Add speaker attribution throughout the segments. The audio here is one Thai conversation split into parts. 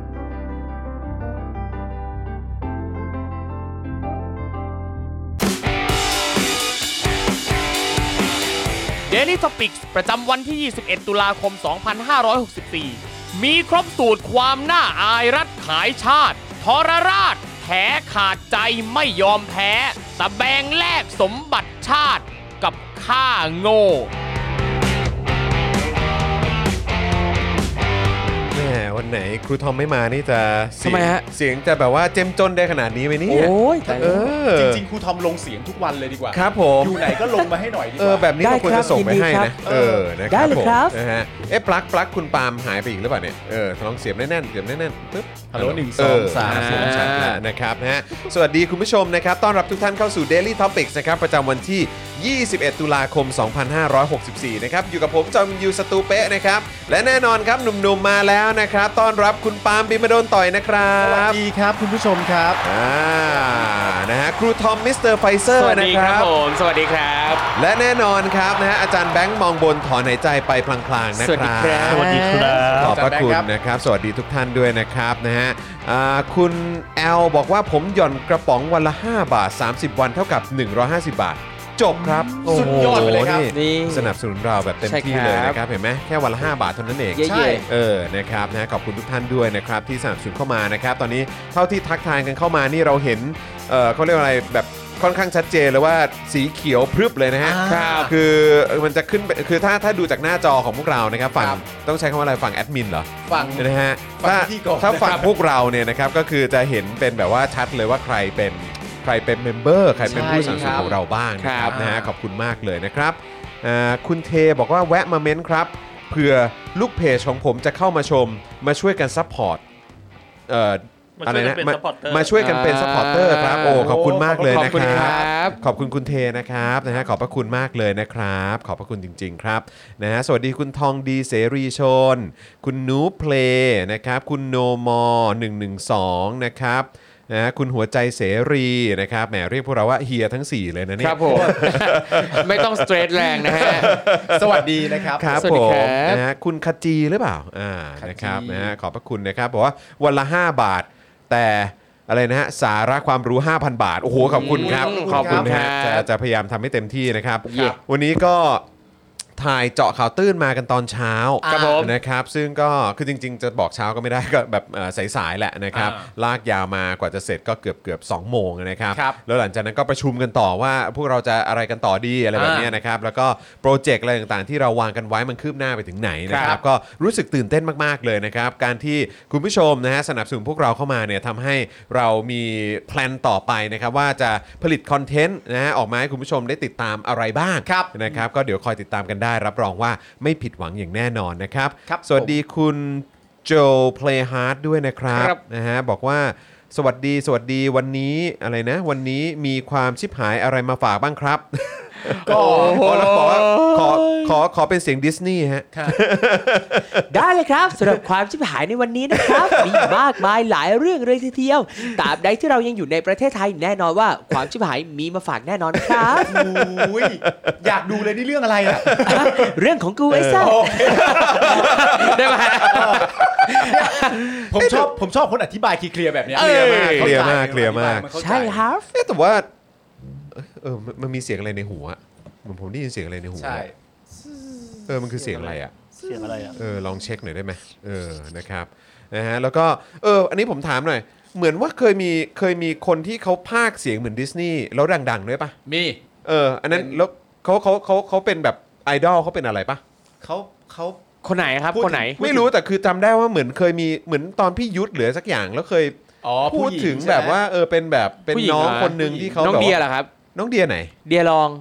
Speaker 1: Daily Topics ประจำวันที่ 21 ตุลาคม 2564 มีครบสูตรความน่าอายรัฐขายชาติ ทรราชแถขาดใจไม่ยอมแพ้ ตะแบงแลกสมบัติชาติกับข้าโง่
Speaker 2: แหมวันไหนครูทอมไม่มานี่จะเสียง
Speaker 3: ทำไมฮะ
Speaker 2: เสียงจะแบบว่าเจ้มจนได้ขนาดนี้ไหมเนี่ย
Speaker 3: โอ้ยแต่
Speaker 2: เออ
Speaker 4: จริงๆ ครูทอมลงเสียงทุกวันเลยดีกว่า
Speaker 2: ครับผม
Speaker 4: อยู่ไหนก็ลงมาให้หน่อยดีก
Speaker 2: เอ
Speaker 4: ว่า
Speaker 2: อแบบนี้
Speaker 3: ได้
Speaker 2: เราควร
Speaker 3: ครั
Speaker 2: จะ
Speaker 3: บ
Speaker 2: ส่งไป
Speaker 3: ยินดี
Speaker 2: ให้
Speaker 3: ครับ
Speaker 2: นะเออนะค
Speaker 3: ได้
Speaker 2: รับ
Speaker 3: เลย
Speaker 2: ผม
Speaker 3: ครับ
Speaker 2: นะฮะเอ๊ะปลั๊กปลั๊กคุณปาล์มหายไปอีกหรือเปล่าเนี่ยเออลองเสียบแน่นๆเสียบแน่นๆปึ๊บ
Speaker 4: ฮัลโหลหนึ่งส
Speaker 2: เอ
Speaker 4: อง
Speaker 2: อ
Speaker 4: สาม
Speaker 2: อ่ชัดแล้วนะครับนะฮะสวัสดีคุณผู้ชมนะครับ ต้อนรับทุกท่านเข้าสู่ Daily Topics นะครับ ประจำวันที่ 21 ตุลาคม 2564 นะครับ อยู่กับผมจอมยูสตูเปะนะครับ และแน่นอนครับหนุ่มๆมาแล้วนะครับ ต้อนรับคุณปาล์มบิมมาโดนต่อยนะครั
Speaker 4: สวัส
Speaker 2: บ
Speaker 4: ดีครับคุณผู้ชมครับ
Speaker 2: อ่านะฮะครูทอมมิสเตอร์ไฟเซอร์นะครับ
Speaker 1: ผมสวัสดีครับ
Speaker 2: และแน่นอนครับนะฮะอาจารย์แบงค์มองบนถอนหายใจไปพลางๆนะ
Speaker 1: สวัส
Speaker 2: ค
Speaker 1: ดีค
Speaker 2: รั
Speaker 1: รับ บ
Speaker 4: สวัสดีครับ
Speaker 2: ขอบพระคุณนะครับ สวัสดีทุกท่านด้วยนะครับนะฮะอ่าคุณแอลบอกว่าผมหย่อนกระป๋องวันละ 5 บาท 30 วันเท่ากับ 150 บาท จบครับ
Speaker 4: สุดยอดไปเลยครับ
Speaker 2: โอ้โห
Speaker 3: นี่
Speaker 2: นี่สนับสนุนเราแบบเต็ม
Speaker 3: ใช่
Speaker 2: ที่
Speaker 3: ครับ
Speaker 2: เลยนะครับ เห็นไหมแค่วันละ 5 บาทเท่านั้นเอง
Speaker 3: เย่
Speaker 4: ใช่
Speaker 3: เย่
Speaker 2: เออ นะครับ นะ ขอบคุณทุกท่านด้วยนะครับที่สนับสนุนเข้ามานะครับ ตอนนี้เท่าที่ทักทายกันเข้ามานี่เราเห็น เออเขาเรียกว่าอะไรแบบค่อนข้างชัดเจนเลยว่าสีเขียวพรึบเลยนะฮะ
Speaker 4: อ่าครับ
Speaker 2: คือมันจะขึ้นเป็นคือถ้าถ้าดูจากหน้าจอของพวกเรานะครับฝั่ง
Speaker 4: ครับ
Speaker 2: ต้องใช้คำว่าอะไรฝั่งแอดมินเหรอ
Speaker 4: ฟัง
Speaker 2: นะฮะ
Speaker 4: ฝั่ง
Speaker 2: ถ้า
Speaker 4: พิธีกร
Speaker 2: ถ้าฝั่ง
Speaker 4: นะครับ
Speaker 2: พวกเราเนี่ยนะครับก็คือจะเห็นเป็นแบบว่าชัดเลยว่าใครเป็นใครเป็นเมมเบอร์ใครเป็น
Speaker 4: ใช่
Speaker 2: ผู้สนับสนุน
Speaker 4: ครับ
Speaker 2: ของเราบ้างนะค
Speaker 4: ครั
Speaker 2: รับบ นะฮะขอบคุณมากเลยนะครับอ่าคุณเทบอกว่าแวะมาเม้นครับเผื่อลูกเพจของผมจะเข้ามาชมมาช่วยกันซัพพอร์ตเอ่ออะไรนะมามาช่วยกันเป็นซัพพอร์เตอร์ครับโอ้
Speaker 4: โอ้
Speaker 2: ขอบคุณมากเลย
Speaker 4: ขอ
Speaker 2: นะ
Speaker 4: บคุณ
Speaker 2: ค
Speaker 4: ครั
Speaker 2: รับ
Speaker 4: บ
Speaker 2: ขอบคุณคุณเทนะครับนะฮะขอบพระคุณมากเลยนะครับ ขอบพระคุณจริง ๆ ครับนะฮะสวัสดีคุณทองดีเสรีชน คุณนูเพลนะครับ คุณโนมอ112 นะครับนะฮะคุณหัวใจเสรีนะครับแหมเรียกพวกเราว่าเฮียทั้ง 4 เลยนะเนี่ย
Speaker 3: ครับผม ไม่ต้องสเตรทแรงนะฮะ
Speaker 4: สวัสดีนะครับ
Speaker 2: ครับ
Speaker 3: สวัส
Speaker 2: ผม
Speaker 3: ดีครับ
Speaker 2: นะฮะคุณขจีหรือเปล่าอ่า
Speaker 4: ข
Speaker 2: นะ
Speaker 4: จี
Speaker 2: ครับนะฮะขอบพระคุณนะครับบอกว่าวันละ 5 บาท แต่อะไรนะฮะสาระความรู้ 5,000 บาท โอ้โหขอบคุณครับ
Speaker 3: อืม
Speaker 2: ขอบคุณนะฮะ
Speaker 3: ครั
Speaker 2: จะ
Speaker 3: บ
Speaker 2: จะพยายามทำให้เต็มที่นะครับ
Speaker 3: เย่
Speaker 2: วันนี้ก็ถ่ายเจาะข่าวตื้นมากันตอนเช้า
Speaker 1: ครับผม
Speaker 2: นะครับซึ่งก็คือจริง ๆ จะบอกเช้าก็ไม่ได้ ก็แบบเอ่อสายๆแหละนะครับ
Speaker 4: อ่
Speaker 2: ลากยาวมากว่าจะเสร็จก็เกือบเกือบๆสองโมงนะครับ
Speaker 4: ครับ
Speaker 2: แล้วหลังจากนั้นก็ประชุมกันต่อว่าพวกเราจะอะไรกันต่อดีอะไรแบบ
Speaker 4: อ่า
Speaker 2: เนี้ยนะครับ แล้วก็โปรเจกต์อะไรต่างๆ ที่เราวางกันไว้มันคืบหน้าไปถึงไหนนะค
Speaker 4: ครั
Speaker 2: รับ
Speaker 4: บ
Speaker 2: ก็รู้สึกตื่นเต้นมากๆเลยนะครับ การที่คุณผู้ชมนะฮะสนับสนุนพวกเราเข้ามาเนี่ยทำให้เรามีแพลนต่อไปนะครับว่าจะผลิตคอนเทนต์นะฮะออกมาให้คุณผู้ชมได้ติดตามอะไรบ้างนะครับ ก็เดี๋ยวคอยติดตามกันได้ รับรองว่าไม่ผิดหวังอย่างแน่นอนนะครับ
Speaker 4: ครับ
Speaker 2: สวัส
Speaker 4: ผม
Speaker 2: ดีคุณโจเพลย์ฮาร์ดด้วยนะครับ
Speaker 3: ครับ
Speaker 2: นะฮะบอกว่าสวัสดีสวัสดีวันนี้อะไรนะ วันนี้มีความชิบหายอะไรมาฝากบ้างครับ
Speaker 4: ก็
Speaker 2: ขอขอขอขอขอเป็นเสียงดิสนีย์ฮะ
Speaker 5: ได้เลยครับสำหรับความชิบหายในวันนี้นะครับ มีมากมายหลายเรื่องเลยทีเดียวตราบใดที่เรายังอยู่ในประเทศไทยแน่นอนว่าความชิบหายมีมาฝากแน่นอนนะครับ
Speaker 4: อุ้ยอยากดูเลยนี่เรื่องอะไรอ่ะ
Speaker 5: เรื่องของกูไอ้ซ่า
Speaker 4: โอเค
Speaker 3: ได้ไหม
Speaker 4: ผมชอบผมชอบคนอธิบายเคลียร์ๆแบบเนี้ย
Speaker 3: เออ
Speaker 2: เคลียร์มาก
Speaker 4: ข้ใจ
Speaker 2: เคลียร์มาก
Speaker 4: นเข้จ
Speaker 5: ใช่ครับ
Speaker 2: เอ๊ะแต่ว่าเอ้ยเออมันมันมีเสียงอะไรในหัวอะเหมือนผมได้ยินเสียงอะไรในหัว
Speaker 4: ใช่
Speaker 2: เออมันคือเสียงอะไรอ่ะ
Speaker 6: เสียงอะไรอ่ะ
Speaker 2: เออลองเช็คหน่อยได้ไหมเออนะครับนะฮะแล้วก็เอออันนี้ผมถามหน่อย เหมือนว่าเคยมีเคยมีคนที่เขาพากย์เสียงเหมือนดิสนีย์แล้วดังๆด้วยปะ
Speaker 4: มี
Speaker 2: เอออันนั้น
Speaker 4: เป็น
Speaker 2: แล้วเขาเขาเขาเขาเป็นแบบไอดอลเขาเป็นอะไรปะ
Speaker 4: เขาเขา
Speaker 3: คนไหนครับ
Speaker 4: พูดถึง
Speaker 3: คนไหน
Speaker 2: ไม่รู้แต่คือจำได้ว่าเหมือนเคยมีเหมือนตอนพี่ยุทธเหลือสักอย่างแล้วเคย
Speaker 4: อ๋อ
Speaker 2: พู
Speaker 4: ผู้
Speaker 2: ด
Speaker 4: หญิ
Speaker 2: ถึง
Speaker 4: ใช่ไหม
Speaker 2: แบบว่าเออเป็นแบบเป็น
Speaker 3: ผู้หญิง
Speaker 2: น้อง
Speaker 3: เหรอ
Speaker 2: คนหนึ่ง
Speaker 4: ผู้หญิง
Speaker 2: ที่เขา
Speaker 3: น้อง
Speaker 2: แบบ
Speaker 3: เดีย
Speaker 2: ว่า
Speaker 3: เหรอครับ
Speaker 2: น้องเดียไหน
Speaker 3: เดียลอง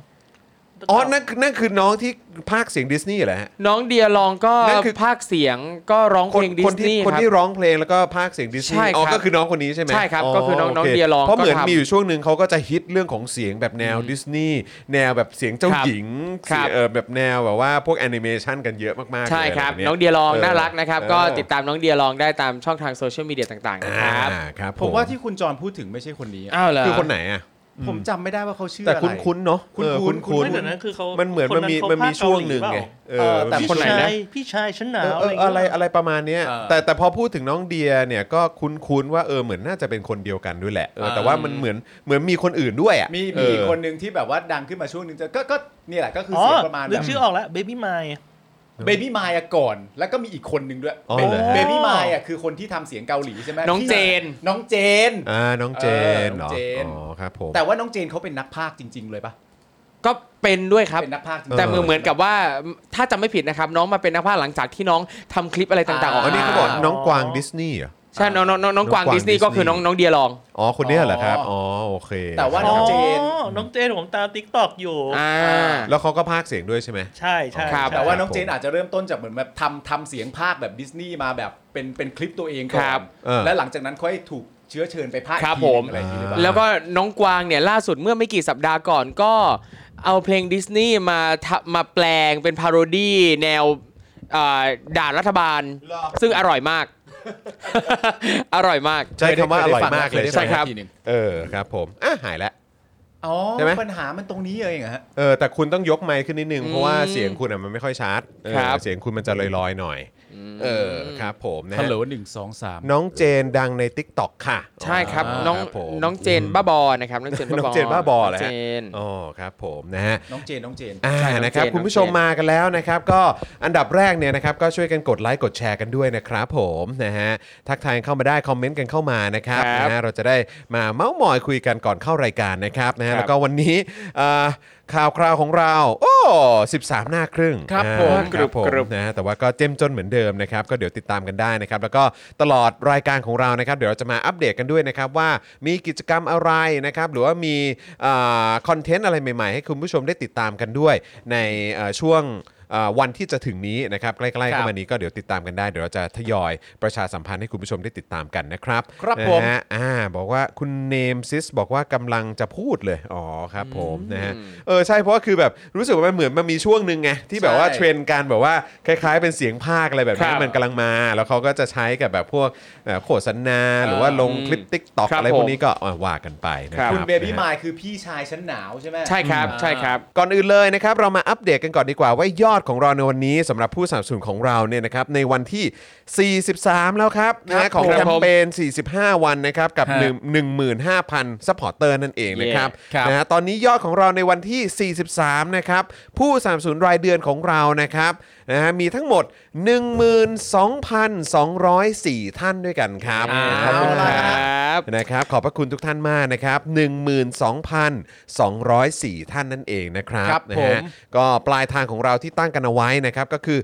Speaker 2: อ๋อ นั่นนั่นคือน้องที่พากย์เสียงดิสนีย์เหรอฮะ
Speaker 3: น้องเดียลองก็
Speaker 2: นั่นคือ
Speaker 3: ภาคเสียงก็ร้องเพ
Speaker 2: คน
Speaker 3: ลงดิ
Speaker 2: ค
Speaker 3: ส
Speaker 2: นที่
Speaker 3: นี
Speaker 2: คน
Speaker 3: ย์ครับ
Speaker 2: ที่ร้องเพลงแล้วก็พากย์เสียงดิสนี
Speaker 3: ใช่
Speaker 2: ย์
Speaker 3: ครับ
Speaker 2: อ๋อก็คือน้องคนนี้ใช่ไหม
Speaker 3: ใช่ครับก็คือน้องน้อง
Speaker 2: โ
Speaker 3: เดียลอง
Speaker 2: เพราะเหมือน
Speaker 3: ก็ทำ
Speaker 2: มีอยู่ช่วงหนึ่งเขาก็จะฮิตเรื่องของเสียงแบบแนวดิสนีย์แนวแบบเสียงเจ้า
Speaker 3: ครับ
Speaker 2: หญิง
Speaker 3: ครับ
Speaker 2: เสียเอ่อแบบแนวแบบว่าพวกแอนิเมชันกันเยอะมากๆ
Speaker 3: ใช่
Speaker 2: เล
Speaker 3: ครับ
Speaker 2: ยะไแบบ
Speaker 3: น้องเดียลองน่ารักนะครับ
Speaker 2: เออ
Speaker 3: ก็ติดตามน้องเดียลองได้ตามช่องทางโซเชียลมีเดียต่างๆนะค
Speaker 2: อ่า
Speaker 3: รับ
Speaker 2: ครับ
Speaker 4: ผมว่าที่คุณจรพูดถึงไม่ใช่คนนี้อะ
Speaker 3: อ้าวเหรอ
Speaker 2: คือคนไหนอ่ะ
Speaker 4: ผมจำไม่ได้ว่าเขาชื่อ
Speaker 2: แต่
Speaker 4: อะไร
Speaker 2: คุ้นๆเนาะ
Speaker 4: คุ้นๆ
Speaker 2: เออคุ้น
Speaker 6: ไม่เดี๋ยวนั้นคือเขา
Speaker 2: ๆมันเหมือน
Speaker 6: ค
Speaker 2: มัน
Speaker 6: นนั้น
Speaker 2: มี
Speaker 6: เขา
Speaker 2: มันมี
Speaker 6: พากย์
Speaker 2: ช่วงหนึ่งไงเออ
Speaker 6: เกาหลีเปล่า
Speaker 3: แต่ คนไหนนะ
Speaker 6: พี่ชายพี่ชายฉันหนา
Speaker 2: เออ
Speaker 6: วอะ
Speaker 2: เออ
Speaker 6: ไรเงี้ย
Speaker 2: อะไรอะไรประมาณเนี้ย
Speaker 4: เออ
Speaker 2: แต่แต่พอพูดถึงน้องเดียเนี่ยก็คุ้นๆว่าเออเหมือนน่าจะเป็นคนเดียวกันด้วยแหละเออแต่
Speaker 4: อ่า
Speaker 2: ว่ามันเหมือนเหมือนมีคนอื่นด้วยอ่ะ
Speaker 4: มี
Speaker 2: เอ
Speaker 4: มี
Speaker 2: อ
Speaker 4: อีกคนหนึ่งที่แบบว่าดังขึ้นมาช่วงหนึ่งจะก็ก็เนี่ยแหละก็คือ
Speaker 6: อ๋อ
Speaker 4: เสียงประมาณ
Speaker 6: นึ
Speaker 4: แบ
Speaker 6: ก
Speaker 4: บ
Speaker 6: ชื่อออกแล้วเบบี้ไมล์
Speaker 4: เบบี้มายก่อน แล้วก็มีอีกคนหนึ่งด้วย
Speaker 2: อ๋อเหรอ
Speaker 6: ป็
Speaker 4: เบ
Speaker 2: ฮะ
Speaker 6: น
Speaker 4: บี้มายคือคนที่ทำเสียงเกาหลีใช่ไหม
Speaker 3: น้องเจน
Speaker 4: น้องเจน
Speaker 2: อ่าน้องเจนเหรอ
Speaker 4: เออน้องเจน
Speaker 2: อ๋อครับผม
Speaker 4: แต่ว่าน้องเจนเขาเป็นนักพากย์จริง ๆ เลยปะ
Speaker 3: ก็เป็นด้วยครับ
Speaker 4: เป็นนักพากย์จริง
Speaker 2: อ
Speaker 4: ๆ
Speaker 3: แต่เหมือนเหมือนกับว่าถ้าจำไม่ผิดนะครับ น้องมาเป็นนักพากย์หลังจากที่น้องทำคลิปอะไรต่างๆออก
Speaker 2: อ๋อ
Speaker 3: มา
Speaker 2: นี่เขาบอกน้องกวางดิสนีย์เหรอ
Speaker 3: ใช่น้องน้องน้องน้องกวาง
Speaker 2: น้องกวาง
Speaker 3: ดิสนีย์ก็คือ
Speaker 2: Disney
Speaker 3: น้องน้องเดียลอง
Speaker 2: อ๋อคนเนี้ยเหรอครับอ๋อโอเค
Speaker 4: แต่ว่าน้องเจน
Speaker 6: น้องเจนผมตามติ๊กตอกอยู่
Speaker 3: อ่า
Speaker 2: แล้วเขาก็พากย์เสียงด้วยใช่ไหม
Speaker 6: ใช่ใช่
Speaker 3: ครับ
Speaker 6: ใช่
Speaker 4: แต่ว่าน้องเจนอาจจะเริ่มต้นจากเหมือนแบบทำทำเสียงภาคแบบดิสนีย์มาแบบเป็นเป็นคลิปตัวเองก่อ
Speaker 3: ครับ
Speaker 4: น
Speaker 2: เออ
Speaker 4: และหลังจากนั้นค่อยถูกเชื้อเชิญไปภาค
Speaker 3: ครับ
Speaker 4: อีกทีห
Speaker 3: ผม
Speaker 4: นึ่งอะไรอย่างนี้หรือเปล่า
Speaker 3: แล้วก็น้องกวางเนี่ยล่าสุดเมื่อไม่กี่สัปดาห์ก่อนก็เอาเพลงดิสนีย์มาทะมาแปลงเป็นพาโรดี้แนวอ่าด่ารัฐบาล ซึ่งอร่อย มาก อร่อยมาก
Speaker 2: ใช้คำว่าอร่อยมากเลย
Speaker 4: เคยได้
Speaker 2: ใช่ไหม
Speaker 4: ฟัง
Speaker 3: ครับ
Speaker 4: ทีหนึ่ง
Speaker 2: เออครับผมอ่ะหายแล้ว
Speaker 4: อ๋อ
Speaker 2: ใช่ไหม
Speaker 4: ปัญหามันตรงนี้เองเหรอฮะ
Speaker 2: เออแต่คุณต้องยกไมค์ขึ้นนิดนึง เพราะว่า
Speaker 3: อืม
Speaker 2: เสียงคุณอ่ะมันไม่ค่อยชัดเออ
Speaker 3: ครับ
Speaker 2: เสียงคุณมันจะลอยๆหน่อยเออครับผมนะ
Speaker 4: ฮัล
Speaker 2: ฮะ
Speaker 4: โหลหนึ่งสองสาม
Speaker 2: น้องเจนดังใน t ิ k t o k ค่ะ
Speaker 3: ใช่ครับ
Speaker 2: า
Speaker 3: น้อง
Speaker 2: ครับผม
Speaker 3: น้องเจนบ้าบอนะครับน้องเจนบ้าบอ
Speaker 2: น้องเจนบ้าบอ
Speaker 3: น้
Speaker 2: แหละ
Speaker 3: งเจน
Speaker 2: อ๋อครับผมนะฮะ
Speaker 4: น้องเจน น้องเจน
Speaker 2: อ่า
Speaker 3: ใช่น้องเจน
Speaker 2: นะครับ
Speaker 3: น้องเจน
Speaker 2: คุณผู้ชมมากันแล้วนะครับ ก็อันดับแรกเนี่ยนะครับก็ช่วยกันกดไลค์กดแชร์กันด้วยนะครับผมนะฮะทักทายเข้ามาได้คอมเมนต์กันเข้ามานะครับ
Speaker 3: ครับ
Speaker 2: นะฮะเราจะได้มาเมาส์มอยคุยกันก่อนเข้ารายการนะครับนะฮะ
Speaker 3: ครับ
Speaker 2: แล้วก็วันนี้อ่าข่าวคราวของเรา โอ้ 13 หน้าครึ่ง
Speaker 4: ครับ
Speaker 2: อ่า
Speaker 4: ผม
Speaker 2: ครับผมนะฮะแต่ว่าก็เจ้มจนเหมือนเดิมนะครับ ก็เดี๋ยวติดตามกันได้นะครับ แล้วก็ตลอดรายการของเรานะครับ เดี๋ยวเราจะมาอัปเดตกันด้วยนะครับ ว่ามีกิจกรรมอะไรนะครับ หรือว่ามีคอนเทนต์อะไรใหม่ ๆ ให้คุณผู้ชมได้ติดตามกันด้วย ในเอ่อช่วงเอ่อวันที่จะถึงนี้นะครับ ใกล้ๆเข้ามานี้ก็เดี๋ยวติดตามกันได้ เดี๋ยวเราจะทยอยประชาสัมพันธ์ให้คุณผู้ชมได้ติดตามกันนะครับ
Speaker 4: ครับผม
Speaker 2: นะฮะอ่าบอกว่าคุณเนมซิสบอกว่ากำลังจะพูดเลยอ๋อครับผมนะฮะเออใช่เพราะว่าคือแบบรู้สึกว่ามันเหมือนมันมีช่วงหนึ่งไงที่แบบว่า
Speaker 4: ใช่
Speaker 2: เทรนด์การแบบว่าคล้าย ๆ เป็นเสียงภาคอะไรแบบ
Speaker 3: ค
Speaker 2: นี้
Speaker 3: รับ
Speaker 2: มันกำลังมา แล้วเขาก็จะใช้กับแบบพวกเอ่อโฆษณาหรือว่าลงคลิปติ๊กต็อก
Speaker 3: ครับ
Speaker 2: อะไรพวก
Speaker 3: ผม
Speaker 2: นี้ก็อ่ะว่ากันไปนะค
Speaker 3: ครั
Speaker 2: รับ
Speaker 4: คุณเบบี้
Speaker 2: นะฮะ
Speaker 4: มายคือพี่ชายฉันหนาวใช่ไหม
Speaker 3: ใช่ครับ
Speaker 4: อ่า
Speaker 3: ใช่ครับ
Speaker 2: ก่อนอื่นเลยนะครับเรามาอัปเดตกันก่อนดีกว่า ว่ายอดของเราในวันนี้สำหรับผู้สนับสนุนของเราเนี่ยนะครับในวันที่ 43 แล้วครับนะฮะของ
Speaker 3: ผ
Speaker 2: แค
Speaker 3: ม
Speaker 2: มเปญ45 วันนะครับกับ
Speaker 4: ฮะ
Speaker 2: 1 15,000ซัพพอร์เตอร์นั่นเองนะครับ
Speaker 4: ครับ
Speaker 2: นะฮะตอนนี้ยอดของเราในวันที่ 43 นะครับผู้สนับสนุนรายเดือนของเรานะครับนะฮะมีทั้งหมด 12,204 ท่านด้วยกันครับ
Speaker 3: อ่า
Speaker 2: ขอบคุณค
Speaker 3: คร
Speaker 2: รับ
Speaker 3: ับ
Speaker 2: นะครับขอบพระคุณทุกท่านมากนะครับ 12,204 ท่านนั่นเองนะครับ
Speaker 4: ครับ
Speaker 2: นะ
Speaker 4: ผม
Speaker 2: ฮะก็ปลายทางของเราที่ตั้ง กันเอาไว้นะครับก็คือ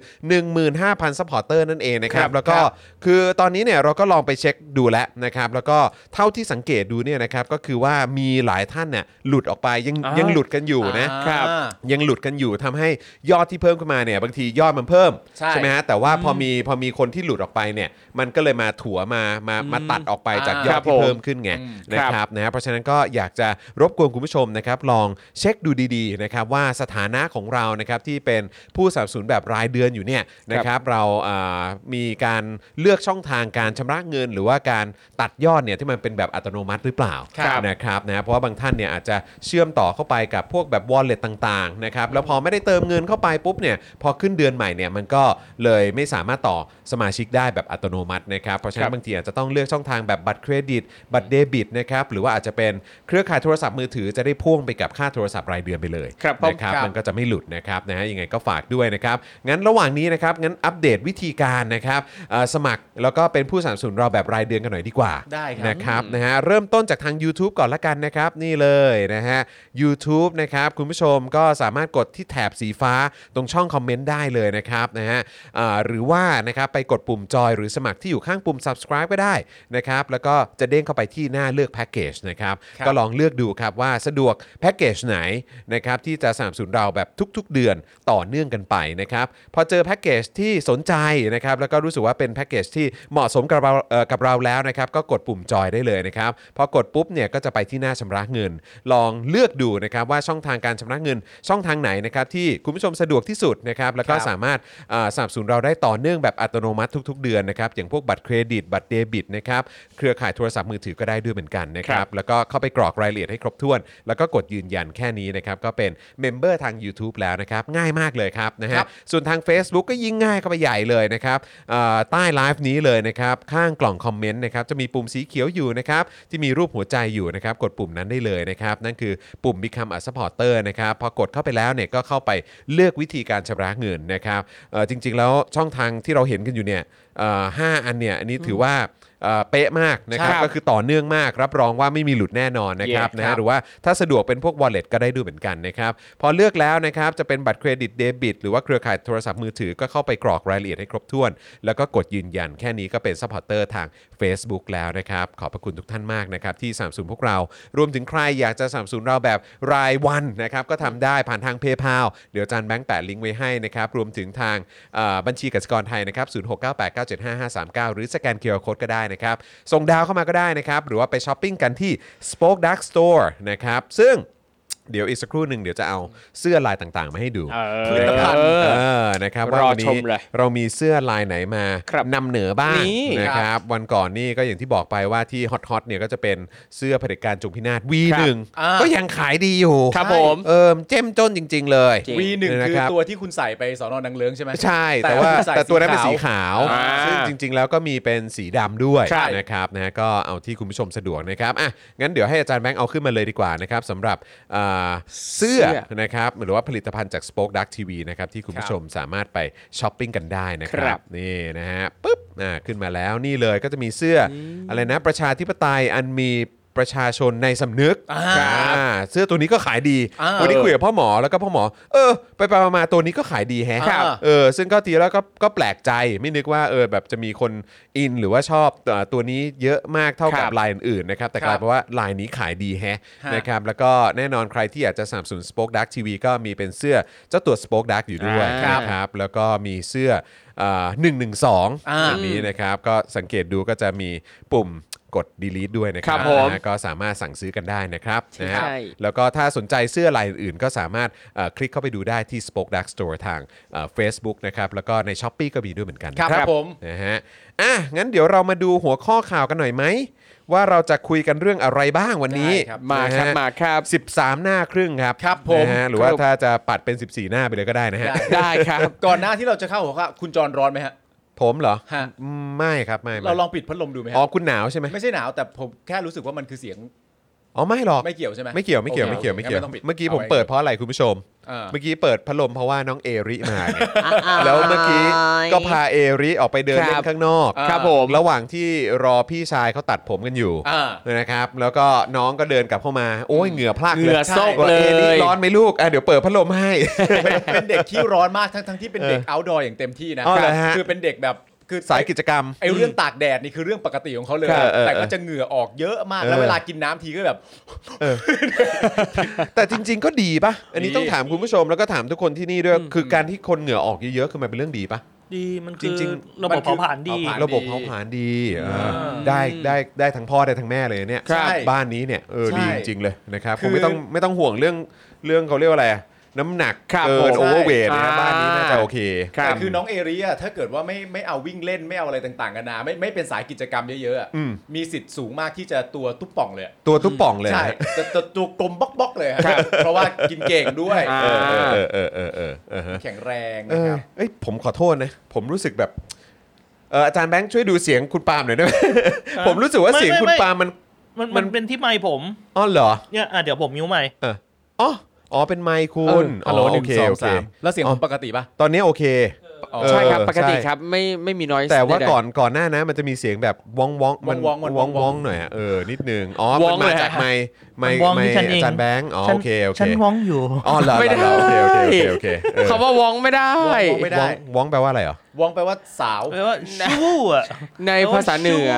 Speaker 2: 15,000ซัพพอร์เตอร์นั่นเองนะครับแล้วก็
Speaker 4: ครับ
Speaker 2: คือตอนนี้เนี่ยเราก็ลองไปเช็คดูแล้วนะครับแล้วก็เท่าที่สังเกตดูเนี่ยนะครับก็คือว่ามีหลายท่านเนี่ยหลุดออกไปยัง
Speaker 3: อ่ายั
Speaker 2: ยังหลุดกันอยู่นะ
Speaker 4: ครับ
Speaker 2: ยังหลุดกันอยู่ทำให้ยอดที่เพิ่มขึ้นมาเนี่ยบางทียอดมันเพิ่ม
Speaker 4: ใช่
Speaker 2: ไหมฮะแต่ว่าพอมีพอมีคนที่หลุดออกไปเนี่ยมันก็เลยมาถัวมามามาตัดออกไปจาก
Speaker 4: อ่าย ย
Speaker 2: อดที่เพิ่มขึ้นไง
Speaker 4: อืม
Speaker 2: นะครับนะฮะเพราะฉะนั้นก็อยากจะรบกวนคุณผู้ชมนะครับลองเช็คดูดีๆนะครับว่าสถานะของเรานะครับที่เป็นผู้สนับสนุนแบบรายเดือนอยู่เนี่ยนะครับเราอ่ามีการเลือกช่องทางการชำระเงิน หรือว่าการตัดยอดเนี่ยที่มันเป็นแบบอัตโนมัติหรือเปล่า
Speaker 4: ครับ
Speaker 2: นะครับนะเพราะว่าบางท่านเนี่ยอาจจะเชื่อมต่อเข้าไปกับพวกแบบ wallet ต่างๆนะครับแล้วพอไม่ได้เติมเงินเข้าไปปุ๊บเนี่ยพอขึ้นเดือนใหม่เนี่ยมันก็เลยไม่สามารถต่อสมาชิกได้แบบอัตโนมัตินะครับเพราะฉะนั้นบางทีอาจจะต้องเลือกช่องทางแบบบัตรเครดิต บัตรเดบิตนะครับหรือว่าอาจจะเป็นเครือข่ายโทรศัพท์มือถือจะได้พ่วงไปกับค่าโทรศัพท์รายเดือนไปเลย
Speaker 3: ครับผม
Speaker 2: นะครับ
Speaker 4: ครับ
Speaker 2: มันก็จะไม่หลุดนะครับนะฮะยังไงก็ฝากด้วยนะครับงั้นระหว่างนี้นะครับงั้นอัปเดตวิธีการนะครับเอ่อสมัครแล้วก็เป็นผู้สนับสนุนเราแบบรายเดือนกันหน่อยดีกว่า
Speaker 4: ได้ครับ
Speaker 2: นะครับนะฮะเริ่มต้นจากทาง YouTube ก่อนละกันนะครับ นี่เลยนะฮะ YouTube นะครับคุณผู้ชมก็สามารถกดที่แถบสีฟ้าตรงช่องคอมเมนต์ได้เลยนะครับนะฮะอ่าหรือว่านะครับไปกดปุ่มจอยหรือสมัครที่อยู่ข้างปุ่ม subscribe ก็ได้นะครับแล้วก็จะเด้งเข้าไปที่หน้าเลือกแพ็กเกจนะครับ
Speaker 4: ครับ
Speaker 2: ก็ลองเลือกดูครับว่าสะดวกแพ็กเกจไหนนะครับที่จะสนับสนุนเราแบบทุก ๆ เดือนต่อเนื่องกันไปนะครับพอเจอแพ็กเกจที่สนใจนะครับแล้วก็รู้สึกว่าเป็นแพ็กเกจที่เหมาะสมกับเราเอ่อกับเราแล้วนะครับก็กดปุ่มจอยได้เลยนะครับพอกดปุ๊บเนี่ยก็จะไปที่หน้าชำระเงิน ลองเลือกดูนะครับว่าช่องทางการชำระเงิน ช่องทางไหนนะครับที่คุณผู้ชมสะดวกที่สุดนะครับแล้วก็
Speaker 4: ครับ
Speaker 2: สามารถอ่าสนับสนุนเราได้ต่อเนื่องแบบอัตโนมัติทุก ๆ เดือนนะครับอย่างพวกบัตรเครดิต บัตรเดบิตนะครับเครือข่ายโทรศัพท์มือถือก็ได้ด้วยเหมือนกันนะครับ นะครับแล้วก็เข้าไปกรอกรายละเอียดให้ครบถ้วน แล้วก็กดยืนยันแค่นี้นะครับ ก็เป็นเมมเบอร์ทาง YouTube แล้วนะครับ ง่ายมากเลยครับนะฮะ
Speaker 4: ครับ
Speaker 2: ส่วนทาง Facebook ก็ยิ่งง่ายเข้าไปใหญ่เลยนะครับเอ่อใต้ไลฟ์นี้เลยนะครับ ข้างกล่องคอมเมนต์นะครับ จะมีปุ่มสีเขียวอยู่นะครับ ที่มีรูปหัวใจอยู่นะครับ กดปุ่มนั้นได้เลยนะครับ นั่นคือปุ่ม Become a supporter นะครับ พอกดเข้าไปแล้วเนี่ยก็เข้าไปเลือกวิธีการชำระเงินนะครับเอ่อจริง ๆ แล้วช่องทางที่เราเห็นกันอยู่เนี่ยเอ่อห้าอันเนี่ยอันนี้ถือว่าเอ่อเป๊ะมากนะครับ
Speaker 3: ครับ
Speaker 2: ก็ ก็คือต่อเนื่องมากรับรองว่าไม่มีหลุดแน่นอนนะครับนะฮะหรือว่าถ้าสะดวกเป็นพวก wallet ก็ได้ด้วยเหมือนกันนะครับ พอเลือกแล้วนะครับจะเป็นบัตรเครดิตเดบิตหรือว่าเครือข่ายโทรศัพท์มือถือก็เข้าไปกรอกรายละเอียดให้ครบถ้วน แล้วก็กดยืนยันแค่นี้ก็เป็นซัพพอร์เตอร์ทาง Facebook แล้วนะครับ ขอบพระคุณทุกท่านมากนะครับ ที่สนับสนุนพวกเรา รวมถึงใครอยากจะสนับสนุนเราแบบรายวันนะครับก็ทำได้ผ่านทางเพย์พาเดี๋ยวอาจานแบงค์แปะลิงก์ไว้ให้นะครับรวมถึงทางเอ่อบัญชีกสิกรไทยนะครับ0698975539 หรือสแกนเคอร์โคดก็ได้นะครับ ส่งดาวเข้ามาก็ได้นะครับ หรือว่าไปช้อปปิ้งกันที่ Spoke Dark Store นะครับ ซึ่งเดี๋ยวอีกสักครู่หนึ่งเดี๋ยวจะเอาเสื้อลายต่างๆ มาให้ดู
Speaker 4: ผลิตภัณฑ์
Speaker 3: เออ
Speaker 2: เออนะครับ
Speaker 3: รอ
Speaker 2: ว่าวันนี้
Speaker 3: ชมเลย
Speaker 2: เรามีเสื้อลายไหนมา
Speaker 3: ครับ
Speaker 2: นำเหนือบ้าง
Speaker 3: นี่
Speaker 2: นะครับ วันก่อนนี่ก็อย่างที่บอกไปว่าที่ฮอตๆเนี่ยก็จะเป็นเสื้อเผด็จการจงพินาศ V1
Speaker 4: อ่า
Speaker 2: ก็ยังขายดีอยู่
Speaker 3: ครับผม
Speaker 2: เออเจ้มจนจริง ๆ เลย
Speaker 4: วีหนึ่ง
Speaker 2: นะค
Speaker 4: คือ
Speaker 2: รับ
Speaker 4: ตัวที่คุณใส่ไปสอนอนังเลิ้งใช่ไหม
Speaker 2: ใช่
Speaker 4: แต่
Speaker 2: แต่ว่า
Speaker 4: ว่าใส่
Speaker 2: แต่ตัวนั้นเป็นสีขาว
Speaker 4: อ่า
Speaker 2: ซึ่งจริง ๆ แล้วก็มีเป็นสีดำด้วย
Speaker 4: ใช่
Speaker 2: นะครับนะก็เอาที่คุณผู้ชมสะดวกนะครับอ่ะงั้นเดี๋ยวให้อาจารย์แบงค์เอาขึ้นมาเลยดีกว่านะครับสำหรับอ่าเสื้อ
Speaker 3: เสื้อ
Speaker 2: นะครับหรือว่าผลิตภัณฑ์จาก Spoke Dark TV นะครับที่คุณผู้ชมสามารถไปช้อปปิ้งกันได้นะค
Speaker 3: ครั
Speaker 2: รับบ นี่นะฮะปุ๊บอ่าขึ้นมาแล้วนี่เลยก็จะมีเสื้ออะไรนะประชาธิปไตยอันมีประชาชนในสำนึก
Speaker 4: อ่า
Speaker 2: อ่าเสื้อตัวนี้ก็ขายดี
Speaker 4: อ่า
Speaker 2: วันนี้คุยกับพ่อหมอแล้วก็พ่อหมอ เออ ไปไปมาๆตัวนี้ก็ขายดีแฮะ
Speaker 4: ครับ
Speaker 2: เออซึ่งก็ทีแล้วก็ก็แปลกใจไม่นึกว่าเออแบบจะมีคนอินหรือว่าชอบเอ่อตัวนี้เยอะมากเท่ากับลายอื่นๆนะครับแต่กลายเป็นว่าลายนี้ขายดีแฮะ
Speaker 4: ฮะ
Speaker 2: นะครับแล้วก็แน่นอนใครที่อยากจะสนับสนุน Spoke Dark TV ก็มีเป็นเสื้อเจ้าตัว Spoke Dark อยู่ด้วย
Speaker 4: ครับ
Speaker 2: นะครับแล้วก็มีเสื้อหนึ่งหนึ่งสอง
Speaker 4: อ่า
Speaker 2: อันนี้นะครับก็สังเกตดูก็จะมีปุ่มกด delete ด้วยนะค
Speaker 3: ครั
Speaker 2: รับบ
Speaker 3: ผม
Speaker 2: นะฮะก็สามารถสั่งซื้อกันได้นะครับนะฮะ
Speaker 3: ใช่
Speaker 2: แล้วก็ถ้าสนใจเสื้อลายอื่นๆ ก็สามารถเอ่อคลิกเข้าไปดูได้ที่ Spoke Dark Store ทางเอ่อ Facebook นะครับ แล้วก็ใน s h อ p e e ก็มีด้วยเหมือนกันนะครับ
Speaker 4: ผม
Speaker 2: นะฮะอ่ะ งั้นเดี๋ยวเรามาดูหัวข้อข่าวกันหน่อยไหม ว่าเราจะคุยกันเรื่องอะไรบ้างวันนี้
Speaker 4: ได้ครับ
Speaker 3: มาครับ
Speaker 2: นะฮะ
Speaker 3: มาครับ
Speaker 2: 13 หน้าครึ่งครับ
Speaker 4: ครับผม
Speaker 2: นะฮะหรือว่า
Speaker 4: ครับ
Speaker 2: ถ้าจะปัดเป็น 14 หน้าไปเลยก็ได้นะฮะ
Speaker 3: ได้ครับ
Speaker 4: ก่อนหน้าที่เราจะเข้าหัวข้อคุณจรร้อนไหมฮะ
Speaker 2: ผมเหรอ
Speaker 4: ฮะ
Speaker 2: อืมไม่ครับไม่ไม่
Speaker 4: เราลองปิดพัดลมดูไหม
Speaker 2: อ๋อ
Speaker 4: ฮะ
Speaker 2: คุณหนาวใช่ไหม
Speaker 4: ไม่ใช่หนาวแต่ผมแค่รู้สึกว่ามันคือเสียง
Speaker 2: อ๋อไม่หรอก
Speaker 4: ไม่เกี่ยวใช่ไหม
Speaker 2: ไม่เกี่ยวไม่เกี่ยวไม่เกี่ยวไม่เกี่ยว
Speaker 4: งั้นต้องปิด
Speaker 2: เมื่อกี้ผม
Speaker 4: อาไว้
Speaker 2: เปิดเพราะอะไรคุณผู้ชม
Speaker 4: เออ
Speaker 2: เมื่อกี้เปิดพัดลมเพราะว่าน้องเอริมาไงแล้วเมื่อกี้ก็พาเอริออกไปเดินเล่น
Speaker 3: ครับ
Speaker 2: ข้างนอก
Speaker 4: อ่า
Speaker 3: ครับผม
Speaker 2: ระหว่างที่รอพี่ชายเขาตัดผมกันอยู่
Speaker 4: เออ
Speaker 2: นะครับ แล้วก็น้องก็เดินกลับเข้ามาโอ้ยเหงื่อพลาก
Speaker 3: เหงื่อโซก
Speaker 2: ว่า
Speaker 3: เลย
Speaker 2: อริร้อนไหมลูกอ่ะเดี๋ยวเปิดพัดลมให้
Speaker 4: เป็นเด็กที่ร้อนมากทั้งทั้งที่เป็นเด็ก
Speaker 2: เออ
Speaker 4: เอาท์ดอร์อย่างเต็มที่นะ
Speaker 2: อ๋อเหรอฮะ
Speaker 4: คือเป็นเด็กแบบคือ
Speaker 2: สายกิจกรรม
Speaker 4: ไอ้เรื่องตากแดดนี่คือเรื่องปกติของเขาเลย
Speaker 2: เออเออ
Speaker 4: แต่ก็จะเหงื่อออกเยอะมาก แล้ว
Speaker 2: เออ
Speaker 4: เวลากินน้ำทีก็แบบ
Speaker 2: แต่จริง ๆ ก็ดีป่ะ อันนี้
Speaker 4: ดี
Speaker 2: ต้องถามคุณผู้ชมแล้วก็ถามทุกคนที่นี่ด้วย คือการที่คนเหงื่อออกเยอะๆคือมันเป็นเรื่องดีป่ะ
Speaker 6: ดีมันคือ
Speaker 2: จริง
Speaker 6: ระบบเผาผลาญดี
Speaker 4: เผาผลาญ
Speaker 2: ระบบเผาผลาญดีเอออ
Speaker 6: ม
Speaker 2: ได้ได้ได้ทั้งพ่อได้ทั้งแม่เลยเนี่ย
Speaker 4: ครับ
Speaker 2: บ้านนี้เนี่ยเออ
Speaker 4: ใช่
Speaker 2: ดีจริง ๆ เลยนะครับ
Speaker 4: คื
Speaker 2: ค
Speaker 4: อง
Speaker 2: ไม่ต้องไม่ต้องห่วงเรื่องเรื่องเขาเรียกว่าอะไรอะน้ำหนัก
Speaker 3: ครับ
Speaker 2: เกิน
Speaker 4: ผม
Speaker 2: โอเวอร์เวทนะ
Speaker 3: อ่า
Speaker 2: บ้านนี้น่าจะโอเค
Speaker 4: แต่คือน้องเอเรียถ้าเกิดว่าไม่ไม่เอาวิ่งเล่นไม่เอาอะไรต่างๆกันานาไม่ไม่เป็นสายกิจกรรมเยอะๆอะ
Speaker 2: อืม
Speaker 4: มีสิทธิ์สูงมากที่จะตัวตุ๊บป่องเลยอะ
Speaker 2: ตัวตุ๊บป่องเลย
Speaker 4: ใช่จะจะตัวกลมบ๊อกๆเลยอะเพราะว่ากินเก่งด้วย
Speaker 3: อ่า
Speaker 2: เออเออเออเออเออเออเออ
Speaker 4: แข็งแรง
Speaker 2: เอ
Speaker 4: นะ
Speaker 2: อ
Speaker 4: ครับ
Speaker 2: เอ้ยผมขอโทษนะ ผมรู้สึกแบบเอออาจารย์แบงค์ช่วยดูเสียงคุณปาล์มหน่อยได้ไหมผมรู้สึกว่า
Speaker 6: ไม่
Speaker 2: เสียง
Speaker 6: ไม่
Speaker 2: คุณ
Speaker 6: ไม่
Speaker 2: ปาล์มมัน
Speaker 6: มัน
Speaker 2: มั
Speaker 6: มัน นเป็นที่ไมค์ผม
Speaker 2: อ้อเหรอ
Speaker 6: เนี่ยอ่ะเดี๋ยวผมมิ้วไมค์
Speaker 2: เอออ๋ออ๋อเป็นไมค์คุ
Speaker 4: เออ
Speaker 2: ณ
Speaker 4: ฮัลโหลหนึ่ง
Speaker 2: เค
Speaker 4: สอง
Speaker 2: โเค
Speaker 4: สามแล้วเสียง
Speaker 2: อ๋
Speaker 4: ผ
Speaker 2: อ
Speaker 4: มปกติป่ะ
Speaker 2: ตอนนี้โอเค
Speaker 4: อ๋อ
Speaker 3: ใช่ครับ ปกติ
Speaker 2: ใช่
Speaker 3: ครับไม่ไม่มีน้อย
Speaker 2: แต่ว่าก่อนก่อนหน้านะมันจะมีเสียงแบบว้องว้องๆมัน
Speaker 4: ว้องๆมัน
Speaker 2: ว้อง
Speaker 4: ว้
Speaker 2: ว้อ
Speaker 4: อง ง
Speaker 2: ๆ
Speaker 4: ๆ
Speaker 2: หน่อยอะเออนิดนึงอ๋อ
Speaker 3: ว้
Speaker 2: มัน
Speaker 3: อง
Speaker 2: มา
Speaker 3: เลย
Speaker 2: จาก
Speaker 3: ฮะ
Speaker 2: ไม่ไม่
Speaker 6: มันว้อง
Speaker 2: ไม่
Speaker 6: ที่ฉันเอง
Speaker 2: อาจารย์แบงค์อ๋อ
Speaker 6: ฉัน
Speaker 2: โอเคโอเค
Speaker 6: ฉันว้องอยู่
Speaker 2: อ๋อเหรอ
Speaker 3: ไม่ได้
Speaker 2: เหรอเหรอโอเคโอเคโอเคโอเคเออ
Speaker 3: คำว่าวองไม่ได้
Speaker 4: วองไม่
Speaker 2: ว้
Speaker 4: ด้
Speaker 2: องว้องแปลว่าอะไรเหรอ
Speaker 4: ว้องแปลว่าสาว
Speaker 6: แปลว่าชู้อ่ะ
Speaker 3: ในภาษาเหนือ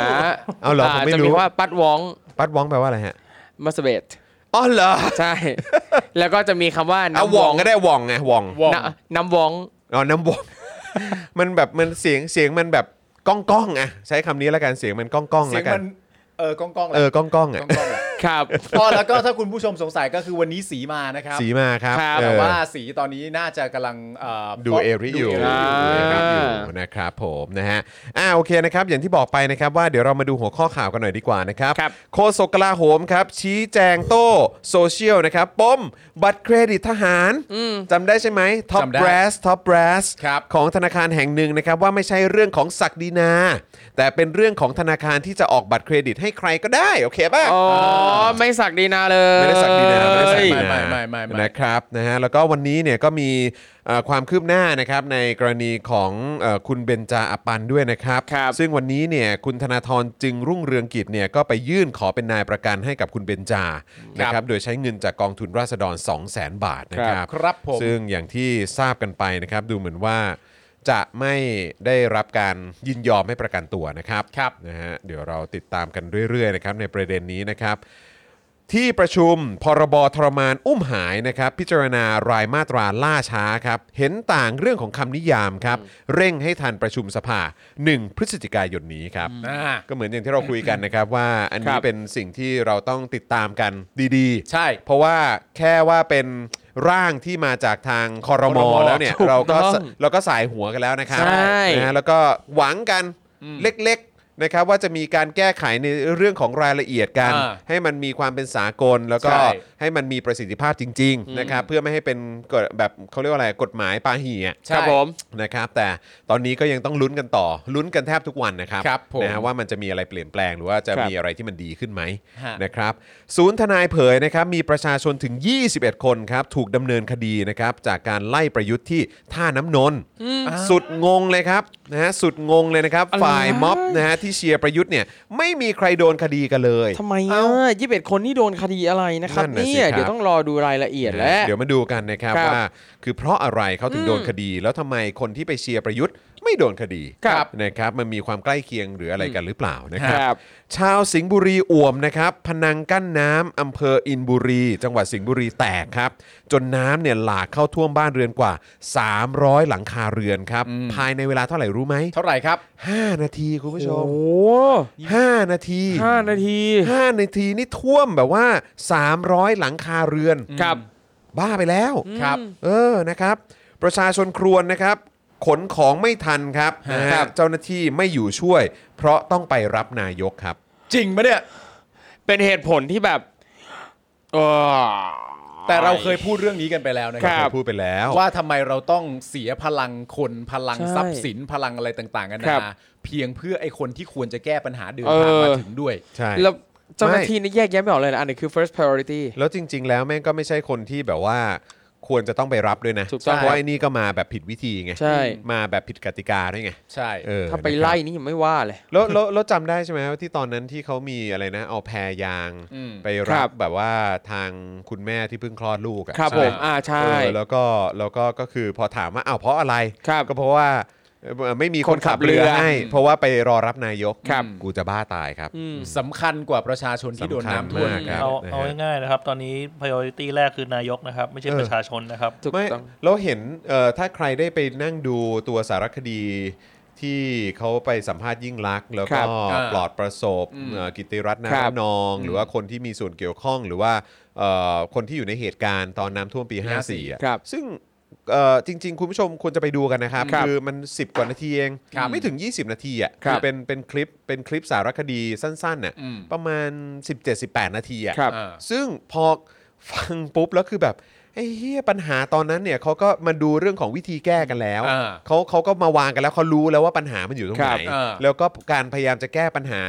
Speaker 2: เอาเหรอผม
Speaker 3: า
Speaker 2: ไม่
Speaker 3: จะมี
Speaker 2: รู้
Speaker 3: ว่าปัดวอง
Speaker 2: ปัดว้องแปลว่าอะไรฮะ
Speaker 3: มาสเบต
Speaker 2: อ๋อเหรอ
Speaker 3: ใช่ แล้วก็จะมีคำว่า
Speaker 2: เอา
Speaker 3: น้ำ
Speaker 2: ว่
Speaker 3: ว
Speaker 2: อ
Speaker 3: อง ง
Speaker 2: ก็ได้ว่องไงว่อง
Speaker 4: ว่อง
Speaker 3: น้ำน้ำวอง
Speaker 2: อ๋อน้ำว่อง มันแบบมันเสียงเสียงมันแบบก้องก้องๆอะใช้คำนี้แล้วกันเสียงมันก้องก้อง
Speaker 4: เสีย
Speaker 2: แล้ว
Speaker 4: ง
Speaker 2: กั
Speaker 4: มัน นเออก้องก้องๆแหละ
Speaker 2: เออก้องก้องๆอะ
Speaker 4: ก้องก้องๆแหละ
Speaker 3: ครับ
Speaker 4: พอแล้วก็ถ้าคุณผู้ชมสงสัยก็คือวันนี้สีมานะครับ
Speaker 2: สีมาครับ
Speaker 3: ครับ
Speaker 2: เอ
Speaker 4: แต่
Speaker 2: อ
Speaker 4: ว่าสีตอนนี้น่าจะกำลังเอ่อ
Speaker 2: ดู
Speaker 4: ป๊ป
Speaker 2: เอริอยู่
Speaker 4: ดูเ
Speaker 2: ดูเอริ
Speaker 3: อ่า
Speaker 2: อยู่นะครับผมนะฮะอ่าโอเคนะครับ อย่างที่บอกไปนะครับว่าเดี๋ยวเรามาดูหัวข้อข่าวกันหน่อยดีกว่านะครับ โฆษกกลาโหมครับ ชี้แจงโต้โซเชียลนะครับปมบัตรเครดิตทหารจำได้ใช่ไหมท็อป
Speaker 4: จำได้
Speaker 2: แบรสท็อปแบรส
Speaker 4: ครับ
Speaker 2: ของธนาคารแห่งหนึ่งนะครับ ว่าไม่ใช่เรื่องของศักดินา แต่เป็นเรื่องของธนาคารที่จะออกบัตรเครดิตให้ใครก็ได้ โอเคป่ะ
Speaker 3: อ๋อ ไม่สักดีนาเลย
Speaker 2: ไม่ได้สักดีนาไม่ได้สักดี
Speaker 4: ไม่
Speaker 2: นา
Speaker 4: ไม่ไม่ไม่ไม่
Speaker 2: นะครับนะฮะแล้วก็วันนี้เนี่ยก็มีเอ่อความคืบหน้านะครับในกรณีของเอ่อคุณเบนจาอปปันด้วยนะครับ
Speaker 3: ครับ
Speaker 2: ซึ่งวันนี้เนี่ยคุณธนาธรจึงรุ่งเรืองกิจเนี่ยก็ไปยื่นขอเป็นนายประกันให้กับคุณเบนจานะครับโดยใช้เงินจากกองทุนราษฎร 2 0 0 0 0 0 บาทนะครับ
Speaker 4: ครับผม
Speaker 2: ซึ่งอย่างที่ทราบกันไปนะครับ ดูเหมือนว่าจะไม่ได้รับการยินยอมให้ประกันตัวนะครับ
Speaker 4: ครับ
Speaker 2: นะฮะเดี๋ยวเราติดตามกันเรื่อยๆนะครับในประเด็นนี้นะครับ ที่ประชุมพรบทรมานอุ้มหายนะครับ พิจารณารายมาตราล่าช้าครับ เห็นต่างเรื่องของคำนิยามครับ เร่งให้ทันประชุมสภา 1 พฤศจิกายนนี้ครับ
Speaker 4: อ่า
Speaker 2: ก็เหมือนอย่างที่เราคุยกันนะครับว่าอันนี้
Speaker 3: ครับ
Speaker 2: เป็นสิ่งที่เราต้องติดตามกันดีๆ
Speaker 4: ใช่
Speaker 2: เพราะว่าแค่ว่าเป็นร่างที่มาจากทางคอรม
Speaker 4: ค
Speaker 2: อ
Speaker 4: รม
Speaker 2: แล้วเนี่ย
Speaker 3: ถูก
Speaker 2: เราก็
Speaker 3: ต้อง
Speaker 2: สเราก็สายหัวกันแล้วนะครับ
Speaker 3: ใช่
Speaker 2: นะฮะแล้วก็หวังกันเล็กๆนะครับว่าจะมีการแก้ไขในเรื่องของรายละเอียดกัน
Speaker 4: อ่า
Speaker 2: ให้มันมีความเป็นสากล แล้วก็
Speaker 4: ใช่
Speaker 2: ให้มันมีประสิทธิภาพจริงๆนะครับเพื่อไม่ให้เป็นกฎแบบเขาเรียกว่าอะไรกฎหมายปาหี่อะ
Speaker 3: ครับผม
Speaker 2: นะครับแต่ตอนนี้ก็ยังต้องลุ้นกันต่อ ลุ้นกันแทบทุกวันนะครับ
Speaker 4: ครับผม
Speaker 2: นะฮะว่ามันจะมีอะไรเปลี่ยนแปลงหรือว่าจะ
Speaker 3: ครับ
Speaker 2: มีอะไรที่มันดีขึ้นไหม
Speaker 4: ฮะ
Speaker 2: นะครับศูนย์ทนายเผยนะครับมีประชาชนถึง 21 คนครับถูกดำเนินคดีนะครับจากการไล่ประยุทธ์ที่ท่าน้ำนนท์สุดงงเลยครับนะฮะสุดงงเลยนะครับฝ่ายม็อบนะฮะที่เชียร์ประยุทธ์เนี่ยไม่มีใครโดนคดีกันเลย
Speaker 3: ทำไมอ่ะยี่สิบเอ็ดคนนี่โดนคดีอะไรนะครับ
Speaker 2: นั่นน่ะสิ
Speaker 3: เนี่ย
Speaker 2: ครับ
Speaker 3: เดี๋ยวต้องรอดูรายละเอียด
Speaker 2: นะ
Speaker 3: และ
Speaker 2: ฮะเดี๋ยวมาดูกันนะครับ
Speaker 3: ครับ
Speaker 2: ว่าคือเพราะอะไรเขาถึงโดนคดี แล้วทำไมคนที่ไปเชียร์ประยุทธ์ไม่โดนคดี
Speaker 3: ครับ
Speaker 2: นะครับมันมีความใกล้เคียงหรืออะไรกันหรือเปล่านะครั
Speaker 3: ครับ บ
Speaker 2: ชาวสิงห์บุรีอ่วมนะครับพนังกั้นน้ำอำเภออินบุรี จังหวัดสิงห์บุรีแตกครับ จนน้ำเนี่ยหลากเข้าท่วมบ้านเรือนกว่า 300 หลังคาเรือนครับ ภายในเวลาเท่าไหร่รู้ไหม
Speaker 4: เท่าไหร่ครับ
Speaker 2: ห้านาทีคุณผู้ช
Speaker 3: โอ้
Speaker 2: ม
Speaker 3: โห
Speaker 2: ห้านาที
Speaker 3: ห้านาที
Speaker 2: ห้านาทีนี่ท่วมแบบว่า 300 หลังคาเรือน
Speaker 3: ครับ
Speaker 2: บ้าไปแล้ว
Speaker 4: ครับ
Speaker 2: เออ นะครับ ประชาชนครวนนะครับ ขนของไม่ทันครับนะฮะ
Speaker 4: ครับ
Speaker 2: เจ้าหน้าที่ไม่อยู่ช่วย เพราะต้องไปรับนายกครับ
Speaker 4: จริงปะเนี่ย
Speaker 3: เป็นเหตุผลที่แบบเออ
Speaker 4: แต่เราเคยพูดเรื่องนี้กันไปแล้วนะค
Speaker 2: เราเค
Speaker 4: รับ
Speaker 2: ยพูดไปแล้ว
Speaker 4: ว่าทำไมเราต้องเสียพลังคนพลัง
Speaker 3: ใช่
Speaker 4: ทรัพย์สินพลังอะไรต่างๆกันา
Speaker 3: ครับ
Speaker 4: นาเพียงเพื่อไอ้คนที่ควรจะแก้ปัญหาเดิน
Speaker 3: เออ
Speaker 4: ทางมาถึงด้วย
Speaker 2: ใช่
Speaker 3: แล้วเจ้าหน้าที่นี่แยกแยะไม่ออกเลยนะอันไหนี้คือ first priority
Speaker 2: แล้วจริง ๆ แล้วแม่งก็ไม่ใช่คนที่แบบว่า ควรจะต้องไปรับด้วยนะ
Speaker 3: ถูกต้อง
Speaker 2: เพราะไอ้นี่ก็มาแบบผิดวิธีไง
Speaker 3: ใช่
Speaker 2: มาแบบผิดกติกาด้วยไง
Speaker 4: ใช่
Speaker 2: เออ
Speaker 3: ถ้าไป
Speaker 2: นะครับ
Speaker 3: ไล่นี่ยังไม่ว่าเลย
Speaker 2: แล้วแล้วแล้วจำได้ใช่ไหมว่าที่ตอนนั้นที่เขามีอะไรนะ เอาแพรยาง
Speaker 4: อืม
Speaker 2: ไป
Speaker 3: ครั
Speaker 2: รับบ แบบว่าทางคุณแม่ที่เพิ่งคลอดลูกอะ
Speaker 3: ครับ
Speaker 2: ใช่
Speaker 3: ผ
Speaker 2: ไห
Speaker 3: ม อ่าใช่
Speaker 2: เออแล้วก็แล้วก็ก็คือพอถามว่าอ้าวเพราะอะไร
Speaker 3: ครับ
Speaker 2: ก็เพราะว่าเอ่อไม่มีคนขับเรือ
Speaker 3: คนขับเรือ
Speaker 2: ให้
Speaker 4: อืม
Speaker 2: เพราะว่าไปรอรับนายก
Speaker 3: ครับ
Speaker 2: กูจะบ้าตายครับ
Speaker 3: อืม
Speaker 4: สำคัญกว่าประชาชนที่โดนน้ำท่วม
Speaker 2: สำคัญมากครับ
Speaker 6: เอา
Speaker 2: นะฮะ
Speaker 6: เอาง่ายๆนะครับ ตอนนี้ priority แรกคือนายกนะครับ ไม่ใช่ประชาชนนะครับ
Speaker 3: ถูก
Speaker 2: ไม่
Speaker 3: ต้อง
Speaker 2: เราเห็นเอ่อถ้าใครได้ไปนั่งดูตัวสารคดีที่เขาไปสัมภาษณ์ยิ่งลักษณ์แล้ว
Speaker 3: ครั
Speaker 2: ก็
Speaker 3: บ
Speaker 4: อ่า
Speaker 2: ปลอดประสบ
Speaker 4: อืม
Speaker 2: เอ่อกิติรัตน์นา
Speaker 3: ครั
Speaker 2: ร
Speaker 3: บ
Speaker 2: นอง หรือว่าคนที่มีส่วนเกี่ยวข้อง หรือว่าเอ่อคนที่อยู่ในเหตุการณ์ตอนน้ำท่วมปี 54อะ
Speaker 3: ครับ
Speaker 2: ซึ่งเอ่อจริง ๆ คุณผู้ชมควรจะไปดูกันนะครับ
Speaker 3: ครับ
Speaker 2: อมัน 10 กว่านาทีเอง
Speaker 4: ครับ
Speaker 2: ไม่ถึง 20 นาทีอ่ะ
Speaker 3: ครับ
Speaker 2: เป็นเป็นคลิปเป็นคลิปสารคดีสั้นๆน่ะ
Speaker 4: อืม
Speaker 2: ประมาณ 17-18 นาทีอ่ะ
Speaker 3: ครับ
Speaker 4: อ่า
Speaker 2: ซึ่งพอฟังปุ๊บแล้วคือแบบไอ้เฮียปัญหาตอนนั้นเนี่ยเขาก็มาดูเรื่องของวิธีแก้กันแล้ว
Speaker 4: อ่า
Speaker 2: เขาเขาก็มาวางกันแล้วเขารู้แล้วว่าปัญหามันอยู่ตรงไหน
Speaker 4: ครับอ่า
Speaker 2: แล้วก็การพยายามจะแก้ปัญหา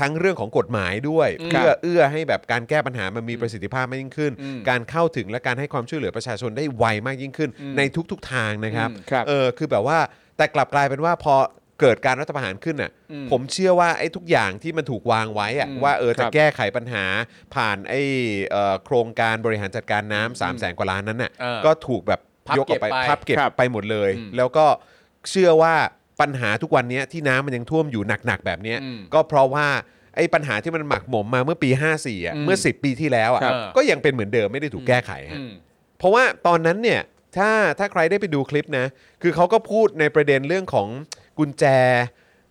Speaker 2: ทั้งเรื่องของกฎหมายด้วย
Speaker 3: ครั
Speaker 2: เพื่
Speaker 3: บ
Speaker 2: อเอื้อให้แบบการแก้ปัญหามันมีประสิทธิภาพมากยิ่งขึ้น
Speaker 4: อืม
Speaker 2: การเข้าถึงและการให้ความช่วยเหลือประชาชนได้ไวมากยิ่งขึ้น
Speaker 4: อืม
Speaker 2: ในทุกๆทางนะครับ
Speaker 4: อืม
Speaker 3: ครับ
Speaker 2: เออคือแบบว่าแต่กลับกลายเป็นว่าพอเกิดการรัฐประหารขึ้นน่ะ
Speaker 4: อืม
Speaker 2: ผมเชื่อว่าไอ้ทุกอย่างที่มันถูกวางไว้อะ
Speaker 4: อืม
Speaker 2: ว่าเออ
Speaker 3: ค
Speaker 2: จะ
Speaker 3: รับ
Speaker 2: แก้ไขปัญหาผ่านไอ้เอ่อโครงการบริหารจัดการน้ำสามแสนกว่าล้านนั้นน่ะ
Speaker 4: เออ
Speaker 2: ก็ถูกแบบ
Speaker 4: พับ
Speaker 2: ยกออกไป
Speaker 4: เก็บไป
Speaker 2: พับเก็บ
Speaker 3: ครับ
Speaker 2: ไปหมดเลย
Speaker 4: อืม
Speaker 2: แล้วก็เชื่อว่าปัญหาทุกวันเนี้ยที่น้ำมันยังท่วมอยู่หนักๆแบบเนี้ย
Speaker 4: อืม
Speaker 2: ก็เพราะว่าไอ้ปัญหาที่มันหมักหมมมาเมื่อปี 54อ่ะ
Speaker 4: อืม
Speaker 2: เมื่อ 10 ปีที่แล้วอ่ะ
Speaker 4: ครับ
Speaker 2: ก็ยังเป็นเหมือนเดิมไม่ได้ถูกแก้ไขฮะ
Speaker 4: อืม
Speaker 2: เพราะว่าตอนนั้นเนี่ยถ้าถ้าใครได้ไปดูคลิปนะ คือเขาก็พูดในประเด็นเรื่องของกุญแจ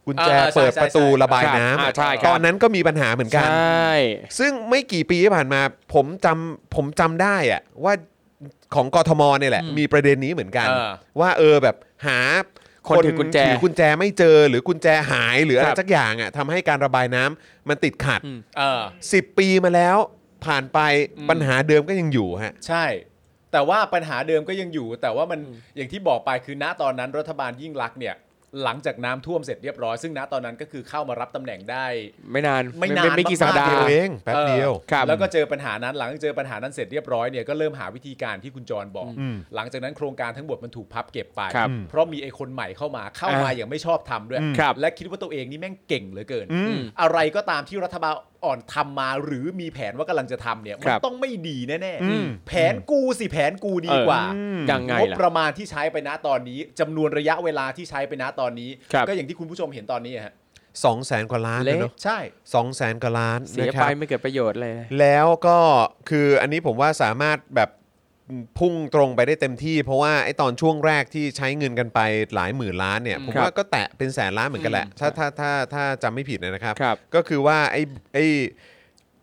Speaker 2: กุญแจ
Speaker 4: อ่าใช่
Speaker 2: เปิดประตู
Speaker 4: ใช่ใช่
Speaker 2: ระบาย
Speaker 3: ครับ
Speaker 2: น้ำ
Speaker 3: อ่า
Speaker 2: อะ
Speaker 3: ใช่ค
Speaker 2: ต
Speaker 3: รับ
Speaker 2: อนนั้นก็มีปัญหาเหมือน
Speaker 3: ใช
Speaker 2: กัน
Speaker 3: ่
Speaker 2: ซึ่งไม่กี่ปีที่ผ่านมาผมจำผมจำได้อะว่าของกทมเนี่ยแหละ มีประเด็นนี้เหมือนกัน
Speaker 4: เออ
Speaker 2: ว่าเออแบบหา
Speaker 3: คนถือกุญแจ
Speaker 2: ถือกุญแจไม่เจอหรือกุญแจหายหรืออะไร
Speaker 3: ครับ
Speaker 2: สักอย่างอ่ะทำให้การระบายน้ำมันติดขัด
Speaker 4: เออ
Speaker 2: 10 ปีมาแล้วผ่านไป
Speaker 4: อืม
Speaker 2: ปัญหาเดิมก็ยังอยู่ฮะ
Speaker 4: ใช่ แต่ว่าปัญหาเดิมก็ยังอยู่ แต่ว่ามันอย่างที่บอกไปคือณตอนนั้นรัฐบาลยิ่งรักษณ์เนี่ย หลังจากน้ำท่วมเสร็จเรียบร้อย ซึ่งณตอนนั้นก็คือเข้ามารับตำแหน่งได้
Speaker 3: ไม่นาน
Speaker 4: ไม่นาน
Speaker 3: ไม่กี่สัปดาห์
Speaker 2: เดีย
Speaker 4: มาก
Speaker 2: ว
Speaker 4: ๆ
Speaker 2: เองแป๊บเดียว
Speaker 4: ออ
Speaker 3: ครับ
Speaker 4: แล้วก็เจอปัญหานั้นหลังจากเจอปัญหานั้นเสร็จเรียบร้อยเนี่ยก็เริ่มหาวิธีการที่คุณจรบอก
Speaker 2: อืม
Speaker 4: หลังจากนั้นโครงการทั้งหมดมันถูกพับเก็บไป
Speaker 3: ครับ
Speaker 4: เพราะมีไอ้คนใหม่เข้ามาเข้ามา
Speaker 3: อ่ะ
Speaker 4: อย่างไม่ชอบทำด้วย
Speaker 2: อืม
Speaker 3: ครับ
Speaker 4: และคิดว่าตัวเองนี่แม่งเก่งเหลือเกิน
Speaker 2: อืม
Speaker 4: อะไรก็ตามที่รัฐบาลอ่อนทำมา หรือมีแผนว่ากำลังจะทำเนี่ยมั
Speaker 3: ครั
Speaker 4: น
Speaker 3: บ
Speaker 4: ต้องไม่ดีแน่
Speaker 2: อืม
Speaker 4: ๆแผนกูสิแผนกูดีกว่า
Speaker 3: เออ ยังไง
Speaker 4: งบ
Speaker 3: ล่ะ
Speaker 4: ประมาณที่ใช้ไปณตอนนี้จำนวนระยะเวลาที่ใช้ไปณตอนนี้
Speaker 3: ครับ
Speaker 4: ก็อย่างที่คุณผู้ชมเห็นตอนนี้อะฮะ
Speaker 2: สองแสนกว่าล้านเลยเนาะ
Speaker 4: ใช่
Speaker 2: สองแสนกว่าล้าน
Speaker 3: เสี
Speaker 2: นะ
Speaker 3: ย
Speaker 2: ค
Speaker 3: ไป
Speaker 2: รับ
Speaker 3: ไม่เกิดประโยชน์เลย
Speaker 2: แล้วก็คืออันนี้ผมว่าสามารถแบบพุ่งตรงไปได้เต็มที่ เพราะว่าไอ้ตอนช่วงแรกที่ใช้เงินกันไปหลายหมื่นล้านเนี่ยผม
Speaker 3: ครับ
Speaker 2: ว่าก็แตะเป็นแสนล้านเหมือนกันแหละ ถ้าถ้าถ้าถ้าจำไม่ผิดนะครับ
Speaker 3: ครับ
Speaker 2: ก็คือว่าไอ้ไอ้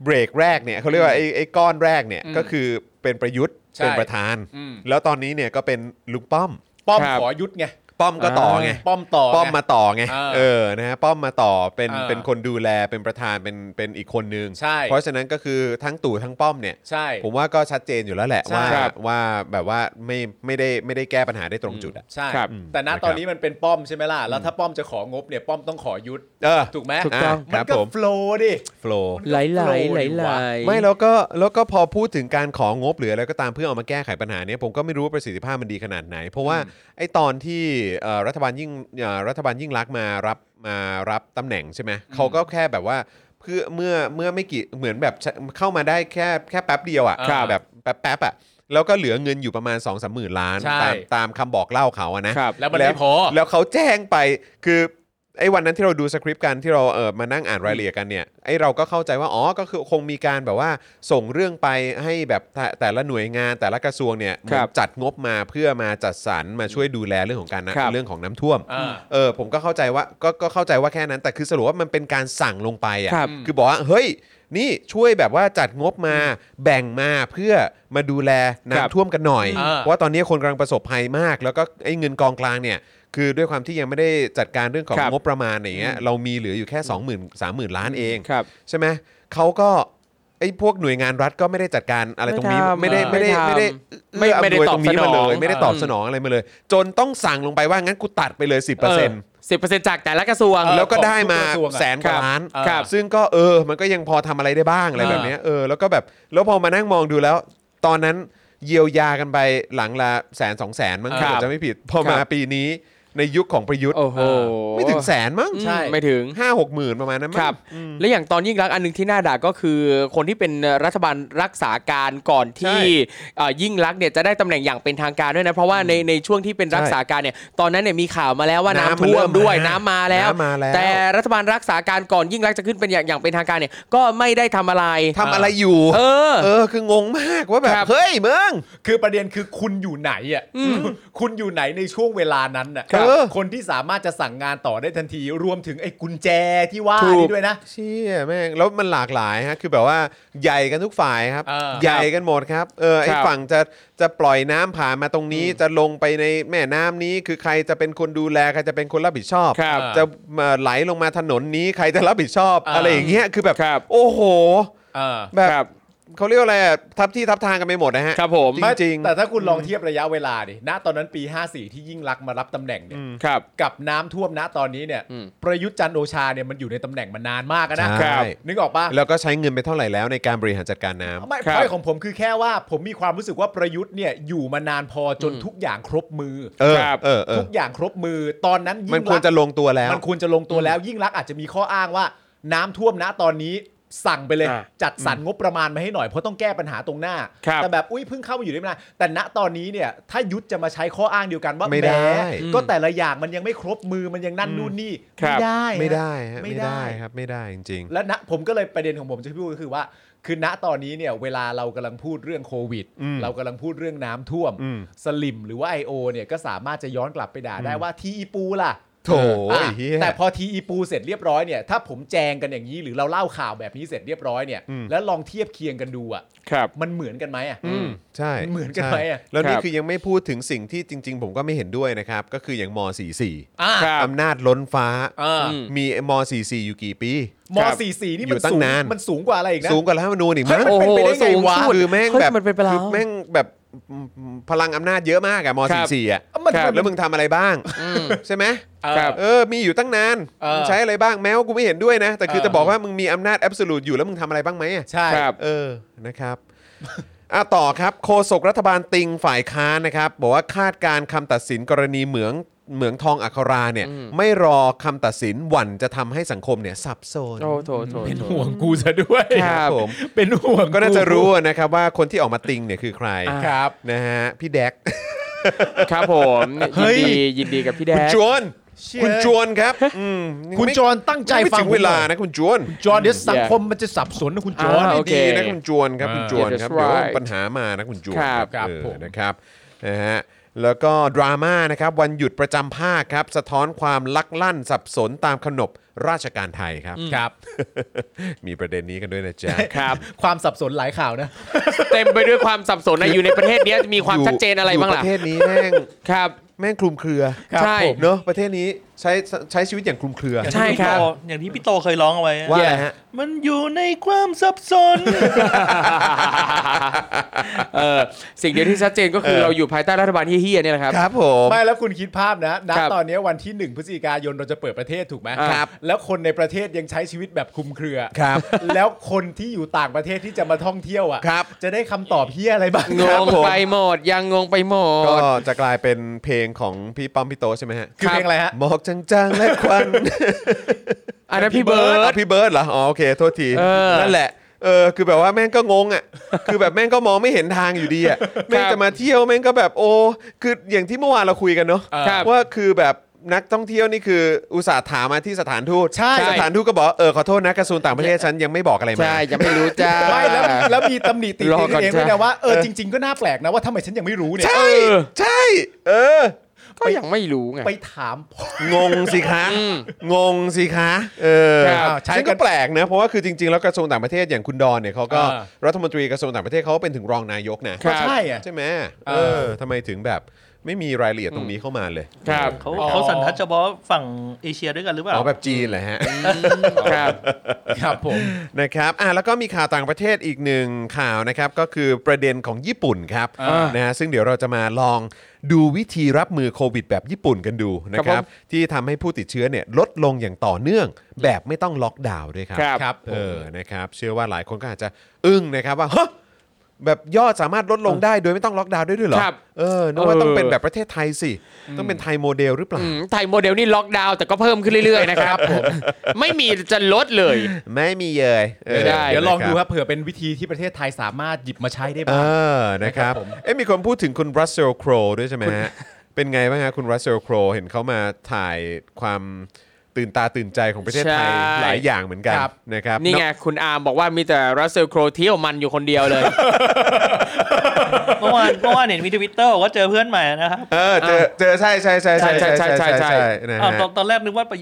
Speaker 2: เบรกแรกเนี่ยเขาเรียกว่าไอ้ไอ้ก้อนแรกเนี่ย
Speaker 4: อืม
Speaker 2: ก็คือเป็นประยุทธ์
Speaker 4: ใช่
Speaker 2: เป็นประธาน
Speaker 4: อืม
Speaker 2: แล้วตอนนี้เนี่ยก็เป็นลุงป้อม
Speaker 4: ป้อม
Speaker 3: ครับ
Speaker 4: ขอยุดไง
Speaker 2: ป้อมก็ต่อไง
Speaker 4: ป้อมต่อ
Speaker 2: ป้อม
Speaker 4: ไง
Speaker 2: มาต่อไง
Speaker 4: เออ
Speaker 2: เออ นะฮะ ป้อมมาต่อ เป็น
Speaker 4: เออ
Speaker 2: เป็นคนดูแล เป็นประธาน เป็น เป็นอีกคนนึง
Speaker 4: ใช่
Speaker 2: เพราะฉะนั้นก็คือทั้งตู่ทั้งป้อมเนี่ย
Speaker 4: ใช่
Speaker 2: ผมว่าก็ชัดเจนอยู่แล้วแหละ
Speaker 4: ใช่
Speaker 2: ว่า
Speaker 4: ครับ
Speaker 2: ว่าแบบว่าไม่ ไม่ได้ ไม่ได้แก้ปัญหาได้ตรงจุดอะ
Speaker 4: ใช่
Speaker 3: ครับ
Speaker 4: แต่ณ
Speaker 2: นะครับ
Speaker 4: ตอนนี้มันเป็นป้อมใช่ไหมล่ะ แล้วถ้าป้อมจะของบเนี่ยป้อมต้องขอยุด
Speaker 2: เออ
Speaker 4: ถูกไหม
Speaker 3: ถูกต้อง
Speaker 2: ค
Speaker 4: มั
Speaker 2: รั
Speaker 4: น
Speaker 2: บ
Speaker 4: ก็
Speaker 2: ผม
Speaker 4: โฟลว์ดิ
Speaker 2: โฟลว์
Speaker 3: ไหลไหลไหล
Speaker 4: อยู่
Speaker 3: ไหล
Speaker 4: วะ
Speaker 2: ไม่แล้วก็ แล้วก็พอพูดถึงการของงบหรืออะไรก็ตามเพื่อเอามาแก้ไขปัญหาเนี้ยผมก็ไม่รู้ว่าประสิทธิภาพมันดีขนาดไหน เพราะว่า ไอ้ตอนที่เอ่อรัฐบาลยิ่งเอ่อรัฐบาลยิ่งรักษณ์มารับ มารับตำแหน่งใช่ไหมเขาก็แค่แบบว่า เพื่อเมื่อ เมื่อไม่กี่ เหมือนแบบเข้ามาได้แค่ แค่แป๊บเดียวอะ
Speaker 4: ครับ
Speaker 2: แบบ แป๊บแป๊บๆอะแล้วก็เหลือเงินอยู่ประมาณ 2 3 0 0 0 0 ล้าน
Speaker 4: ใช่
Speaker 2: ตามตามคำบอกเล่าเขาอะนะ
Speaker 3: ครับ
Speaker 4: แล้วมันไม่พอ
Speaker 2: แล้วเขาแจ้งไปคือไอ้วันนั้นที่เราดูสคริปต์กันที่เราเออมานั่งอ่านรายละเอียดกันเนี่ยไอ้เราก็เข้าใจว่าอ๋อก็คือคงมีการแบบว่าส่งเรื่องไปให้แบบแต่แต่ละหน่วยงานแต่ละกระทรวงเนี่ยเหมือน
Speaker 3: ครับ
Speaker 2: จัดงบมาเพื่อมาจัดสรรมาช่วยดูแลเรื่องของการนะครับ เรื่องของน้ำท่วม
Speaker 4: อ่า
Speaker 2: เออผมก็เข้าใจว่าก็ก็เข้าใจว่าแค่นั้นแต่คือสรุปว่ามันเป็นการสั่งลงไปอ่ะ
Speaker 3: ครับ
Speaker 2: คือบอกว่าเฮ้ยนี่ช่วยแบบว่าจัดงบมาแบ่งมาเพื่อมาดูแล
Speaker 3: ครับ
Speaker 2: น้ำท่วมกันหน่อย
Speaker 4: อ่า
Speaker 2: เพราะว่าตอนนี้คนกำลังประสบภัยมาก แล้วก็ไอ้เงินกองกลางเนี่ย คือด้วยความที่ยังไม่ได้จัดการเรื่องของ
Speaker 3: ครับ
Speaker 2: งบประมาณอย่างเงี้ยเรามีเหลืออยู่แค่ 20,000 30,000 ล้านเอง
Speaker 3: ครับ
Speaker 2: ใช่ไหมเขาก็ไอ้พวกหน่วยงานรัฐก็ไม่ได้จัดการอะไรตรงนี้
Speaker 3: ไม่ทำ
Speaker 2: ไม่ได้
Speaker 3: เออ
Speaker 2: ไม่ได้
Speaker 3: ไม่ทำ
Speaker 2: ไม่ได้
Speaker 3: ไม่
Speaker 2: เอื้ออำน
Speaker 3: ไม่ได้
Speaker 2: วย
Speaker 3: ต
Speaker 2: ต
Speaker 3: อ
Speaker 2: ร
Speaker 3: บ
Speaker 2: งนี้
Speaker 3: สน
Speaker 2: มา
Speaker 3: อง
Speaker 2: เลยไม่ได้ตอบสนองอะไรมาเลย จนต้องสั่งลงไปว่างั้นกูตัดไปเลย 10%
Speaker 3: สิบเปอร์เซ็นต์จากแต่ละกระทรวง
Speaker 4: เออ
Speaker 2: แล้วก็ได้มา
Speaker 4: ของทุกกระทรวงอะ
Speaker 2: แสนกว่าล้าน
Speaker 4: ครับ
Speaker 2: ซึ่งก็เออ มันก็ยังพอทำอะไรได้บ้างอะไรแบบเนี้ยเออ แล้วก็แบบ แล้วพอมานั่งมองดูแล้ว ตอนนั้น เยียวยากันไปหลังละแสนสองแสนมั้ง
Speaker 4: ครั
Speaker 2: ถ้า
Speaker 4: บ
Speaker 2: จะไม่ผิด พอมาปีนี้ในยุคของประยุทธ์
Speaker 3: โอ้โห
Speaker 2: ไม่ถึงแสนมั้ง
Speaker 3: อืม
Speaker 4: ใช่
Speaker 3: ไม่ถึง
Speaker 2: ห้าหกหมื่นประมาณนั้นมั้ง
Speaker 3: ครับ และอย่างตอนยิ่งรักษณ์อันหนึงที่น่าด่าก็คือ คนที่เป็นรัฐบาลรักษาการก่อนที่
Speaker 2: ใช่
Speaker 3: เอ่อยิ่งรักษณ์เนี่ยจะได้ตำแหน่งอย่างเป็นทางการด้วยนะ เพราะว่าในในช่วงที่เป็นรักษาการเนี่ยตอนนั้นเนี่ยมีข่าวมาแล้วว่าน้ำ
Speaker 2: น้ำมัน
Speaker 3: ท่ว
Speaker 2: เริ่
Speaker 3: ม
Speaker 2: ม
Speaker 3: ด้วย
Speaker 2: มา
Speaker 3: น้ำมาแล้ว
Speaker 2: น้ำมาแล้ว
Speaker 3: แต่รัฐบาลรักษาการก่อนยิ่งรักษณ์จะขึ้นเป็นอย่างอย่างเป็นทางการเนี่ยก็ไม่ได้ทำอะไร
Speaker 2: ทำอะไรอยู่
Speaker 3: เออ
Speaker 2: เออคืองงมากว่าแบบ
Speaker 3: ครับ
Speaker 2: เฮ้ยมึง
Speaker 4: คือประเด็นคือคุณอยู่ไหนอ่ะคุณอยู่ไหนในช่วงเวลานั้นน่ะ
Speaker 2: ครับ
Speaker 4: คนที่สามารถจะสั่งงานต่อได้ทันที รวมถึงไอ้กุญแจที่ว่า
Speaker 3: ถูก
Speaker 4: นี่ด้วยนะ
Speaker 2: เชี่ยแม่งแล้วมันหลากหลายฮะคือแบบว่าใหญ่กันทุกฝ่ายครับ
Speaker 4: เออ
Speaker 2: ใหญ่กันหมดครับเออไอ้
Speaker 3: ครับ
Speaker 2: ฝั่งจะจะปล่อยน้ำผ่านมาตรงนี้จะลงไปในแม่น้ำนี้คือใครจะเป็นคนดูแลใครจะเป็นคนรับผิดชอบ
Speaker 3: ครับ
Speaker 2: จะมาไหลลงมาถนนนี้ใครจะรับผิดชอบ
Speaker 4: เอออ
Speaker 2: อะไรอย่างเงี้ยคือแบบ
Speaker 3: ครับ
Speaker 2: โอ้โห
Speaker 4: เออ
Speaker 2: แบบ
Speaker 3: ครับ
Speaker 2: เขาเรียกว่าอะไรอะทับที่ทับทางกันไปหมดนะฮะ
Speaker 3: ครับผม
Speaker 2: จริงๆ
Speaker 4: แต่ถ้าคุณลองเทียบระยะเวลาดิณตอนนั้นปี 54 ที่ยิ่งรักษณ์มารับตำแหน่งเนี่ย
Speaker 3: ครับ
Speaker 4: กับน้ำท่วมณตอนนี้เนี่ย
Speaker 3: อืม
Speaker 4: ประยุทธ์จันทร์โอชาเนี่ยมันอยู่ในตำแหน่งมานานมากอะนะ
Speaker 2: ใช่
Speaker 4: นึกออกปะ
Speaker 2: แล้วก็ใช้เงินไปเท่าไหร่แล้วในการบริหารจัดการน้ำ
Speaker 4: ไม่
Speaker 3: ครับ
Speaker 4: พอยของผมคือแค่ว่าผมมีความรู้สึกว่าประยุทธ์เนี่ยอยู่มานานพอจนทุกอย่างครบมือ
Speaker 2: เออ
Speaker 3: ครับ
Speaker 2: เออเออ
Speaker 4: ทุกอย่างครบมือตอนนั้นยิ่
Speaker 2: มัน
Speaker 4: ง
Speaker 2: ควร
Speaker 4: กษณ์
Speaker 2: จะลงตัวแล้ว
Speaker 4: มันควรจะลงตัวแล้ว ยิ่งรักษณ์อาจจะมีข้ออ้างว่า น้ำท่วมนะตอนนี้สั่งไปเลย
Speaker 3: อ่า
Speaker 4: จัดสรรงบประมาณมาให้หน่อยเพราะต้องแก้ปัญหาตรงหน้า
Speaker 3: ครับ
Speaker 4: แต่แบบอุ้ยเพิ่งเข้ามาอยู่ได้ไม่นานแต่ณตอนนี้เนี่ยถ้ายุทธจะมาใช้ข้ออ้างเดียวกันว่า
Speaker 2: ไม่ได้
Speaker 4: แหก็แต่ละอย่างมันยังไม่ครบมือมันยังนั่นนู่นนี่
Speaker 3: ครั
Speaker 4: ไม่
Speaker 3: บ
Speaker 4: ได้ฮะ
Speaker 2: ไม่ได้ฮะ
Speaker 4: ไม่
Speaker 2: ไม่
Speaker 4: ได้
Speaker 2: ได้ครับไม่ได้จริง
Speaker 4: และณผมก็เลยประเด็นของผมจะพูดก็คือว่า คือณตอนนี้เนี่ยเวลาเรากำลังพูดเรื่องโควิด
Speaker 2: อืม
Speaker 4: เรากำลังพูดเรื่องน้ำท่วม
Speaker 2: อืม
Speaker 4: สลิมหรือว่า IO เนี่ยก็สามารถจะย้อนกลับไปด่าได้ว่าทีอีปูล่ะ
Speaker 2: ๆโถ่
Speaker 4: อ่ะ
Speaker 2: ไอ้เหี้ย
Speaker 4: แต่พอทีอีปูเสร็จเรียบร้อยเนี่ยถ้าผมแจงกันอย่างนี้หรือเราเล่าข่าวแบบนี้เสร็จเรียบร้อยเนี่ย
Speaker 2: อืม
Speaker 4: แล้วลองเทียบเคียงกันดูอ่ะ
Speaker 3: ครับ
Speaker 4: มันเหมือนกันไหมอ่ะ
Speaker 2: อืมใช่
Speaker 4: เหมือนกันไหมอะ
Speaker 2: ใช่แล้วนี่
Speaker 3: ครับ
Speaker 2: คือยังไม่พูดถึงสิ่งที่จริง ๆ ผมก็ไม่เห็นด้วยนะครับ ก็คืออย่างม
Speaker 4: อ่ะ
Speaker 2: .44 อำนาจล้นฟ้า
Speaker 4: เอออืม
Speaker 2: มีม .44 อยู่กี่ปี
Speaker 4: มสี่สี่นี่
Speaker 2: อยู่
Speaker 4: มัน
Speaker 2: ตั้ง
Speaker 4: สูง
Speaker 2: นาน
Speaker 4: มันสูงกว่าอะไรอีกนะ
Speaker 2: สูงกว่ารัฐธรรมนูญอีกมั้ง
Speaker 4: เฮ้ย
Speaker 3: โอ้
Speaker 4: มัน
Speaker 3: โห
Speaker 4: เป็นไปได้ไง
Speaker 3: สูง
Speaker 4: วะ
Speaker 3: สุด
Speaker 2: คือแม่ง
Speaker 3: เฮ้ย
Speaker 2: แบบ
Speaker 3: มันเป็นไปแล้ว
Speaker 2: คือแม่งแบบอืมพลังอำนาจเยอะมากอะม
Speaker 3: ครับ
Speaker 2: .44 อะ
Speaker 4: มัน
Speaker 3: ครับ
Speaker 2: แล้วมึงทำอะไรบ้าง
Speaker 3: อืม
Speaker 2: ใช่ไหม
Speaker 4: เออ
Speaker 3: ครับ
Speaker 2: เออ มีอยู่ตั้งนาน
Speaker 4: เออ
Speaker 2: มึงใช้อะไรบ้างแม้ว่ากูไม่เห็นด้วยนะ แต่คือ
Speaker 4: เออ
Speaker 2: จะบอกว่ามึงมีอำนาจแอบสูตอยู่แล้วมึงทำอะไรบ้างไหมอะ
Speaker 4: ใช่
Speaker 3: ครับ
Speaker 2: เออ นะครับ อ่ะต่อครับ โฆษกรัฐบาลติงฝ่ายค้านนะครับ บอกว่าคาดการณ์คำตัดสินกรณีเหมืองเหมืองทองอัคราเนี่ย ไม่รอคำตัดสินหวั่นจะทำให้สังคมเนี่ยสับสน
Speaker 3: โอ้โถโถ
Speaker 4: เป็น
Speaker 3: โถ
Speaker 4: ห่วงกูซะด้วย
Speaker 3: ครับ
Speaker 2: ผม
Speaker 4: เป็นห่วง
Speaker 2: ก็น่าจะรู้นะครับว่าคนที่ออกมาติงเนี่ยคือใคร
Speaker 4: ครับ
Speaker 2: นะฮะ พี่แดก
Speaker 3: ครับผม
Speaker 4: เฮ้
Speaker 3: ยิน
Speaker 4: ย
Speaker 3: ดียินดีกับพี่แด
Speaker 2: คุณ
Speaker 3: ก
Speaker 2: จวนคุณจวนครับอืม
Speaker 4: คุณจรตั้งใจ
Speaker 2: ยังไม่
Speaker 4: ฟัง
Speaker 2: ถึงเวลานะคุณจวน
Speaker 4: จอนเดี๋ยวสังคมมันจะสับสนนะคุณจอน
Speaker 3: อ่า โเค
Speaker 2: ดีนะคุณจวนครับคุณจวนครับ
Speaker 3: Yeah,
Speaker 2: เดี๋ยว
Speaker 3: that's right
Speaker 2: ปัญหามานะคุณจวน
Speaker 3: ครับ
Speaker 2: เออ
Speaker 4: ครับผม
Speaker 2: นะครับนะฮะแล้วก็ดราม่านะครับวันหยุดประจำภาคครับ สะท้อนความลักลั่นสับสนตามขนบราชการไทยครับ
Speaker 4: ครับ
Speaker 2: มีประเด็นนี้กันด้วยนะจ๊ะ
Speaker 3: ครับ
Speaker 4: ความสับสนหลายข่าวนะ
Speaker 3: เต็มไปด้วยความสับสนนะอยู่ในประเทศเนี้ยมี ความชัดเจนอะไรบ้าง
Speaker 2: ป
Speaker 3: ล่ะ
Speaker 2: ระเทศนี้แม่ง
Speaker 3: ครับ
Speaker 2: แม่งคลุมเครือ
Speaker 3: ครับใช่
Speaker 2: เนอะประเทศนี้ใช้ใช้ชีวิตอย่างคลุมเครือ
Speaker 3: ใช่ครับ
Speaker 6: อย่างที่พี่โตเคยร้องเอาไว้
Speaker 2: ว่าอะไรฮะ
Speaker 6: มันอยู่ในความสับสน
Speaker 3: เออสิ่งเดียวที่ชัดเจนก็คือเราอยู่ภายใต้รัฐบาลเฮี้ยๆเนี่ยแหละครับ
Speaker 2: ครับผม
Speaker 4: ไม่แล้วคุณคิดภาพนะณ
Speaker 3: ครับ
Speaker 4: ตอนนี้วันที่ 1 พฤศจิกายนเราจะเปิดประเทศถูกไหม
Speaker 3: ครับ
Speaker 4: แล้วคนในประเทศยังใช้ชีวิตแบบคลุมเครือ
Speaker 2: ครับ
Speaker 4: แล้วคนที่อยู่ต่างประเทศที่จะมาท่องเที่ยวอ่ะ
Speaker 2: ครับ
Speaker 4: จะได้คำตอบเฮียอะไรบ้าง
Speaker 3: ง
Speaker 2: ครับ
Speaker 3: ง
Speaker 2: ผม
Speaker 3: ไปหมดยังงงไปหม
Speaker 2: ก็
Speaker 3: ด
Speaker 2: จะกลายเป็นเพลงของพี่ป้อมพี่โตใช่ไหมฮะ
Speaker 4: คือเพลงอะไรฮะ
Speaker 2: หมอกจางๆและควัน
Speaker 3: อันนั้นพี่เบิร์
Speaker 2: อ๋
Speaker 3: ด
Speaker 2: อพี่เบิร์ดเหรอ อ๋อโอเค โทษที
Speaker 3: เออ
Speaker 2: นั่นแหละ เออ คือแบบว่าแม่งก็งงอ่ะ คือแบบแม่งก็มองไม่เห็นทางอยู่ดีอ่ะ แม่งจะมาเที่ยวแม่งก็แบบโอ้ คืออย่างที่เมื่อวานเราคุยกันเนาะ
Speaker 3: ครับ
Speaker 2: ว่าคือแบบนักท่องเที่ยวนี่คืออุตส่าห์ถามมาที่สถานทูต
Speaker 4: ใช่
Speaker 2: สถานทูตก็บอกว่าเออขอโทษนะกระทรวงต่างประเทศฉันยังไม่บอกอะไรมา
Speaker 3: ใช่ยังไม่รู้จ้า
Speaker 4: ไม่แล้วแล้วมีตำหนิติ
Speaker 3: รอ
Speaker 4: ติ
Speaker 3: ก่อน
Speaker 4: เองด้วย
Speaker 3: จ้ะ
Speaker 4: นะว่าเออจริง ๆก็น่าแปลกนะว่าทำไมฉันยังไม่รู้เนี่ย
Speaker 2: ใช่ ใช่ เออ
Speaker 3: ก็ยังไม่รู้ไง
Speaker 4: ไปถามพ่อ
Speaker 2: งงสิคะ งงสิคะ เออ
Speaker 4: ครับใช้กัน
Speaker 2: ซึ่งก็แปลกนะ เพราะว่าคือจริง ๆ แล้วกระทรวงต่างประเทศอย่างคุณดอนเนี่ยเขาก็
Speaker 4: อ่า
Speaker 2: รัฐมนตรีกระทรวงต่างประเทศเขาก็เป็นถึงรองนายกนะ
Speaker 3: ครับ
Speaker 4: ใช่อ่ะ
Speaker 2: ใช่ไหม
Speaker 4: เอ
Speaker 2: เอ
Speaker 4: อ
Speaker 2: อทำไมถึงแบบไม่มีรายละเอียดตรงนี้เข้ามาเลย
Speaker 3: ครับ
Speaker 6: เขา
Speaker 4: อ๋อ
Speaker 6: เขาสันทัดเฉพาะฝั่งเอเชียด้วยกันหรือเปล่า
Speaker 2: อ๋อแบบจีนเหรอฮะ
Speaker 3: ครับ
Speaker 4: ครับผม
Speaker 2: นะครับอ่ะแล้วก็มีข่าวต่างประเทศอีกหนึ่งข่าวนะครับ ก็คือประเด็นของญี่ปุ่นครับ
Speaker 4: อ่าน
Speaker 2: นะฮะซึ่งเดี๋ยวเราจะมาลองดูวิธีรับมือโควิดแบบญี่ปุ่นกันดูนะค
Speaker 3: ครั
Speaker 2: รั
Speaker 3: บบ ผม
Speaker 2: ที่ทำให้ผู้ติดเชื้อเนี่ยลดลงอย่างต่อเนื่อง แบบไม่ต้องล็อกดาวน์ด้วยครับ
Speaker 3: ครับ
Speaker 4: ครับผม
Speaker 2: เออ นะครับ เชื่อว่าหลายคนก็อาจจะอึ้งนะครับว่าฮะ แบบยอดสามารถลดลงได้โดยไม่ต้องล็อกดาวน์ด้วยด้วยเหรอ
Speaker 3: ครับ
Speaker 2: เออนึกว่า
Speaker 3: เออ
Speaker 2: ต้องเป็นแบบประเทศไทยสิ ต้องเป็นไทยโมเดลหรือเปล่า
Speaker 3: อืมไทยโมเดลนี่ล็อกดาวน์แต่ก็เพิ่มขึ้นเรื่อยๆนะครับผมไม่มีจะลดเลย
Speaker 2: ไม่มีเลยเออ
Speaker 3: ได้
Speaker 4: เดี๋ยวลองดู
Speaker 2: นะ
Speaker 4: ครับเผื่อเป็นวิธีที่ประเทศไทยสามารถหยิบมาใช้ได้
Speaker 2: เอ
Speaker 4: บ้าง
Speaker 2: อ นะครับ
Speaker 4: นะครับผม
Speaker 2: เอ๊ะมีคนพูดถึงคุณรัสเซลโครด้วยใช่ไหมฮะ เป็นไงบ้างฮะคุณรัสเซลโครเห็นเขามาถ่ายความตื่นตาตื่นใจของประเทศไทย
Speaker 3: ใช่
Speaker 2: หลายอย่างเหมือนกันนะครับ
Speaker 3: นี่ไงคุณอาร์มบอกว่ามีแต่รัสเซลโครเที่ยวมันอยู่คนเดียวเลย
Speaker 6: เมื่อวานเมื่อวานเห็นมีทวิตเตอร์ว่าเจอเพื่อนใหม่นะครับ
Speaker 2: เออเจอเจอใช่ใช่ใช่ใช่ใช่ใช่ใช่
Speaker 3: ใช่ใช่
Speaker 2: ใช่นะ
Speaker 6: อ้าว
Speaker 2: ฮะ
Speaker 6: ตอนตอนแรกนึกว่าไป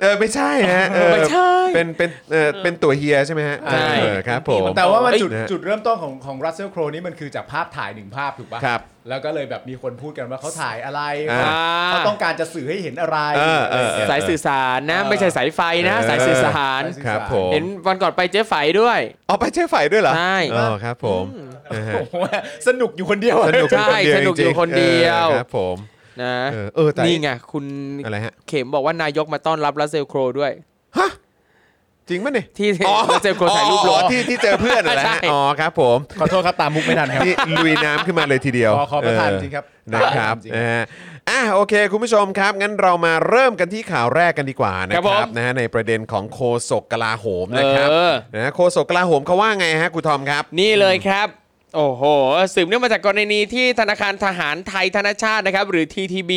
Speaker 2: เออไม่ใช่ฮะเออ
Speaker 3: ไม่ใช่
Speaker 2: เป็นเป็นเออเป็นตัวเฮียใช่ไหมฮะ
Speaker 3: ใช่
Speaker 2: เออครับผม
Speaker 4: แต่ว่ามันจุด
Speaker 2: เอ้ย
Speaker 4: จุดเริ่มต้นของของรัสเซลโครนี่มันคือจากภาพถ่ายหนึ่งภาพถูกปะ
Speaker 2: ครับ
Speaker 4: แล้วก็เลยแบบมีคนพูดกันว่าเขาถ่ายอะไร
Speaker 2: อ่า
Speaker 4: เขาต้องการจะสื่อให้เห็นอะไร
Speaker 2: เออเออเออ
Speaker 3: สายสื่อสารนะ ไม่ใช่สายไฟนะ สายสื่อสาร
Speaker 2: ครับผม
Speaker 3: เห็นวันก่อนไปเจ๊ไฝด้วย
Speaker 2: เอาไปเชื่อฝ่ายด้วยเหรอ
Speaker 3: ใช่
Speaker 2: อ๋อครับผมนะฮะ
Speaker 4: ผมว่าสนุกอยู่คนเดียว
Speaker 2: สนุกอยู่
Speaker 3: ใช่
Speaker 2: คนเดียว
Speaker 3: สนุกอ
Speaker 2: จ
Speaker 3: ยู่
Speaker 2: ริงๆ
Speaker 3: คนเดียว
Speaker 2: ออครับผม
Speaker 3: นะ
Speaker 2: เออเออแต่
Speaker 3: นี่ไงคุณ
Speaker 2: อะไรฮะ
Speaker 3: เข็มบอกว่านายกมาต้อนรับรัสเซลโครด้วย
Speaker 2: จริงป่ะเนี่ย
Speaker 3: ที่รัสเซลโครถ่ายรูปร
Speaker 2: อ๋อ
Speaker 3: ถ
Speaker 2: อ๋อที่ที่เจอเพื่อนเหรอนะ
Speaker 3: ใช่
Speaker 2: ฮะอ๋อครับผม
Speaker 4: ขอโทษครับตามมุกไม่ทันครับ
Speaker 2: นี่ลุยน้ำขึ้นมาเลยทีเดียว
Speaker 4: ขอขอประทาน
Speaker 2: เออ
Speaker 4: จริงครับ
Speaker 2: นะครับ
Speaker 4: จริงๆ
Speaker 2: นะฮะอ่ะโอเค คุณผู้ชมครับ งั้นเรามาเริ่มกันที่ข่าวแรกกันดีกว่านะ
Speaker 3: ครั
Speaker 2: ค
Speaker 3: บ
Speaker 2: รับ
Speaker 3: ผม
Speaker 2: นะฮะในประเด็นของโคศกกลาโหม
Speaker 3: เอ
Speaker 2: นะครับ
Speaker 3: อ
Speaker 2: นะฮะโคศกกลาโหมเขาว่าไงฮะครูทอมครับ
Speaker 3: นี่เลยครับ โอ้โห สืบเนื่องมาจากกรณีที่ธนาคารทหารไทยธนชาตินะครับ หรือ TTB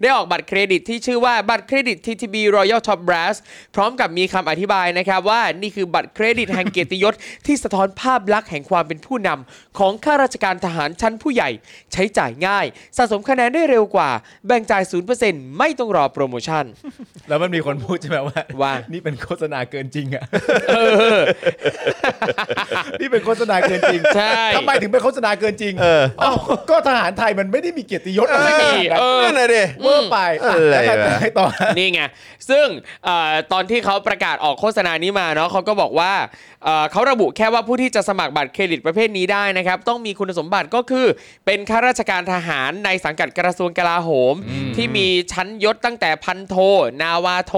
Speaker 3: ได้ออกบัตรเครดิตที่ชื่อว่าบัตรเครดิต TTB Royal Top Brass พร้อมกับมีคำอธิบายนะครับ ว่านี่คือบัตรเครดิตแห่งเกียรติยศ ที่สะท้อนภาพลักษณ์แห่งความเป็นผู้นำของข้าราชการทหารชั้นผู้ใหญ่ ใช้จ่ายง่าย สะสมคะแนนได้เร็วกว่า แบ่งจ่าย 0%ไม่ต้องรอโปรโมชั่น
Speaker 4: แล้วมันมีคนพูดใช่ไหมว่า
Speaker 3: ว่า
Speaker 4: นี่เป็นโฆษณาเกินจริงอ่ะนี่เป็นโฆษณาเกินจริง
Speaker 3: ใช่
Speaker 4: ทำไมถึงเป็นโฆษณาเกินจริง
Speaker 2: เออ
Speaker 4: เอ้าก็ทหารไทยมันไม่ได้มีเกียรติยศอะไรขนาดนั้น
Speaker 3: เออ
Speaker 2: นั่นเลยดิ
Speaker 4: เวอร์ไปอ่ะ
Speaker 2: อะไร
Speaker 4: แล้ว
Speaker 2: วะ
Speaker 4: ใครต่อ
Speaker 3: นี่ไง ซึ่งเออตอนที่เขาประกาศออกโฆษณานี้มาเนาะเขาก็บอกว่าเอ่อเขาระบุแค่ว่าผู้ที่จะสมัครบัตรเครดิตประเภทนี้ได้นะครับ ต้องมีคุณสมบัติก็คือ เป็นข้าราชการทหารในสังกัดกระทรวงกลาโหม ที่มีชั้นยศตั้งแต่พันโท นาวาโท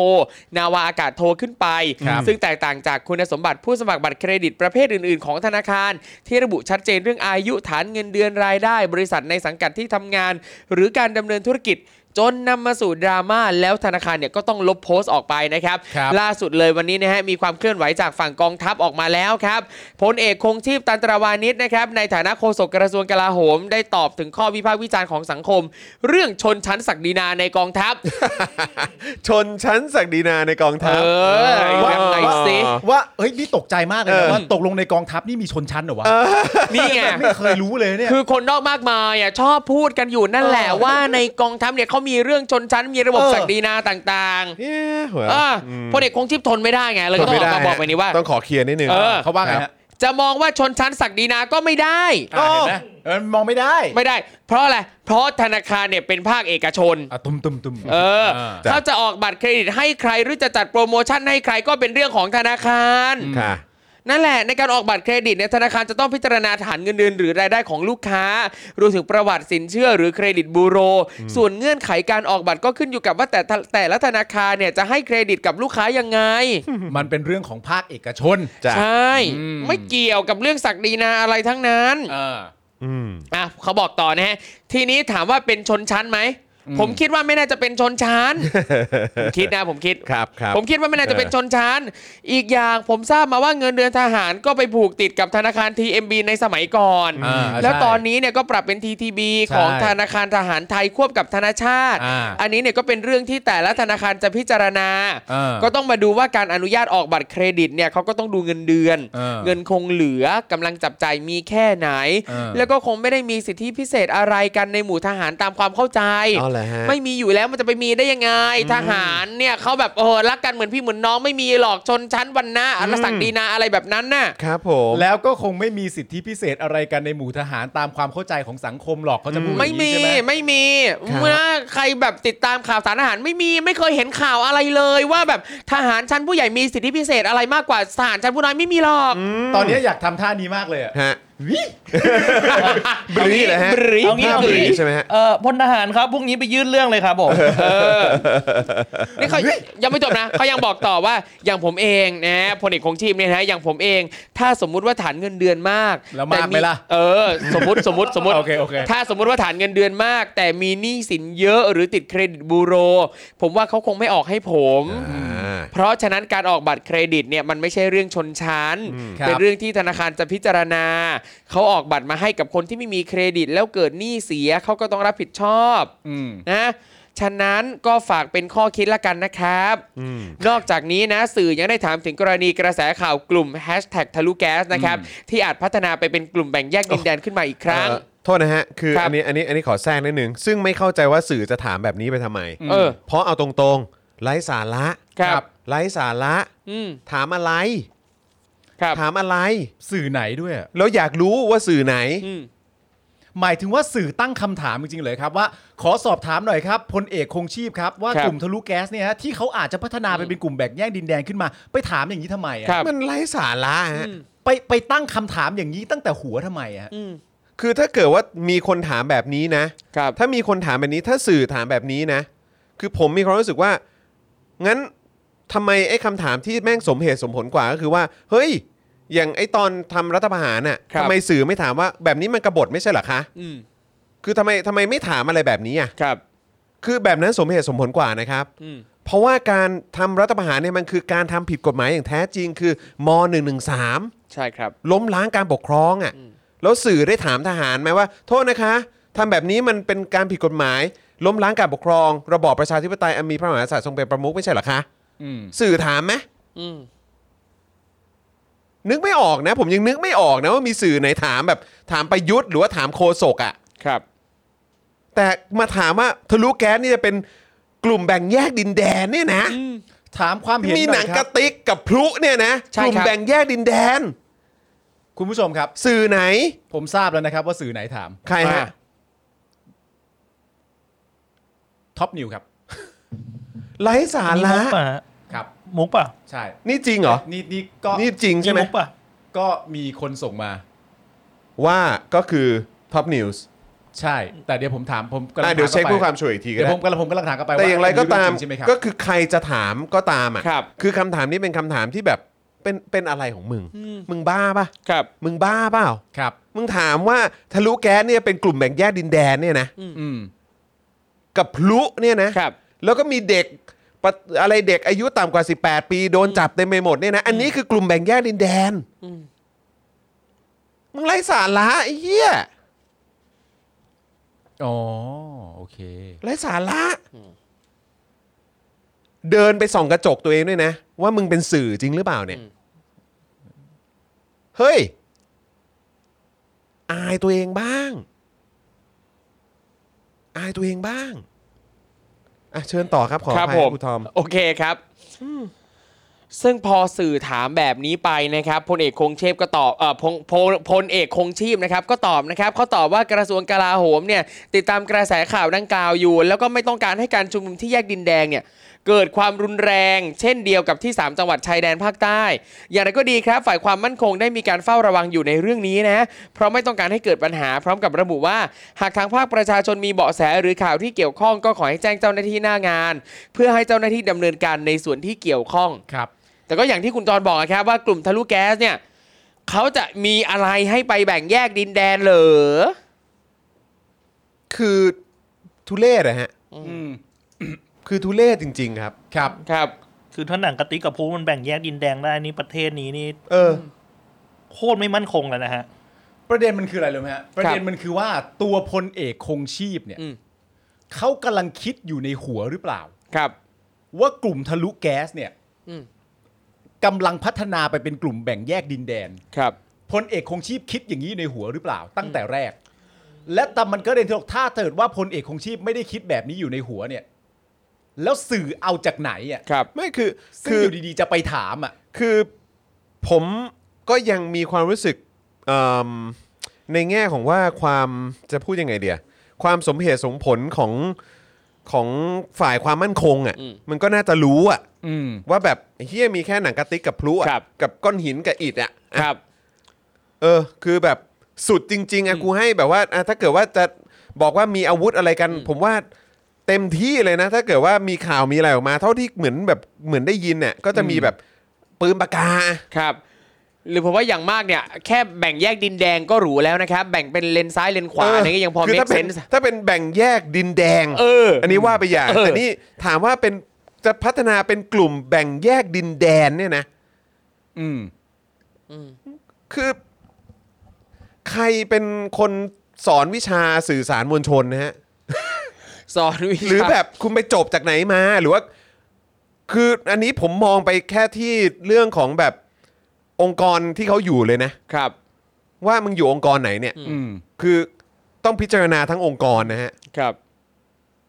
Speaker 3: นาวาอากาศโทขึ้นไป
Speaker 4: ครับ
Speaker 3: ซึ่งแตกต่างจากคุณสมบัติผู้สมัครบัตรเครดิตประเภทอื่น ๆ ของธนาคาร ที่ระบุชัดเจนเรื่องอายุฐานเงินเดือนรายได้ บริษัทในสังกัดที่ทำงาน หรือการดำเนินธุรกิจ จนนำมาสู่ดราม่าแล้วธนาคารเนี่ยก็ต้องลบโพสต์ออกไปนะครับ
Speaker 4: ครับ
Speaker 3: ล่าสุดเลยวันนี้นะฮะมีความเคลื่อนไหวจากฝั่งกองทัพออกมาแล้วครับพลเอกคงชีพตันตราวานิชนะครับในฐานะโฆษกกระทรวงกลาโหม ได้ตอบถึงข้อวิพากษ์วิจารณ์ของสังคม เรื่องชนชั้นศักดินาในกองทัพ
Speaker 2: ชนชั้นศักดินาในกอง
Speaker 3: เอ
Speaker 2: ทัพ
Speaker 3: อยังไงสิ
Speaker 4: ว่าเฮ้ยนี่ตกใจมากเลย
Speaker 2: เออ
Speaker 4: นะว่าตกลงในกองทัพนี่มีชนชั้นเหรอวะ
Speaker 3: นี่ไง
Speaker 4: ไม่เคยรู้เลยเนี่ย
Speaker 3: คือคนนอกมากมายอ่ะชอบพูดกันอยู่นั่นแหละว่าในกองทัพเนี่ยเขามีเรื่องชนชั้นมีระบบ
Speaker 4: เออ
Speaker 3: ศักดินาต่าง
Speaker 2: เอ๊ะหัว
Speaker 3: ๆอ่ะพลเอกคงชีพทนไม่ได้ไงเลยก็ต้องออกมาบอกไปนี้ว่า
Speaker 2: ต้องขอเคลียร์นิดนึง
Speaker 3: เออ
Speaker 4: เขาว่าไงฮะ
Speaker 3: จะมองว่าชนชั้นศักดินาก็ไม่ได้
Speaker 4: อ่ะเห็นไหมเออมองไม่ได้
Speaker 3: ไม่ได้ เพราะอะไร เพราะธนาคารเนี่ยเป็นภาคเอกชน
Speaker 4: อ่ะตุ้มตุ้มตุ้ม
Speaker 3: เออ
Speaker 4: อ่า
Speaker 3: เขาจะออกบัตรเครดิตให้ใครหรือจะจัดโปรโมชั่นให้ใครก็เป็นเรื่องของธนาคาร
Speaker 2: ค่ะ
Speaker 3: นั่นแหละในการออกบัตรเครดิตเนี่ยธนาคารจะต้องพิจารณาฐานเงินเดือนหรือรายได้ของลูกค้ารวมถึงประวัติสินเชื่อหรือเครดิตบูโร ส่วนเงื่อนไขการออกบัตรก็ขึ้นอยู่กับว่าแต่ละแต่ละธนาคารเนี่ยจะให้เครดิตกับลูกค้ายังไง
Speaker 4: มันเป็นเรื่องของภาคเอกชน
Speaker 2: จ้ะ
Speaker 3: ใช่
Speaker 4: อืม
Speaker 3: ไม่เกี่ยวกับเรื่องศักดินาอะไรทั้งนั้น
Speaker 4: อ่า
Speaker 2: อืม
Speaker 3: อ่ะเขาบอกต่อนะฮะ ทีนี้ถามว่าเป็นชนชั้นไหม ผมคิดว่าไม่น่าจะเป็นชนชั้น ผมคิดนะผมคิด
Speaker 2: ครับครับ
Speaker 3: ผมคิดว่าไม่น่าจะเป็นชนชั้น อีกอย่างผมทราบมาว่าเงินเดือนทหารก็ไปผูกติดกับธนาคาร TMB ในสมัยก่อน
Speaker 4: อ่า
Speaker 3: แล้ว
Speaker 4: ใช่
Speaker 3: ตอนนี้เนี่ยก็ปรับเป็น TTB ของ
Speaker 4: ใช่
Speaker 3: ธนาคารทหารไทยควบกับธนาชาติ
Speaker 4: อ่า
Speaker 3: อันนี้เนี่ยก็เป็นเรื่องที่แต่ละธนาคารจะพิจารณา
Speaker 4: อ่า
Speaker 3: ก็ต้องมาดูว่าการอนุญาตออกบัตรเครดิตเนี่ยเขาก็ต้องดูเงินเดือน
Speaker 4: อ่า
Speaker 3: เงินคงเหลือกำลังจับจ่ายมีแค่ไหน
Speaker 4: อ่า
Speaker 3: แล้วก็คงไม่ได้มีสิทธิพิเศษอะไรกันในหมู่ทหารตามความเข้าใจ
Speaker 2: อ๋อเหรอฮะ
Speaker 3: ไม่มีอยู่แล้วมันจะไปมีได้ยังไง ทหารเนี่ยเขาแบบเออรักกันเหมือนพี่เหมือนน้องไม่มีหรอกชนชั้นวันนะอรสักดีนาอะไรแบบนั้นน่ะ
Speaker 2: ครับผม
Speaker 4: แล้วก็คงไม่มีสิทธิพิเศษอะไรกันในหมู่ทหารตามความเข้าใจของสังคมหรอกเขาจะพูด
Speaker 3: ไม่
Speaker 4: อย่าง
Speaker 3: มี
Speaker 4: นี้ใช่ไหม
Speaker 3: ไม่มี
Speaker 2: ครับ
Speaker 3: เมื่อใครแบบติดตามข่าวสารทหารไม่มีไม่เคยเห็นข่าวอะไรเลย ว่าแบบทหารชั้นผู้ใหญ่มีสิทธิพิเศษอะไรมากกว่าทหารชั้นผู้น้อยไม่มีหรอก
Speaker 4: ตอนนี้อยากทำท่านี้มากเลยอะ
Speaker 2: ฮะ บรีเลยฮะ
Speaker 6: บรีเอางี้
Speaker 2: ภาพ
Speaker 6: เอา
Speaker 2: บ
Speaker 6: งี้
Speaker 2: รีใช่ไหมฮะ
Speaker 6: เออพลทหารครับพรุ่งนี้ไปยื่นเรื่องเลยครับผม
Speaker 3: นี่เขายังไม่จบนะเขายังบอกต่อว่าอย่างผมเองนะพลเอกคงชีพเนี่ยนะอย่างผมเอง ถ้าสมมุติว่าฐานเงินเดือนมาก
Speaker 4: แล้วมากไหมล่ะ
Speaker 3: เออ สมมติสมมติสมมติ
Speaker 4: โอเคโอเค
Speaker 3: ถ้าสมมุติว่าฐานเงินเดือนมาก แต่มีหนี้สินเยอะหรือติดเครดิตบูโร ผมว่าเขาคงไม่ออกให้ผม
Speaker 2: อ่า
Speaker 3: เพราะฉะนั้นการออกบัตรเครดิตเนี่ยมันไม่ใช่เรื่องชนชั้น
Speaker 4: ครับ
Speaker 3: เป็นเรื่องที่ธนาคารจะพิจารณา เขาออกบัตรมาให้กับคนที่ไม่มีเครดิตแล้วเกิดหนี้เสียเขาก็ต้องรับผิดชอบ
Speaker 4: อืม
Speaker 3: นะฉะนั้นก็ฝากเป็นข้อคิดละกันนะครับ นอกจากนี้นะสื่อยังได้ถามถึงกรณีกระแสข่าวกลุ่ม hashtag ทะลุแก๊สนะครับที่อาจพัฒนาไปเป็นกลุ่มแบ่งแยกดินแดนขึ้นมาอีกครั้ง
Speaker 2: เอ่อโทษนะฮะ คือ
Speaker 3: ครับ
Speaker 2: อันนี้อันนี้อันนี้ขอแทรกนิดนึง ซึ่งไม่เข้าใจว่าสื่อจะถามแบบนี้ไปทำไม
Speaker 3: เออ
Speaker 2: เพราะเอาตรงๆ ไร้สาระ
Speaker 3: ครับ
Speaker 2: ไร้สาระ
Speaker 3: อืม
Speaker 2: ถามอะไร
Speaker 3: ครับ
Speaker 2: ถามอะไร
Speaker 4: สื่อไหนด้วยอะ
Speaker 2: แล้วอยากรู้ว่าสื่อไหน
Speaker 3: อืม
Speaker 4: หมายถึงว่าสื่อตั้งคำถามจริงๆเลยครับว่า ขอสอบถามหน่อยครับพลเอกคงชีพครับ ว่า
Speaker 3: ครับ
Speaker 4: กลุ่มทะลุแก๊สเนี่ยฮะที่เขาอาจจะพัฒนาไปเป็นกลุ่มแบ่งแยกดินแดนขึ้นมา ไปถามอย่างนี้ทำไมอะ
Speaker 3: ครับ
Speaker 2: มันไร้สาระฮะ
Speaker 3: อืม
Speaker 4: ไปไปตั้งคำถามอย่างนี้ตั้งแต่หัวทำไมอะฮะ
Speaker 3: อืม
Speaker 2: คือถ้าเกิดว่ามีคนถามแบบนี้นะ
Speaker 3: ครับ
Speaker 2: ถ้ามีคนถามแบบนี้ถ้าสื่อถามแบบนี้นะ คือผมมีความรู้สึกว่า งั้นทำไมไอ้คำถามที่แม่งสมเหตุสมผลกว่าก็คือว่า เฮ้ย อย่างไอ้ตอนทำรัฐประหารน่ะ
Speaker 3: ครับ
Speaker 2: ทำไมสื่อไม่ถามว่าแบบนี้มันกบฏไม่ใช่เหรอคะ
Speaker 3: อืม
Speaker 2: คือทำไมทำไมไม่ถามอะไรแบบนี้อ่ะ
Speaker 3: ครับ
Speaker 2: คือแบบนั้นสมเหตุสมผลกว่านะครับ
Speaker 3: อืม
Speaker 2: เพราะว่าการทำรัฐประหารเนี่ยมันคือการทำผิดกฎหมายอย่างแท้จริง คือม .113
Speaker 3: ใช่ครับ
Speaker 2: ล้มล้างการปกครองอ่ะ แล้วสื่อได้ถามทหารไหมว่า โทษนะคะทำแบบนี้มันเป็นการผิดกฎหมาย ล้มล้างการปกครอง ระบอบประชาธิปไตยอันมีพระมหากษัตริย์ทรงเป็นประมุขไม่ใช่เหรอคะ
Speaker 4: อืม
Speaker 2: สื่อถามไหม
Speaker 3: อืม
Speaker 2: นึกไม่ออกนะ ผมยังนึกไม่ออกนะว่ามีสื่อไหนถามแบบถามประยุทธ์หรือว่าถามโคศกอ่ะ
Speaker 3: ครับ
Speaker 2: แต่มาถามว่าทะลุแก๊สนี่จะเป็นกลุ่มแบ่งแยกดินแดนเนี่ยนะ
Speaker 4: ถามความเห็น
Speaker 2: มี
Speaker 4: น่อย
Speaker 2: หนัง
Speaker 4: ค
Speaker 2: ก
Speaker 4: รั
Speaker 2: ระ
Speaker 4: บ
Speaker 2: ติกกับพลุเนี่ยนะ
Speaker 3: ใช่
Speaker 2: กลุ่ม
Speaker 3: ครับ
Speaker 2: แบ่งแยกดินแดน
Speaker 4: คุณผู้ชมครับ
Speaker 2: สื่อไหน
Speaker 4: ผมทราบแล้วนะครับว่าสื่อไหนถาม
Speaker 2: ใคร
Speaker 3: อ่า
Speaker 2: ฮะ
Speaker 4: ท็อปนิวครับ
Speaker 2: ไร้สา
Speaker 6: มี
Speaker 2: ระ
Speaker 6: มุกป่ะฮะ
Speaker 4: ครับ
Speaker 6: มุกป่ะ
Speaker 4: ใช่
Speaker 2: นี่จริงเหรอ
Speaker 4: นี่นี่ก็
Speaker 2: นี่จริงใช่ไหม
Speaker 6: มุกป่ะ
Speaker 4: ก็มีคนส่งมา
Speaker 2: ว่าก็คือท็อปนิวส์
Speaker 4: ใช่ แต่เดี๋ยวผมถามผมกำลัง
Speaker 2: อ่ะ
Speaker 4: ถาม
Speaker 2: เดี๋ยวเช็ค
Speaker 4: กลับไป
Speaker 2: เพื่อความชัวร์อีกทีก็
Speaker 4: เดี๋ยว
Speaker 2: ได้
Speaker 4: ผมกำลังผมกำลังถามกลับไป
Speaker 2: แต่
Speaker 4: ว่
Speaker 2: อย่างไรก็ตาม
Speaker 4: นนี้เรื่องจริงใช่ไหมครับ
Speaker 2: ก็คือใครจะถามก็ตามอ่ะ
Speaker 3: ครับ
Speaker 2: คือคำถามนี้เป็นคำถามที่แบบเป็นเป็นอะไรของมึง
Speaker 3: อืม
Speaker 2: มึงบ้าป่ะ
Speaker 3: ครับ
Speaker 2: มึงบ้าเปล่า
Speaker 4: ครับ
Speaker 2: มึงถามว่าทะลุแก๊สเนี่ยเป็นกลุ่มแบ่งแยกดินแดนเนี่ยนะ
Speaker 4: อืม
Speaker 2: กับพลุเนี่ยนะ
Speaker 3: ครับ
Speaker 2: แล้วก็มีเด็กปะอะไรเด็กอายุต่ำกว่า 18 ปีโดนจับเต็มไปหมดเนี่ยนะ อันนี้คือกลุ่มแบ่งแยกดินแดน
Speaker 3: อืม
Speaker 2: มึงไร้สาระไอ้เหี้ย
Speaker 4: อ๋อ โอเค
Speaker 2: ไร้สาระ เดินไปส่องกระจกตัวเองด้วยนะ ว่ามึงเป็นสื่อจริงหรือเปล่าเนี่ย เฮ้ย อายตัวเองบ้าง อายตัวเองบ้างอ่ะเชิญต่อครับ ขออ
Speaker 3: ครับ
Speaker 2: ภัย
Speaker 3: ผม
Speaker 2: ครูทอม
Speaker 3: โอเคครับ ซึ่งพอสื่อถามแบบนี้ไปนะครับพลเอกคงเชพก็ตอบเอ่อพลพลพลเอกคงชีพนะครับ ก็ตอบนะครับเขาตอบว่ากระทรวงกลาโหมเนี่ย ติดตามกระแสข่าวดังกล่าวอยู่ แล้วก็ไม่ต้องการให้การชุมนุมที่แยกดินแดงเนี่ย เกิดความรุนแรง เช่นเดียวกับที่ 3 จังหวัดชายแดนภาคใต้ อย่างไรก็ดีครับ ฝ่ายความมั่นคงได้มีการเฝ้าระวังอยู่ในเรื่องนี้นะ เพราะไม่ต้องการให้เกิดปัญหา พร้อมกับระบุว่า หากทางภาคประชาชนมีเบาะแสหรือข่าวที่เกี่ยวข้องก็ขอให้แจ้งเจ้าหน้าที่หน้างาน เพื่อให้เจ้าหน้าที่ดำเนินการในส่วนที่เกี่ยวข้อง
Speaker 4: ครับ
Speaker 3: แต่ก็อย่างที่คุณจรบอกอะครับว่ากลุ่มทะลุแก๊สเนี่ยเขาจะมีอะไรให้ไปแบ่งแยกดินแดนเหรอ
Speaker 2: คือทุเลศนะฮะ
Speaker 4: อืม
Speaker 2: คือทุเลศจริง ๆ ครับ
Speaker 4: ครับ
Speaker 3: ครับ
Speaker 6: คือถ้าหนังกระติกกับพูมันแบ่งแยกดินแดงได้นี่ประเทศนี้นี่
Speaker 2: เออ
Speaker 6: โคตรไม่มั่นคงแล้วนะฮะ
Speaker 4: ประเด็นมันคืออะไรรู้ไหมฮะ ประเด็นมันคือว่าตัวพลเอกคงชีพเนี่ย
Speaker 3: อืม
Speaker 4: เขากำลังคิดอยู่ในหัวหรือเปล่า
Speaker 3: ครับ
Speaker 4: ว่ากลุ่มทะลุแก๊สเนี่ย
Speaker 3: อืม
Speaker 4: กำลังพัฒนาไปเป็นกลุ่มแบ่งแยกดินแดน
Speaker 3: ครับ
Speaker 4: พลเอกคงชีพคิดอย่างนี้ในหัวหรือเปล่า ตั้งแต่แรก และแต่มันก็เด่นที่บอกถ้าเกิดว่าพลเอกคงชีพไม่ได้คิดแบบนี้อยู่ในหัวเนี่ย แล้วสื่อเอาจากไหนอ่ะ
Speaker 3: ครับ
Speaker 2: ไม่คือ
Speaker 4: ซึ่ง
Speaker 2: คืออ
Speaker 4: อ
Speaker 2: ยู่
Speaker 4: ดีๆจะไปถามอ่ะ
Speaker 2: คือผมก็ยังมีความรู้สึกเอิ่มในแง่ของว่าความจะพูดยังไงเดียความสมเหตุสมผลของของฝ่ายความมั่นคงอ่ะ
Speaker 3: อืม
Speaker 2: มันก็น่าจะรู้อ่ะ
Speaker 4: อืม
Speaker 2: ว่าแบบเฮียมีแค่หนังกระติกกับพลุอะ
Speaker 3: ครับ
Speaker 2: กับก้อนหินกับอิฐอ่ะ
Speaker 3: ครับ
Speaker 2: เออ คือแบบ สุดจริงๆอะกูให้แบบว่าอ่ะถ้าเกิดว่าจะบอกว่ามีอาวุธอะไรกัน ผมว่าเต็มที่เลยนะ ถ้าเกิดว่ามีข่าวมีอะไรออกมา เท่าที่เหมือนแบบเหมือนได้ยินเนี่ยก็จะมีแบบปืนปากกา
Speaker 3: ครับ หรือผมว่าอย่างมากเนี่ย แค่แบ่งแยกดินแดงก็หรูแล้วนะครับ แบ่งเป็นเลนซ้ายเลนขวา
Speaker 2: เออ
Speaker 3: อะไรก็ยังพอ
Speaker 2: คื
Speaker 3: make
Speaker 2: ถ้าเป็น
Speaker 3: sense
Speaker 2: ถ้าเป็นแบ่งแยกดินแดง
Speaker 3: เออ
Speaker 2: นนี้ว่าไปอย่าง
Speaker 3: เออ
Speaker 2: แต่นี่ถามว่าเป็นจะพัฒนาเป็นกลุ่มแบ่งแยกดินแดนเนี่ยนะ
Speaker 4: อืม
Speaker 2: คือ ใครเป็นคนสอนวิชาสื่อสารมวลชนนะฮะ
Speaker 3: สอนวิชา
Speaker 2: หรือแบบคุณไปจบจากไหนมาหรือว่า คืออันนี้ผมมองไปแค่ที่เรื่องของแบบองค์กรที่เขาอยู่เลยนะ
Speaker 3: ครับ
Speaker 2: ว่ามึงอยู่องค์กรไหนเนี่ย
Speaker 4: อืม
Speaker 2: คือต้องพิจารณาทั้งองค์กรนะฮะ
Speaker 3: ครับ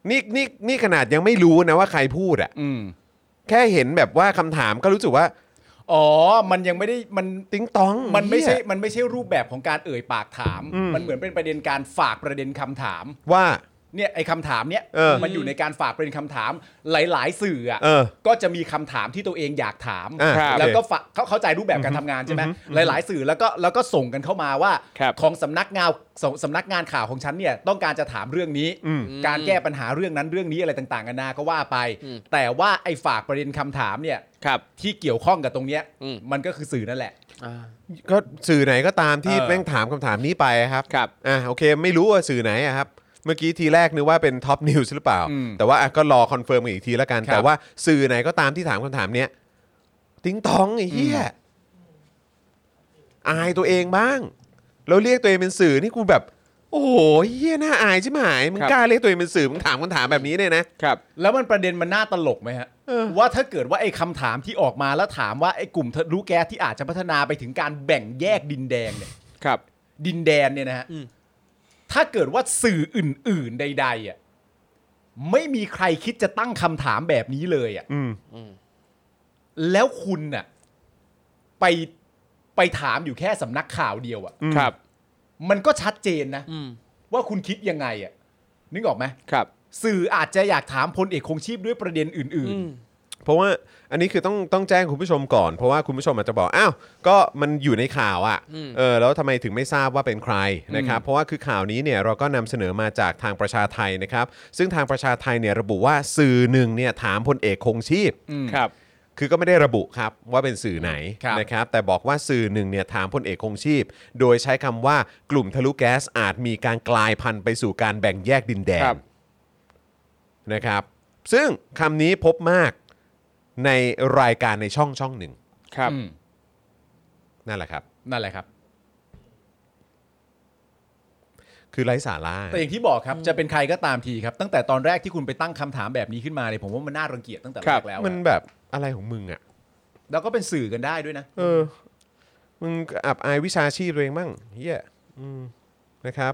Speaker 2: นี่นี่นี่ขนาดยังไม่รู้นะว่าใครพูดอะ
Speaker 4: อืม
Speaker 2: แค่เห็นแบบว่าคำถามก็รู้สึกว่า
Speaker 4: อ๋อ มันยังไม่ได้ มัน
Speaker 2: ติ๊งตอง
Speaker 4: มันไม่ใช่
Speaker 2: เหี้ย
Speaker 4: มันไม่ใช่รูปแบบของการเอ่ยปากถาม
Speaker 2: อืม
Speaker 4: มันเหมือนเป็นประเด็นการฝากประเด็นคำถาม
Speaker 2: ว่า
Speaker 4: เนี่ยไอ้คำถามเนี่ย
Speaker 2: เออ
Speaker 4: มันอยู่ในการฝากประเด็นคำถามหลาย ๆ สื่ออะ
Speaker 2: เออ
Speaker 4: ก็จะมีคำถามที่ตัวเองอยากถาม
Speaker 2: อ่ะ
Speaker 3: ครับ
Speaker 4: แล้วก็ฝากเขาเข้าใจรูปแบบการทำงานใช่ไหมหลาย ๆ สื่อแล้วก็แล้วก็ส่งกันเข้ามาว่า
Speaker 3: ครับ
Speaker 4: ของสำนักงานสสำนักงานข่าวของฉันเนี่ยต้องการจะถามเรื่องนี้
Speaker 2: อืม
Speaker 4: การแก้ปัญหาเรื่องนั้นเรื่องนี้อะไรต่างๆกันานาก็ว่าไป
Speaker 3: อืม
Speaker 4: แต่ว่าไอ้ฝากประเด็นคำถามเนี่ย
Speaker 3: ครับ
Speaker 4: ที่เกี่ยวข้องกับตรงเนี้ย
Speaker 3: อืม
Speaker 4: มันก็คือสื่อนั่นแหละ
Speaker 3: อ่า
Speaker 2: ก็สื่อไหนก็ตามที่
Speaker 4: เออ
Speaker 2: แม่งถามคำถามนี้ไปอะครับ
Speaker 3: ครับ
Speaker 2: อ่ะโอเค ไม่รู้ว่าสื่อไหนอะครับ เมื่อกี้ทีแรกนึกว่าเป็นท็อปนิวส์หรือเปล่า
Speaker 4: อืม
Speaker 2: แต่ว่าอ่ะก็รอคอนเฟิร์มกันอีกทีละกัน
Speaker 4: ครับ
Speaker 2: แต่ว่าสื่อไหนก็ตามที่ถามคำถามเนี้ยติ๊งตองไอ้เหี้ยอายตัวเองบ้าง แล้วเรียกตัวเองเป็นสื่อนี่กูแบบ โอ้โหเหี้ยน่าอายใช่ไหมมึง
Speaker 3: ครับ
Speaker 2: กล้าเรียกตัวเองเป็นสื่อมึงถามคำถามแบบนี้เนี่ยนะ
Speaker 3: ครับ
Speaker 4: แล้วมันประเด็นมันน่าตลกไหมฮะ
Speaker 2: เออ
Speaker 4: ว่าถ้าเกิดว่าไอ้คำถามที่ออกมาแล้วถามว่าไอ้กลุ่มทะลุแก๊สที่อาจจะพัฒนาไปถึงการแบ่งแยกดินแดงเนี่ย
Speaker 3: ครับ
Speaker 4: ดินแดนเนี่ยนะฮะ
Speaker 3: อืม
Speaker 4: ถ้าเกิดว่าสื่ออื่น ๆ ใด ๆอ่ะไม่มีใครคิดจะตั้งคำถามแบบนี้เลยอ่ะ
Speaker 2: อืม
Speaker 4: แล้วคุณน่ะไปไปถามอยู่แค่สำนักข่าวเดียวอ่ะ
Speaker 3: ครับ
Speaker 4: มันก็ชัดเจนนะ
Speaker 3: อืม
Speaker 4: ว่าคุณคิดยังไงอ่ะนึกออกไหม
Speaker 3: ครับ
Speaker 4: สื่ออาจจะอยากถามพลเอกคงชีพด้วยประเด็นอื่น
Speaker 3: อืม
Speaker 2: เพราะว่าอันนี้คือต้องต้องแจ้งคุณผู้ชมก่อน เพราะว่าคุณผู้ชมอาจจะบอกอ้าวก็มันอยู่ในข่าวอะ่ะเออแล้วทำไมถึงไม่ทราบว่าเป็นใครนะครับเพราะว่าคือข่าวนี้เนี่ยเราก็นำเสนอมาจากทางประชาไทยนะครับ ซึ่งทางประชาไทยเนี่ยระบุว่าสื่อหนึ่งเนี่ยถามพลเอกคงชีพ
Speaker 3: ครับ
Speaker 2: คือก็ไม่ได้ระบุครับว่าเป็นสื่อไหน
Speaker 4: ครับ
Speaker 2: นะครับ แต่บอกว่าสื่อหนึ่งเนี่ยถามพลเอกคงชีพ โดยใช้คำว่ากลุ่มทะลุแก๊สอาจมีการกลายพันธุ์ไปสู่การแบ่งแยกดินแดน
Speaker 3: ครับ
Speaker 2: นะครับ ซึ่งคำนี้พบมากในรายการในช่องช่องหนึ่ง
Speaker 3: ครับ
Speaker 4: อืม
Speaker 2: นั่นแหละครับ
Speaker 4: นั่นแหละครับ
Speaker 2: คือไร้สาระ
Speaker 4: แต่อย่างที่บอกครับจะเป็นใครก็ตามทีครับ ตั้งแต่ตอนแรกที่คุณไปตั้งคำถามแบบนี้ขึ้นมาเนี่ยผมว่ามันน่ารังเกียจตั้งแต่แร
Speaker 3: ครั
Speaker 4: ก
Speaker 3: บ
Speaker 4: แล้ว
Speaker 2: มัน
Speaker 4: อะ
Speaker 2: แบบอะไรของมึงอ่ะ
Speaker 4: แล้วก็เป็นสื่อกันได้ด้วยนะ
Speaker 2: เออ มึงอับอายวิชาชีพตัวเองมั่งเฮียอืมนะครับ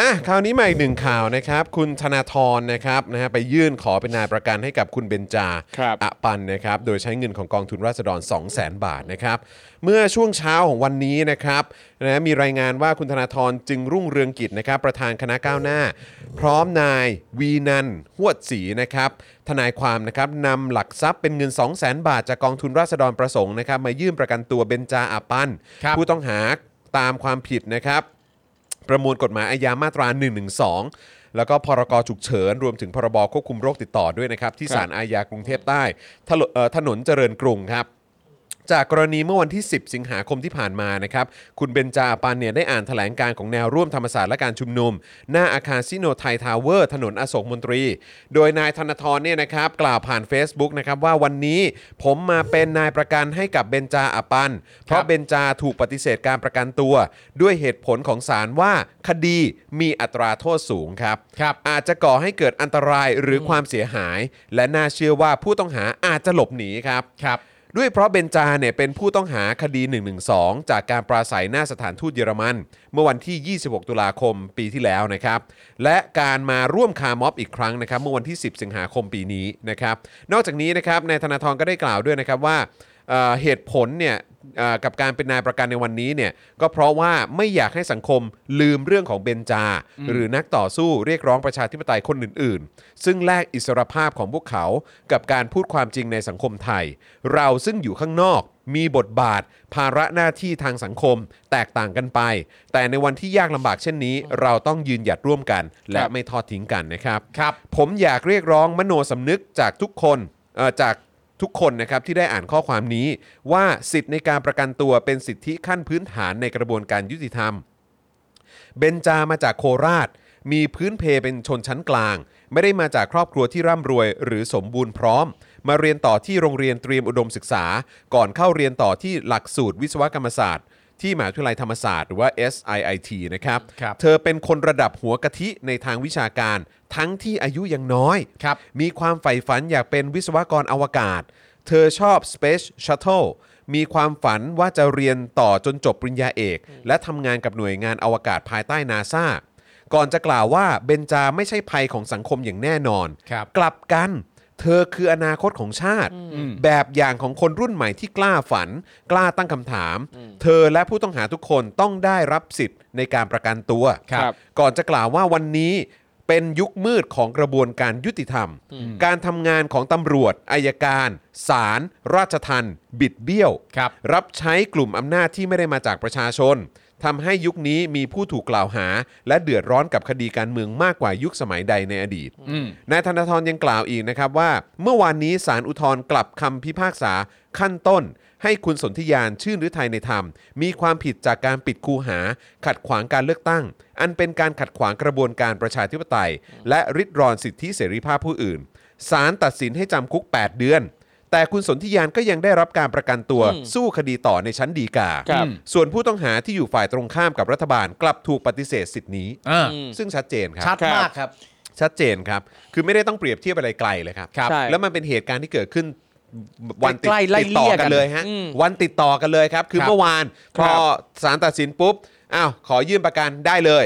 Speaker 2: อ่ะคราวนี้มาอีกหนึ่งข่าวนะครับ คุณธนาธรนะครับนะฮะไปยื่นขอเป็นนายประกันให้กับคุณเบญจา
Speaker 3: ครับ
Speaker 2: อปันนะครับโดยใช้เงินของกองทุนราษฎร 2 0 0 0 0 0 บาทนะครับเมื่อช่วงเช้าของวันนี้นะครับนะมีรายงานว่าคุณธนาธรจึงรุ่งเรืองกิจนะครับประธานคณะก้าวหน้า พร้อมนายวีนันท์หวดศรีนะครับทนายความนะครับนำหลักทรัพย์เป็นเงิน 2 0 0 0 0 0 บาท จากกองทุนราษฎรประสงค์นะครับมายื่นประกันตัวเบนจาอาปัน
Speaker 4: ครับ
Speaker 2: ผู้ต้องหาตามความผิดนะครับ ประมวลกฎหมายอาญามาตรา 112 แล้วก็พรกฉุกเฉิน รวมถึงพรบควบคุมโรคติดต่อด้วยนะครับ ที่ศาลอาญากรุงเทพใต้ถนนเอ่อถนนเจริญกรุงครับ จากกรณีเมื่อวันที่ 10 สิงหาคมที่ผ่านมานะครับ คุณเบนจาอาปันเนี่ยได้อ่านแถลงการณ์ของแนวร่วมธรรมศาสตร์และการชุมนุม หน้าอาคารซิโนไทยทาวเวอร์ ถนนอโศกมนตรี โดยนายธนทรเนี่ยนะครับ กล่าวผ่าน Facebook นะครับว่าวันนี้ผมมาเป็นนายประกันให้กับเบนจาอาปัน เพราะเบนจาถูกปฏิเสธการประกันตัว ด้วยเหตุผลของศาลว่าคดีมีอัตราโทษสูงครับ
Speaker 4: ครับ
Speaker 2: อาจจะก่อให้เกิดอันตรายหรือความเสียหาย และน่าเชื่อว่าผู้ต้องหาอาจจะหลบหนีครับ
Speaker 4: ครับ
Speaker 2: ด้วยเพราะเบนจาเนี่ยเป็นผู้ต้องหาคดี 112 จากการปราศัยหน้าสถานทูตเยอรมัน เมื่อวันที่ 26 ตุลาคมปีที่แล้วนะครับ และการมาร่วมคาร์ม็อบอีกครั้งนะครับ เมื่อวันที่ 10 สิงหาคมปีนี้นะครับ นอกจากนี้นะครับนายธนาธรก็ได้กล่าวด้วยนะครับว่าเอ่อเหตุผลเนี่ย เอ่อกับการเป็นนายประกันในวันนี้เนี่ยก็เพราะว่าไม่อยากให้สังคมลืมเรื่องของเบนจา หรือนักต่อสู้เรียกร้องประชาธิปไตยคนอื่น ๆ ซึ่งแลกอิสรภาพของพวกเขากับการพูดความจริงในสังคมไทย เราซึ่งอยู่ข้างนอก มีบทบาท ภาระหน้าที่ทางสังคมแตกต่างกันไป แต่ในวันที่ยากลำบากเช่นนี้ เราต้องยืนหยัดร่วมกัน และไม่ทอดทิ้งกันนะครับ ผมอยากเรียกร้องมโนสำนึกจากทุกคนเอ่อจากทุกคนนะครับที่ได้อ่านข้อความนี้ ว่าสิทธิในการประกันตัวเป็นสิทธิขั้นพื้นฐานในกระบวนการยุติธรรม เบนจามาจากโคราช มีพื้นเพเป็นชนชั้นกลาง ไม่ได้มาจากครอบครัวที่ร่ำรวยหรือสมบูรณ์พร้อม มาเรียนต่อที่โรงเรียนเตรียมอุดมศึกษา ก่อนเข้าเรียนต่อที่หลักสูตรวิศวกรรมศาสตร์ ที่มหาวิทยาลัยธรรมศาสตร์หรือว่า SIIT นะครับ
Speaker 4: ครับ
Speaker 2: เธอเป็นคนระดับหัวกะทิในทางวิชาการ ทั้งที่อายุยังน้อย มีความใฝ่ฝันอยากเป็นวิศวกรอวกาศ เธอชอบ Space Shuttle มีความฝันว่าจะเรียนต่อจนจบปริญญาเอก และทำงานกับหน่วยงานอวกาศภายใต้นาซาก่อนจะกล่าวว่าเบนจาไม่ใช่ภัยของสังคมอย่างแน่นอน
Speaker 4: ครับ
Speaker 2: กลับกัน เธอคืออนาคตของชาติ แบบอย่างของคนรุ่นใหม่ที่กล้าฝัน กล้าตั้งคำถาม เธอและผู้ต้องหาทุกคนต้องได้รับสิทธิ์ในการประกันตัว
Speaker 4: ครับ
Speaker 2: ก่อนจะกล่าวว่าวันนี้เป็นยุคมืดของกระบวนการยุติธรรม การทำงานของตำรวจ อายการ ศาล ราชทัณฑ์บิดเบี้ยว
Speaker 4: ครับ
Speaker 2: รับใช้กลุ่มอำนาจที่ไม่ได้มาจากประชาชนทำให้ยุคนี้มีผู้ถูกกล่าวหา และเดือดร้อนกับคดีการเมืองมากกว่ายุคสมัยใดในอดีต
Speaker 4: อืม
Speaker 2: นายธนาธรยังกล่าวอีกนะครับว่า เมื่อวานนี้สารอุทธรณ์กลับคำพิพากษาขั้นต้น ให้คุณสนธิยานชื่นฤทัยในธรรม มีความผิดจากการปิดคูหา ขัดขวางการเลือกตั้ง อันเป็นการขัดขวางกระบวนการประชาธิปไตย และริดรอนสิทธิเสรีภาพผู้อื่นสารตัดสินให้จำคุก 8 เดือน แต่คุณสนธิยานก็ยังได้รับการประกันตัวสู้คดีต่อในชั้นฎีกา
Speaker 3: ครับ
Speaker 2: ส่วนผู้ต้องหาที่อยู่ฝ่ายตรงข้ามกับรัฐบาลกลับถูกปฏิเสธสิทธินี้
Speaker 4: อ่า
Speaker 2: ซึ่งชัดเจนครับ
Speaker 4: ชัดมากครับ
Speaker 2: ชัดเจนครับ คือไม่ได้ต้องเปรียบเทียบอะไรไกลเลยครับ
Speaker 3: ครับใช่
Speaker 2: แล้วมันเป็นเหตุการณ์ที่เกิดขึ้นวันติด
Speaker 3: ใกล้ๆไล่
Speaker 2: ติดต่อ
Speaker 3: เลี่ยกั
Speaker 2: กัน
Speaker 3: น
Speaker 2: เลยฮะ
Speaker 3: อืม
Speaker 2: วันติดต่อกันเลยครับ คือ
Speaker 4: ครับ
Speaker 2: เมื่อวาน พ
Speaker 3: ครั
Speaker 2: อบ ศาลตัดสินปุ๊บ อ้าว ขอยื่นประกันได้เลย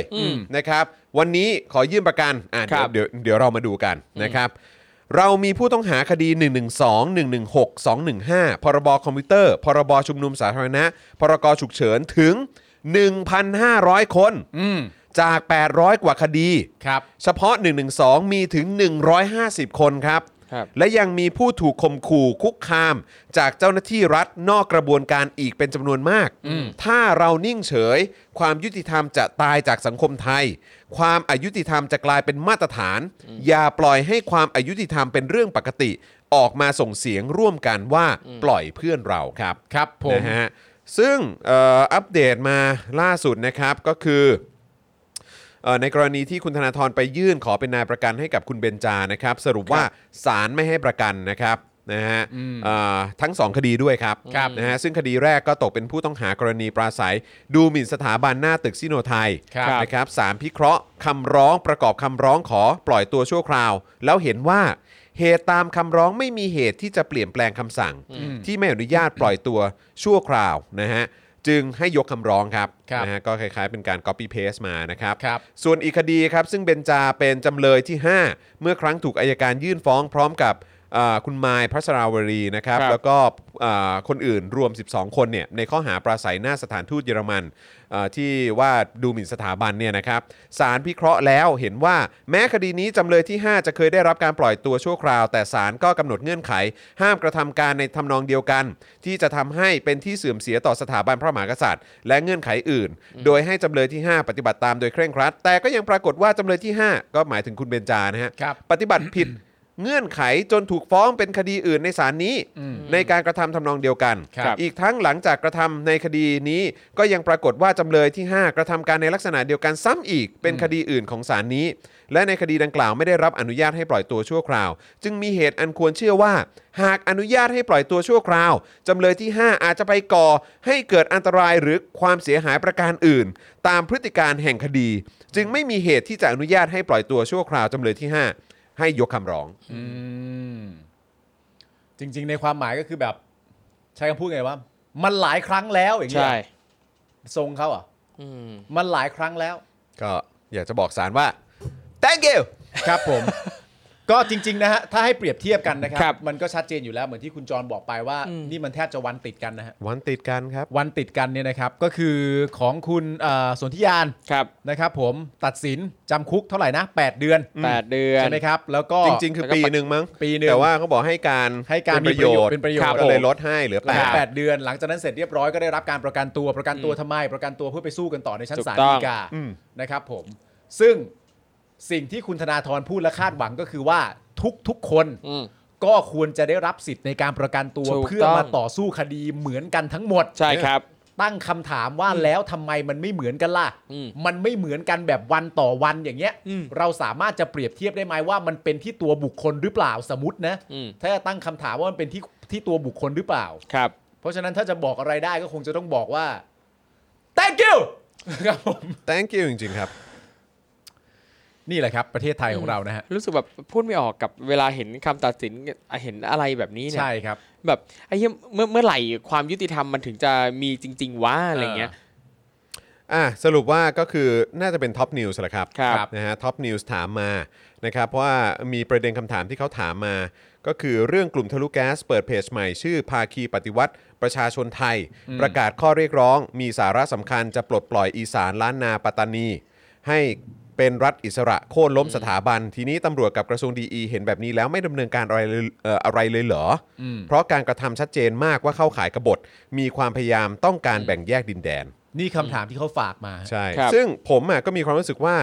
Speaker 2: นะครับ วันนี้ขอยื่นประกัน อ่ะ
Speaker 3: ค
Speaker 2: เดี๋ยว
Speaker 3: รับ
Speaker 2: เดี๋ยวเดี๋ยวเรามาดูกันนะครับ เรามีผู้ต้องหาคดี 112 116 215 พรบคอมพิวเตอร์ พรบชุมนุมสาธารณะ พรกฉุกเฉินถึง 1,500 คน
Speaker 4: อืม
Speaker 2: จาก 800 กว่าคดี
Speaker 4: ครับ
Speaker 2: เฉพาะ 112 มีถึง 150 คนครับ
Speaker 3: ครับ
Speaker 2: และยังมีผู้ถูกข่มขู่คุกคาม จากเจ้าหน้าที่รัฐนอกกระบวนการอีกเป็นจำนวนมาก ถ้าเรานิ่งเฉย ความยุติธรรมจะตายจากสังคมไทย ความอายุติธรรมจะกลายเป็นมาตรฐาน อย่าปล่อยให้ความอายุติธรรมเป็นเรื่องปกติ ออกมาส่งเสียงร่วมกันว่าปล่อยเพื่อนเราครับ
Speaker 4: ครับผม
Speaker 2: นะฮะซึ่งเอ่ออัปเดตมาล่าสุดนะครับก็คือเอ่อในกรณีที่คุณธนาธรไปยื่นขอเป็นนายประกันให้กับคุณเบนจานะครับ สรุปว่าศาลไม่ให้ประกันนะครับนะฮะเอ่อทั้งสองคดีด้วยครับ
Speaker 4: ครับ
Speaker 2: นะฮะซึ่งคดีแรกก็ตกเป็นผู้ต้องหากรณีปราศัย ดูหมิ่นสถาบันหน้าตึกซิโนไทย
Speaker 4: ครับ
Speaker 2: นะครับสารพิเคราะห์คำร้องประกอบคำร้องขอปล่อยตัวชั่วคราว แล้วเห็นว่าเหตุตามคำร้องไม่มีเหตุที่จะเปลี่ยนแปลงคำสั่ง ที่ไม่อนุญาตปล่อยตัวชั่วคราวนะฮะจึงให้ยกคำร้องครับ
Speaker 4: ครับ
Speaker 2: นะฮะก็คล้ายๆเป็นการ copy paste มานะครับ
Speaker 4: ครับ
Speaker 2: ส่วนอีกคดีครับ ซึ่งเบนจาเป็นจำเลยที่ 5 เมื่อครั้งถูกอายการยื่นฟ้องพร้อมกับอ่าคุณมายพัชราวรีนะครับ
Speaker 3: ครับ
Speaker 2: แล้วก็อ่าคนอื่นรวม 12 คนเนี่ยในข้อหาปราศัยหน้าสถานทูตเยอรมันอ่าที่ว่าดูหมิ่นสถาบันเนี่ยนะครับศาลพิเคราะห์แล้วเห็นว่าแม้คดีนี้จำเลยที่ 5 จะเคยได้รับการปล่อยตัวชั่วคราว แต่ศาลก็กำหนดเงื่อนไข ห้ามกระทำการในทำนองเดียวกัน ที่จะทำให้เป็นที่เสื่อมเสียต่อสถาบันพระมหากษัตริย์ และเงื่อนไขอื่น โดยให้จำเลยที่ 5 ปฏิบัติตามโดยเคร่งครัด แต่ก็ยังปรากฏว่าจำเลยที่ 5 ก็หมายถึงคุณเบนจานะฮะ
Speaker 4: ครับ
Speaker 2: ปฏิบัติผิด เงื่อนไขจนถูกฟ้องเป็นคดีอื่นในศาลนี้ ในการกระทำทำนองเดียวกัน
Speaker 4: ครับ
Speaker 2: อีกทั้งหลังจากกระทำในคดีนี้ก็ยังปรากฏว่าจำเลยที่ 5 กระทำการในลักษณะเดียวกันซ้ำอีกเป็นคดีอื่นของศาลนี้ และในคดีดังกล่าวไม่ได้รับอนุญาตให้ปล่อยตัวชั่วคราว จึงมีเหตุอันควรเชื่อว่า หากอนุญาตให้ปล่อยตัวชั่วคราวจำเลยที่ 5 อาจจะไปก่อให้เกิดอันตรายหรือความเสียหายประการอื่น ตามพฤติการแห่งคดี จึงไม่มีเหตุที่จะอนุญาตให้ปล่อยตัวชั่วคราวจำเลยที่ 5 ให้ยกคำร้อง
Speaker 4: อืมจริง ๆ ในความหมายก็คือแบบ ใช้คำพูดไงว่า มันหลายครั้งแล้วอย่างเงี้ย
Speaker 3: ใช่
Speaker 4: ทรงเขาอ่ะมันหลายครั้งแล้ว
Speaker 2: ก็อยากจะบอกสารว่า thank you
Speaker 4: ครับผม ก็จริงๆนะฮะถ้าให้เปรียบเทียบกันนะครั
Speaker 3: ครับ
Speaker 4: มันก็ชัดเจนอยู่แล้วเหมือนที่คุณจรบอกไปว่า นี่มันแทบจะวันติดกันนะฮะ
Speaker 2: วันติดกันครับ
Speaker 4: วันติดกันเนี่ยนะครับก็คือของคุณเอ่อสนธิยาน
Speaker 3: ครับ
Speaker 4: นะครับผมตัดสินจำคุกเท่าไหร่นะ 8 เดือน
Speaker 3: แปดเดือน
Speaker 4: ใช่ไหมครับ แล้วก็
Speaker 2: จริง ๆ คือปีหนึ่งมั้ง
Speaker 4: ปีหนึ่ง
Speaker 2: แต่ว่าเขาบอกให้การ
Speaker 4: ให้การ
Speaker 2: เป็นประโยชน์
Speaker 4: มีประโยชน์เป็นประโยชน์
Speaker 2: ก็เลยลดให้เหลือ
Speaker 4: หลัง
Speaker 2: แป
Speaker 4: แป
Speaker 2: ด
Speaker 4: ดเดือนหลังจากนั้นเสร็จเรียบร้อยก็ได้รับการประกันตัวประกันตัวทำไม ประกันตัวเพื่อไปสู้กันต่อในชั้น
Speaker 3: ถูก
Speaker 4: ศาล
Speaker 3: ต้อง
Speaker 4: ฎีกา
Speaker 2: อืม
Speaker 4: นะครับผมซึ่งสิ่งที่คุณธนาธรพูดและคาดหวังก็คือว่าทุกๆคน
Speaker 3: อืม
Speaker 4: ก็ควรจะได้รับสิทธิ์ในการประกันตัว
Speaker 3: ถูก
Speaker 4: เพื่อ
Speaker 3: ต้อง
Speaker 4: มาต่อสู้คดีเหมือนกันทั้งหมด
Speaker 3: ใช่ครับ
Speaker 4: ตั้งคำถามว่าแล้วทำไมมันไม่เหมือนกันล่ะ
Speaker 3: อืม
Speaker 4: มันไม่เหมือนกันแบบวันต่อวันอย่างเงี้ย เราสามารถจะเปรียบเทียบได้ไหมว่ามันเป็นที่ตัวบุคคลหรือเปล่าสมมตินะ
Speaker 3: อืม
Speaker 4: ถ้าจะตั้งคำถามว่ามันเป็นที่ที่ตัวบุคคลหรือเปล่า
Speaker 3: ครับ
Speaker 4: เพราะฉะนั้นถ้าจะบอกอะไรได้ก็คงจะต้องบอกว่า thank you ครับผม
Speaker 2: thank you จริง ๆ ครับ
Speaker 4: นี่แหละครับ ประเทศไทยของเรานะฮะ
Speaker 3: รู้สึกแบบพูดไม่ออกกับเวลาเห็นคำตัดสินเห็นอะไรแบบนี้เนี่ย
Speaker 4: ใช่ครับ
Speaker 3: แบบไอ้เหี้ยเมื่อเมื่อไหร่ความยุติธรรมมันถึงจะมีจริง ๆวะอะไรเงี้ย
Speaker 2: อ่ะสรุปว่าก็คือน่าจะเป็นท็อปนิวส์แหละครับ
Speaker 3: ครับ
Speaker 2: นะฮะท็อปนิวส์ถามมานะครับเพราะว่ามีประเด็นคำถามที่เขาถามมา ก็คือเรื่องกลุ่มทะลุแก๊สเปิดเพจใหม่ชื่อ ภาคีปฏิวัติประชาชนไทย ประกาศข้อเรียกร้อง มีสาระสำคัญจะปลดปล่อยอีสานล้านนาปัตตานี ให้เป็นรัฐอิสระโค่นล้มสถาบัน ทีนี้ตำรวจกับกระทรวงดีเห็นแบบนี้แล้วไม่ดำเนินการอะไรเลยเอ่ออะไรเลยเหรออเพราะการกระทำชัดเจนมากว่าเข้าขายกบฏ มีความพยายามต้องการแบ่งแยกดินแดน
Speaker 4: นี่คำถามที่เขาฝากมา
Speaker 2: ใช่
Speaker 3: ครับ
Speaker 2: ซึ่งผมอ่ะก็มีความรู้สึกว่า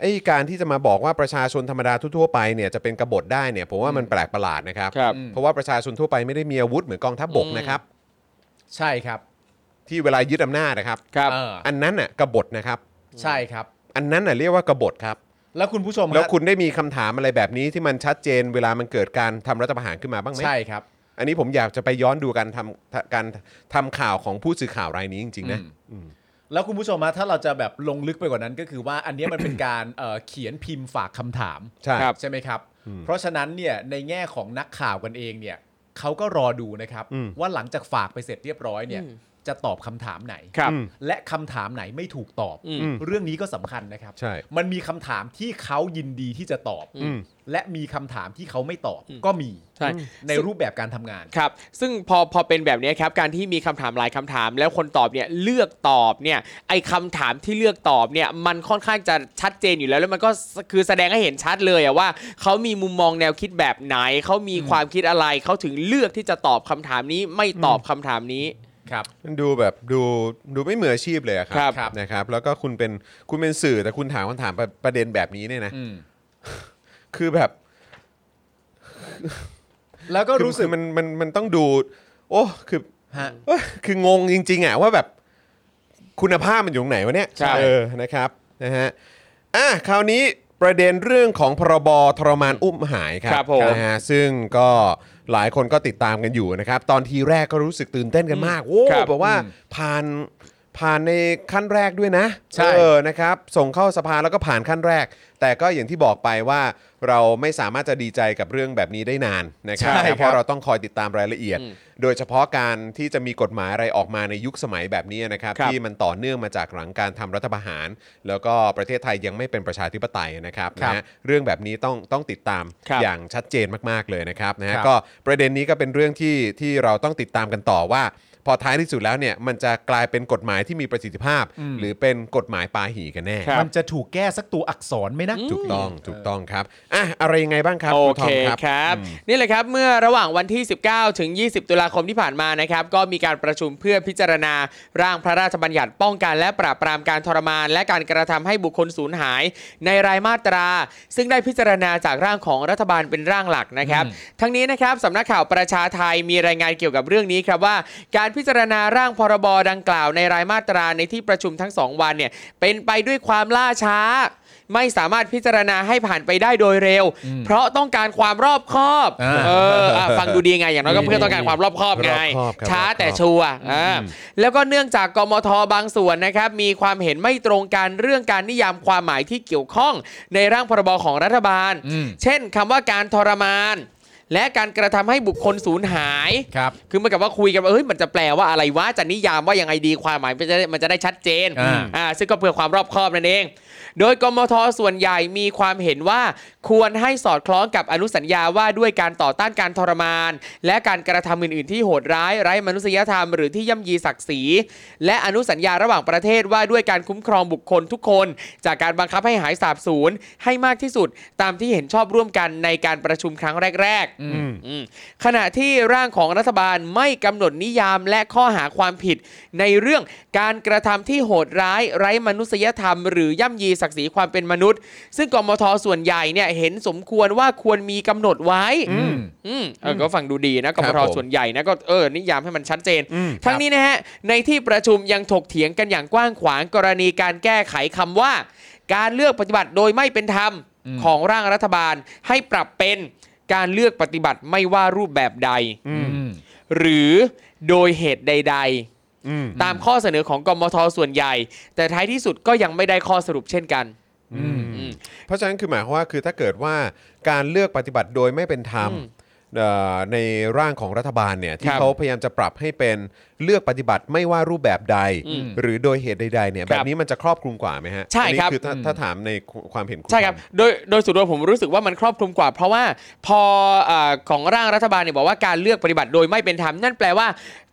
Speaker 2: ไอ้การที่จะมาบอกว่าประชาชนธรรมดาทั่วๆไปเนี่ยจะเป็นกบฏได้เนี่ยผมว่ามันแปลกประหลาดนะครับ
Speaker 3: ครับ
Speaker 4: อืม
Speaker 2: เพราะว่าประชาชนทั่วไปไม่ได้มีอาวุธเหมือนกองทัพบกนะครับ
Speaker 4: ใช่ครับ
Speaker 2: ที่เวลายึดอำนาจนะครับ
Speaker 3: ครับ
Speaker 4: เออ
Speaker 2: อันนั้นน่ะกบฏนะครับ
Speaker 4: ใช่ครับ
Speaker 2: อันนั้นน่ะเรียกว่ากบฏครับ
Speaker 4: แล้วคุณผู้ชมฮะ
Speaker 2: แล้วคุณได้มีคำถามอะไรแบบนี้ที่มันชัดเจนเวลามันเกิดการทำรัฐประหารขึ้นมาบ้างไหม
Speaker 4: ใช่ครับ
Speaker 2: อันนี้ผมอยากจะไปย้อนดูการทำการทำข่าวของผู้สื่อข่าวรายนี้จริงๆนะ
Speaker 4: แล้วคุณผู้ชมมาถ้าเราจะแบบลงลึกไปกว่านั้นก็คือว่าอันเนี้ยมันเป็นการ เอ่อเขียนพิมพ์ฝากคำถาม
Speaker 2: ใช่
Speaker 3: ครับ
Speaker 4: ใช่ไหมครับ เพราะฉะนั้นเนี่ยในแง่ของนักข่าวกันเองเนี่ยเขาก็รอดูนะครับ
Speaker 2: อืม
Speaker 4: ว่าหลังจากฝากไปเสร็จเรียบร้อยเนี่ยจะตอบคำถามไหน
Speaker 3: ครับ
Speaker 2: อืม
Speaker 4: และคำถามไหนไม่ถูกตอบ
Speaker 3: อืม
Speaker 4: เรื่องนี้ก็สำคัญนะครับ
Speaker 2: ใช่
Speaker 4: มันมีคำถามที่เขายินดีที่จะตอบ
Speaker 2: อืม
Speaker 4: และมีคำถามที่เขาไม่ตอบก็มี
Speaker 3: ใช่
Speaker 4: ในรูปแบบการทำงาน
Speaker 3: ครับ ซึ่งพอพอเป็นแบบเนี้ยครับ การที่มีคำถามหลายคำถาม แล้วคนตอบเนี่ยเลือกตอบเนี่ยไอ้คำถามที่เลือกตอบเนี่ยมันค่อนข้างจะชัดเจนอยู่แล้วแล้วมันก็คือแสดงให้เห็นชัดเลยอะว่าเขามีมุมมองแนวคิดแบบไหนเขามีความคิดอะไรเขาถึงเลือกที่จะตอบคำถามนี้ไม่ตอบคำถามนี้
Speaker 4: ครับ
Speaker 2: มันดูแบบดูดูไม่มืออาชีพเลยอะค
Speaker 3: ครั
Speaker 2: รับ
Speaker 4: ครับ
Speaker 2: นะครับ แล้วก็คุณเป็นคุณเป็นสื่อแต่คุณถามคำถามประประเด็นแบบนี้เนี่ยนะ
Speaker 4: อืม
Speaker 2: คือแบบ
Speaker 4: แล้วก็รู้สึก
Speaker 2: คือมันมันมันต้องดู โอ้คือ
Speaker 4: ฮะ
Speaker 2: เอ้ยคืองงจริง ๆอ่ะว่าแบบคุณภาพมันอยู่ตรงไหนวะเนี่ย
Speaker 3: ใช่
Speaker 2: เออนะครับนะฮะอ่ะคราวนี้ประเด็นเรื่องของพรบทรมานอุ้มหายครับ
Speaker 3: ครับผม
Speaker 2: นะฮะซึ่งก็หลายคนก็ติดตามกันอยู่นะครับ ตอนทีแรกก็รู้สึกตื่นเต้นกันมาก โอ้
Speaker 3: ครับ
Speaker 2: แบบว่า
Speaker 4: อืม
Speaker 2: ผ่านผ่านในขั้นแรกด้วยนะ
Speaker 4: ใช่
Speaker 2: เออนะครับ ส่งเข้าสภาแล้วก็ผ่านขั้นแรก แต่ก็อย่างที่บอกไปว่าเราไม่สามารถจะดีใจกับเรื่องแบบนี้ได้นานนะครับ
Speaker 4: ใช่ครับ
Speaker 2: เพราะเราต้องคอยติดตามรายละเอียด
Speaker 3: อืม
Speaker 2: โดยเฉพาะการที่จะมีกฎหมายอะไรออกมาในยุคสมัยแบบนี้นะครับ
Speaker 3: ครับ
Speaker 2: ที่มันต่อเนื่องมาจากหลังการทำรัฐประหาร แล้วก็ประเทศไทยยังไม่เป็นประชาธิปไตยนะครับ
Speaker 4: ครับ
Speaker 2: นะฮะเรื่องแบบนี้ต้องต้องติดตาม
Speaker 3: ครับ
Speaker 2: อย่าง อย่างชัดเจนมาก ๆ เลยนะครับนะฮะ
Speaker 4: ครับ
Speaker 2: ก็ประเด็นนี้ก็เป็นเรื่องที่ที่เราต้องติดตามกันต่อว่า พอท้ายที่สุดแล้วเนี่ยมันจะกลายเป็นกฎหมายที่มีประสิทธิภาพ หรือเป็นกฎหมายปาหีกันแน่
Speaker 3: ครับ
Speaker 4: มันจะถูกแก้สักตัวอักษรไหมนะ
Speaker 2: ถูกต้องถูกต้องครับอ่ะอะไรยังไงบ้างครับ
Speaker 3: โอ
Speaker 2: ณท
Speaker 3: เค
Speaker 2: ม
Speaker 3: ครับ นี่แหละครับ เมื่อระหว่างวันที่ 19 ถึง 20 ตุลาคมที่ผ่านมานะครับ ก็มีการประชุมเพื่อพิจารณา ร่างพระราชบัญญัติป้องกันและปราบปรามการทรมาน และการกระทำให้บุคคลสูญหาย ในรายมาตรา ซึ่งได้พิจารณาจากร่างของรัฐบาลเป็นร่างหลักนะครับ ทั้งนี้นะครับสำนักข่าวประชาไทยมีรายงานเกี่ยวกับเรื่องนี้ครับว่า การพิจารณาร่างพรบดังกล่าวในรายมาตราในที่ประชุมทั้งสองวันเนี่ยเป็นไปด้วยความล่าช้า ไม่สามารถพิจารณาให้ผ่านไปได้โดยเร็ว เพราะต้องการความรอบคอบ
Speaker 4: อ่า
Speaker 3: เอออ่ะฟังดูดีไงอย่างน้อยก็เพื่อต้องการความรอบคอบไง
Speaker 2: รอบคอบครับ
Speaker 3: ช้าร
Speaker 2: อบคอบ
Speaker 3: แต่ชัวร์อ่าแล้วก็เนื่องจากกมทบางส่วนนะครับมีความเห็นไม่ตรงกันเรื่องการนิยามความหมายที่เกี่ยวข้องในร่างพรบของรัฐบาล เช่นคำว่าการทรมาน และการกระทำให้บุคคลสูญหาย
Speaker 4: ครับ
Speaker 3: คือเหมันกับว่าคุยกันว่าเฮ้ยมันจะแปลว่าอะไรวะจะนิยามว่ายังไงดีความหมายมันจะได้มันจะได้ชัดเจน
Speaker 4: อ่า
Speaker 3: อ่าซึ่งก็เพื่อความรอบคอบนั่นเอง โดยกมทส่วนใหญ่มีความเห็นว่าควรให้สอดคล้องกับอนุสัญญาว่าด้วยการต่อต้านการทรมาน และการกระทำอื่น ๆ ที่โหดร้าย ไร้มนุษยธรรมหรือที่ย่ำยีศักดิ์ศรี และอนุสัญญาระหว่างประเทศว่าด้วยการคุ้มครองบุคคลทุกคน จากการบังคับให้หายสาบสูญให้มากที่สุดตามที่เห็นชอบร่วมกันในการประชุมครั้งแรก ๆ อืมขณะที่ร่างของรัฐบาลไม่กำหนดนิยามและข้อหาความผิด ในเรื่องการกระทำที่โหดร้าย ไร้มนุษยธรรม หรือย่ำยีศักดิ์ศรีความเป็นมนุษย์ ซึ่งกมทส่วนใหญ่เนี่ยเห็นสมควรว่าควรมีกำหนดไว้
Speaker 4: อืม
Speaker 3: อืมเออก็ฟังดูดีนะ
Speaker 2: ค
Speaker 3: กม
Speaker 2: รับ
Speaker 3: ท
Speaker 2: ผม
Speaker 3: ส่วนใหญ่นะก็เออนิยามให้มันชัดเจน
Speaker 2: อืม
Speaker 3: ทั้งนี้นะฮะ ในที่ประชุมยังถกเถียงกันอย่างกว้างขวางกรณีการแก้ไขคำว่า การเลือกปฏิบัติโดยไม่เป็นธรรม
Speaker 4: อืม
Speaker 3: ของร่างรัฐบาลให้ปรับเป็นการเลือกปฏิบัติไม่ว่ารูปแบบใด
Speaker 4: อืม
Speaker 3: หรือโดยเหตุใด
Speaker 2: อืม
Speaker 3: ๆ ตามข้อเสนอของกมทส่วนใหญ่ แต่ท้ายที่สุดก็ยังไม่ได้ข้อสรุปเช่นกัน
Speaker 2: อืม
Speaker 3: อืม
Speaker 2: เพราะฉะนั้นคือหมายความว่าคือถ้าเกิดว่าการเลือกปฏิบัติโดยไม่เป็นธรรม
Speaker 3: อืม
Speaker 2: เอ่อในร่างของรัฐบาลเนี่ยที่
Speaker 3: ครับ
Speaker 2: เขาพยายามจะปรับให้เป็นเลือกปฏิบัติไม่ว่ารูปแบบใด
Speaker 3: อืม
Speaker 2: หรือโดยเหตุใดๆเนี่ย
Speaker 3: ครับ
Speaker 2: แบบนี้มันจะครอบคลุมกว่าไหมฮะ
Speaker 3: ใช่
Speaker 2: อันนี้
Speaker 3: ครับ
Speaker 2: คือถ้าถ้าถามในความเห็นณ
Speaker 3: ใช่ครับ โดยโดยส่วนตัวผมรู้สึกว่ามันครอบคลุมกว่า เพราะว่าพอเออของร่างรัฐบาลเนี่ยบอกว่าการเลือกปฏิบัติโดยไม่เป็นธรรมนั่นแปลว่า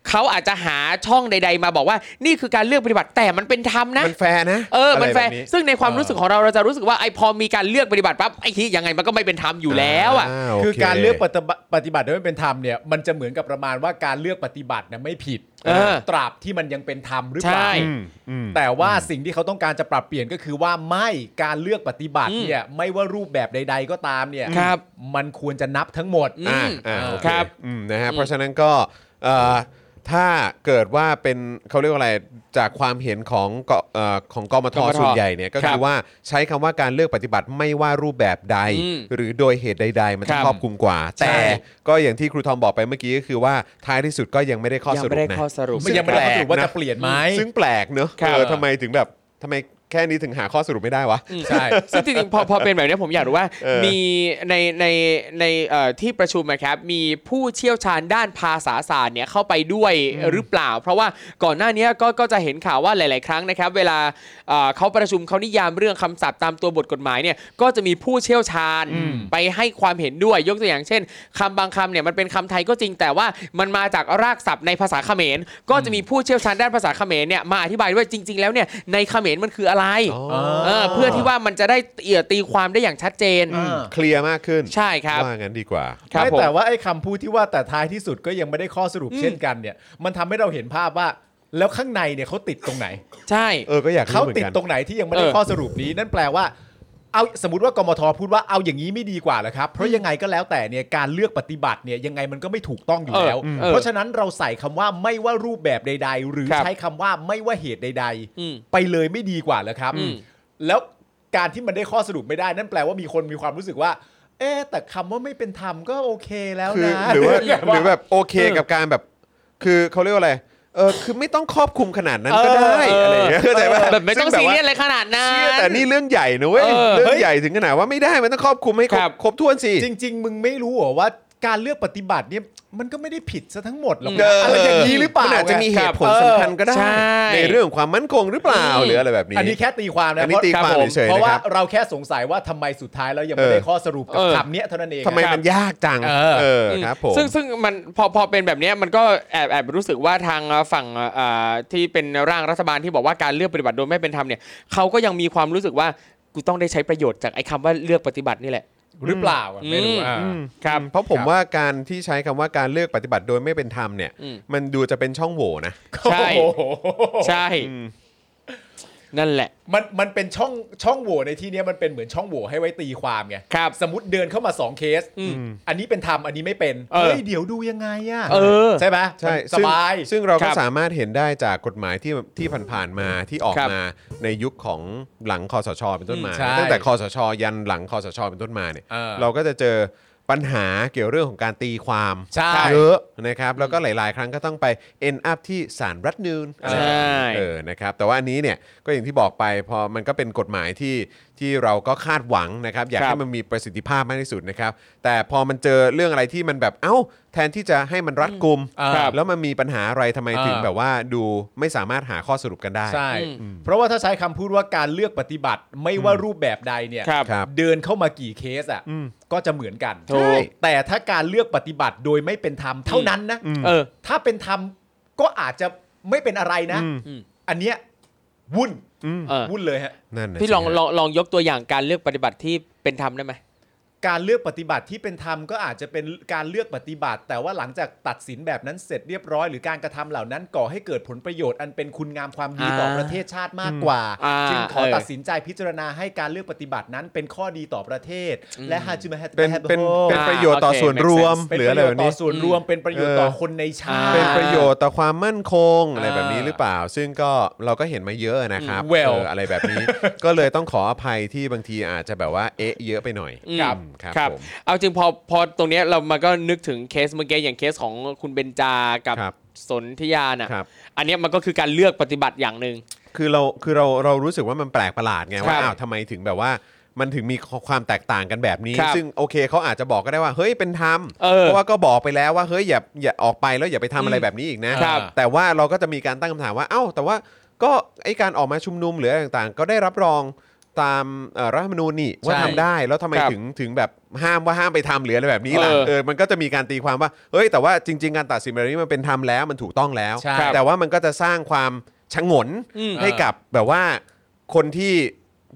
Speaker 3: เขาอาจจะหาช่องใด ๆ มาบอกว่า นี่คือการเลือกปฏิบัติแต่มันเป็นธรรมนะ
Speaker 2: มันแฟร์นะ
Speaker 3: เออมันแฟ
Speaker 2: ะ
Speaker 3: ร์
Speaker 2: ไบบ
Speaker 3: ซึ่งในความรู้สึกของเราเราจะรู้สึกว่าไอพอมีการเลือกปฏิบัติปั๊บไอ้ที่ยังไงมันก็ไม่เป็นธรรมอยู่แล้วอ่ะ
Speaker 2: าโ
Speaker 4: คือการเลือกปฏิบัติปฏิบัติโดยไม่เป็นธรรมเนี่ยมันจะเหมือนกับประมาณว่าการเลือกปฏิบัติเนี่ยไม่ผิด
Speaker 3: เออ
Speaker 4: ตราบที่มันยังเป็นธรรมหรือเป
Speaker 3: ใช่
Speaker 4: ล่า
Speaker 2: อืมอืม
Speaker 4: แต่ว่าสิ่งที่เขาต้องการจะปรับเปลี่ยนก็คือว่าไม่การเลือกปฏิบัติเนี่ยไม่ว่ารูปแบบใด ๆ ก็ตามเนี่ย
Speaker 3: ครับ
Speaker 4: มันควรจะนับทั้งหมด
Speaker 3: อื
Speaker 2: อ่าม อ่าโอเค
Speaker 3: ครับ
Speaker 2: อืมนะฮะ
Speaker 3: อืม
Speaker 2: เพราะฉะนั้นก็เอ่อถ้าเกิดว่าเป็นเขาเรียกว่าอะไรจากความเห็นของกเอ่อของกมท
Speaker 3: กมท
Speaker 2: ส่วนใหญ่เนี่ยก็
Speaker 3: ครั
Speaker 2: คื
Speaker 3: บ
Speaker 2: อว่าใช้คำว่าการเลือกปฏิบัติไม่ว่ารูปแบบใด
Speaker 3: อืม
Speaker 2: หรือโดยเหตุใด ๆ มันจะ
Speaker 3: ครับ
Speaker 2: ครอบคลุมกว่า
Speaker 3: ใช่
Speaker 2: แต่ก็อย่างที่ครูทอมบอกไปเมื่อกี้ก็คือว่าท้ายที่สุดก็ยังไม่ได้ข้อ
Speaker 3: ยัง
Speaker 2: สรุป
Speaker 3: ไม่ได้
Speaker 2: นะ
Speaker 3: ข้อสรุป
Speaker 4: มันยังไม่ได้ข้อสรุปว่า
Speaker 2: แปลกนะ
Speaker 4: จะเปลี่ยนไหม
Speaker 2: ซึ่งแปลกเนอะ
Speaker 3: ครับ
Speaker 2: เออทำไมถึงแบบทำไมแค่นี้ถึงหาข้อสรุปไม่ได้วะ
Speaker 4: ใช่
Speaker 3: ซึ่งจริงๆพอพอเป็นแบบเนี้ยผมอยากรู้ว่า
Speaker 2: เออ
Speaker 3: มีในในในเอ่อที่ประชุมนะครับมีผู้เชี่ยวชาญด้านภาษาศาสตร์เนี่ยเข้าไปด้วยหรือเปล่า เพราะว่าก่อนหน้าเนี้ยก็ก็จะเห็นข่าวว่าหลาย ๆ ครั้งนะครับ เวลาเอ่อเขาประชุมเขานิยามเรื่องคำศัพท์ตามตัวบทกฎหมายเนี่ยก็จะมีผู้เชี่ยวชาญไปให้ความเห็นด้วยยกตัวอย่างเช่นคำบางคำเนี่ยมันเป็นคำไทยก็จริงแต่ว่ามันมาจากรากศัพท์ในภาษาเขมร ก็จะมีผู้เชี่ยวชาญด้านภาษาเขมรเนี่ยมาอธิบายด้วยจริง ๆ แล้วเนี่ยในเขมรมันคืออะไร
Speaker 2: อ๋อ
Speaker 3: เออเพื่อที่ว่ามันจะได้เอี่ยตีความได้อย่างชัดเจน
Speaker 4: อ่า
Speaker 2: เคลียร์มากขึ้น
Speaker 3: ใช่ครับ
Speaker 2: ว่างั้นดีกว่า
Speaker 3: ครับ
Speaker 4: ไม่
Speaker 3: ผม
Speaker 4: แต่ว่าไอ้คำพูดที่ว่าแต่ท้ายที่สุดก็ยังไม่ได้ข้อสรุปเช่นกันเนี่ยมันทำให้เราเห็นภาพว่า แล้วข้างในเนี่ยเขาติดตรงไหน
Speaker 3: ใช่
Speaker 2: เออก็อยากรู้
Speaker 4: เขา
Speaker 2: หมือน
Speaker 4: ติด
Speaker 2: กัน
Speaker 4: ตรงไหนที่ยังไม่ได้
Speaker 3: เออ
Speaker 4: ข้อสรุปนี้นั่นแปลว่าเอาสมมติว่ากมทพูดว่าเอาอย่างนี้ไม่ดีกว่าเหรอครับ เพราะยังไงก็แล้วแต่เนี่ยการเลือกปฏิบัติเนี่ยยังไงมันก็ไม่ถูกต้องอยู่
Speaker 3: เออ
Speaker 4: แล้ว
Speaker 3: อืม
Speaker 4: เพราะฉะนั้นเราใส่คำว่าไม่ว่ารูปแบบใด ๆ หรือ
Speaker 3: ครับ
Speaker 4: ใช้คำว่าไม่ว่าเหตุใด
Speaker 3: อืม
Speaker 4: ๆ ไปเลยไม่ดีกว่าเหรอครับ
Speaker 3: อืม
Speaker 4: แล้วการที่มันได้ข้อสรุปไม่ได้ นั่นแปลว่ามีคนมีความรู้สึกว่า เอ๊ะแต่คำว่าไม่เป็นธรรมก็โอเคแล้ว
Speaker 2: คือ
Speaker 4: นะ
Speaker 2: หรือว่าหรือแบบโอเคกับการแบบ คือเขาเรียกว่าอะไรเออคือไม่ต้องครอบคลุมขนาดนั้นก็ได้
Speaker 4: เออ
Speaker 2: อะไรอย่างเงี้ยเข้าใจป่ะ
Speaker 3: แบบไม่ต้อง
Speaker 2: ซึ่
Speaker 3: ซี
Speaker 2: แบบว่า
Speaker 3: เรียสอะไรขนาดนั้น
Speaker 2: เชี่ยแต่นี่เรื่องใหญ่นะเว้ย
Speaker 3: เออ
Speaker 2: เรื่องใหญ่ถึงขนาดว่าไม่ได้มันต้องครอบคลุมให้คร
Speaker 3: ครับ บ
Speaker 2: ครบถ้วนสิ
Speaker 4: จริง ๆ มึงไม่รู้เหรอว่าการเลือกปฏิบัติเนี่ยมันก็ไม่ได้ผิดซะทั้งหมดหรอก
Speaker 2: เอ
Speaker 4: นะ
Speaker 2: ออ
Speaker 4: อะไรอย่างนี้หรือเปล่า
Speaker 2: มันอาจจะมีเหตุผล
Speaker 4: รับ
Speaker 2: สำคัญก็ได้
Speaker 3: ใช่
Speaker 2: เรื่องของความมั่นคงหรือเปล่าหรืออะไรแบบ
Speaker 4: เออ
Speaker 2: นี้
Speaker 4: อันนี้แค่ตีความนะ
Speaker 2: อันนี้ตีความ
Speaker 4: รับผ
Speaker 2: เฉยๆ
Speaker 4: เพราะ
Speaker 2: นะค
Speaker 4: ว่า
Speaker 2: รับ
Speaker 4: เราแค่สงสัยว่าทำไมสุดท้ายแล้วยังไม่
Speaker 2: เออ
Speaker 4: ได้ข้อสรุปกั
Speaker 3: เอบ อ
Speaker 4: คำเนี้ยเท่านั้นเอง
Speaker 2: ทำไม
Speaker 4: ครับ
Speaker 2: มันยากจัง
Speaker 4: เออ
Speaker 2: เออ
Speaker 3: อืม
Speaker 2: ครับผม
Speaker 3: ซึ่งซึ่งมันพอพอเป็นแบบเนี้ยมันก็แอบแอบรู้สึกว่าทางฝั่งเอ่อที่เป็นร่างรัฐบาลที่บอกว่าการเลือกปฏิบัติโดยไม่เป็นธรรมเนี่ยเขาก็ยังมีความรู้สึกว่ากูต้องได้ใช้ประโยชน์จากไอ้คำว่าเลือกปฏิบัตินี่แหละ
Speaker 4: หรือเปล่าอะไม่รู้อ่า
Speaker 2: ครับเพราะผมว่าการที่ใช้คำว่าการเลือกปฏิบัติโดยไม่เป็นธรรมเนี่ย
Speaker 3: อืม
Speaker 2: มันดูจะเป็นช่องโหว่นะ
Speaker 3: ใช่
Speaker 4: โอ้โห
Speaker 3: ใช่
Speaker 2: อืม
Speaker 3: นั่นแหละ
Speaker 4: มันมันเป็นช่องช่องโหว่ในที่เนี้ยมันเป็นเหมือนช่องโหว่ให้ไว้ตีความไง
Speaker 3: ครับ
Speaker 4: สมมติเดินเข้ามาสองเคส
Speaker 3: อืม
Speaker 4: อันนี้เป็นธรรมอันนี้ไม่เป็น
Speaker 3: เออ
Speaker 4: เฮ้ยเดี๋ยวดูยังไงอะ
Speaker 3: เออ
Speaker 4: ใช่ไหม
Speaker 2: ใช่
Speaker 4: มันส
Speaker 2: ซึ่ง
Speaker 4: บาย
Speaker 2: ซึ่งเรา
Speaker 3: ค
Speaker 2: ก็
Speaker 3: รับ
Speaker 2: สามารถเห็นได้จากกฎหมายที่ที่ผ่านๆมาที่ออก
Speaker 3: ครับ
Speaker 2: มาในยุคของหลังคอสช เป็นต้นมา
Speaker 4: อืมใช่
Speaker 2: ตั้งแต่คอสช ยันหลังคอสช เป็นต้นมาเนี่ย
Speaker 4: เออ
Speaker 2: เราก็จะเจอปัญหาเกี่ยวเรื่องของการตีความ
Speaker 4: ใช่
Speaker 2: เยอะนะครับแล้วก็หลาย ๆ ครั้งก็ต้องไป end up ที่ศาลรัฐนูน
Speaker 3: ใช่
Speaker 2: เออนะครับแต่ว่าอันนี้เนี่ยก็อย่างที่บอกไปพอมันก็เป็นกฎหมายที่ ที่เราก็คาดหวังนะครับอยาก
Speaker 3: ครับ
Speaker 2: ให้มันมีประสิทธิภาพมากที่สุดนะครับ แต่พอมันเจอเรื่องอะไรที่มันแบบเอ้า แทนที่จะให้มันรัดกุม
Speaker 4: ครับ
Speaker 2: แล้วมันมีปัญหาอะไรทำไม
Speaker 4: อ่า
Speaker 2: ถึงแบบว่าดูไม่สามารถหาข้อสรุปกันได้
Speaker 4: ใช่ เพราะว่าถ้าใช้คำพูดว่าการเลือกปฏิบัติไม่ว่ารูปแบบใดเนี่ย
Speaker 3: ครับ
Speaker 2: ครับ
Speaker 4: เดินเข้ามากี่เคสอ่ะ
Speaker 2: อืม
Speaker 4: ก็จะเหมือนกัน
Speaker 2: ถูก
Speaker 4: แต่ถ้าการเลือกปฏิบัติโดยไม่เป็นธรรมเท่านั้นนะ
Speaker 3: เออ
Speaker 4: ถ้าเป็นธรรมก็อาจจะไม่เป็นอะไรนะ อันเนี้ยวุ่น
Speaker 3: เออ
Speaker 4: วุ่นเลยฮะ
Speaker 2: นั่นนะ
Speaker 3: พี่
Speaker 2: สิ
Speaker 3: ลอง
Speaker 2: ฮะ
Speaker 3: ลองลองยกตัวอย่างการเลือกปฏิบัติที่เป็นธรรมได้ไหม
Speaker 4: การเลือกปฏิบัติที่เป็นธรรมก็อาจจะเป็นการเลือกปฏิบัติ แต่ว่าหลังจากตัดสินแบบนั้นเสร็จเรียบร้อยหรือการกระทำเหล่านั้นก่อให้เกิดผลประโยชน์อันเป็นคุณงามความดีต่อ
Speaker 3: อ่า
Speaker 4: ประเทศชาติมากกว่า
Speaker 3: อ่า
Speaker 4: จึงขอ
Speaker 3: เออ
Speaker 4: ตัดสินใจพิจารณาให้การเลือกปฏิบัตินั้นเป็นข้อดีต่อประเทศ และฮาจิมะฮต
Speaker 2: เป็นเป็นเป็น
Speaker 3: อ่า
Speaker 2: ประโยชน์ต่อ
Speaker 3: โอเค
Speaker 2: ส่วน
Speaker 3: make
Speaker 2: รวม
Speaker 4: เป็น
Speaker 2: หรือ
Speaker 4: ป
Speaker 2: อะ
Speaker 4: ระ
Speaker 2: ไร
Speaker 4: โย
Speaker 2: แบบ
Speaker 4: ชน์ต่
Speaker 2: นี้
Speaker 4: อส่วนรวมเป็นประโยชน์ต่อ
Speaker 2: เออ
Speaker 4: คนในชา
Speaker 3: อ่า
Speaker 4: ติ
Speaker 2: เป็นประโยชน์ต่อความมั่นคงอะไร
Speaker 4: อ่า
Speaker 2: แบบนี้หรือเปล่า ซึ่งก็เราก็เห็นมาเยอะนะครับ
Speaker 4: อืม well
Speaker 2: เอออะไรแบบนี้ ก็เลยต้องขออภัยที่บางทีอาจจะแบบว่าเอ๊ะเยอะไปหน่อย
Speaker 3: ครับ
Speaker 2: อืมครับผม
Speaker 3: เอาจริงพอพอตรงเนี้ยเรามาก็นึกถึงเคสเมื่อกี้อย่างเคสของคุณเบนจากับ
Speaker 2: ครับ
Speaker 3: สนธิยาน่ะ
Speaker 2: ครับ
Speaker 3: อันเนี้ยมันก็คือการเลือกปฏิบัติอย่างหนึ่ง
Speaker 2: คือเราคือเราเรารู้สึกว่ามันแปลกประหลาดไง
Speaker 3: ครั
Speaker 2: ว่า
Speaker 3: บ
Speaker 2: อ้าวทำไมถึงแบบว่า มันถึงมีความแตกต่างกันแบบนี้
Speaker 3: ครับ
Speaker 2: ซึ่งโอเคเขาอาจจะบอกก็ได้ว่าเฮ้ยเป็นธรรม
Speaker 3: เออ
Speaker 2: เพราะว่าก็บอกไปแล้วว่าเฮ้ยอย่าอย่าออกไปแล้วอย่าไปทำอะไรแบบนี้อีกนะครับ แต่ว่าเราก็จะมีการตั้งคำถามว่าเอ้าแต่ว่าก็ไอการออกมาชุมนุมหรืออะไรต่างๆ ก็ได้รับรองตามเอ่อรัฐธรรมนูญนี่ว่าทำได้แล้วทำไม
Speaker 3: ครับ
Speaker 2: ถึงถึงแบบห้ามว่าห้ามไปทำหรืออะไรแบบนี้ล่ะ
Speaker 3: เออ
Speaker 2: เออมันก็จะมีการตีความว่าเฮ้ยแต่ว่าจริง ๆ การตัดสินแบบนี้มันเป็นธรรมแล้วมันถูกต้องแล้ว
Speaker 4: ใช่
Speaker 2: แต่ว่ามันก็จะสร้างความชงน
Speaker 3: อืม
Speaker 2: ให้กับแบบว่าคนที่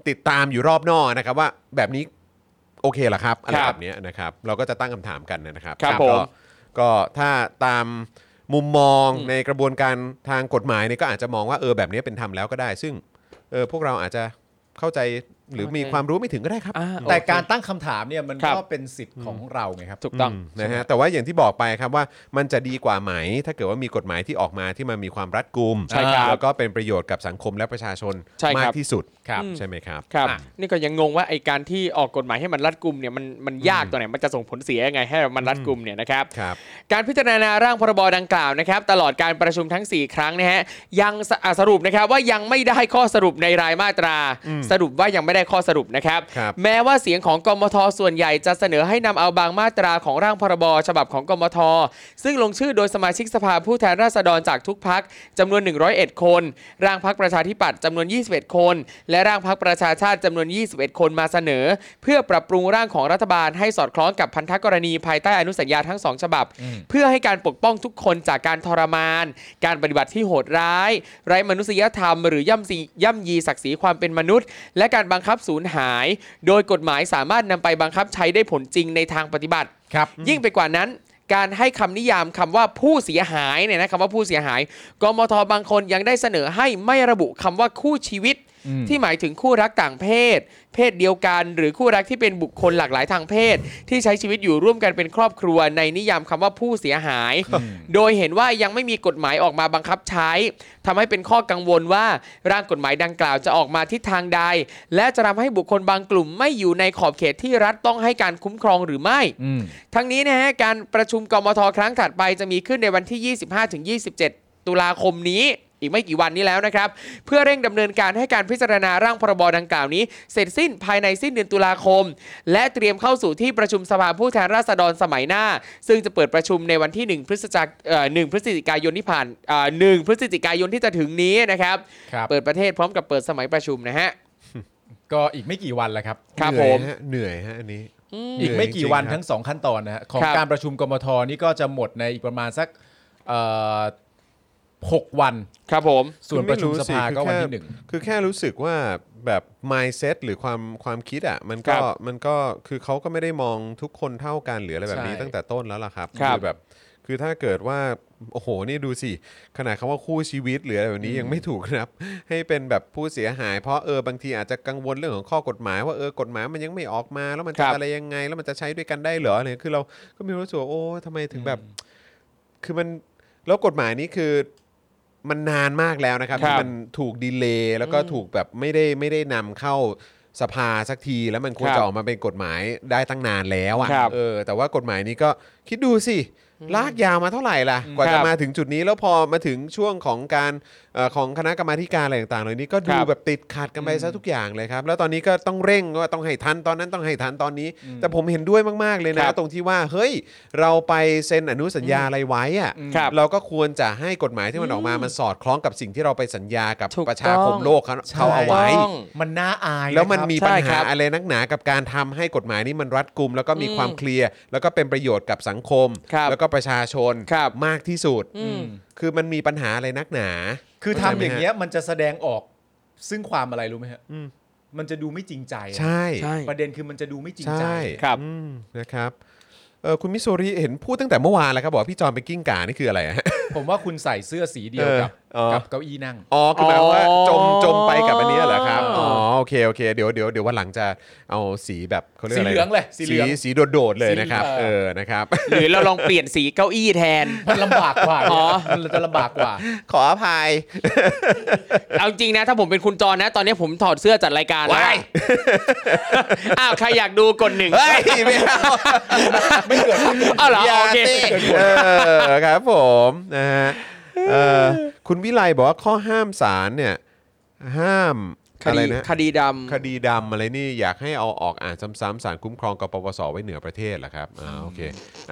Speaker 2: ติดตามอยู่รอบนอกนะครับว่าแบบนี้โอเคเหรอครับอะไร
Speaker 3: ครับ
Speaker 2: แบบเนี้ยนะครับ เราก็จะตั้งคำถามกันนะครับ
Speaker 3: ครับ
Speaker 2: ก็
Speaker 3: ผม
Speaker 2: ก็ถ้าตามมุมมองในกระบวนการทางกฎหมายเนี่ยก็อาจจะมองว่าเออแบบนี้เป็นธรรมแล้วก็ได้ ซึ่งเออพวกเราอาจจะเข้าใจหรือมีความรู้ไม่ถึงก็ได้ครับ
Speaker 3: อ่า
Speaker 4: แต่การตั้งคำถามเนี่ยมัน
Speaker 3: ครับ
Speaker 4: ก็เป็นสิทธิ์ของเราไงครับ
Speaker 3: ถูกต้อง
Speaker 2: มนะฮะแต่ว่าอย่างที่บอกไปครับว่ามันจะดีกว่าไหม ถ้าเกิดว่ามีกฎหมายที่ออกมาที่มันมีความรัดกุม
Speaker 3: ใช่ครับ
Speaker 2: แล้วก็เป็นประโยชน์กับสังคมและประชาชน
Speaker 3: ใช่ครับ
Speaker 2: มากที่สุด
Speaker 4: ครับ
Speaker 2: ใช่ไหมครับ
Speaker 3: ครับ
Speaker 4: อ่ะ
Speaker 3: นี่ก็ยังงงว่าไอการที่ออกกฎหมายให้มันรัดกุมเนี่ยมันมันยากตัวไหนมันจะส่งผลเสียยังไงให้มันรัดกุมเนี่ยนะครับ
Speaker 2: ครับ
Speaker 3: การพิจารณาร่างพรบดังกล่าวนะครับ ตลอดการประชุมทั้ง 4 ครั้งนะฮะยังสอ่าสรุปนะครับว่ายังไม่ได้ข้อสรุปในรายมาตรา สรุปว่ายังไม่ได้ข้อสรุปนะครับ
Speaker 2: ครับ
Speaker 3: แม้ว่าเสียงของกมทส่วนใหญ่จะเสนอให้นำเอาบางมาตราของร่างพรบฉบับของกมท ซึ่งลงชื่อโดยสมาชิกสภาผู้แทนราษฎรจากทุกพักจำนวน 101 คน ร่างพักประชาธิปัตย์จำนวน 21 คน และร่างพักประชาชาติจำนวน 21 คนมาเสนอ เพื่อปรับปรุงร่างของรัฐบาลให้สอดคล้องกับพันธกรณีภายใต้อนุสัญญาทั้งสองฉบับ เพื่อให้การปกป้องทุกคนจากการทรมาน การปฏิบัติที่โหดร้าย ไร้มนุษยธรรม หรือย่ำยีย่ำยีศักดิ์ศรีความเป็นมนุษย์ และการบังคับสูญหาย โดยกฎหมายสามารถนำไปบังคับใช้ได้ผลจริงในทางปฏิบัติ
Speaker 4: ครับ
Speaker 3: ยิ่งไปกว่านั้นการให้คำนิยามคำว่าผู้เสียหายเนี่ยนะคำว่าผู้เสียหาย กมทบางคนยังได้เสนอให้ไม่ระบุคำว่าคู่ชีวิต ที่หมายถึงคู่รักต่างเพศ เพศเดียวกัน หรือคู่รักที่เป็นบุคคลหลากหลายทางเพศ ที่ใช้ชีวิตอยู่ร่วมกันเป็นครอบครัว ในนิยามคำว่าผู้เสียหาย โดยเห็นว่ายังไม่มีกฎหมายออกมาบังคับใช้ทำให้เป็นข้อกังวลว่าร่างกฎหมายดังกล่าวจะออกมาทิศทางใด และจะทำให้บุคคลบางกลุ่มไม่อยู่ในขอบเขตที่รัฐต้องให้การคุ้มครองหรือไม่ ทั้งนี้นะฮะการประชุมกมทครั้งถัดไปจะมีขึ้นในวันที่ 25-27 ตุลาคมนี้ อีกไม่กี่วันนี้แล้วนะครับ เพื่อเร่งดำเนินการให้การพิจารณาร่างพรบดังกล่าวนี้ เสร็จสิ้นภายในสิ้นเดือนตุลาคม และเตรียมเข้าสู่ที่ประชุมสภาผู้แทนราษฎรสมัยหน้า ซึ่งจะเปิดประชุมในวันที่ 1 พฤศจิกเอ่อ1พฤศจิกายนที่ผ่านเอ่อ1พฤศจิกายนที่จะถึงนี้นะครับ
Speaker 4: ครับ
Speaker 3: เปิดประเทศพร้อมกับเปิดสมัยประชุมนะฮะ
Speaker 4: ก็อีกไม่กี่วันแหละครับ
Speaker 3: ครับ
Speaker 2: เหนื่อย
Speaker 3: ผม
Speaker 2: ฮะเหนื่อยฮะอันนี้
Speaker 4: อีกไม่
Speaker 2: เหนื่อยจริงๆ
Speaker 4: กี่วัน
Speaker 2: ครับ
Speaker 4: ทั้งสองขั้นตอนนะฮะของ
Speaker 3: ครับ
Speaker 4: การประชุมกมทนี่ก็จะหมดในอีกประมาณสักเอ่อหกวัน
Speaker 3: ครับผม
Speaker 4: ส่วนประชุมสภาก็วันที่หนึ่ง
Speaker 2: คือแค่รู้สึกว่าแบบ mindset หรือความความคิดอ่ะมัน
Speaker 3: ค
Speaker 2: ก็
Speaker 3: รับ
Speaker 2: มันก็คือเขาก็ไม่ได้มองทุกคนเท่ากันหรืออะไรแบบนี้
Speaker 4: ใช่
Speaker 2: ตั้งแต่ต้นแล้วล่ะครับ
Speaker 3: ครับ
Speaker 2: แบบ คือถ้าเกิดว่าโอ้โหนี่ดูสิขนาดคำว่าคู่ชีวิตหรืออะไรแบบนี้ยังไม่ถูกนะครับ ให้เป็นแบบผู้เสียหาย เพราะเออบางทีอาจจะกังวลเรื่องของข้อกฎหมาย ว่าเออกฎหมายมันยังไม่ออกมา แล้วมัน
Speaker 3: ค
Speaker 2: จะ
Speaker 3: รับ
Speaker 2: อะไรยังไง แล้วมันจะใช้ด้วยกันได้เหรออะไรคือเราก็มีความรู้สึกว่าโอ้ทำไมถึงแบบ คือมันแล้วกฎหมายนี้คือมันนานมากแล้วนะครับ
Speaker 3: ครับ
Speaker 2: ที่มันถูกดีเลย์แล้วก็ถูกแบบไม่ได้ไม่ได้นำเข้าสภาสักที แล้วมันควร
Speaker 3: ครับ
Speaker 2: จะออกมาเป็นกฎหมายได้ตั้งนานแล้ว
Speaker 3: ครั
Speaker 2: อะ่ะ
Speaker 3: บ
Speaker 2: เออแต่ว่ากฎหมายนี้ก็ คิดดูสิ ลากยาวมาเท่าไหร่ล่ะ กว่า
Speaker 3: ค
Speaker 2: จะ
Speaker 3: รับ
Speaker 2: มาถึงจุดนี้แล้วพอมาถึงช่วงของการเออของคณะกรรมาธิการอะไรต่างๆเหล่านี้ก็ดู
Speaker 3: ครับ
Speaker 2: แบบติดขัดกันไปซะทุกอย่างเลยครับ แล้วตอนนี้ก็ต้องเร่งว่าต้องให้ทันตอนนั้นต้องให้ทันตอนนี้ แต่ผมเห็นด้วยมากๆเลยนะ ตรงที่ว่าเฮ้ย เราไปเซ็นอนุสัญญาอะไรไว้อะ
Speaker 3: ครับ
Speaker 2: เราก็ควรจะให้กฎหมายที่มันออกมามันสอดคล้องกับสิ่งที่เราไปสัญญากับ
Speaker 3: ถูก
Speaker 2: ประชาคม
Speaker 3: ต้อง
Speaker 2: โลกเขาเขาเอาไว้
Speaker 3: ต้อง
Speaker 4: มันน่าอายะ
Speaker 2: แล้วมัน
Speaker 4: ครับ
Speaker 2: มี
Speaker 3: ใช่
Speaker 2: ปัญ
Speaker 3: ครั
Speaker 2: หา
Speaker 3: บ
Speaker 2: อะไรนักหนากับการทำให้กฎหมายนี้มันรัดกุม แล้วก็มี
Speaker 3: อืม
Speaker 2: ความเคลียร์ แล้วก็เป็นประโยชน์กับสังคม
Speaker 3: ครับ
Speaker 2: แล้วก็ประชาชน
Speaker 3: ครับ
Speaker 2: มากที่สุด
Speaker 3: อืม
Speaker 2: คือมันมีปัญหาอะไรนักหนา
Speaker 4: คือทำอย่างเงี้ยมันจะแสดงออกซึ่งความอะไรรู้ไหมฮะ
Speaker 2: อืม
Speaker 4: มันจะดูไม่จริงใจอะ
Speaker 2: ใช่
Speaker 3: ใช่
Speaker 4: ประเด็นคือมันจะดูไม่จริงใจ
Speaker 2: ใช่
Speaker 3: ครับ
Speaker 2: อืมนะครับเออคุณมิโซริเห็นพูดตั้งแต่เมื่อวานแล้วครับบอกว่าพี่จอมเป็นกิ้งก่านี่คืออะไรฮะ
Speaker 4: ผมว่าคุณใส่เสื้อสีเดียวกับ
Speaker 2: เออ
Speaker 4: กับเก้าอี้นั่ง
Speaker 2: อ๋อคือหมายความว่า
Speaker 3: อ๋อ
Speaker 2: จมจมไปกับอันเนี้ยเหรอครับอ๋อโอเคโอเคเดี๋ยวเดี๋ยวเดี๋ยววันหลังจะเอาสีแบบเขาเรียกอะไร
Speaker 4: สีเหลืองเลยสี
Speaker 2: สี
Speaker 4: เหลือง
Speaker 2: สีโดดๆเลยนะครับ
Speaker 4: สีเหลือง
Speaker 2: เออนะครับ
Speaker 3: หรือเราลองเปลี่ยนสีเก้าอี้แทน
Speaker 4: มันลำบากกว่า
Speaker 3: อ๋อ
Speaker 4: มันจะลำบากกว่า
Speaker 2: ขออภัย
Speaker 3: เอาจริงนะ ถ้าผมเป็นคุณจรนะ ตอนนี้ผมถอดเสื้อจัดรายการแล้ว
Speaker 2: ว้ าย
Speaker 3: อ้าว ใครอยากดูกดหนึ่ง
Speaker 2: เฮ้ยไม่เอา
Speaker 4: ไม่เกิดขึ้น
Speaker 3: อ้าวเหรอโอเค
Speaker 2: ย่าสิเออครับผมนะฮะเอ่อคุณวิไลบอกว่าข้อห้ามศาลเนี่ย ห้าม
Speaker 3: ค
Speaker 2: อะไร
Speaker 3: ดี
Speaker 2: นะ
Speaker 3: คดีด
Speaker 2: คดีดำอะไรนี่อยากให้เอาออกอ่านซ้ำๆศาลคุ้มครองกปปสไว้เหนือประเทศเหรอครับอ่าโอเค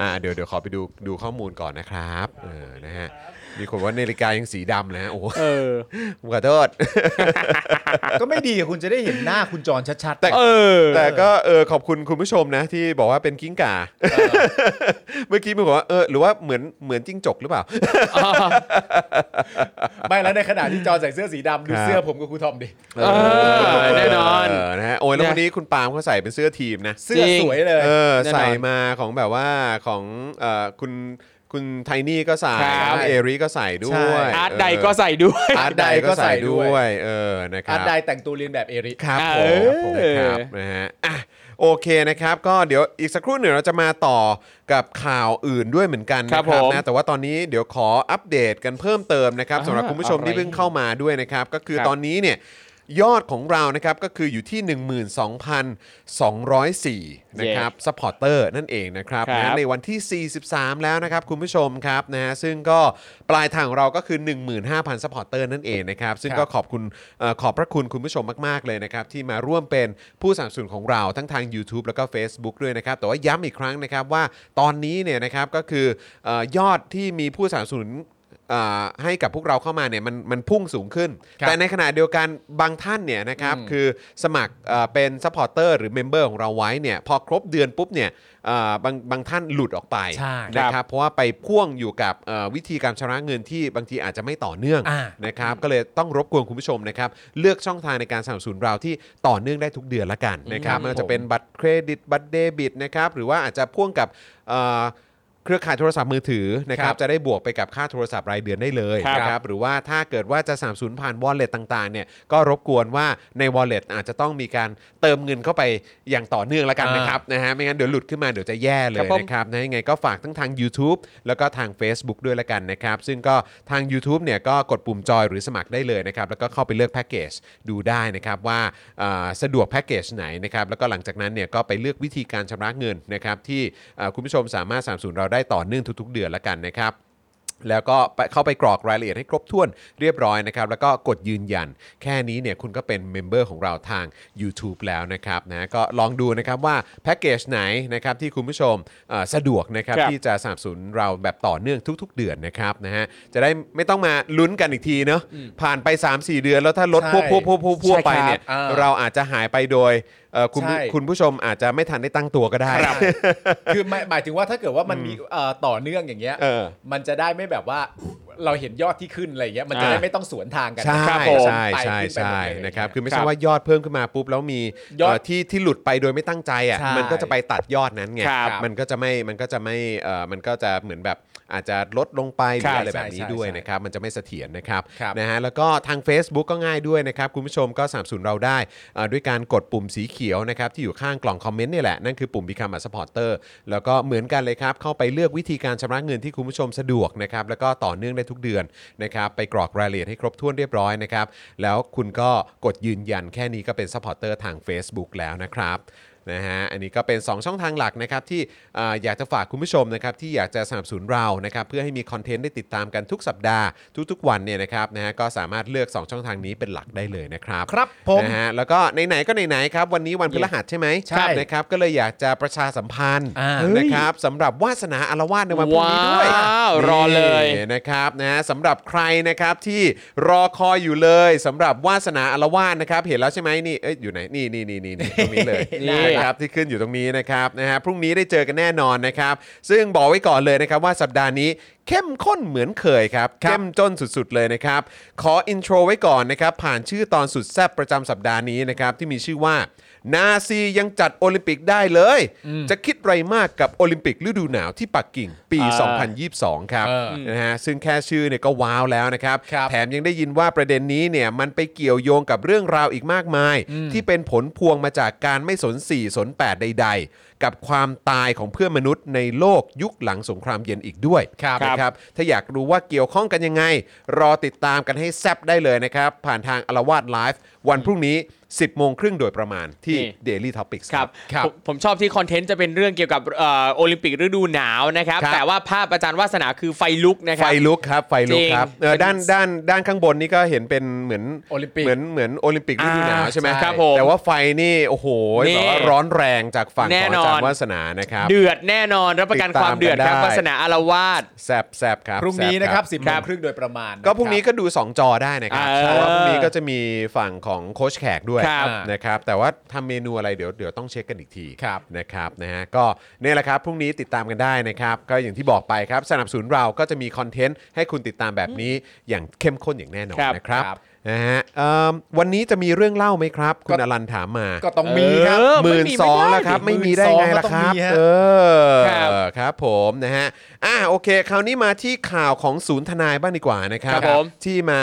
Speaker 2: อ่าเดี๋ยวเดี๋ยวขอไปดูดูข้อมูลก่อนนะครับเออนะฮะมีคนว่านาฬิกายังสีดำเลยฮะโอ้โห
Speaker 3: ำเออ
Speaker 2: ผมขอโทษ
Speaker 4: ก็ไม่ดีอะคุณจะได้เห็นหน้าคุณจรชัดๆ
Speaker 2: แต่
Speaker 4: เออ
Speaker 2: แต่ก็เออขอบคุณคุณผู้ชมนะ ที่บอกว่าเป็นกิ้งก่า เมื่อกี้มึงบอกว่าเออหรือว่าเหมือนเหมือนจิ้งจกหรือเปล่า
Speaker 4: ไม่แล้วในขณะที่จรใส่เสื้อสีดำดู
Speaker 2: ครับ
Speaker 4: เสื้อผมกับครูทอมดิ
Speaker 3: เออแน่นอน
Speaker 2: เนะฮะโอ้ยแล้ว
Speaker 3: นะ
Speaker 2: วันนี้คุณปาล์มเขาใส่เป็นเสื้อทีมนะ
Speaker 4: เสื้อสวยเลย
Speaker 2: เออ
Speaker 3: แน่นอน
Speaker 2: ใส่มาของแบบว่าของเอ่อคุณคุณไทนี่ก็ใส่
Speaker 3: ครับ
Speaker 2: เอริก็ใส่ด้วย
Speaker 3: อาร์ตใดก็ใส่ด้วย
Speaker 2: อาร์ตใดก็ใส่ด้วยเออนะครั
Speaker 4: อา
Speaker 2: บ
Speaker 4: ร์ตไดแต่งตัวเรียนแบบเอริ
Speaker 2: ครับผม
Speaker 3: เออ
Speaker 2: ครับผมครับนะฮะอ่ะโอเคนะครับ ก็เดี๋ยวอีกสักครู่หนึ่งเราจะมาต่อกับข่าวอื่นด้วยเหมือนกันนะครับ
Speaker 3: ผม
Speaker 2: นะแต่ว่าตอนนี้เดี๋ยวขออัปเดตกันเพิ่มเติมนะครับสำหรับคุณผู้ชมที่เพิ่งเข้ามาด้วยนะครับ ก็คือ
Speaker 3: ครับ
Speaker 2: ตอนนี้เนี่ยยอดของเรานะครับก็คืออยู่ที่ 12,204 นะครับซัพพอร์เตอร์นั่นเองนะครับ
Speaker 3: ครับ
Speaker 2: นะในวันที่ 43 แล้วนะครับคุณผู้ชมครับนะฮะซึ่งก็ปลายทางของเราก็คือ 15,000ซัพพอร์เตอร์นั่นเองนะครับซึ่งก็
Speaker 4: ครับ
Speaker 2: ก็ขอบคุณเอ่อขอบพระคุณคุณผู้ชมมาก ๆ เลยนะครับ ที่มาร่วมเป็นผู้สนับสนุนของเราทั้งทาง YouTube แล้วก็ Facebook ด้วยนะครับ แต่ว่าย้ำอีกครั้งนะครับว่าตอนนี้เนี่ยนะครับก็คือเออยอดที่มีผู้สนับสนุนเอ่อให้กับพวกเราเข้ามาเนี่ยมันมันพุ่งสูงขึ้น
Speaker 4: ครับ
Speaker 2: แต่ในขณะเดียวกันบางท่านเนี่ยนะครับคือสมัครเอ่อเป็นซัพพอร์เตอร์หรือเมมเบอร์ของเราไว้เนี่ยพอครบเดือนปุ๊บเนี่ยเอ่อบางบางท่านหลุดออกไป
Speaker 4: ใช่
Speaker 2: นะครับเพราะว่าไปพ่วงอยู่กับเอ่อวิธีการชำระเงินที่บางทีอาจจะไม่ต่อเนื่อง
Speaker 4: อ่า
Speaker 2: นะครับก็เลยต้องรบกวนคุณผู้ชมนะครับเลือกช่องทางในการสนับสนุนเราที่ต่อเนื่องได้ทุกเดือนละกันนะครับ
Speaker 4: ครับ
Speaker 2: ไม่ว่า
Speaker 4: ผ
Speaker 2: จะ
Speaker 4: ม
Speaker 2: เป็นบัตรเครดิตบัตรเดบิตนะครับหรือว่าอาจจะพ่วงกับเอ่อเครือข่ายโทรศัพท์มือถือนะครับจะได้บวกไปกับค่าโทรศัพท์รายเดือนได้เลย
Speaker 3: ครับ
Speaker 2: นะครับหรือว่าถ้าเกิดว่าจะสามสูนผ่านวอลเล็ตต่างๆเนี่ยก็รบกวนว่าในวอลเล็ตอาจจะต้องมีการเติมเงินเข้าไปอย่างต่อเนื่องละกันนะครับนะฮะไม่งั้นเดี๋ยวหลุดขึ้นมาเดี๋ยวจะแย่เลย
Speaker 3: ครับผม
Speaker 2: นะครับนะยังไงก็ฝากทั้งทาง YouTube แล้วก็ทาง Facebook ด้วยละกันนะครับ ซึ่งก็ทาง u t u b e เนี่ยก็กดปุ่มจอยหรือสมัครได้เลยนะครับ แล้วก็เข้าไปเลือกแพ็กเกจดูได้นะครับว่าอ่าสะดวกแพ็กเกจไหนนะครับ แล้วก็หลังจากนั้นเนี่ยก็ไปเลือกวิธีการชำระเงินนะครับที่อ่าคุณผู้ชมสามารถสามสูนเราได้ต่อเนื่องทุก ๆ เดือนละกันนะครับ แล้วก็ไปเข้าไปกรอกรายละเอียดให้ครบถ้วนเรียบร้อยนะครับ แล้วก็กดยืนยัน แค่นี้เนี่ยคุณก็เป็นเมมเบอร์ของเราทาง YouTube แล้วนะครับนะก็ลองดูนะครับว่าแพ็กเกจไหนนะครับที่คุณผู้ชมเอ่อสะดวกนะครับ
Speaker 3: ครับ
Speaker 2: ที่จะสนับสนุนเราแบบต่อเนื่องทุก ๆ เดือนนะครับนะฮะจะได้ไม่ต้องมาลุ้นกันอีกทีเนาะผ่านไป 3-4 เดือนแล้วถ้าลด
Speaker 4: ใช่
Speaker 2: พวกพวกพวกพวกพวกไปเนี่ย
Speaker 4: ใช่ครับอ่า
Speaker 2: เราอาจจะหายไปโดยเอ่อคุณผู้
Speaker 4: ใช่
Speaker 2: คุณผู้ชมอาจจะไม่ทันได้ตั้งตัวก็ได้
Speaker 4: ครับคือหมายหมายถึงว่าถ้าเกิดว่ามันมีเอ่อต่อเนื่องอย่างเงี้ย
Speaker 2: เออ
Speaker 4: มันจะได้ไม่แบบว่าเราเห็นยอดที่ขึ้นอะไรอย่างเงี้ยมันจะได้
Speaker 2: อ่า
Speaker 4: ไม่ต้องสวนทางกัน
Speaker 2: ใช่
Speaker 4: ครับ
Speaker 2: ใช่
Speaker 4: ผม
Speaker 2: ใช่
Speaker 4: ไป
Speaker 2: ใช่
Speaker 4: ขึ้นไปหมด
Speaker 2: ใช่
Speaker 4: เลย
Speaker 2: นะครับคือไม่
Speaker 3: ค
Speaker 2: ใช่
Speaker 3: รับ
Speaker 2: ว่ายอดเพิ่มขึ้นมาปุ๊บแล้วมี
Speaker 4: ยอด
Speaker 2: เอ่อที่ที่หลุดไปโดยไม่ตั้งใจอ่ะ
Speaker 4: ใช่
Speaker 2: มันก็จะไปตัดยอดนั้นไง
Speaker 3: ครับ
Speaker 2: มันก็จะไม่มันก็จะไม่เออมันก็จะเหมือนแบบอาจจะลดลงไปหรือ
Speaker 4: ใช่
Speaker 2: อะไรแบบนี้
Speaker 4: ใช่ใช่
Speaker 2: ด้วย
Speaker 4: ใช่
Speaker 2: นะครับมันจะไม่เสถียรนะครับ
Speaker 4: ครับ
Speaker 2: นะฮะแล้วก็ทาง Facebook ก็ง่ายด้วยนะครับคุณผู้ชมก็สนับสนุนเราได้เอ่อด้วยการกดปุ่มสีเขียวนะครับที่อยู่ข้างกล่องคอมเมนต์นี่แหละนั่นคือปุ่ม Become a supporter แล้วก็เหมือนกันเลยครับเข้าไปเลือกวิธีการชำระเงินที่คุณผู้ชมสะดวกนะครับแล้วก็ต่อเนื่องได้ทุกเดือนนะครับไปกรอกรายละเอียดให้ครบถ้วนเรียบร้อยนะครับ แล้วคุณก็กดยืนยันแค่นี้ก็เป็นซัพพอร์เตอร์ทาง Facebook แล้วนะครับ นะฮะอันนี้ก็เป็น 2 ช่องทางหลักนะครับที่อ่าอยากจะฝากคุณผู้ชมนะครับที่อยากจะสนับสนุนเรานะครับเพื่อให้มีคอนเทนต์ได้ติดตามกันทุกสัปดาห์ทุกๆวันเนี่ยนะครับนะฮะก็สามารถเลือก 2 ช่องทางนี้เป็นหลักได้เลยนะครับ
Speaker 4: ครับผม
Speaker 2: นะฮะแล้วก็ไหนๆก็ไหนๆครับ วันนี้วันพฤหัสใช่ไหม
Speaker 4: ใช่
Speaker 2: นะครับก็เลยอยากจะประชาสัมพันธ์
Speaker 4: อ่า
Speaker 2: นะครับสำหรับวาสนาอารวาสในวันพรุ่งนี้ด้วย
Speaker 3: ว้าวรอเลย
Speaker 2: นี่นะครับนะฮะสำหรับใครนะครับที่รอคอยอยู่เลยสำหรับวาสนาอารวาสนะครับ เห็นแล้วใช่ไหมนี่เอ้ยอยู่ไหนนี่นี่นี่นี่นี่ตรงนี้เลย นี่นะครับที่ขึ้นอยู่ตรงนี้นะครับนะฮะพรุ่งนี้ได้เจอกันแน่นอนนะครับ ซึ่งบอกไว้ก่อนเลยนะครับว่าสัปดาห์นี้เข้มข้นเหมือนเคยครับเข้มจนสุดๆเลยนะครับ ขออินโทรไว้ก่อนนะครับ ผ่านชื่อตอนสุดแซ่บประจำสัปดาห์นี้นะครับ ที่มีชื่อว่า นาซียังจัดโอลิมปิกได้เลย จะคิดไรมากกับโอลิมปิกฤดูหนาวที่ปักกิ่งปี
Speaker 4: อ่า
Speaker 2: 2022 ครับ
Speaker 4: เออ
Speaker 2: นะฮะซึ่งแค่ชื่อเนี่ยก็ว้าวแล้วนะครับ
Speaker 4: ครับ
Speaker 2: แถมยังได้ยินว่าประเด็นนี้เนี่ยมันไปเกี่ยวโยงกับเรื่องราวอีกมากมาย ที่เป็นผลพวงมาจากการไม่สน 4 สน 8 ใด ๆ กับความตายของเพื่อนมนุษย์ในโลกยุคหลังสงครามเย็นอีกด้วย
Speaker 4: ครับ
Speaker 2: นะครับ ครับถ้าอยากรู้ว่าเกี่ยวข้องกันยังไง รอติดตามกันให้แซบได้เลยนะครับ ผ่านทางอารวาสไลฟ์วันพรุ่งนี้ 10 โมงครึ่งโดยประมาณที่
Speaker 3: นี่
Speaker 2: Daily Topics
Speaker 3: ครับ
Speaker 2: ครับ
Speaker 3: ผมผมชอบที่คอนเทนต์จะเป็นเรื่องเกี่ยวกับเอ่อโอลิมปิกฤดูหนาวนะครับ
Speaker 2: ครับ
Speaker 3: แต่ว่าภาพอาจารย์วาสนาคือไฟลุกนะค
Speaker 2: ไฟ
Speaker 3: รับ
Speaker 2: ลุกครับ ไฟลุกครับ
Speaker 3: จริง
Speaker 2: เออด้านด้านด้านข้างบนนี่ก็เห็นเป็นเหมือน
Speaker 4: โอลิมปิก
Speaker 2: เหมือนเหมือนโอลิมปิกฤดูหนาว
Speaker 3: อ่า
Speaker 2: ใช่ไหม
Speaker 3: ครับผม
Speaker 2: แต่ว่าไฟนี่โอ้โห
Speaker 3: นี่
Speaker 2: แบบว่าร้อนแรงจากฝั่ง
Speaker 3: แน่
Speaker 2: ของอาน จา
Speaker 3: นอ
Speaker 2: รย์วาสนานะครับ
Speaker 3: เดือดแน่นอนรับประกัน
Speaker 2: ติด
Speaker 3: ค
Speaker 2: ตาม
Speaker 3: วามเดือดครับ
Speaker 2: กันได้
Speaker 3: วาสนาอารวาส
Speaker 2: แซบแซบครับ
Speaker 4: พรุ่งนี้
Speaker 2: แซ่
Speaker 4: นะครับสิบ
Speaker 2: ค
Speaker 4: โม
Speaker 2: รั
Speaker 4: งครึ่งโดยประมาณ
Speaker 2: ก็พรุ่งนี้
Speaker 4: ะค
Speaker 2: ก็ดู 2 จอได้นะครับ
Speaker 3: เออ
Speaker 2: เพราะว่าพรุ่งนี้ก็จะมีฝั่งของโค้ชแขกด้วย
Speaker 3: ครับ
Speaker 2: นะครับแต่ว่าทำเมนูอะไรเดี๋ยวเดี๋ยวต้องเช็คกันอีกที
Speaker 4: ครับ
Speaker 2: นะครับนะฮะก็เนี่ยแหละครับพรุ่งนี้ติดตามกันได้นะครับก็อย่างที่บอกไปครับสนับสนุนเราก็จะมีคอนเทนต์ให้คุณติดตามแบบนี้อย่างเข้มข้นอย่างแน่นอน
Speaker 3: ครับ
Speaker 2: นะครับ
Speaker 4: ครับ
Speaker 2: นะฮะเอิ่มวันนี้จะมีเรื่องเล่าไหมครับ คุ
Speaker 4: ก็
Speaker 2: ณอลันถามมา
Speaker 4: บก็ต้องมีครับ
Speaker 3: เออ
Speaker 2: หมื่นสองแล้วครับไม่มีได้ไงล่ะ
Speaker 4: ก็ต้อ
Speaker 2: ค
Speaker 4: ง
Speaker 2: รับ
Speaker 4: มีฮะ
Speaker 2: เอ
Speaker 3: ครับ
Speaker 2: อครับผมนะฮะอ่ะโอเค คราวนี้มาที่ข่าวของศูนย์ทนายบ้างดีกว่านะครับ
Speaker 3: ครับ
Speaker 2: ครับ
Speaker 3: ผม
Speaker 2: ที่มา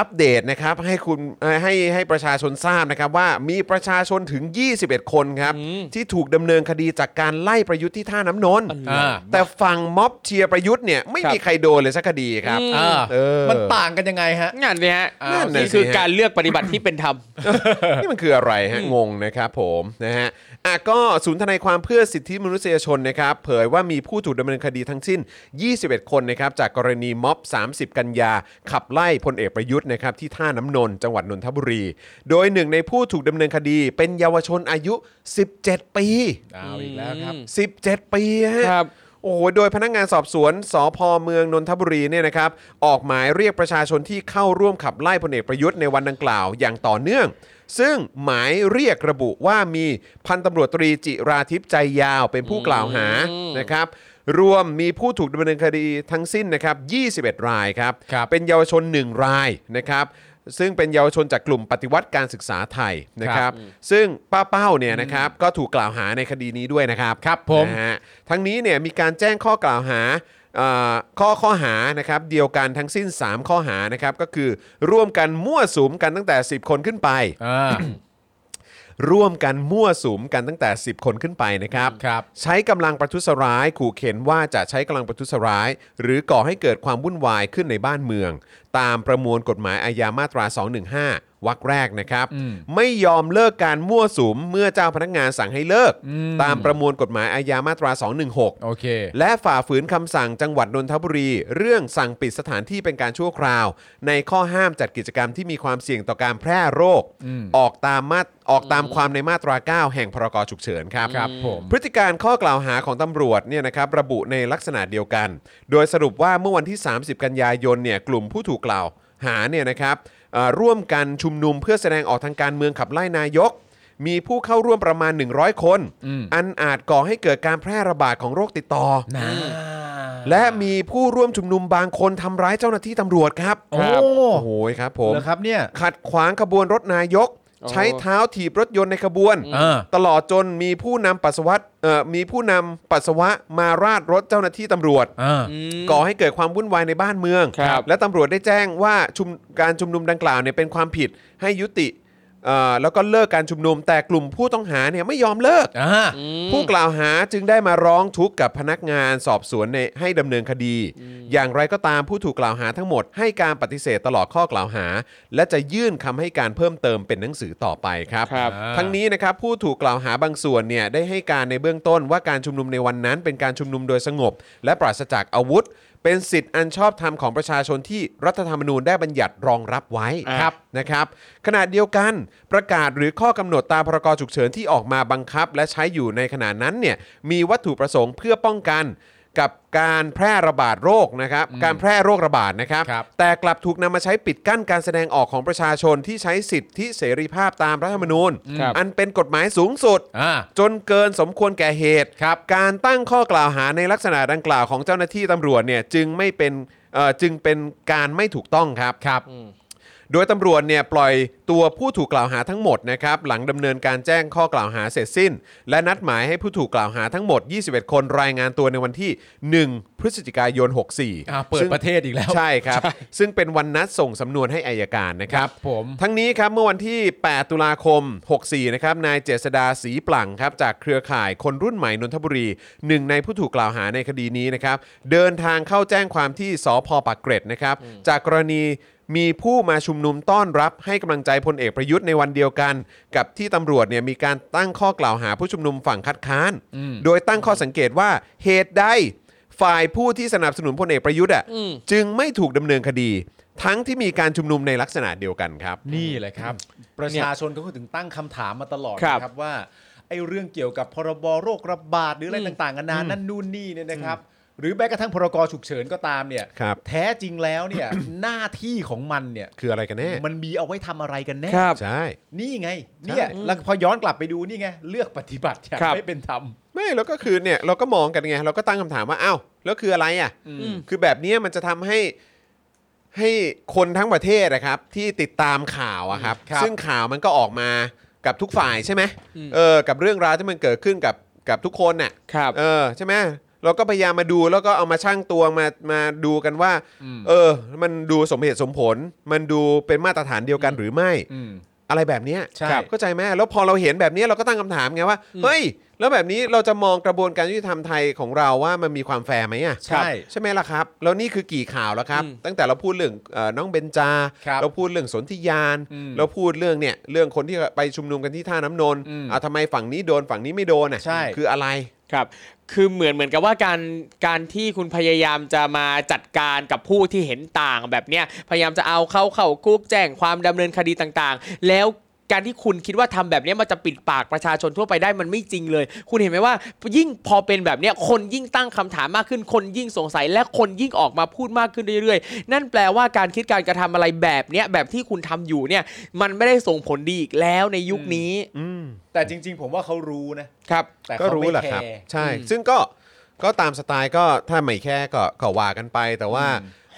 Speaker 2: อัปเดตนะครับให้คุณเอ่อให้ให้ประชาชนทราบนะครับว่ามีประชาชนถึง 21 คนครับ ที่ถูกดำเนินคดีจากการไล่ประยุทธ์ที่ท่าน้ำนนท์
Speaker 4: อ่า
Speaker 2: แต่ฝั่งม็อบเชียร์ประยุทธ์เนี่ยไม่
Speaker 3: ครับ
Speaker 2: มีใครโดนเลยสักคดีครับ
Speaker 4: เออ
Speaker 2: เออ
Speaker 4: มันต่างกันยังไงฮะ
Speaker 3: งานนี้ฮะ
Speaker 2: นั่นน่ะสิฮะ
Speaker 3: นี่คือการเลือกปฏิบัติที่เป็นธรรม
Speaker 2: นี่มันคืออะไรฮะ งงนะครับผมนะฮะอ่ะก็ศูนย์ทนายความเพื่อสิทธิมนุษยชนนะครับ เผยว่ามีผู้ถูกดำเนินคดีทั้งสิ้น 21 คนนะครับ จากกรณีม็อบ 30 กันยา ขับไล่พลเอกประยุทธ์นะครับ ที่ท่าน้ำนนท์จังหวัดนนทบุรี โดยหนึ่งในผู้ถูกดำเนินคดีเป็นเยาวชนอายุ 17 ปี
Speaker 4: เอาอีกแล้วครับ
Speaker 2: 17 ปีฮะ
Speaker 3: ครับ
Speaker 2: โอ้โห โดยพนักงานสอบสวนสพเมืองนนทบุรีเนี่ยนะครับ ออกหมายเรียกประชาชนที่เข้าร่วมขับไล่พลเอกประยุทธ์ในวันดังกล่าวอย่างต่อเนื่อง ซึ่งหมายเรียกระบุว่ามีพันตำรวจตรีจิราทิพย์ใจยาวเป็นผู้กล่าวหานะครับ รวมมีผู้ถูกดำเนินคดีทั้งสิ้นนะครับ 21 รายครับ
Speaker 4: ครับ
Speaker 2: เป็นเยาวชน 1 รายนะครับ ซึ่งเป็นเยาวชนจากกลุ่มปฏิวัติการศึกษาไทยนะครับ ซึ่งป้าเป้าเนี่ยนะครับก็ถูกกล่าวหาในคดีนี้ด้วยนะครับ
Speaker 4: ครับผม
Speaker 2: นะฮะทั้งนี้เนี่ยมีการแจ้งข้อกล่าวหาเอ่อข้อข้อหานะครับเดียวกันทั้งสิ้น 3 ข้อหานะครับก็คือร่วมกันมั่วสุมกันตั้งแต่ 10 คนขึ้นไป
Speaker 4: อ่า
Speaker 2: ร่วมกันมั่วสุมกันตั้งแต่ 10 คนขึ้นไปนะครับ
Speaker 4: ครับ
Speaker 2: ใช้กำลังประทุษร้าย ขู่เข็นว่าจะใช้กำลังประทุษร้าย หรือก่อให้เกิดความวุ่นวายขึ้นในบ้านเมือง ตามประมวลกฎหมายอาญามาตรา 215 วรรคแรกนะครับ
Speaker 4: อืม
Speaker 2: ไม่ยอมเลิกการมั่วสุมเมื่อเจ้าพนักงานสั่งให้เลิก
Speaker 4: อืม
Speaker 2: ตามประมวลกฎหมายอาญามาตรา 216
Speaker 4: โอเค
Speaker 2: และฝ่าฝืนคำสั่งจังหวัดนนทบุรี เรื่องสั่งปิดสถานที่เป็นการชั่วคราว ในข้อห้ามจัดกิจกรรมที่มีความเสี่ยงต่อการแพร่โรค
Speaker 4: อืม
Speaker 2: ออกตามมาตรออกตามความในมาตรา 9 แห่งพรกฉุกเฉินครับ
Speaker 4: ครับผม
Speaker 2: พฤติการข้อกล่าวหาของตำรวจเนี่ยนะครับระบุในลักษณะเดียวกัน โดยสรุปว่าเมื่อวันที่ 30 กันยายนเนี่ยกลุ่มผู้ถูกกล่าวหาเนี่ยนะครับเอ่อร่วมกันชุมนุมเพื่อแสดงออกทางการเมืองขับไล่นายก มีผู้เข้าร่วมประมาณ 100 คน อันอาจก่อให้เกิดการแพร่ระบาดของโรคติดต่อ และมีผู้ร่วมชุมนุมบางคนทำร้ายเจ้าหน้าที่ตำรวจครับ
Speaker 4: โอ้
Speaker 2: ครับโอ้โหครับผม
Speaker 4: เหรอครับเนี่ย
Speaker 2: ขัดขวางขบวนรถนายก ใช้เท้าถีบรถยนต์ในขบวน
Speaker 4: อ่า
Speaker 2: ตลอดจนมีผู้นำปัสสาวะเอ่อมีผู้นำปัสสาวะมาราดรถเจ้าหน้าที่ตำรวจ
Speaker 4: อ่า
Speaker 2: ก่อให้เกิดความวุ่นวายในบ้านเมือง
Speaker 3: ครับ
Speaker 2: และตำรวจได้แจ้งว่าชุมการชุมนุมดังกล่าวเนี่ยเป็นความผิดให้ยุติ เอ่อแล้วก็เลิกการชุมนุมแต่กลุ่มผู้ต้องหาเนี่ยไม่ยอมเลิก
Speaker 4: อ่า
Speaker 2: ผู้กล่าวหาจึงได้มาร้องทุกข์กับพนักงานสอบสวนในให้ดำเนินคดี อย่างไรก็ตามผู้ถูกกล่าวหาทั้งหมด ให้การปฏิเสธตลอดข้อกล่าวหา และจะยื่นคำให้การเพิ่มเติมเป็นหนังสือต่อไปครับ
Speaker 3: ครับ
Speaker 2: ทั้งนี้นะครับผู้ถูกกล่าวหาบางส่วนเนี่ยได้ให้การในเบื้องต้นว่าการชุมนุมในวันนั้น เป็นการชุมนุมโดยสงบ และปราศจากอาวุธ เป็นสิทธิ์อันชอบธรรมของประชาชนที่รัฐธรรมนูญได้บัญญัติรองรับไว้
Speaker 1: อ่า
Speaker 2: ครับนะครับขณะเดียวกันประกาศหรือข้อกำหนดตามพรกฉุกเฉินที่ออกมาบังคับ และใช้อยู่ในขณะนั้นเนี่ยมีวัตถุประสงค์เพื่อป้องกันกับการแพร่ระบาดโรคนะครับการแพร่โรคระบาดนะครับ
Speaker 4: ครับ
Speaker 2: แต่กลับถูกนำมาใช้ปิดกั้นการแสดงออกของประชาชนที่ใช้สิทธิเสรีภาพตามรัฐธรรมนูญ
Speaker 3: ครับ
Speaker 2: อันเป็นกฎหมายสูงสุด
Speaker 4: อ่า
Speaker 2: จนเกินสมควรแก่เหตุ การตั้งข้อกล่าวหาในลักษณะดังกล่าวของเจ้าหน้าที่ตำรวจเนี่ยจึงไม่เป็นเอ่อจึงเป็นการไม่ถูกต้องครับ โดยตำรวจเนี่ยปล่อยตัวผู้ถูกกล่าวหาทั้งหมดนะครับหลังดำเนินการแจ้งข้อกล่าวหาเสร็จสิ้น และนัดหมายให้ผู้ถูกกล่าวหาทั้งหมด 21 คนรายงานตัวในวันที่ 1 พฤศจิกายน 64
Speaker 4: อ่าเปิด
Speaker 2: ซึ่ง
Speaker 4: ประเทศอีกแล้ว
Speaker 2: ใช่ครับ ซึ่งเป็นวันนัดส่งสำนวนให้อายการนะค
Speaker 4: ค
Speaker 2: รั
Speaker 4: รับ บผม
Speaker 2: ทั้งนี้ครับเมื่อวันที่ 8 ตุลาคม 64 นะครับ นายเจษดาสีปลั่งครับ จากเครือข่ายคนรุ่นใหม่นนทบุรีหนึ่งในผู้ถูกกล่าวหาในคดีนี้นะครับ เดินทางเข้าแจ้งความที่สพปากเกร็ดนะครับ จากกรณีมีผู้มาชุมนุมต้อนรับให้กำลังใจพลเอกประยุทธ์ในวันเดียวกัน กับที่ตำรวจเนี่ยมีการตั้งข้อกล่าวหาผู้ชุมนุมฝั่งคัดค้าน โดยตั้งข้อสังเกตว่าเหตุใด ฝ่ายผู้ที่สนับสนุนพลเอกประยุทธ์อ่ะจึงไม่ถูกดำเนินคดี ทั้งที่มีการชุมนุมในลักษณะเดียวกันครับ
Speaker 4: นี่แหละครับ ประชาชนเขาก็ถึงตั้งคำถามมาตลอด
Speaker 3: ครับ
Speaker 4: นะครับว่าไอ้เรื่องเกี่ยวกับพรบโรคระบาดหรืออะไรต่างๆนานานั่นนู่นนี่เนี่ยนะครับ หรือแม้กระทั่งพรกฉุกเฉินก็ตามเนี่ย
Speaker 2: ครับ
Speaker 4: แท้จริงแล้วเนี่ย หน้าที่ของมันเนี่ย
Speaker 2: คืออะไรกันแน่
Speaker 4: มันมีเอาไว้ทำอะไรกันแน่
Speaker 3: ครับ
Speaker 2: ใช่
Speaker 4: นี่ไงเนี่ยแล้วพอย้อนกลับไปดูนี่ไงเลือกปฏิบัติอย่าง
Speaker 3: ครับ
Speaker 4: ไม่เป็นธรรม
Speaker 2: ไม่แล้วก็คือเนี่ยเราก็มองกันไงเราก็ตั้งคำถามว่าอ้าวแล้วคืออะไรอ่ะคือแบบเนี้ยมันจะทำให้ให้คนทั้งประเทศนะครับ ที่ติดตามข่าวอะครับ
Speaker 4: ครับ
Speaker 2: ซึ่งข่าวมันก็ออกมากับทุกฝ่ายใช่ไหมเออกับเรื่องราวที่มันเกิดขึ้นกับกับทุกคนน่ะ
Speaker 3: ครับ
Speaker 2: เออใช่ไหมเราก็พยายามมาดูแล้วก็เอามาชั่งตวงมามาดูกันว่า เออ มันดูสมเหตุสมผล มันดูเป็นมาตรฐานเดียวกันหรือไม่
Speaker 4: อืม
Speaker 2: อะไรแบบเนี้ย
Speaker 4: ใช่
Speaker 2: ครับเข้าใจไหมแล้วพอเราเห็นแบบเนี้ยเราก็ตั้งคำถามไงว่าเฮ้ยแล้วแบบนี้เราจะมองกระบวนการยุติธรรมไทยของเราว่ามันมีความแฟร์ไหมอ่ะ
Speaker 4: ใช่
Speaker 2: ใช่ไหมล่ะครับ แล้วนี่คือกี่ข่าวแล้วครับ
Speaker 3: อืม
Speaker 2: ตั้งแต่เราพูดเรื่องเอ่อน้องเบนจา
Speaker 4: ครับ
Speaker 2: เราพูดเรื่องสนธิยาน
Speaker 4: อืม
Speaker 2: เราพูดเรื่องเนี่ยเรื่องคนที่ไปชุมนุมกันที่ท่าน้ำนนท์
Speaker 4: อืม
Speaker 2: อ่ะทำไมฝั่งนี้โดนฝั่งนี้ไม่โดนอ่ะ
Speaker 4: ใช่
Speaker 2: คืออะไร
Speaker 3: ครับ คือเหมือนเหมือนกับว่าการการที่คุณพยายามจะมาจัดการกับผู้ที่เห็นต่างแบบเนี้ยพยายามจะเอาเข้าเข้าคุกแจ้งความดำเนินคดีต่างๆ แล้วการที่คุณคิดว่าทำแบบเนี้ยมันจะปิดปากประชาชนทั่วไปได้มันไม่จริงเลย คุณเห็นไหมว่ายิ่งพอเป็นแบบเนี้ยคนยิ่งตั้งคำถามมากขึ้นคนยิ่งสงสัย และคนยิ่งออกมาพูดมากขึ้นเรื่อยๆ นั่นแปลว่าการคิดการกระทำอะไรแบบเนี้ยแบบที่คุณทำอยู่เนี่ยมันไม่ได้ส่งผลดีอีกแล้วในยุคนี้
Speaker 4: แต่จริง ๆ ผมว่าเขารู้นะครับ แต่
Speaker 2: ก็
Speaker 4: เขา
Speaker 2: รู้
Speaker 4: ไม่
Speaker 2: แหละ
Speaker 4: แค
Speaker 2: ครับ
Speaker 4: ร์
Speaker 2: ใช่
Speaker 3: อืม
Speaker 2: ซึ่งก็ก็ตามสไตล์ก็ถ้าไม่แค่ก็ก็ว่ากันไป แต่ว่า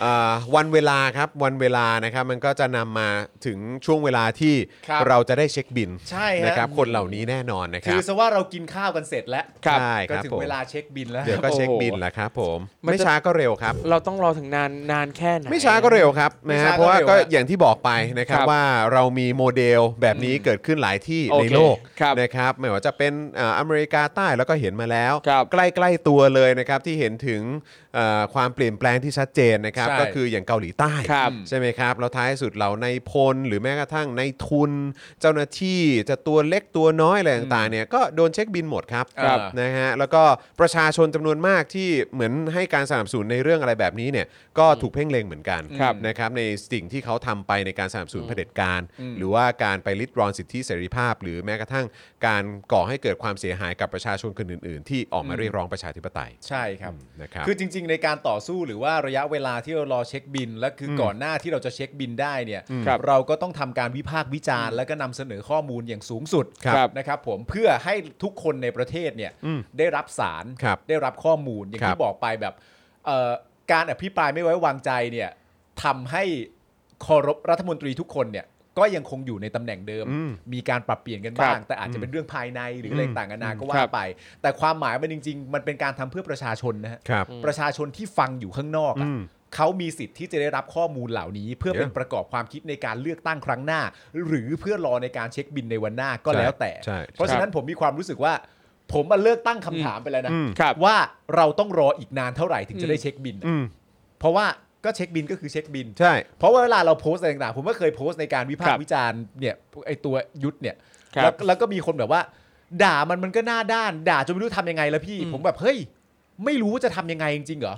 Speaker 2: อ่าวันเวลาครับวันเวลานะครับมันก็จะนำมาถึงช่วงเวลาที่
Speaker 4: ครับ
Speaker 2: เราจะได้เช็คบิน
Speaker 4: ใช่ฮะ
Speaker 2: นะครับ คนเหล่านี้แน่นอนนะค
Speaker 4: ถื
Speaker 2: รับ
Speaker 4: อซะว่าเรากินข้าวกันเสร็จแล้ว
Speaker 2: ครับใช่ครับ
Speaker 4: ก็ถึง
Speaker 2: ผม
Speaker 4: เวลาเช็คบินแล้ว
Speaker 2: เดี๋ยวก็เช็คบินแหละครับผม
Speaker 3: มัน
Speaker 2: ไม่
Speaker 3: จะ
Speaker 2: ช้าก็เร็วครับ
Speaker 3: เราต้องรอถึงนานนานแค่ไหน
Speaker 2: ไม่ช้าก็เร็วครับ
Speaker 4: ไม่
Speaker 2: นะ
Speaker 4: ช้า
Speaker 2: ฮะ
Speaker 4: ก็
Speaker 2: เพราะว่า
Speaker 4: เร็ว
Speaker 2: ก็
Speaker 4: ฮะ
Speaker 2: อย่างที่บอกไปนะครับ
Speaker 3: ครับ
Speaker 2: ว่าเรามีโมเดลแบบนี้เกิดขึ้นหลายที่
Speaker 3: โอเค
Speaker 2: ในโลก
Speaker 3: ครับ
Speaker 2: นะครับไม่ว่าจะเป็นเอ่ออเมริกาใต้แล้วก็เห็นมาแล้ว
Speaker 3: ครับ
Speaker 2: ใกล้ๆตัวเลยนะครับที่เห็นถึงเอ่อความเปลี่ยนแปลงที่ชัดเจนนะครับ
Speaker 4: ใช่
Speaker 2: ก็คืออย่างเกาหลีใต้
Speaker 3: ครับ
Speaker 2: ใช่ไหมครับแล้วท้ายสุดเหล่าในายพลหรือแม้กระทั่งในายทุน เจ้าหน้าที่จะตัวเล็กตัวน้อยอะไรต่างๆเนี่ยก็โดนเช็คบินหมดครับ
Speaker 4: ครับ
Speaker 2: นะฮะแล้วก็ประชาชนจำนวนมากที่เหมือนให้การสนับสนุนในเรื่องอะไรแบบนี้เนี่ยก็ถูกเพ่งเล็งเหมือนกัน
Speaker 3: ครับ
Speaker 2: นะครับในสิ่งที่เขาทำไปในการสนับสนุนเผด็จการ หรือว่าการไปลิดรอนสิทธิเสรีภาพ หรือแม้กระทั่งการก่อให้เกิดความเสียหายกับประชาชนคนอื่น ๆ ที่ออกมาเรียกร้องประชาธิปไตย
Speaker 4: ใช่ครับ
Speaker 2: นะครับ
Speaker 4: คือจริง ๆ ในการต่อสู้หรือว่าระยะเวลาที่เรารอเช็คบิน และคืออก่อนหน้าที่เราจะเช็คบินได้เนี่ย
Speaker 3: ครับ
Speaker 4: เราก็ต้องทำการวิพากษ์วิจารณ์ และก็นำเสนอข้อมูลอย่างสูงสุด
Speaker 3: ครับ
Speaker 4: นะครับผมเพื่อให้ทุกคนในประเทศเนี่ยได้รับสาร
Speaker 2: ครับ
Speaker 4: ได้รับข้อมูลอย่าง
Speaker 2: ครับ
Speaker 4: ที่บอกไปแบบเอ่อการอภิปรายไม่ไว้วางใจเนี่ยทำให้คอรบรัฐมนตรีทุกคนเนี่ยก็ยังคงอยู่ในตำแหน่งเดิม มีการปรับเปลี่ยนกันบ้าง แต่อาจจะเป็นเรื่องภายในหรืออะไรต่างกันานาก็ว่า
Speaker 3: ครับ
Speaker 4: ไป แต่ความหมายมันจริง ๆ มันเป็นการทำเพื่อประชาชนนะฮะ
Speaker 2: ครับ
Speaker 4: ประชาชนที่ฟังอยู่ข้างนอกอะ
Speaker 2: อืม
Speaker 4: เขามีสิทธิ์ที่จะได้รับข้อมูลเหล่านี้ เพื่อเป็นประกอบความคิดในการเลือกตั้งครั้งหน้า หรือเพื่อรอในการเช็คบินในวันหน้าก็
Speaker 2: ใช่
Speaker 4: แล้วแต่
Speaker 2: ใช่
Speaker 4: เพราะฉะนั้นผมมีความรู้สึกว่า ผมมาเลิกตั้งคำถามไปแล้วนะ
Speaker 2: อืม
Speaker 3: ครับ
Speaker 4: ว่าเราต้องรออีกนานเท่าไหร่ถึงจะได้เช็คบินน่ะ
Speaker 2: อืม
Speaker 4: เพราะว่าก็เช็คบินก็คือเช็คบิน
Speaker 2: ใช่
Speaker 4: เพราะว่าเวลาเราโพสต์อะไรต่างๆ ผมก็เคยโพสต์ในการวิพา
Speaker 3: ค
Speaker 4: ก
Speaker 3: รับ
Speaker 4: ษ์วิจารณ์เนี่ยไอตัวยุทธเนี่ย
Speaker 3: ครับ
Speaker 4: แล้วแล้วก็มีคนแบบว่า ด่ามันมันก็หน้าด้าน ด่าจนไม่รู้ทำยังไงแล้วพี่
Speaker 3: อืม
Speaker 4: ผมแบบเฮ้ย ไม่รู้ว่าจะทำยังไงจริงๆเหรอ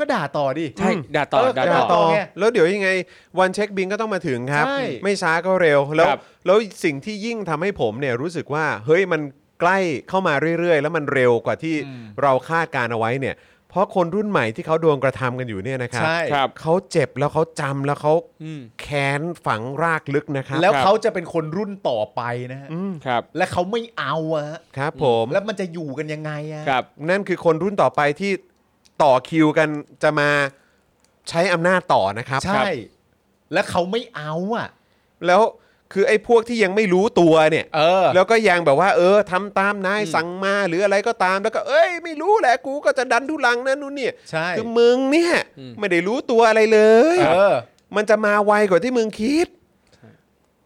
Speaker 4: ก็ด่าต่อดิ
Speaker 3: ใช่ด่าต่อ
Speaker 4: เออ
Speaker 3: ด่า
Speaker 4: ด่า
Speaker 3: ต่
Speaker 2: ต่
Speaker 3: อ
Speaker 2: อ
Speaker 4: ไง
Speaker 2: แล้วเดี๋ยวยังไงวันเช็คบินก็ต้องมาถึงครับ
Speaker 4: ใช่
Speaker 2: ไม่ช้าก็เร็ว แล้ว
Speaker 3: ครับ
Speaker 2: แล้วสิ่งที่ยิ่งทำให้ผมเนี่ยรู้สึกว่า เฮ้ยมันใกล้เข้ามาเรื่อยๆ แล้วมันเร็วกว่าที่เราคาดการเอาไว้เนี่ย เพราะคนรุ่นใหม่ที่เขาโดนกระทำกันอยู่เนี่ยนะครับ
Speaker 4: ใช่
Speaker 3: ครับ
Speaker 2: เขาเจ็บแล้วเขาจำแล้วเขา
Speaker 3: อืม
Speaker 2: แค้นฝังรากลึกนะครับ
Speaker 4: แล้วเขาจะเป็นคนรุ่นต่อไปนะฮะ
Speaker 2: อืม
Speaker 3: ครับ
Speaker 4: และเขาไม่เอาอะฮะ
Speaker 2: ครับผม
Speaker 4: แล้วมันจะอยู่กันยังไงอะ
Speaker 3: ครับ
Speaker 2: นั่นคือคนรุ่นต่อไปที่ต่อคิวกันจะมาใช้อำนาจต่อนะครับ
Speaker 4: ใช่ และเขาไม่เอาอะ
Speaker 2: แล้วคือไอ้พวกที่ยังไม่รู้ตัวเนี่ย
Speaker 4: เออ
Speaker 2: แล้วก็ยังแบบว่าเออทำตามนายสั่งมาหรืออะไรก็ตามแล้วก็เอ้ย ไม่รู้แหละกูก็จะดันทุลังนะนู่นเนี่ย
Speaker 4: ใช่
Speaker 2: คือมึงเนี่ย
Speaker 3: อืม
Speaker 2: ไม่ได้รู้ตัวอะไรเลย
Speaker 4: เออ
Speaker 2: มันจะมาไวกว่าที่มึงคิด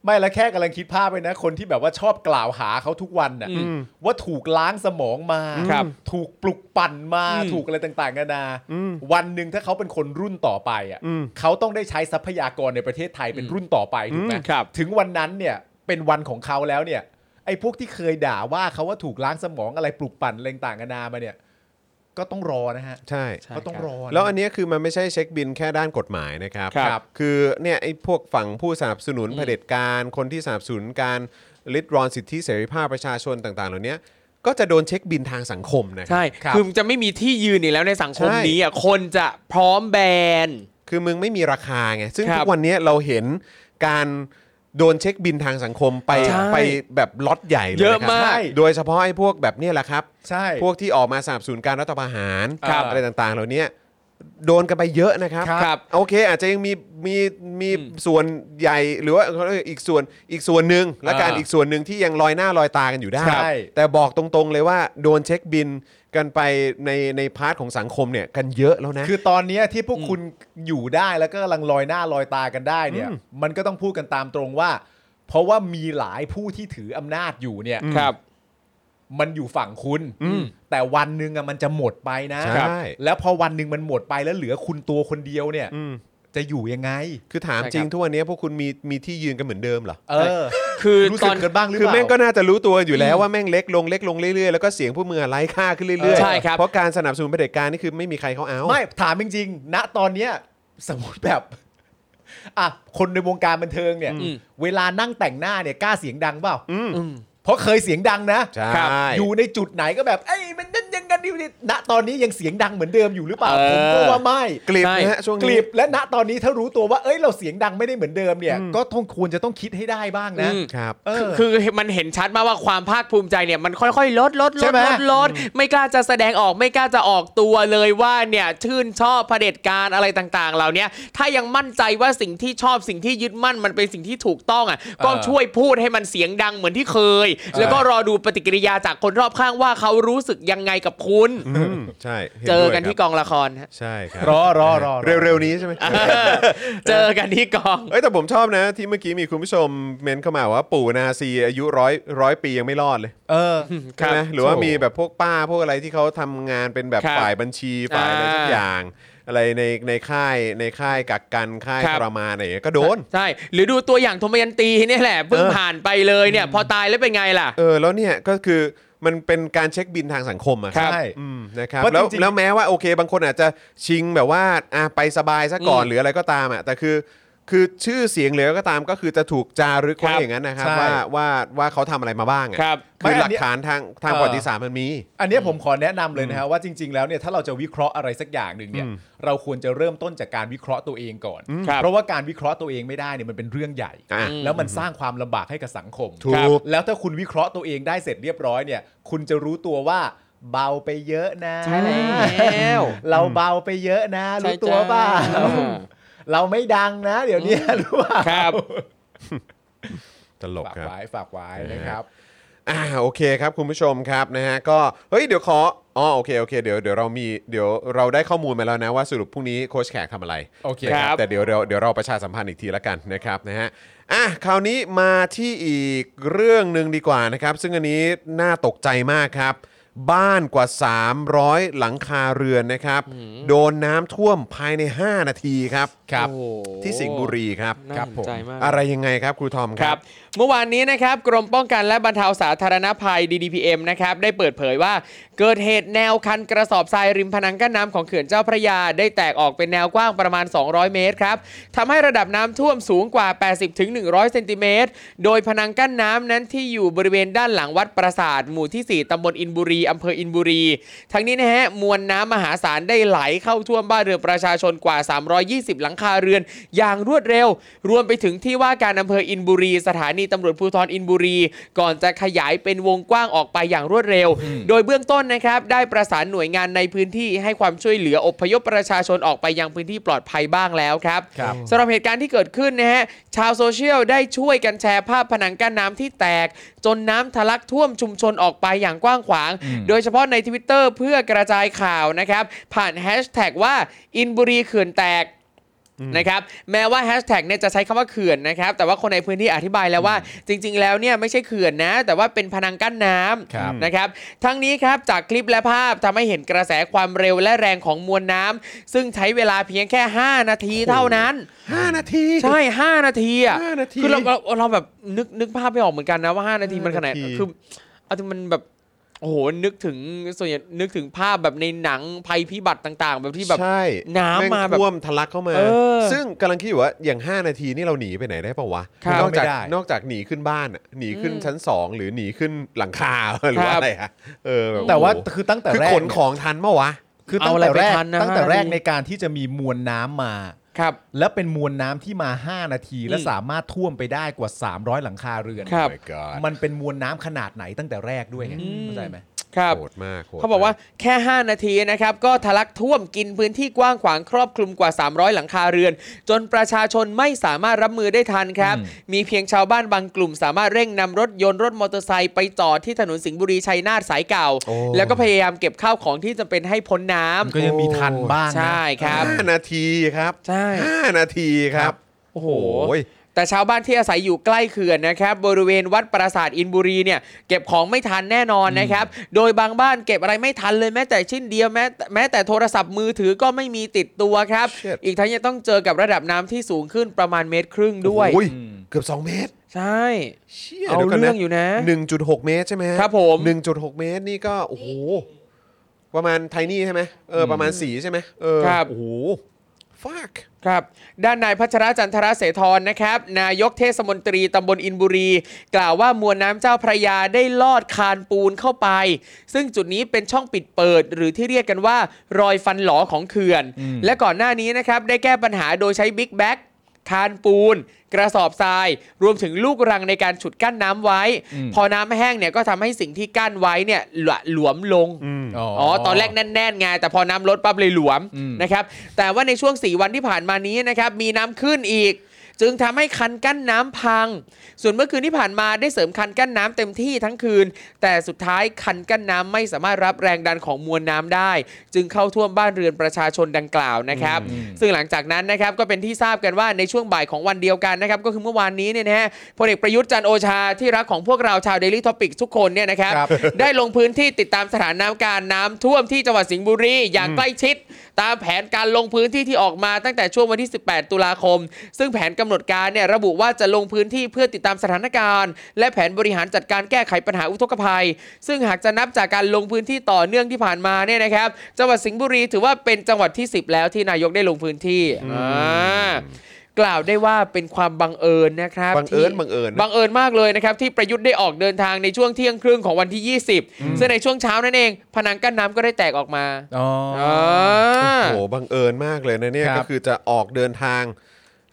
Speaker 4: ไม่และแค่กำลังคิดภาพไปนะ คนที่แบบว่าชอบกล่าวหาเขาทุกวันน่ะ
Speaker 3: อืม
Speaker 4: ว่าถูกล้างสมองมา
Speaker 3: ครับ
Speaker 4: ถูกปลุกปั่นมา
Speaker 3: อืม
Speaker 4: ถูกอะไรต่างๆกันานา
Speaker 2: อืม
Speaker 4: วันหนึ่งถ้าเขาเป็นคนรุ่นต่อไปอ่ะ
Speaker 2: อืม
Speaker 4: เขาต้องได้ใช้ทรัพยากรในประเทศไทยเป็นรุ่นต่อไปถูกไหม
Speaker 2: อืม
Speaker 3: ครับ
Speaker 4: ถึงวันนั้นเนี่ยเป็นวันของเขาแล้วเนี่ย ไอ้พวกที่เคยด่าว่าเขาว่าถูกล้างสมองอะไรปลุกปั่นอะไรต่างกันานามาเนี่ย ก็ต้องรอนะฮะ
Speaker 2: ใช่
Speaker 4: ก็ต้องรอนะ
Speaker 2: แล้วอันเนี้ยคือมันไม่ใช่เช็คบินแค่ด้านกฎหมายนะครับ
Speaker 3: ครับ
Speaker 2: คือเนี่ยไอ้พวกฝั่งผู้สนับสนุนเผด็จการ คนที่สนับสนุนการลิดรอนสิทธิเสรีภาพประชาชนต่าง ๆ เหล่าเนี้ยก็จะโดนเช็คบินทางสังคมนะครั
Speaker 3: ใช่
Speaker 2: บ
Speaker 4: ครับ
Speaker 3: คือจะไม่มีที่ยืนอีกแล้วในสังคม
Speaker 2: ใช่
Speaker 3: นี้อ่ะคนจะพร้อมแบน
Speaker 2: คือมึงไม่มีราคาไง ซึ่ง
Speaker 3: ครั
Speaker 2: ทุ
Speaker 3: บ
Speaker 2: กวันเนี้ยเราเห็นการโดนเช็คบินทางสังคมไป
Speaker 3: ใช่
Speaker 2: ไปแบบล็อตใหญ่เลย
Speaker 3: เยอะ
Speaker 2: นครับ
Speaker 3: มาก
Speaker 2: ใช่โดยเฉพาะไอ้พวกแบบเนี้ยแหละครับ
Speaker 4: ใช่
Speaker 2: พวกที่ออกมาสนับสนุนการรัฐประหาร
Speaker 4: ครับ
Speaker 2: อะไรต่างๆ เหล่านี้โดนกันไปเยอะนะครับ
Speaker 4: ครับครับ
Speaker 2: โอเค อาจจะยังมีมีมีส่วนใหญ่หรือว่าอีกส่วนอีกส่วนหนึ่งและการ
Speaker 4: อ่า
Speaker 2: อีกส่วนหนึ่งที่ยังลอยหน้าลอยตากันอยู่ได้
Speaker 4: ใช่
Speaker 2: แต่บอกตรงๆเลยว่าโดนเช็คบินกันไปในในพาร์ทของสังคมเนี่ยกันเยอะแล้วนะ
Speaker 4: คือตอนเนี้ยที่พวกคุณอยู่ได้แล้วก็กำลังลอยหน้าลอยตากันได้เนี่ย มันก็ต้องพูดกันตามตรงว่า เพราะว่ามีหลายผู้ที่ถืออำนาจอยู่เนี่ย
Speaker 3: ครับ
Speaker 4: มันอยู่ฝั่งคุณ แต่วันหนึ่งอะมันจะหมดไปนะ
Speaker 2: ใช่
Speaker 4: แล้วพอวันหนึ่งมันหมดไปแล้วเหลือคุณตัวคนเดียวเนี่ย
Speaker 2: อืม
Speaker 4: จะอยู่ยังไง
Speaker 2: คือถาม
Speaker 3: ใช่ครับ
Speaker 2: จริงทุกวันนี้พวกคุณมีมีที่ยืนกันเหมือนเดิมเหรอ
Speaker 4: เออ
Speaker 3: คือ
Speaker 4: รู้
Speaker 3: ต
Speaker 4: สึ
Speaker 3: อก น
Speaker 4: กันบ้างหรือ
Speaker 2: คือ
Speaker 4: เปล่า
Speaker 2: แม่งก็น่าจะรู้ตัวอยู่แล้วว่าแม่งเล็กลงเล็กลงเรื่อยๆแล้วก็เสียงผู้มือไร้ค่าขึ้นเรื่อย
Speaker 3: ใช่ครับ
Speaker 2: เพราะการสนับสนุนเผด็จการนี่คือไม่มีใครเขาเอา
Speaker 4: ไม่ถามจริงๆ ณ ตอนเนี้ยสมมติแบบ อ่ะ คนในวงการบันเทิงเนี่ย
Speaker 3: อืม
Speaker 4: เวลานั่งแต่งหน้าเนี่ยกล้าเสียงดังเปล่า
Speaker 3: อืม
Speaker 4: เพราะเคยเสียงดังนะ
Speaker 2: ใช่
Speaker 3: ครับ
Speaker 4: อยู่ในจุดไหนก็แบบ เอ้ยมันนั่นยังกันอยู่นี่ณตอนนี้ยังเสียงดังเหมือนเดิมอยู่หรือเปล่า
Speaker 3: เออ
Speaker 4: ผมก็ว่าไม่
Speaker 2: กลิบ
Speaker 3: ใช่
Speaker 2: นะฮะช่วง
Speaker 4: กลี
Speaker 2: นี้
Speaker 4: บและณตอนนี้ถ้ารู้ตัวว่า เอ้ย เราเสียงดังไม่ได้เหมือนเดิมเนี่ย ก็ต้องควรจะต้องคิดให้ได้บ้างนะ
Speaker 3: อืม
Speaker 2: ครับ
Speaker 4: เออ
Speaker 3: คือมันเห็นชัดมากว่าความภาคภูมิใจเนี่ยมันค่อยๆ ลดลดล
Speaker 4: ใช่
Speaker 3: ด
Speaker 4: ไหม
Speaker 3: ลดลดไม่กล้าจะแสดงออกไม่กล้าจะออกตัวเลยว่าเนี่ยชื่นชอบเผด็จการอะไรต่างๆ เหล่าเนี้ยถ้ายังมั่นใจว่าสิ่งที่ชอบสิ่งที่ยึดมั่นมันเป็นสิ่งที่ถูกต้องอ่ะก็ช่วยพูดให้มันเสียงดังเหมือนที่เคย แล้วก็รอดูปฏิกิริยาจากคนรอบข้างว่าเขารู้สึกยังไงกับคุณ
Speaker 2: อืมใช่ห็
Speaker 3: เจอ
Speaker 2: ด้วย
Speaker 3: กัน
Speaker 2: ค
Speaker 3: ที่
Speaker 2: รับ
Speaker 3: กองละครฮะ
Speaker 2: ใช่ครับ
Speaker 4: รอรอรอรอ
Speaker 2: เร็วๆนี้ใช่ไหม
Speaker 3: เจอกันที่กอง
Speaker 2: เอ้ยแต่ผมชอบนะ ที่เมื่อกี้มีคุณผู้ชมเมนเข้ามาว่าปู่นาซีอายุร้อยร้อยปียังไม่รอดเลย
Speaker 4: เออ
Speaker 2: ใช่ไหมหรือว่ามีแบบพวกป้าพวกอะไรที่เขาทำงานเป็นแบบ
Speaker 3: ครับ
Speaker 2: ฝ่ายบัญชีฝ่ายอะไรทุก
Speaker 3: อ่า
Speaker 2: อย่าง อะไรในในค่ายในค่ายกักกันค่าย
Speaker 3: ครั
Speaker 2: ท
Speaker 3: บ
Speaker 2: รมานอะไรอย่างเงี้ยก็โดน
Speaker 3: ใช่หรือดูตัวอย่างธมยันตีเนี่ยแหละเพิ่ง
Speaker 2: เออ
Speaker 3: ผ่านไปเลยเนี่ย พอตายแล้วเป็นไงล่ะ
Speaker 2: เออแล้วเนี่ยก็คือมันเป็นการเช็คบินทางสังคมอะครั
Speaker 4: ใช่
Speaker 2: อืมนะครับ
Speaker 4: เพราะ
Speaker 2: แล้ว
Speaker 4: จริงๆ
Speaker 2: แล้วแม้ว่าโอเค บางคนอาจจะชิงแบบว่าอ่ะไปสบายซะก่อน
Speaker 3: อืม
Speaker 2: หรืออะไรก็ตามอะแต่คือ คือชื่อเสียงเหลือก็ตามก็คือจะถูกจารึกไว้
Speaker 3: ครับ
Speaker 2: อย่างนั้นนะครับ
Speaker 4: ใช่
Speaker 2: ว่าว่าว่าเขาทำอะไรมาบ้างอะ
Speaker 3: ครับ
Speaker 2: คือ
Speaker 4: ไม่
Speaker 2: ห
Speaker 4: อั
Speaker 2: ลั
Speaker 4: น
Speaker 2: ก
Speaker 4: นี้
Speaker 2: ฐานทางทาง
Speaker 4: เอ่
Speaker 2: ป
Speaker 4: อ
Speaker 2: ระวัติศาสตร์มันมี
Speaker 4: อันเนี้ยผมขอแนะนำเลยนะฮะว่าจริง ๆ แล้วเนี่ยถ้าเราจะวิเคราะห์อะไรสักอย่างหนึ่งเนี่ยเราควรจะเริ่มต้นจากการวิเคราะห์ตัวเองก่อน
Speaker 3: ครับ
Speaker 4: เพราะว่าการวิเคราะห์ตัวเองไม่ได้เนี่ยมันเป็นเรื่องใหญ่
Speaker 2: อ่ะ
Speaker 4: แล้วมันสร้างความลำบากให้กับสังคม
Speaker 2: ถูก
Speaker 4: ครับแล้วถ้าคุณวิเคราะห์ตัวเองได้เสร็จเรียบร้อยเนี่ย คุณจะรู้ตัวว่าเบาไปเยอะนะ
Speaker 3: ใช่แล้ว
Speaker 4: เราเบาไปเยอะนะรู้ตัวเปล่าเราไม่ดังนะ เดี๋ยวเนี้ยรู้เปล่า
Speaker 3: ครับ
Speaker 2: ตลก
Speaker 4: ฝาก
Speaker 2: ครับ
Speaker 4: ไว้ฝากไว้นะครับ
Speaker 2: อ่าโอเคครับคุณผู้ชมครับนะฮะก็เฮ้ยเดี๋ยวขออ๋อโอเคโอเคเดี๋ยวเดี๋ยวเรามีเดี๋ยวเราได้ข้อมูลมาแล้วนะว่าสรุปพรุ่งนี้โค้ชแขกทำอะไร
Speaker 4: โอเค
Speaker 2: นะครับ แต่เดี๋ยวเราเดี๋ยวเราประชาสัมพันธ์อีกทีละกันนะครับนะฮะอ่ะคราวนี้มาที่อีกเรื่องหนึ่งดีกว่านะครับ ซึ่งอันนี้น่าตกใจมากครับ บ้านกว่า 300 หลังคาเรือนนะครับ โดนน้ำท่วมภายใน 5 นาทีครับ
Speaker 3: โอ้โห
Speaker 2: ที่สิงห์บุรีครับ
Speaker 3: น่าสนใจมาก
Speaker 2: อะไรยังไงครับครูทอมค
Speaker 3: ค
Speaker 2: รั
Speaker 3: รับ บเมื่อวานนี้นะครับกรมป้องกันและบรรเทาสาธารณภัย DDPM นะครับได้เปิดเผยว่าเกิดเหตุแนวคันกระสอบทรายริมพนังกั้นน้ำของเขื่อนเจ้าพระยา ได้แตกออกเป็นแนวกว้างประมาณ 200 เมตรครับทำให้ระดับน้ำท่วมสูงกว่า 80-100 เซนติเมตร โดยพนังกั้นน้ำนั้นที่อยู่บริเวณด้านหลังวัดปราสาทหมู่ที่ 4ตำบลอินบุรีอำเภออินบุรี ทั้งนี้นะฮะมวลน้ำมหาศาลได้ไหลเข้าท่วมบ้านเรือนประชาชนกว่า 320 หลังคาเรือน อย่างรวดเร็ว รวมไปถึงที่ว่าการอำเภออินบุรี สถานีตำรวจภูธรอินบุรี ก่อนจะขยายเป็นวงกว้างออกไปอย่างรวดเร็ว โดยเบื้องต้นนะครับ ได้ประสานหน่วยงานในพื้นที่ให้ความช่วยเหลืออพยพประชาชนออกไปยังพื้นที่ปลอดภัยบ้างแล้วครับ
Speaker 4: ครับ
Speaker 3: สำหรับเหตุการณ์ที่เกิดขึ้นนะฮะชาวโซเชียลได้ช่วยกันแชร์ภาพผนังกั้นน้ำที่แตก จนน้ำทะลักท่วมชุมชนออกไปอย่างกว้างขวาง โดยเฉพาะใน Twitter เพื่อกระจายข่าวนะครับผ่านแฮชแท็กว่าอินบุรีเขื่อนแตก นะครับแม้ว่าแฮชแท็กเนี่ยจะใช้คำว่าเขื่อนนะครับแต่ว่าคนในพื้นที่อธิบายแล้วว่า จริง ๆ แล้วเนี่ยไม่ใช่เขื่อนนะ แต่ว่าเป็นพนังกั้นน้
Speaker 4: ครับ
Speaker 3: ำนะครับทั้งนี้ครับจากคลิปและภาพทำให้เห็นกระแสความเร็วและแรงของมวลน้ำซึ่งใช้เวลาเพียงแค่ 5 นาทีเท่านั้น
Speaker 2: 5 นาที
Speaker 3: ใช่ 5 นาทีอ่ะ
Speaker 2: ห้านาที
Speaker 3: คือเราเราเราแบบนึกนึกภาพไม่ออกเหมือนกันนะว่า 5 นาที
Speaker 2: ห้า
Speaker 3: มันขนาด
Speaker 2: นาที
Speaker 3: คือเอาจริงมันแบบโอ้โหนึกถึงส่วนใหญ่นึกถึงภาพแบบในหนังภัยพิบัติต่าง ๆ แบบที่แบบ
Speaker 2: ใช่
Speaker 3: น้ำ
Speaker 2: แง
Speaker 3: มาแบบ
Speaker 2: ท่วมทะลักเข้ามา
Speaker 3: เออ
Speaker 2: ซึ่งกำลังคิดอยู่ว่าอย่าง 5 นาทีนี่เราหนีไปไหนได้ปะวะ
Speaker 3: ครับ
Speaker 2: นอกจาก
Speaker 4: ไม่ได้
Speaker 2: นอกจากหนีขึ้นบ้านอะหนีขึ้น
Speaker 3: อืม
Speaker 2: ชั้น 2 หรือหนีขึ้นหลังคา หรือ
Speaker 3: ค
Speaker 2: ว่า
Speaker 3: รับ
Speaker 2: อะไรอะเออบบ
Speaker 4: แต่ว่า
Speaker 2: โอ้โห
Speaker 4: คือตั้งแต่
Speaker 2: คือ
Speaker 4: แรก
Speaker 2: ขนของทันปะวะ
Speaker 4: คือตั้งแต่
Speaker 3: เอาอะไรไป
Speaker 4: แรก
Speaker 3: ทันนะ
Speaker 4: ตั้งแต่แรก
Speaker 3: ห้านาที
Speaker 4: ในการที่จะมีมวลน้ำมา
Speaker 3: ครับ
Speaker 4: และเป็นมวลน้ำที่มา 5 นาที และ
Speaker 3: อืม
Speaker 4: สามารถท่วมไปได้กว่า 300 หลังคาเรือน
Speaker 3: ครับ
Speaker 2: My God
Speaker 4: มันเป็นมวลน้ำขนาดไหนตั้งแต่แรกด้วยไง
Speaker 3: อืม
Speaker 4: เข้าใจไหม
Speaker 3: ครับ
Speaker 2: โหดมากโหด
Speaker 3: เขาบอกว่าแค่ 5 นาทีนะครับก็ทะลักท่วมกินพื้นที่กว้างขวางครอบคลุมกว่า 300 หลังคาเรือน จนประชาชนไม่สามารถรับมือได้ทันครับ
Speaker 4: อืม
Speaker 3: มีเพียงชาวบ้านบางกลุ่ม สามารถเร่งนำรถยนต์รถมอเตอร์ไซค์ไปจอดที่ถนนสิงห์บุรีชัยนาทสายเก่า แล้วก็พยายามเก็บข้าวของที่จะเป็นให้พ้นน้ำ
Speaker 4: ก็ยังมีทันบ้างนะ
Speaker 3: ใช่ครับ
Speaker 2: ห้านาทีครับ
Speaker 3: ใช่
Speaker 2: ห้านาทีครับ
Speaker 3: โอ้โห
Speaker 2: โอ้ย
Speaker 3: แต่ชาวบ้านที่อาศัยอยู่ใกล้เขื่อนนะครับบริเวณวัดปราสาทอินบุรีเนี่ยเก็บของไม่ทันแน่นอนนะครับโดยบางบ้านเก็บอะไรไม่ทันเลยแม้แต่ชิ้นเดียวแม้แม้แต่โทรศัพท์มือถือก็ไม่มีติดตัวครับ
Speaker 2: Shit
Speaker 3: อีกทั้งยังต้องเจอกับระดับน้ำที่สูงขึ้นประมาณเมตรครึ่งด้วย
Speaker 2: โอ้เกือบ 2 เมตร
Speaker 3: ใช่
Speaker 2: ชี่ย
Speaker 3: เอา
Speaker 2: ดี๋วก่น
Speaker 3: เรื่องอยู่นะ
Speaker 2: 1.6 เมตรใช่ไหมฮะ
Speaker 3: ครับผม
Speaker 2: 1.6 เมตรนี่ก็โอ้โหประมาณไทนี่ใช่ไหมเออประมาณสีใช่ไหมเออ
Speaker 3: ครับ
Speaker 2: โอ้โห fuck
Speaker 3: ครับ ด้านนายพัชระจันทรเสธรนะครับ นายกเทศมนตรีตำบลอินบุรี กล่าวว่ามวลน้ำเจ้าพระยาได้ลอดคานปูนเข้าไป ซึ่งจุดนี้เป็นช่องปิดเปิด หรือที่เรียกกันว่ารอยฟันหลอของเขื่อน และก่อนหน้านี้นะครับ ได้แก้ปัญหาโดยใช้บิ๊กแบ็ก คานปูน กระสอบทราย รวมถึงลูกรังในการฉุดกั้นน้ำไว้ พอน้ำแห้งเนี่ยก็ทำให้สิ่งที่กั้นไว้เนี่ยหลวหลวมลง อ๋อ ตอนแรกแน่นๆไง แต่พอน้ำลดปั๊บเลยหลวม
Speaker 4: อืม
Speaker 3: นะครับ แต่ว่าในช่วง 4 วันที่ผ่านมานี้นะครับ มีน้ำขึ้นอีก จึงทำให้คันกั้นน้ำพัง ส่วนเมื่อคืนที่ผ่านมาได้เสริมคันกั้นน้ำเต็มที่ทั้งคืน แต่สุดท้ายคันกั้นน้ำไม่สามารถรับแรงดันของมวลน้ำได้ จึงเข้าท่วมบ้านเรือนประชาชนดังกล่าวนะครับ ซึ่งหลังจากนั้นนะครับก็เป็นที่ทราบกันว่าในช่วงบ่ายของวันเดียวกันนะครับก็คือเมื่อวานนี้เนี่ยนะฮะพลเอกประยุทธ์จันทร์โอชาที่รักของพวกเราชาว Daily Topic ทุกคนเนี่ยนะครับ
Speaker 4: ครับ
Speaker 3: ได้ลงพื้นที่ติดตามสถานการณ์น้ำท่วมที่จังหวัดสิงห์บุรีอย่างใกล้ชิด ตามแผนการลงพื้นที่ที่ออกมาตั้งแต่ช่วงวันที่ 18 ตุลาคม ซึ่งแผนกำหนดการเนี่ยระบุว่าจะลงพื้นที่เพื่อติดตามสถานการณ์ และแผนบริหารจัดการแก้ไขปัญหาอุทกภัย ซึ่งหากจะนับจากการลงพื้นที่ต่อเนื่องที่ผ่านมาเนี่ยนะครับ จังหวัดสิงห์บุรีถือว่าเป็นจังหวัดที่ 10 แล้วที่นายกได้ลงพื้นที่อ่ากล่าวได้ว่าเป็นความบังเอิญนะครับ
Speaker 2: บังเอิญ
Speaker 3: ที่
Speaker 2: บังเอิญ
Speaker 3: บังเอิญมากเลยนะครับ ที่ประยุทธ์ได้ออกเดินทางในช่วงเที่ยงครึ่งของวันที่ 20 ซึ่งในช่วงเช้านั่นเอง ผนังกั้นน้ำก็ได้แตกออกมา
Speaker 4: อ๋อ
Speaker 3: า
Speaker 2: โอ้โหบังเอิญมากเลยนะเนี่ย
Speaker 4: ครับ
Speaker 2: ก็คือจะออกเดินทาง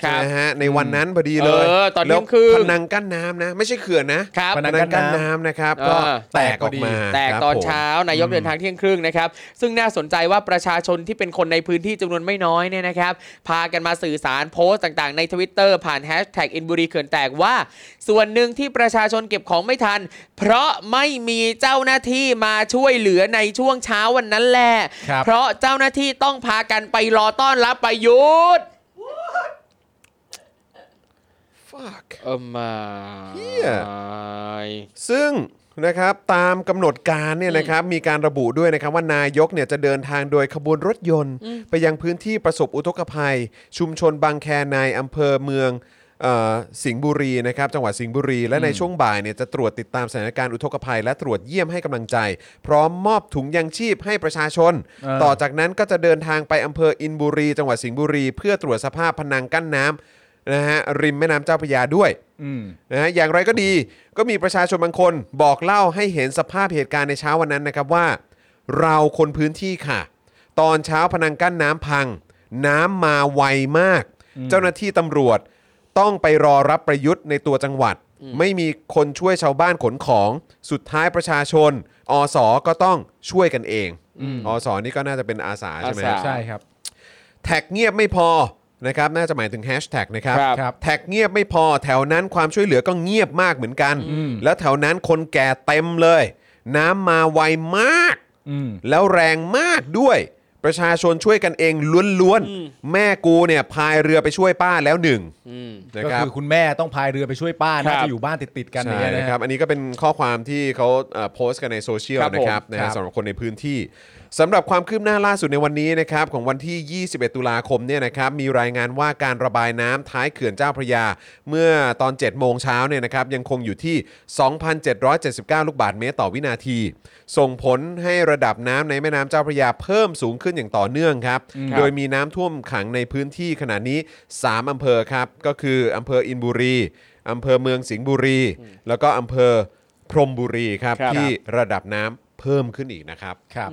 Speaker 3: ครั
Speaker 2: ใช่
Speaker 3: บ
Speaker 2: ไหมฮะในวันนั้นพอดีเลย
Speaker 3: เออตอนเที่ยง
Speaker 2: แล้ว
Speaker 3: คืน
Speaker 2: พนังกั้นน้ำนะ ไม่ใช่เขื่อนนะครับ พนังกั้นน้ำนะครับ
Speaker 3: เออ
Speaker 2: ก็แตก
Speaker 4: พ
Speaker 2: อ
Speaker 4: อ
Speaker 2: อก
Speaker 4: ดี
Speaker 2: มา
Speaker 3: แตก
Speaker 2: ครับ
Speaker 3: ตอน
Speaker 2: ผม
Speaker 3: เช้านายกเดินทางเที่ยงครึ่งนะครับ ซึ่งน่าสนใจว่าประชาชนที่เป็นคนในพื้นที่จำนวนไม่น้อยเนี่ยนะครับ พากันมาสื่อสารโพสต์ต่างๆ ในทวิตเตอร์ผ่านแฮชแท็กอินบุรีเขื่อนแตกว่า ส่วนหนึ่งที่ประชาชนเก็บของไม่ทัน เพราะไม่มีเจ้าหน้าที่มาช่วยเหลือในช่วงเช้าวันนั้นแหละ
Speaker 4: ครับ
Speaker 3: เพราะเจ้าหน้าที่ต้องพากันไปรอต้อนรับประยุทธ์
Speaker 2: Fuck
Speaker 3: เออมา
Speaker 2: เหี้ย ซึ่งนะครับตามกำหนดการเนี่ยนะครับมีการระบุด้วยนะครับว่านายกเนี่ยจะเดินทางโดยขบวนรถยนต์ ไปยังพื้นที่ประสบอุทกภัย ชุมชนบางแคในอำเภอเมืองเอ่อสิงห์บุรีนะครับจังหวัดสิงห์บุรี และในช่วงบ่ายเนี่ยจะตรวจติดตามสถานการณ์อุทกภัย และตรวจเยี่ยมให้กำลังใจ พร้อมมอบถุงยังชีพให้ประชาชน
Speaker 4: เออ
Speaker 2: ต่อจากนั้นก็จะเดินทางไปอำเภออินบุรี จังหวัดสิงห์บุรี เพื่อตรวจสภาพพนังกั้นน้ำนะฮะริมแม่น้ำเจ้าพระยาด้วย
Speaker 4: อืม
Speaker 2: นะฮะอย่างไรก็ดีก็มีประชาชนบางคนบอกเล่าให้เห็นสภาพเหตุการณ์ในเช้าวันนั้นนะครับว่า เราคนพื้นที่ค่ะ ตอนเช้าพนังกั้นน้ำพัง น้ำมาไวมาก เจ้าหน้าที่ตำรวจต้องไปรอรับประยุทธ์ในตัวจังหวัด ไม่มีคนช่วยชาวบ้านขนของสุดท้ายประชาชน อสก็ต้องช่วยกันเองอสนี่ก็น่าจะเป็นอาสาใช่ไหมฮะ
Speaker 4: ใช่ครับ
Speaker 2: แท็กเงียบไม่พอนะครับ น่าจะหมายถึงแฮชแท็กนะครับ
Speaker 4: ครับครับ
Speaker 2: แท็กเงียบไม่พอ แถวนั้นความช่วยเหลือก็เงียบมากเหมือนกัน แล้วแถวนั้นคนแก่เต็มเลย น้ำมาไวมาก
Speaker 4: อืม
Speaker 2: แล้วแรงมากด้วย ประชาชนช่วยกันเองล้วนๆ แม่กูเนี่ยพายเรือไปช่วยป้าแล้วหนึ่งนะ
Speaker 4: ก็
Speaker 2: ครับ
Speaker 4: คือคุณแม่ต้องพายเรือไปช่วยป้าน่าจะอยู่บ้านติดๆกันอย่าง
Speaker 2: ใช่
Speaker 4: เงี้ย
Speaker 2: นะ
Speaker 4: นะ
Speaker 2: ค
Speaker 4: ค
Speaker 2: รั
Speaker 4: รับ บ
Speaker 2: อันนี้ก็เป็นข้อความที่เขาเอ่อโพสต์กันในโซเชียล
Speaker 3: ครับผ
Speaker 2: นะ
Speaker 3: ม
Speaker 2: ครับนะ
Speaker 4: ครั
Speaker 2: ฮะ
Speaker 4: บ
Speaker 2: สำหรับคนในพื้นที่สำหรับความคืบหน้าล่าสุดในวันนี้นะครับของวันที่ 21 ตุลาคมเนี่ยนะครับมีรายงานว่าการระบายน้ำท้ายเขื่อนเจ้าพระยา เมื่อตอน 7 โมงเช้าเนี่ยนะครับยังคงอยู่ที่ 2,779 ลูกบาทเมตรต่อวินาที ส่งผลให้ระดับน้ำในแม่น้ำเจ้าพระยาเพิ่มสูงขึ้นอย่างต่อเนื่องครับ โดยมีน้ำท่วมขังในพื้นที่ขณะนี้ 3อำเภอครับก็คืออำเภออินบุรีอำเภอเมืองสิงห์บุรี แล้วก็อำเภอพรหมบุรีครับ
Speaker 4: ครับ
Speaker 2: ที่ระดับน้ำเพิ่มขึ้นอีกนะครับ
Speaker 4: ครับ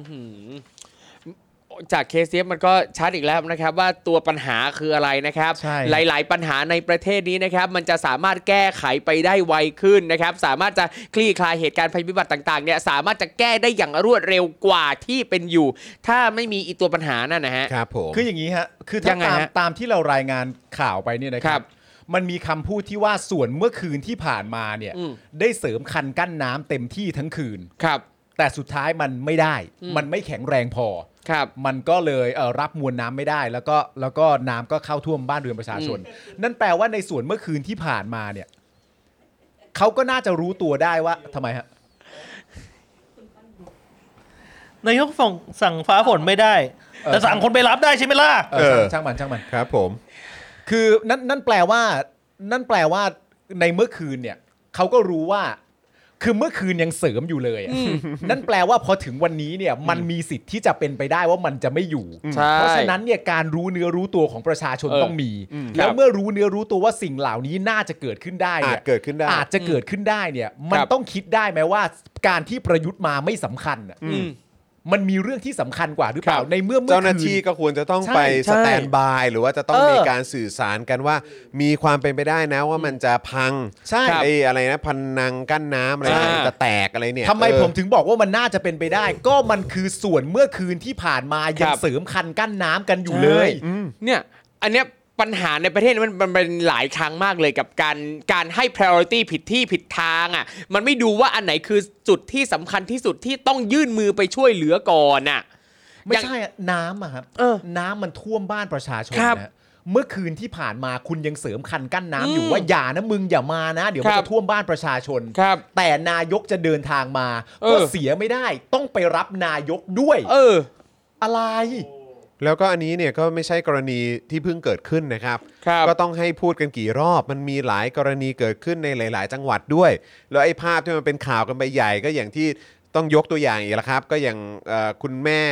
Speaker 3: จากเคสเนี้ยมันก็ชัดอีกแล้วนะครับว่าตัวปัญหาคืออะไรนะครับ
Speaker 4: ใช่
Speaker 3: หลาย ๆ ปัญหาในประเทศนี้นะครับมันจะสามารถแก้ไขไปได้ไวขึ้นนะครับ สามารถจะคลี่คลายเหตุการณ์ภัยพิบัติต่าง ๆ เนี่ยสามารถจะแก้ได้อย่างรวดเร็วกว่าที่เป็นอยู่ ถ้าไม่มีอีตัวปัญหานั่นนะฮะ
Speaker 2: ครับผม
Speaker 4: คืออย่างนี้ฮะ คือ
Speaker 3: ยั
Speaker 4: ถ้าง
Speaker 3: ไง
Speaker 4: ตาม
Speaker 3: ฮะ
Speaker 4: ตามที่เรารายงานข่าวไปเนี่ยนะค
Speaker 3: ครั
Speaker 4: รับ
Speaker 3: บ
Speaker 4: มันมีคำพูดที่ว่าส่วนเมื่อคืนที่ผ่านมาเนี่ย
Speaker 3: อืม
Speaker 4: ได้เสริมคันกั้นน้ำเต็มที่ทั้งคืน
Speaker 3: ครับ
Speaker 4: แต่สุดท้ายมันไม่ได้ มันไม่แข็งแรงพอ
Speaker 3: ครับ
Speaker 4: มันก็เลยเอ่อรับมวลน้ำไม่ได้ แล้วก็แล้วก็น้ำก็เข้าท่วมบ้านเรือนประชาชน นั่นแปลว่าในส่วนเมื่อคืนที่ผ่านมาเนี่ยเขาก็น่าจะรู้ตัวได้ว่าทำไมฮะ
Speaker 6: นายกส่งสั่งฟ้าฝนไม่ได้
Speaker 4: เออ
Speaker 6: แต่สั่งคนไปรับได้ใช่ไหมล่ะ
Speaker 4: เออ
Speaker 2: เออ
Speaker 4: ช่างช่างมันช่างมัน
Speaker 2: ครับผม
Speaker 4: คือนั่นนั่นแปลว่า นั่นแปลว่าในเมื่อคืนเนี่ยเขาก็รู้ว่า คือเมื่อคืนยังเสริมอยู่เลยอะนั่นแปลว่าพอถึงวันนี้เนี่ยมันมีสิทธิ์ที่จะเป็นไปได้ว่ามันจะไม่อยู่
Speaker 3: ใช่
Speaker 4: เพราะฉะนั้นเนี่ยการรู้เนื้อรู้ตัวของประชาชน
Speaker 3: เออ
Speaker 4: ต้องมี
Speaker 3: ครั
Speaker 4: แล้
Speaker 3: บ
Speaker 4: วเมื่อรู้เนื้อรู้ตัวว่าสิ่งเหล่านี้น่าจะเกิดขึ้นได้
Speaker 2: อา
Speaker 4: นี่
Speaker 2: จ
Speaker 4: ย
Speaker 2: เกิดขึ้นได้
Speaker 4: อาจจะเกิดขึ้นได้เนี่ยมัน
Speaker 3: ครับ
Speaker 4: ต้องคิดได้ไหมว่า การที่ประยุทธ์มาไม่สำคัญอะ
Speaker 3: อืม
Speaker 4: มันมีเรื่องที่สำคัญกว่าหรือเปล่า
Speaker 3: ครับ
Speaker 4: ในเมื่อมื่อคื
Speaker 2: เจ้าหน้าที่ก็ควรจะต้อง
Speaker 4: ใช่
Speaker 2: ไป
Speaker 4: ใช่
Speaker 2: สแตนด์บายหรือว่าจะต้อง
Speaker 4: เออ
Speaker 2: มีการสื่อสารกันว่า มีความเป็นไปได้นะว่ามันจะพัง
Speaker 4: ใช่
Speaker 2: ไอ้อะไรนะพันนังกั้นน้ำอะไร
Speaker 3: อ่า
Speaker 2: จะแตกอะไรเนี่ย
Speaker 4: ทำไม
Speaker 2: เออ
Speaker 4: ผมถึงบอกว่ามันน่าจะเป็นไปได้ ก็มันคือส่วนเมื่อคืนที่ผ่านมา
Speaker 3: ค
Speaker 4: ยัง
Speaker 3: รับ
Speaker 4: เสริมคันกั้นน้ำกันอยู่เลย
Speaker 3: เนี่ยอันเนี้ยปัญหาในประเทศมันมันเป็นหลายครั้งมากเลยกับการการให้ priority ผิดที่ผิดทางอ่ะมันไม่ดูว่าอันไหนคือจุดที่สำคัญที่สุดที่ต้องยื่นมือไปช่วยเหลือก่อนอ่ะ
Speaker 4: ไม่ใช่อะน้ำอะครับ
Speaker 3: เออ
Speaker 4: น้ำมันท่วมบ้านประชาชน
Speaker 3: ครับ
Speaker 4: นะเมื่อคืนที่ผ่านมาคุณยังเสริมคันกั้นน้ำ
Speaker 3: อืม
Speaker 4: อยู่ว่าอย่านะมึงอย่ามานะ เดี๋ยว
Speaker 3: ครั
Speaker 4: มัน
Speaker 3: บ
Speaker 4: จะท่วมบ้านประชาชน
Speaker 3: ครับ
Speaker 4: แต่นายกจะเดินทางมา
Speaker 3: เออ
Speaker 4: ก็เสียไม่ได้ ต้องไปรับนายกด้วย
Speaker 3: เออ
Speaker 4: อะไร
Speaker 2: แล้วก็อันนี้เนี่ยก็ไม่ใช่กรณีที่เพิ่งเกิดขึ้นนะครับ
Speaker 3: ครับ
Speaker 2: ก็ต้องให้พูดกันกี่รอบมันมีหลายกรณีเกิดขึ้นในหลาย ๆ จังหวัดด้วย แล้วไอ้ภาพที่มันเป็นข่าวกันไปใหญ่ก็อย่างที่ต้องยกตัวอย่างอีกละครับ ก็อย่างเอ่อคุณแม่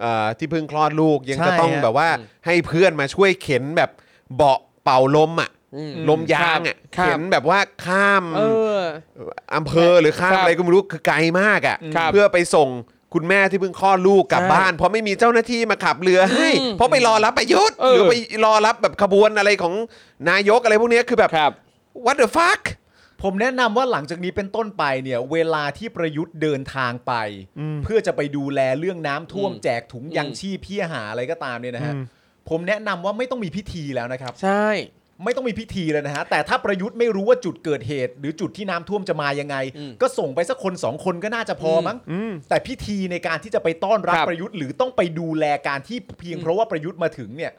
Speaker 2: เอ่อที่เพิ่งคลอดลูกยัง
Speaker 4: ใช่
Speaker 2: จะต้อง
Speaker 4: ฮะ
Speaker 2: แบบว่าให้เพื่อนมาช่วยเข็นแบบเบาะเป่าลมอ่ะ
Speaker 3: อืม
Speaker 2: ลมยางอ่ะ
Speaker 3: ครับ
Speaker 2: เข็นแบบว่าข้าม
Speaker 3: เออ
Speaker 2: อำเภอหรือข้าม
Speaker 3: ครับ
Speaker 2: อะไรก็ไม่รู้คือไกลมาก
Speaker 3: ครั
Speaker 2: อะ่ะ
Speaker 3: บ
Speaker 2: เพื่อไปส่ง คุณแม่ที่เพิ่งคลอดลูกกลับ
Speaker 3: ใช่
Speaker 2: บ้าน เพราะไม่มีเจ้าหน้าที่มาขับเรือให้
Speaker 3: อืม
Speaker 2: เพราะไปรอรับประยุทธ์
Speaker 3: เอ
Speaker 2: ห
Speaker 3: อ
Speaker 2: รือไปรอรับแบบขบวนอะไรของนายกอะไรพวกเนี้ยคือแบบ
Speaker 3: ครับ
Speaker 2: what the fuck
Speaker 4: ผมแนะนำว่าหลังจากนี้เป็นต้นไปเนี่ยเวลาที่ประยุทธ์เดินทางไป เพื่อจะไปดูแลเรื่องน้ำท่วม
Speaker 3: อืม
Speaker 4: แจกถุงยังชีพเพี่ยหาอะไรก็ตามเนี่ยนะฮะ
Speaker 2: อืม
Speaker 4: ผมแนะนำว่าไม่ต้องมีพิธีแล้วนะครับ
Speaker 3: ใช่
Speaker 4: ไม่ต้องมีพิธีแล้วนะฮะแต่ถ้าประยุทธ์ไม่รู้ว่าจุดเกิดเหตุ หรือจุดที่น้ำท่วมจะมายังไง
Speaker 3: อืม
Speaker 4: ก็ส่งไปสักคนสองคนก็น่าจะพอมั้ง
Speaker 2: อืม
Speaker 4: แต่พิธีในการที่จะไปต้อนรับ
Speaker 3: ครับ
Speaker 4: ประยุทธ์หรือต้องไปดูแลการที่เพียง
Speaker 3: อืม
Speaker 4: เพราะว่าประยุทธ์มาถึงเนี่ย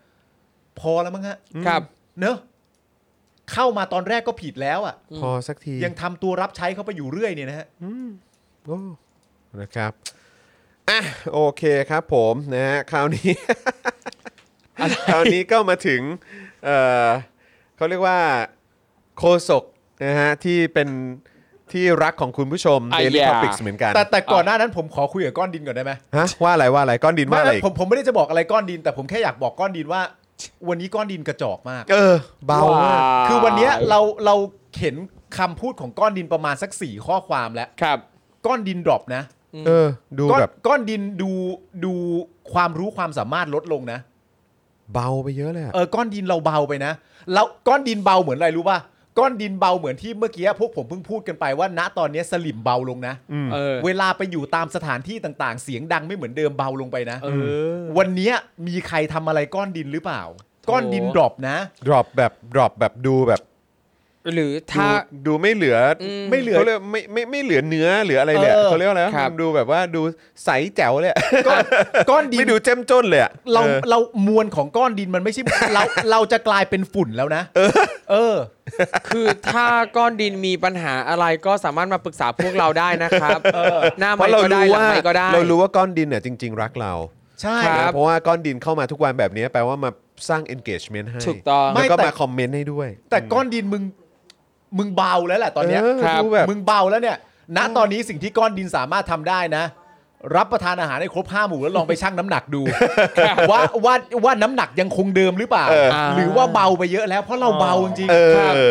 Speaker 4: พอแล้วมั้งฮะ
Speaker 3: ครับ
Speaker 4: เนอะเข้ามาตอนแรกก็ผิดแล้วอ่ะ
Speaker 2: พอสักที
Speaker 4: ยังทำตัวรับใช้เขาไปอยู่เรื่อยเนี่ยนะฮะ
Speaker 2: โอ้นะครับอ่ะโอเคครับผมนะฮะคราวนี้ คราวนี้ก็มาถึงเอ่อเขาเรียกว่าโคศกนะฮะที่เป็นที่รักของคุณผู้ชม
Speaker 3: อ่ะ
Speaker 2: Daily
Speaker 3: อย่า
Speaker 2: Topics เหมือนกัน
Speaker 4: แต่แต่ก่อนหน้านั้นผมขอคุยกับก้อนดินก่อนได้ไหม
Speaker 2: ฮะว่าอะไรว่าอะไรก้อนดินว่า
Speaker 4: ไม่
Speaker 2: อะไรอีก
Speaker 4: ผมผมไม่ได้จะบอกอะไรก้อนดิน แต่ผมแค่อยากบอกก้อนดินว่า วันนี้ก้อนดินกระจอกมาก
Speaker 2: เออเบา
Speaker 3: ว้
Speaker 2: มาก
Speaker 3: ว
Speaker 4: คือวันเนี้ยเราเราเห็นคำพูดของก้อนดินประมาณสักสี่ข้อความแล้ว
Speaker 3: ครับ
Speaker 4: ก้อนดินดรอปนะ
Speaker 2: เออ ดู
Speaker 4: ก้อน
Speaker 2: แบบ
Speaker 4: ก้อนดินดูดูความรู้ความสามารถลดลงนะ
Speaker 2: เบาไปเยอะเลยอะ
Speaker 4: เออก้อนดินเราเบาไปนะเราก้อนดินเบาเหมือนอะไรรู้ป่ะก้อนดินเบาเหมือนที่เมื่อกี้พวกผมเพิ่งพูดกันไปว่าณตอนเนี้ยสลิมเบาลงนะ
Speaker 2: ม
Speaker 3: เออ
Speaker 4: เวลาไปอยู่ตามสถานที่ต่างๆ เสียงดังไม่เหมือนเดิมเบาลงไปนะ
Speaker 3: เออ
Speaker 4: วันเนี้ยมีใครทำอะไรก้อนดินหรือเปล่า ก้อนดินดรอปนะ
Speaker 2: ดรอปแบบดรอปแบบดูแบบ
Speaker 3: หรือ
Speaker 2: ดู
Speaker 3: ถ้า
Speaker 2: ดูไม่เหลืออ
Speaker 3: ม
Speaker 4: ไม่เหลือ
Speaker 2: ขาเรียกไม่ไม่ไม่เหลือเนื้อเหลืออะไรเลยอะ
Speaker 4: เออ
Speaker 2: เขาเรียกว่าอะไรนะครับ ดูแบบว่าดูใสแจ๋วเลยอะ
Speaker 4: ก้อนก้อนดิน
Speaker 2: ไม่ดูเจ้มจนเลยอะ
Speaker 4: เรา
Speaker 2: ออ
Speaker 4: เรามวลของก้อนดินมันไม่ใช่ เราเราจะกลายเป็นฝุ่นแล้วนะ เออ
Speaker 3: คือถ้าก้อนดินมีปัญหาอะไรก็สามารถมาปรึกษาพวกเราได้นะครับหน้า
Speaker 2: เพ
Speaker 3: ไม
Speaker 2: ราะ
Speaker 3: ค์
Speaker 2: เรา
Speaker 3: ก็ได้
Speaker 2: รู้
Speaker 3: หลัง
Speaker 2: ว่า
Speaker 3: ไมค์ก็ได้
Speaker 2: เรารู้ว่าก้อนดินเนี่ยจริง ๆ รักเรา
Speaker 4: ใช่
Speaker 3: ค รั บ
Speaker 2: เพราะว่าก้อนดินเข้ามาทุกวันแบบนี้แปลว่ามาสร้าง engagement ให้
Speaker 3: ถูกต้อง
Speaker 2: แล้วก็มาคอมเมนต์ให้ด้วย
Speaker 4: แต่ก้อนดินมึงมึงเบาแล้วแหละตอนเนี้ย
Speaker 2: เออ
Speaker 3: ครับ
Speaker 2: ดูแบบ
Speaker 4: มึงเบาแล้วเนี่ย ณตอนนี้สิ่งที่ก้อนดินสามารถทำได้นะ รับประทานอาหารให้ครบห้าหมู่แล้วลองไปชั่งน้ำหนักดู ว่าว่าว่าน้ำหนักยังคงเดิมหรือเปล่า หรือว่าเบาไปเยอะแล้วเพราะเราเบาจริงๆ
Speaker 2: เอ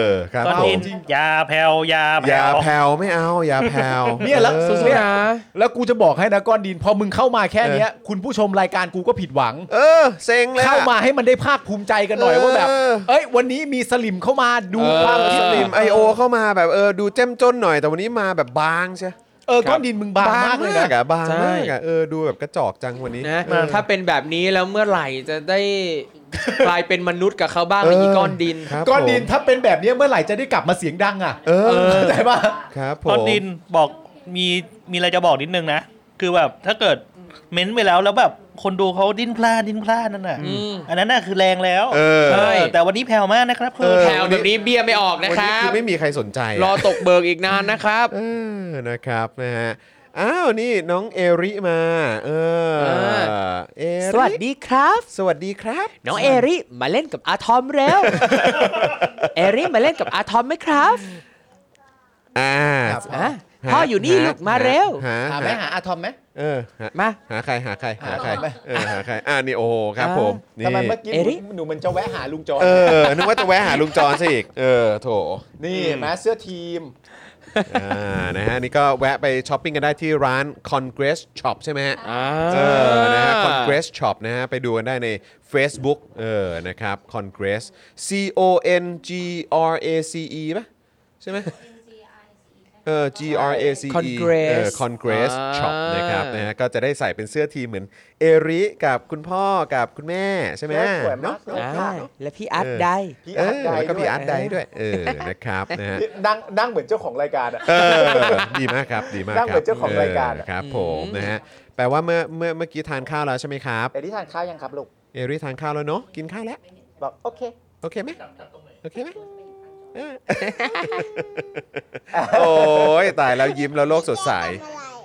Speaker 2: อครับ
Speaker 6: ก้อน
Speaker 2: ผม
Speaker 6: ดินอยาแผ่วอยา
Speaker 2: อ
Speaker 6: แผ่
Speaker 2: ย่าว แผ่วไม่เอาอย่าแผ่ว
Speaker 4: เนี่ยแล้ว
Speaker 2: ออ
Speaker 3: สู้ๆนะ
Speaker 4: แล้วกูจะบอกให้นะก้อนดิน พอมึงเข้ามาแค่เนี้ย คุณผู้ชมรายการกูก็ผิดหวัง
Speaker 2: เออเซ็งเลยอะ
Speaker 4: เข้ามาให้มันได้ภาคภูมิใจกันหน่อย
Speaker 2: เออ
Speaker 4: ว่าแบบ เอ้ย วันนี้มีสลิมเข้ามาดูความคิด
Speaker 2: ติ
Speaker 4: ลิ
Speaker 2: ม
Speaker 4: ม
Speaker 2: ไอโอเข้ามาแบบเออดูเจ้มจนหน่อยแต่วันนี้มาแบบบางใช่
Speaker 4: เออก้อนดินมึงบางมากเลยนะ
Speaker 2: อะบางมากอะเออดูแบบกระจอกจังวันนี้
Speaker 3: นะ
Speaker 2: เออ
Speaker 3: ถ้าเป็นแบบนี้แล้วเมื่อไหร่จะได้ กลายเป็นมนุษย์กับเขาบ้าง
Speaker 2: เออ
Speaker 3: ไอ้ก้อนดิน
Speaker 2: ครับ
Speaker 4: ก้อนดิน
Speaker 2: ผม
Speaker 4: ถ้าเป็นแบบเนี้ยเมื่อไหร่จะได้กลับมาเสียงดังอ่ะ
Speaker 2: เออ
Speaker 4: เข้าใจปะ
Speaker 2: ครับผม
Speaker 6: ก้อนดินบอกมีมีอะไรจะบอกนิดนึงนะ คือแบบถ้าเกิดเม้นต์ไปแล้วแล้วแบบคนดูเขาดิ้นพลาดดิ้นพลาดนั่นน่ะ
Speaker 3: อืม
Speaker 6: อันนั้นน่ะคือแรงแล้ว
Speaker 2: เออ
Speaker 6: เออแต่วันนี้แผ่วมากนะครับ
Speaker 2: เออ
Speaker 3: แถวแบบนี้เบี้ยไม่ออกนะ
Speaker 2: วัน
Speaker 3: ค
Speaker 2: นี้
Speaker 3: รั
Speaker 2: คื
Speaker 3: บ
Speaker 2: อไม่มีใครสนใจอะ
Speaker 3: รอตกเบิกอีกนานนะครับ
Speaker 2: เออนะครับนะฮะอ้าวนี่น้องเอริมาเออ
Speaker 3: เออ
Speaker 2: เอ
Speaker 5: สวัส
Speaker 2: ริ
Speaker 5: ดีครับ
Speaker 2: สวัสดีครับ
Speaker 5: น้องเอริมาเล่นกับอาทอมเร็ว เอริมาเล่นกับอาทอมไหมครับ
Speaker 2: อ่า
Speaker 5: อ่ะพ่ออยู่นี่ลูกมาเร็ว
Speaker 2: หา
Speaker 4: หา
Speaker 2: หา
Speaker 4: ไหมหาอาทอมไหม
Speaker 2: เออหา
Speaker 5: มา
Speaker 2: หาใครหาใครหาใครเออหาใครอ่านี่โอ้โหครับผมนี่
Speaker 4: ทำไมเมื่อกี้
Speaker 5: เอริ
Speaker 4: หนูมันจะแวะหาลุงจอน
Speaker 2: เออ นึกว่าจะแวะหาลุงจอนซะอีก เออ โถ
Speaker 4: นี่เห็นไหมเสื้อทีม
Speaker 2: อ่านะฮะ นี่ก็แวะไปช้อปปิ้งกันได้ที่ร้าน Congress Shop ใช่ไหมฮะ
Speaker 3: อ่า
Speaker 2: เออ นะฮะ Congress Shop นะฮะ ไปดูกันได้ใน Facebook เออ นะครับ Congress C O N G R A C E ป่ะ ใช่ไหมเออ G R A C E
Speaker 3: Congress
Speaker 2: เออ Congress Shop
Speaker 3: อ่าน
Speaker 2: นะครับ นะฮะ ก็จะได้ใส่เป็นเสื้อทีมเหมือนเอริกับคุณพ่อกับคุณแม่ใช่ไหม
Speaker 4: สวยมาก
Speaker 2: เนอะ
Speaker 5: อ่า
Speaker 2: เนอะ
Speaker 5: และพี่อาร์ตได้
Speaker 4: พี่
Speaker 2: เอ
Speaker 4: อาร์ต
Speaker 2: อ
Speaker 4: ได
Speaker 2: แล้วก็
Speaker 4: ด้ว
Speaker 2: พี่
Speaker 4: ย
Speaker 2: อาร์ตไดด้วย เออ นะครับ นะฮะ
Speaker 4: นั่งนั่งเหมือนเจ้าของรายการอ่ะ
Speaker 2: เออดีมากครับดีมากค
Speaker 4: นั่
Speaker 2: รับ
Speaker 4: งเหมือนเจ้าของรายการอะ
Speaker 2: เอครับผมนะฮะแปลว่าเมื่อเมื่อเมื่อกี้ทานข้าวแล้วใช่ไหมครับ
Speaker 4: เอริทานข้าวยังครับลูก
Speaker 2: เอริทานข้าวแล้วเนาะกินข้าวแล้ว
Speaker 4: บอกโอเค
Speaker 2: โอเคไหมโอเคไหมเอ อโอ้ยตายแล้วยิ้มแล้วโลกสดใส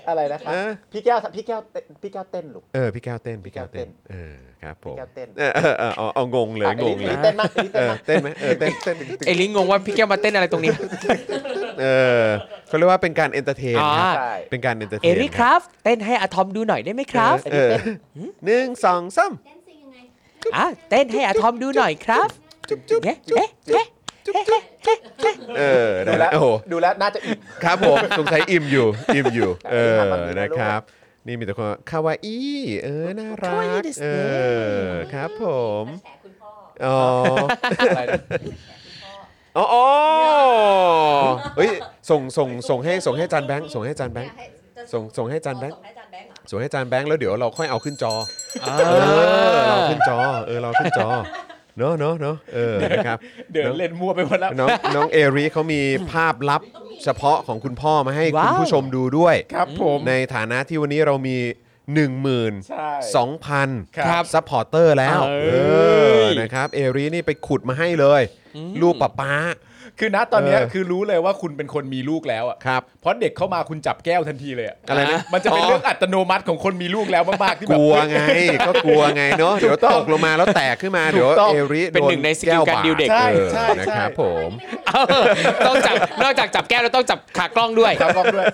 Speaker 4: อะไรนะครับ
Speaker 2: เออ
Speaker 4: พี่แก้วพี่แก้วเต้นพี่แก้วเต้นลูก
Speaker 2: เออพี่แก้วเต้นพี่แก้วเต้นเออครับผม
Speaker 4: พี่แก้วเต้น
Speaker 2: เออเออเออเอาเอางงเลย
Speaker 4: อ่ะ
Speaker 2: งงเล
Speaker 4: เอย ริเต้นมากเอริ
Speaker 2: เอ
Speaker 4: เต้น
Speaker 2: อเต้
Speaker 4: มาก
Speaker 2: นไหมเออเต้นเต้น
Speaker 3: เอลิงงงว่าพี่แกมาเต้นอะไรตรงนี้
Speaker 2: เออเขาเรียกว่าเป็นการเอนเตอร์เทนครับ
Speaker 4: ใช่
Speaker 2: เป็นการเอนเตอร์เทน
Speaker 5: เอริครับ เต้นให้อาทอมดูหน่อยได้ไหมครับ
Speaker 2: เออหนึ่งสองสาม
Speaker 5: อ่ะเต้นให้อาทอมดูหน่อยครับ
Speaker 2: จุ๊บจุ๊บ
Speaker 5: เอ๊ะเอ๊ะเอ๊ะเอ๊ะเอ๊ะเอ๊ะเอ๊ะ
Speaker 2: เออ
Speaker 4: ดู
Speaker 2: นะ
Speaker 4: แล้ว
Speaker 2: โอ้โห
Speaker 4: ดูแล้วน่าจะอิ่ม
Speaker 2: ครับผมสงสัยอิ่มอยู่ อิ่มอยู่ เออ
Speaker 4: ถามแบบนี้นะ
Speaker 2: นะครับ นี่มีแต่คนคาวาอี้เออ น่ารัก เออ ครับผม
Speaker 7: แฉคุณพ่อ
Speaker 2: อ๋อ
Speaker 4: อะไรนะ
Speaker 2: อ๋อ อ๋อเฮ้ย ส่ง ส่ง ส่งให้ ส่งให้จานแบงค์ ส่งให้จานแบงค์ ส่ง ส่งให้จานแบงค์
Speaker 7: ส่งให้อาจารย์แบงค์เห
Speaker 2: ส่งให้จานแบงค์
Speaker 7: รอ
Speaker 2: แล้วเดี๋ยวเราค่อยเอาขึ้นจอ
Speaker 3: อ่า
Speaker 2: เออ เราขึ้นจอ เออ เราขึ้นจอ เนอะเนอะเนอะเออ นะครับ
Speaker 4: เดินเล่นมั่วไปหมดแล้ว
Speaker 2: น้องน้องเอริเขามีภาพลับเฉพาะของคุณพ่อมาให้คุณ
Speaker 3: ว้าว
Speaker 2: ผู้ชมดูด้วย
Speaker 4: ครับผม
Speaker 2: ในฐานะที่วันนี้เรามี 1 0 0 0 0
Speaker 4: ใช่
Speaker 2: 2,000
Speaker 4: ครับ
Speaker 2: ซัพพอร์เตอร์แล้ว
Speaker 3: เอ้ย
Speaker 2: เออนะครับ เอรินี่ไปขุดมาให้เลย รูปป้าป้า
Speaker 4: คือณตอนเนี้ย
Speaker 2: เออ
Speaker 4: คือรู้เลยว่าคุณเป็นคนมีลูกแล้วอ่ะ
Speaker 2: ครับ
Speaker 4: เพราะเด็กเข้ามาคุณจับแก้วทันทีเลยอะ
Speaker 2: อะไรนะ
Speaker 4: มันจะเป็นเรื่องอัตโนมัติของคนมีลูกแล้วมากๆที่
Speaker 2: ก
Speaker 4: แบบ
Speaker 2: ลัวไง ก็กลัวไงเนาะเดี๋ยวตกลงมาแล้วแตกขึ้นมาเดี๋ยว
Speaker 4: ถูกต้อง
Speaker 2: เอริ
Speaker 3: เป็น
Speaker 2: โด
Speaker 3: หนึ่งในสกิลการดิวเด็ก
Speaker 2: แบา
Speaker 4: ใช่
Speaker 2: เออ
Speaker 4: ใช่ใช่
Speaker 2: นะครับผม
Speaker 3: เออต้องจับนอกจากจับแก้วแล้วต้องจับขากล้องด้วย
Speaker 4: ครับผมด้วย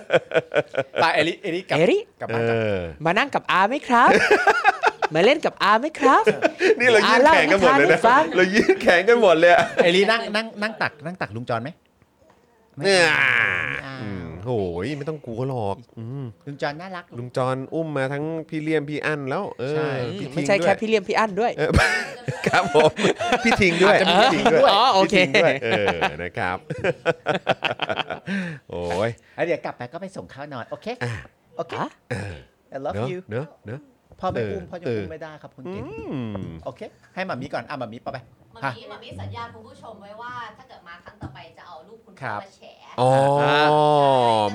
Speaker 4: ตาเอริเอริกลับ
Speaker 3: เอริ
Speaker 4: กลับ
Speaker 2: เอ
Speaker 4: มาครับ
Speaker 2: อ
Speaker 3: มานั่งกับอาไหมครับ มาเล่นกับอาไหมครับ
Speaker 2: นี่เรายื่นแข่งกันหมดเลยนะ
Speaker 3: อ่ะเล่านิทานให้ฟัง
Speaker 2: เรายื่นแข่งกันหมดเลยอะ
Speaker 4: เอรินั่งนั่งนั่งตักนั่งตักลุงจอนไหม
Speaker 2: เนี่ยอืมโอ้ยไม่ต้องกลัวหรอกอืม
Speaker 4: ลุงจอนน่ารัก
Speaker 2: ลุงจอนอุ้มมาทั้งพี่เลี่ยมพี่อั้นแล้ว เอ
Speaker 4: ใช่
Speaker 2: อ
Speaker 3: อืม
Speaker 2: พี่
Speaker 3: ไม่
Speaker 2: ทิ้ง
Speaker 3: ใช่
Speaker 2: ด้
Speaker 3: แค่
Speaker 2: วย
Speaker 3: พี่เลี้ยงพี่อั้นด้วย
Speaker 2: เอ อ ครับผมพี่ทิ้งด้วย
Speaker 3: อาจจะมี
Speaker 2: พี่ทิ้งด้วย
Speaker 3: อ๋อโอเค
Speaker 2: พี่ทิ้งด้วยเออนะครับ โอ้ย
Speaker 4: แล้วเดี๋ยวกลับไปก็ไปส่งข้าวนอน โอเค โอเค I
Speaker 2: เน
Speaker 4: love
Speaker 2: อะ
Speaker 4: you
Speaker 2: เนอะเนอะ
Speaker 4: พ่อไม่
Speaker 2: เออ
Speaker 4: อุ้มพ่อยัง
Speaker 2: เอออุ้
Speaker 4: อุ้มไม่ได้ครับคุณ
Speaker 2: อื
Speaker 4: เก่ง
Speaker 2: ม
Speaker 4: โอเค ให้หมามีก่อน อ่ะหมามีไปไป
Speaker 7: มันมีมันมีสัญญาคุณผู้ชมไว้ว่า ถ้าเกิดมาครั้งต่อไปจะเอารูปคุณ
Speaker 4: ครั
Speaker 7: พ่อบ มาแฉ
Speaker 2: อ๋อ
Speaker 7: ใช่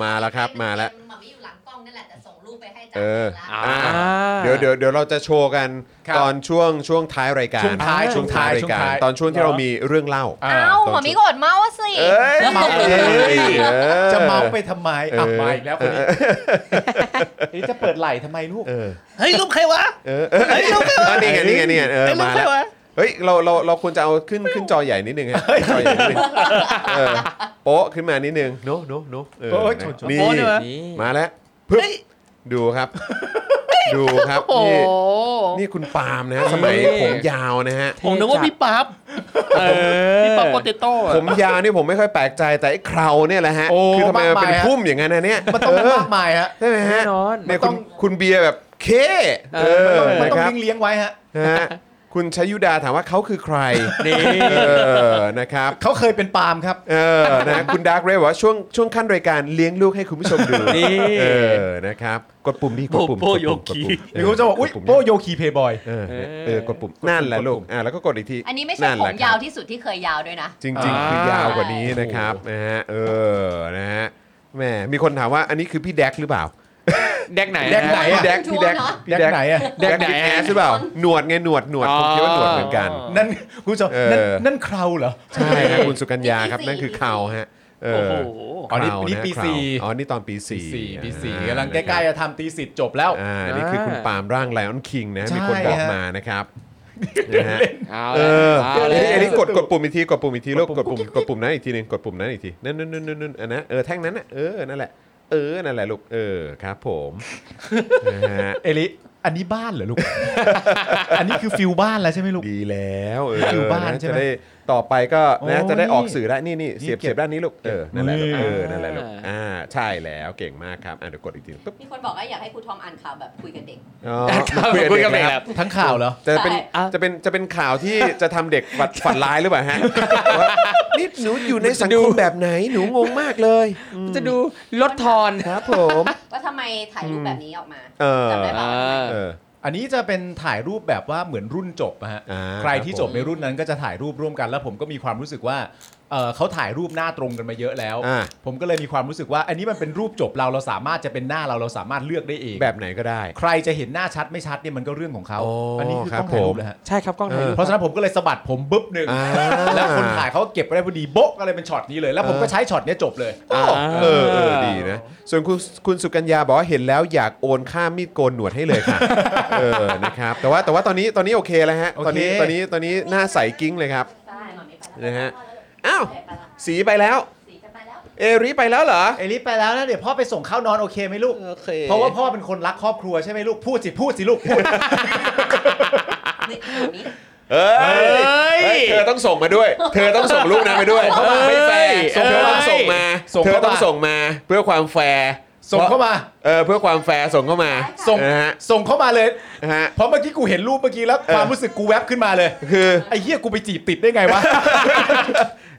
Speaker 2: มาแล้วครับมาแล้ว
Speaker 7: หมอมีอยู่หลังกล้องนั่นแหละแต่ส่งรูปไปให้อาจาร
Speaker 2: เอ
Speaker 7: ย์
Speaker 2: อ
Speaker 7: ละ
Speaker 2: อ่า เดี๋ยวเดี๋ยวเดี๋ยวเราจะโชว์กัน
Speaker 4: ครับ
Speaker 2: ตอนช่วงช่วงท้ายรายการ
Speaker 4: ช่วงท้าย
Speaker 2: ช่วงท้ายราย
Speaker 4: ช่วง
Speaker 2: การ
Speaker 4: ท้าย
Speaker 2: ตอนช่วงที่เรามีเรื่องเล่า
Speaker 4: อ่ะ
Speaker 7: เอ้าหมอมีก็อดเมาส์อะสิ
Speaker 2: เอ้ย
Speaker 4: เมาไปทำไม
Speaker 2: เออ
Speaker 4: จะเมาไปทำไมอ่ะ
Speaker 2: เออ
Speaker 4: มาอีกแล้วคนนี้นี่จะเปิดไหล่ทำไมลูก
Speaker 2: เออ
Speaker 6: เฮ้ยรูปใครวะ
Speaker 2: เออเออ
Speaker 6: เฮ้ยลูกไม่ไหว
Speaker 2: นี่ไงนี่ไงนี่ไงเออ
Speaker 6: เฮ้ยรูป
Speaker 2: มา
Speaker 6: ใคร
Speaker 2: แล้ว
Speaker 6: วะ
Speaker 2: เฮ้ยเราเราเราควรจะเอาขึ้นขึ้นจอใหญ่นิดนึงฮะจอใหญ่นิดนึงเออโป๊ะขึ้นมานิดนึงโนโนโนเออ
Speaker 4: โอ้ยชนชน
Speaker 2: นี่
Speaker 6: โป๊ะด้วยวะ
Speaker 3: นี่
Speaker 2: มาแล้วปึ๊บ
Speaker 6: เฮ้ย
Speaker 2: ดูครับ ดูครับ
Speaker 7: โอ้
Speaker 2: นี่
Speaker 7: โห
Speaker 2: นี่คุณปาล์มนะฮะสมัย
Speaker 3: นี่
Speaker 2: ผมยาวนะฮะ
Speaker 6: ผมนึกว่าพี่ปั๊บ
Speaker 3: เอ
Speaker 6: พี่
Speaker 3: อ
Speaker 6: ปั๊บโปเตโต้อะ
Speaker 2: ผมยาวนี่ผมไม่ค่อยแปลกใจแต่ไอ้เคราวเนี่ยแหละฮะ
Speaker 4: โอ้
Speaker 2: คือทำไมมัน
Speaker 4: มากมาย
Speaker 2: เป็น
Speaker 4: ฮะ
Speaker 2: พุ่มอย่างนั้นนะเนี่ย
Speaker 4: มันต้อง
Speaker 2: เออ
Speaker 4: มากมายฮะ
Speaker 2: ใช่ไหม
Speaker 3: แน่
Speaker 2: ฮะ
Speaker 3: นอน
Speaker 2: เนี่ย
Speaker 4: มัน
Speaker 2: คุ
Speaker 4: ต้อ
Speaker 2: ณ
Speaker 4: ง
Speaker 2: คุณเบียร์แบบเค
Speaker 3: เอ
Speaker 2: เอ
Speaker 3: อ
Speaker 2: อ
Speaker 4: มัน
Speaker 2: นะ
Speaker 4: ต้
Speaker 2: ค
Speaker 4: อง
Speaker 2: รับ
Speaker 4: เลี้ยงๆไว้ฮะ
Speaker 2: นะฮะคุณชยุดาถามว่าเขาคือใคร
Speaker 3: นี่
Speaker 2: เออนะครับ
Speaker 4: เขาเคยเป็นปาล์มครับ
Speaker 2: เออนะคุณดาร์กเรย์บอกว่าช่วงช่วงขั้นรายการเลี้ยงลูกให้คุณผู้ชมดู
Speaker 3: นี่
Speaker 2: เออนะครับกดปุ่มดิกดปุ่ม
Speaker 6: โป้โยคี
Speaker 4: หรือคุณจะบอก อุ้ยโป้โยคีเพย์บอย
Speaker 2: เออเออกดปุ่มนั่นแหละลูกอ่ะแล้วก็กดอีกที
Speaker 7: อันนี้ไม่ใช่
Speaker 2: น
Speaker 7: ผ
Speaker 2: แหละ
Speaker 7: ม
Speaker 2: ครับ
Speaker 7: ยาวที่สุดที่เคยยาวด้วยนะ
Speaker 2: จริง ๆ คือยาวกว่านี้นะครับนะฮะเออนะฮะแหมมีคนถามว่าอันนี้คือพี่แดกหรือเปล่า
Speaker 3: แดกไหน
Speaker 4: แดกไหน
Speaker 2: พี่แดกพี่แดก
Speaker 4: แดกไหนอะ
Speaker 2: แดกไหนแอสหรือเปล่าหนวดไงหนวดหนวดผมคิดว่าหนวดเหมือนกัน
Speaker 4: นั่นคุณผู้ชม
Speaker 2: เออ
Speaker 4: นั่นนั่นเคราวเหรอ
Speaker 2: ใช่ฮะคุณสุกัญญาครับนั่นคือเขาฮะเออ
Speaker 6: โอ้โห
Speaker 4: อ๋อนี่
Speaker 2: คราว
Speaker 4: นี่ปี
Speaker 2: คราว
Speaker 4: สี่
Speaker 2: อ๋อ นี่ตอนปีสี่
Speaker 4: สี่ปีสี่
Speaker 2: อ่าก
Speaker 4: ำลังใกล้ๆจะทำตีสิทธิ์จบแล้ว
Speaker 2: อ่า นี่คือคุณปาล์มร่างไลออนคิงนะ
Speaker 4: ใช่
Speaker 2: มีคนบอก
Speaker 4: ฮะ
Speaker 2: มานะครับนะฮะ
Speaker 3: เอา
Speaker 2: เออ
Speaker 3: ละเอา
Speaker 2: อัน
Speaker 3: ละ
Speaker 2: นี้อันนี้กดกดปุ่มอีกทีกดปุ่มอีกทีแล้วกดปุ่มกดปุ่มนั้นอีกทีหนึงกดปุ่มนั้นอีกทีนั่นนั่นนั่นนั่นอันนั้นเออแท่งนั้นน่ะเออนั่นแหละเออนั่นแหละลูกเออครับผมนะฮะ
Speaker 4: เอลิอันนี้บ้านเหรอลูก อันนี้คือฟิลบ้านแล้วใช่ไหมลูก
Speaker 2: ดีแล้วเอ
Speaker 4: อยู่
Speaker 2: อ
Speaker 4: บ้าน
Speaker 2: นะ
Speaker 4: ใช่ไหม
Speaker 2: จะได้ต่อไปก็นะ
Speaker 4: โอ้
Speaker 2: จะได้ออก
Speaker 4: นี่
Speaker 2: สื่อได้นี่นี่เสียบ
Speaker 4: นี่เก็บ
Speaker 2: เสียบด้านนี้ลูกเออนั่นแหละลูก
Speaker 4: นี่
Speaker 2: เออนั่นแหละลูกอ่าใช่แล้วเก่งมากครับอ่ะเดี๋ยวกดอีกทีปึ๊บ
Speaker 7: มีคนบอกว่าอยากให้ครูทอมอ่านข่าวแบบคุยกับเด็ก
Speaker 2: อ๋อ
Speaker 3: ครับ
Speaker 2: มา
Speaker 3: คุย
Speaker 2: เด็
Speaker 3: กับเด็ก
Speaker 2: นะ
Speaker 3: ครับ
Speaker 4: ทั้งข่าวเหรอ
Speaker 2: จะเป็น
Speaker 7: ใช่
Speaker 3: อ่ะ
Speaker 2: จะเป็นจะเป็นข่าวที่จะทำเด็กฝัดฝันร้ายหรือเปล่าฮะว่านี่หนูอยู่ในสังคมแบบไหนหนูงงมากเลย
Speaker 3: จะดูลดทอน
Speaker 2: ครับผม
Speaker 7: ว่าทำไมถ่ายรูปแบบนี้ออกมา
Speaker 2: เออ
Speaker 7: จำได้ปะ
Speaker 3: อ่า
Speaker 2: เออ
Speaker 4: อันนี้จะเป็นถ่ายรูปแบบว่าเหมือนรุ่นจบนะฮะ
Speaker 2: อ่า
Speaker 4: ใครที่
Speaker 2: ครับผม
Speaker 4: จบในรุ่นนั้นก็จะถ่ายรูปร่วมกัน แล้วผมก็มีความรู้สึกว่าเอ่อเขาถ่ายรูปหน้าตรงกันมาเยอะแล้ว
Speaker 2: อ่า
Speaker 4: ผมก็เลยมีความรู้สึกว่า อันนี้มันเป็นรูปจบเราเราสามารถจะเป็นหน้าเราเราสามารถเลือกได้เอง
Speaker 2: แบบไหนก็ได้
Speaker 4: ใครจะเห็นหน้าชัดไม่ชัดเนี่ยมันก็เรื่องของเขา
Speaker 2: โอ้
Speaker 4: นนี้คือ
Speaker 2: ครั
Speaker 4: ต้
Speaker 2: บ
Speaker 4: องถ่ายรู
Speaker 2: ผม
Speaker 4: ปนะฮะ
Speaker 3: ใช่ครับกล้องถ่ายรูป
Speaker 4: เพราะฉะนั้นผมก็เลยสะบัดผมบึ๊บหนึ่ง
Speaker 2: อ่า
Speaker 4: แล้วคนถ่ายเขาเก็บไว้ได้พอดีโบ๊ะก็เลยเป็นช็อตนี้เลย แล้วผมก็ใช้ช็อตเนี้ยจบเลย
Speaker 2: อ้าวเออเออดีนะ ส่วนคุณคุณสุกัญญาบอกว่าเห็นแล้วอยากโอนค่ามีดโกนหนวดให้เลย ค่ะ เออนะครับแต่ว่าแต่ว่าตอนนี้ตอนนี้โอเคแล้วฮะ
Speaker 4: โอ
Speaker 2: ตอน
Speaker 4: เค
Speaker 2: นี้ตอนนี้ตอนนี้หน้าใสกิ้งเลยครับ
Speaker 7: ใช่หมอมีไปแล้ว
Speaker 2: นะฮะ อ้าว
Speaker 7: ไปแล้ว
Speaker 2: สีไปแล้ว
Speaker 7: สีจะไปแล้ว
Speaker 2: เอริไปแล้วเหรอ
Speaker 4: เอลิไปแล้วนะเดี๋ยวพ่อไปส่งข้าวนอนโอเคไหมลูก
Speaker 2: โอเค
Speaker 4: เพราะว่าพ่อเป็นคนรักครอบครัวใช่ไหมลูก พูดสิ พูดสิลูก พูด
Speaker 7: นี่หมอมี
Speaker 2: เอ้ยเฮ้ย เธอต้องส่งมาด้วย เธอต้องส่งลูกนะไปด้วย
Speaker 3: เอ้ย
Speaker 2: ส่งเธอต้องส่งมา
Speaker 4: ส่ง
Speaker 2: เธอ
Speaker 4: เข้ามา
Speaker 2: ต้องส่งมาเพื่อความแฟร์
Speaker 4: ส่งเข้ามา
Speaker 2: เออเพื่อความแฟร์ส่งเข้ามา
Speaker 4: ส่ง
Speaker 2: นะฮะ
Speaker 4: ส่งเข้ามาเลย
Speaker 2: นะฮะ
Speaker 4: เพราะเมื่อกี้กูเห็นรูปเมื่อกี้แล้ว
Speaker 2: เออ
Speaker 4: ความรู้สึกกูแวบขึ้นมาเลย
Speaker 2: คือ
Speaker 4: ไอ้เหี้ยกูไปจีบติดได้ไงวะ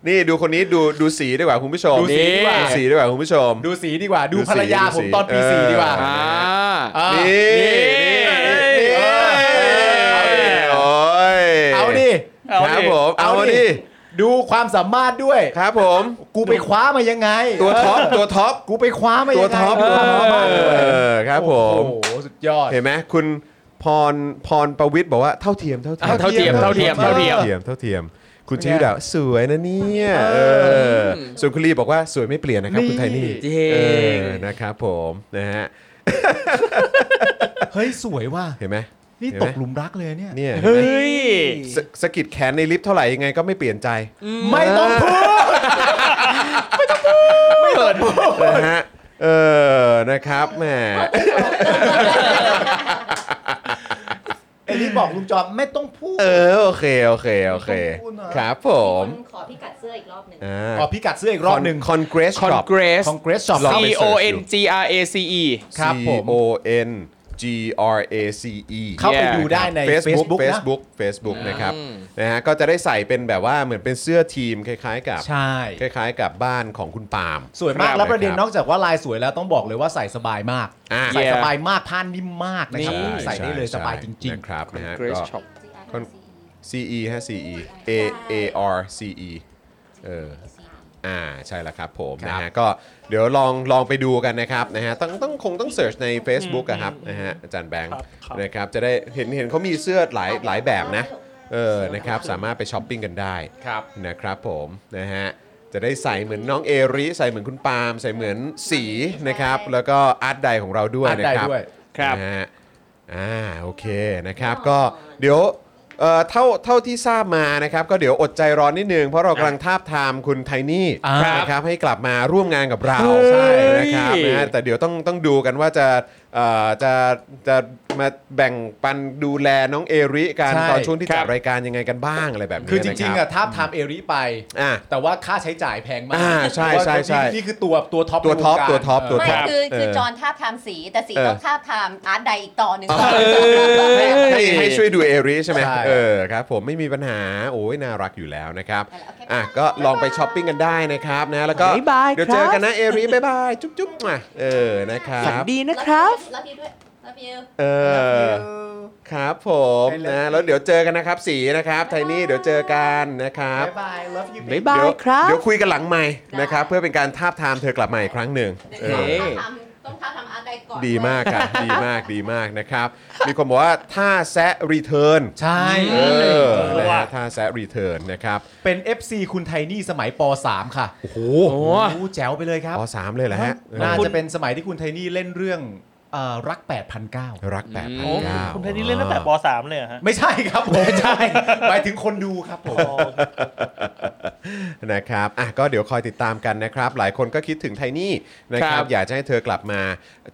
Speaker 2: นี่ดูคนนี้ดูดูสีดีกว่าคุณผู้ชม
Speaker 4: ดูสีดีกว่า
Speaker 2: ดูสีดีกว่าคุณผู้ชม
Speaker 4: ดูสีดีกว่า ดู
Speaker 2: ดูสี
Speaker 4: ภรรยา
Speaker 2: ดู
Speaker 4: ผ
Speaker 2: สี
Speaker 4: มตอนปี
Speaker 2: เออ
Speaker 4: สี่ดีกว่า
Speaker 3: อ่า
Speaker 4: อ่า
Speaker 2: นี่นี่นี่
Speaker 4: เออเอาดิ
Speaker 2: โอ้ย
Speaker 4: เอาดิ
Speaker 6: เอา
Speaker 2: ครับ
Speaker 6: ดิ
Speaker 2: ผมเอาดิ
Speaker 4: ดูความสามารถด้วย
Speaker 2: ครับผม
Speaker 4: กูไปคว้ามายังไง
Speaker 2: ตัวท็อป
Speaker 4: เ
Speaker 2: ตัวท็อป
Speaker 4: กูไปคว้ามายังไง
Speaker 2: ตัวท็อป
Speaker 4: เ
Speaker 2: ตัวท็อป
Speaker 4: มากเลย
Speaker 2: เออครับผม
Speaker 4: โอ้โหสุดยอด
Speaker 2: เห็นไหมคุณพรพรประวิทย์บอกว่าเท่าเทียมเท่าเทียม
Speaker 3: เท่าเทียมเท่าเทียม
Speaker 2: เท่า
Speaker 4: เท่าเที
Speaker 2: เทีย
Speaker 4: ย
Speaker 2: ม
Speaker 4: ม
Speaker 2: เท่าเทียมเท่าเทียม คุณชวิดาสวยนะเนี่ยเออส่วนคุณลีบอกว่าสวยไม่เปลี่ยนนะครับคุณไทนี่
Speaker 3: จริง
Speaker 2: เออนะครับผมนะฮะ
Speaker 4: เฮ้ยสวยว่ะ
Speaker 2: เห็นไหม
Speaker 4: นี่ตกหลุมรักเลยเนี่ย
Speaker 2: เนี่ยเห็น
Speaker 3: เฮ้
Speaker 2: ไหม
Speaker 3: ย
Speaker 2: สสะกิดแขนในลิฟต์เท่าไหร่ยังไงก็ไม่เปลี่ยนใจ
Speaker 4: ไม่ต้องพูด
Speaker 2: นะฮะเออนะครับแหม
Speaker 4: เอลิบอกลุงจอมไม่ต้องพูด
Speaker 2: เออโอเคโอเคโอเค
Speaker 4: ขอบคุณนะ
Speaker 2: ครับผม
Speaker 7: ขอพิกัดเสื้ออีกรอบหนึ่ง
Speaker 2: อ่า
Speaker 4: ขอพิกัดเสื้ออีกรอบหนึ่ง
Speaker 2: คอนเกรส
Speaker 3: Congress
Speaker 4: คอนเกรสช็อป
Speaker 2: ลอง
Speaker 3: C
Speaker 2: ไป
Speaker 3: O
Speaker 2: เสิร์ช
Speaker 3: N
Speaker 2: ดู
Speaker 3: G R A C E
Speaker 2: C
Speaker 4: ครับผม
Speaker 2: O N G R A C E
Speaker 4: เข้าไปดูได้ใน
Speaker 2: Facebook
Speaker 4: Facebook นะ
Speaker 2: Facebook Facebook นะครับนะฮะก็จะได้ใส่เป็นแบบว่าเหมือนเป็นเสื้อทีมคล้ายๆกับ
Speaker 4: ใช่
Speaker 2: คล้ายๆกับบ้านของคุณปาล์ม
Speaker 4: สวยมาก
Speaker 2: คบ
Speaker 4: แล้วประเด็น
Speaker 2: คน บอก
Speaker 4: จากว่าลายสวยแล้วต้องบอกเลยว่าใส่สบายมาก
Speaker 2: อ่ะ
Speaker 4: ใส่
Speaker 3: เย้
Speaker 4: สบายมากผ้านิ่มมากนะครับ
Speaker 3: นี่
Speaker 4: ใส่ได้เลยสบายจริง
Speaker 2: ๆครับนะฮะ
Speaker 3: Grace
Speaker 2: ก็
Speaker 3: Shop
Speaker 7: Con...
Speaker 2: C E ฮะ C E A A R C E เออ อ่าใช่แล้วครับผม
Speaker 4: ครับ
Speaker 2: นะฮะก็เดี๋ยวลองลองไปดูกันนะครับนะฮะต้องต้องคงต้องเสิร์ชใน Facebook อะครับนะฮะอาจารย์แบงค์
Speaker 6: ครับครับ
Speaker 2: นะครับจะได้เห็นเห็นเขามีเสื้อหลายหลายแบบนะเออนะครับสามารถไปช้อปปิ้งกันได้ครับนะครับผมนะฮะจะได้ใส่เหมือนน้องเอริใส่เหมือนคุณปาล์มใส่เหมือนสีนะครับแล้วก็อาร์ตไดของเราด้วย
Speaker 4: อาร์ต
Speaker 2: นะ
Speaker 4: ได
Speaker 2: ครับ
Speaker 4: ด้วย
Speaker 3: ครับ
Speaker 2: นะฮะอ่าโอเคนะครับ
Speaker 7: อ๋อ
Speaker 2: ก็เดี๋ยวเอ่อเท่าเท่าที่ทราบมานะครับ ก็เดี๋ยวอดใจรอนิดนึง เพราะเรากำลังทาบทามคุณไทนี่
Speaker 4: อ่าครับ
Speaker 2: นะครับให้กลับมาร่วมงานกับเรา
Speaker 3: เฮ้ย
Speaker 2: ใช่นะครับนะฮะแต่เดี๋ยวต้องต้องดูกันว่าจะเอ่อจะจะมาแบ่งปันดูแลน้องเอริกัน
Speaker 4: ใช่
Speaker 2: ตอนช่วงที่
Speaker 1: ค
Speaker 2: จัด
Speaker 1: รับ
Speaker 2: รายการยังไงกันบ้างอะไรแบบนี้
Speaker 4: คือจริง
Speaker 2: น
Speaker 4: ๆ
Speaker 2: ค
Speaker 4: อะ
Speaker 2: บ
Speaker 4: ทาบทามเอริไป
Speaker 2: อ่ะ
Speaker 4: แต่ว่าค่าใช้จ่ายแพงมาก
Speaker 2: อ่าใช่ใช่ใช่
Speaker 4: เพราะว่านี่คือตัวตัวท็อป
Speaker 2: ตัวท็อป
Speaker 4: ในวงการ
Speaker 2: ตัวท็อป
Speaker 4: เ
Speaker 2: ตัวท็
Speaker 7: ไม่
Speaker 2: ครับ
Speaker 7: คือคือ
Speaker 2: เออ
Speaker 7: จอนท่าบทามสีแต่สี
Speaker 2: เออ
Speaker 7: ต้องท่าบทามอาร์ตใดอีกต่อหนึ่ง
Speaker 2: ให้ให้ให้ช่วยดูเอริใช่ไหม
Speaker 4: ใช่
Speaker 2: เออครับผมไม่มีปัญหาโอ้ยน่ารักอยู่แล้วนะครับ
Speaker 7: เอาละโอเค
Speaker 2: อ่ะก็ลองไปช้อปปิ้งกันได้นะครับนะแล้วก็
Speaker 5: บ๊ายบาย
Speaker 2: เดี๋ยวเจอ
Speaker 5: ครับ
Speaker 2: กันนะเอริบ๊ายบายจุ๊บจุ๊บมาเออนะครับ
Speaker 5: ฝันดีนะครับ
Speaker 7: รับยูด้วยรับยู
Speaker 2: เออครับผมนะแล้วเดี๋ยวเจอกันนะครับสีนะครับไทนี่เดี๋ยวเจอกันนะครับ
Speaker 4: บ๊ายบาย love you
Speaker 5: บ๊ายบาย
Speaker 2: เดี๋ยว
Speaker 5: ครับ
Speaker 2: เดี๋ยวคุยกันหลังใหม่นะครับเพื่อเป็นการทาบทามเธอกลับมาอีกครั้งหนึ่งเอ
Speaker 7: เดี๋ยว
Speaker 2: อ
Speaker 7: ท่าบทามต้องท่าบทามอาร์ตใดก่อน
Speaker 2: ดีมากค่ะ ดีมากดีมากนะครับ มีคนบอกว่าท่าแซะรีเทิร์น
Speaker 4: ใช่
Speaker 2: เออนะ
Speaker 6: ว่ะ
Speaker 2: ฮะท่าแซะรีเทิร์นนะครับ
Speaker 4: เป็น FC คุณไทนี่สมัยป .3 ค่ะ
Speaker 2: โอ้โห
Speaker 3: โอ้
Speaker 4: โอ้แจ๋วไปเลยครับ
Speaker 2: ปสามเลยเหรอฮะ
Speaker 4: น่า
Speaker 2: เออ
Speaker 4: จะเป็นสมัยที่คุณไทนี่เล่นเรื่องเอ่อรัก 8 0 0
Speaker 2: รักแปดพัน
Speaker 6: โอ้
Speaker 2: เก้า
Speaker 6: คุณไทนี่เล่นตั้งแต่ปสามเลยเหรอฮะ
Speaker 4: ไม่ใช่ครับผมไม่ใช่หมายถึงคนดูครับผม
Speaker 2: นะครับอ่ะก็เดี๋ยวคอยติดตามกันนะครับ หลายคนก็คิดถึงไทนี่นะครับ
Speaker 3: ครับ
Speaker 2: อยากจะให้เธอกลับมา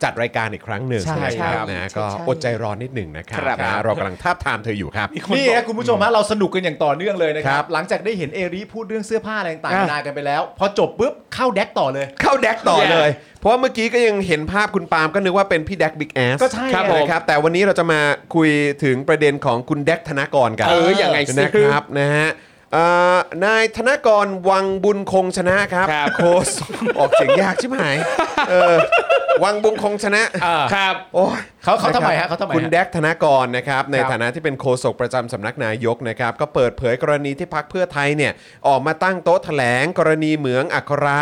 Speaker 2: จัดรายการอีกครั้งหนึ่ง
Speaker 4: ใช่
Speaker 2: นะค
Speaker 4: ครั
Speaker 2: รับบ นะก็อดใจรอนิดหนึ่งนะครับ
Speaker 3: ครับ
Speaker 2: นะเรากำลังทาบทามเธออยู่ครับ
Speaker 4: นี่นะคุณผู้ชมฮะเราสนุกกันอย่างต่อเนื่องเลยนะค
Speaker 2: ครั
Speaker 4: รับ บ หลังจากได้เห็นเอริพูดเรื่องเสื้อผ้าอะไรต่างๆนานากันไปแล้ว พอจบปุ๊บเข้าแดกต่อเลย
Speaker 2: เข้าแดกต่อ
Speaker 3: Yeah.
Speaker 2: เลย เพราะว่าเมื่อกี้ก็ยังเห็นภาพคุณปาล์มก็นึกว่าเป็นพี่แดกบิ๊กแอส
Speaker 4: ก็ใช่
Speaker 2: ครับ
Speaker 4: ไง
Speaker 2: ผมนะครับ แต่วันนี้เราจะมาคุยถึงประเด็นของคุณแดกธนากรกัน
Speaker 3: เออยังไงสิ
Speaker 2: นะครับ นะฮะเอ่อนายธนากรวังบุญคงชนะครับ
Speaker 3: ครับ
Speaker 2: โค้ช ออกเสียงยากใช่ไหมเออวังบุญคงชนะ
Speaker 3: ครับ
Speaker 2: โอ้ย
Speaker 4: เขาเขาทำไม
Speaker 2: นค
Speaker 4: ฮะ
Speaker 2: บ
Speaker 4: เขาทำไมฮะ
Speaker 2: คุณแดกธนากรนะครับ ใน
Speaker 4: ครับ
Speaker 2: ฐานะที่เป็นโฆษกประจำสำนักนายกนะครับ ก็เปิดเผยกรณีที่พักเพื่อไทยเนี่ยออกมาตั้งโต๊ะแถลงกรณีเหมืองอัครา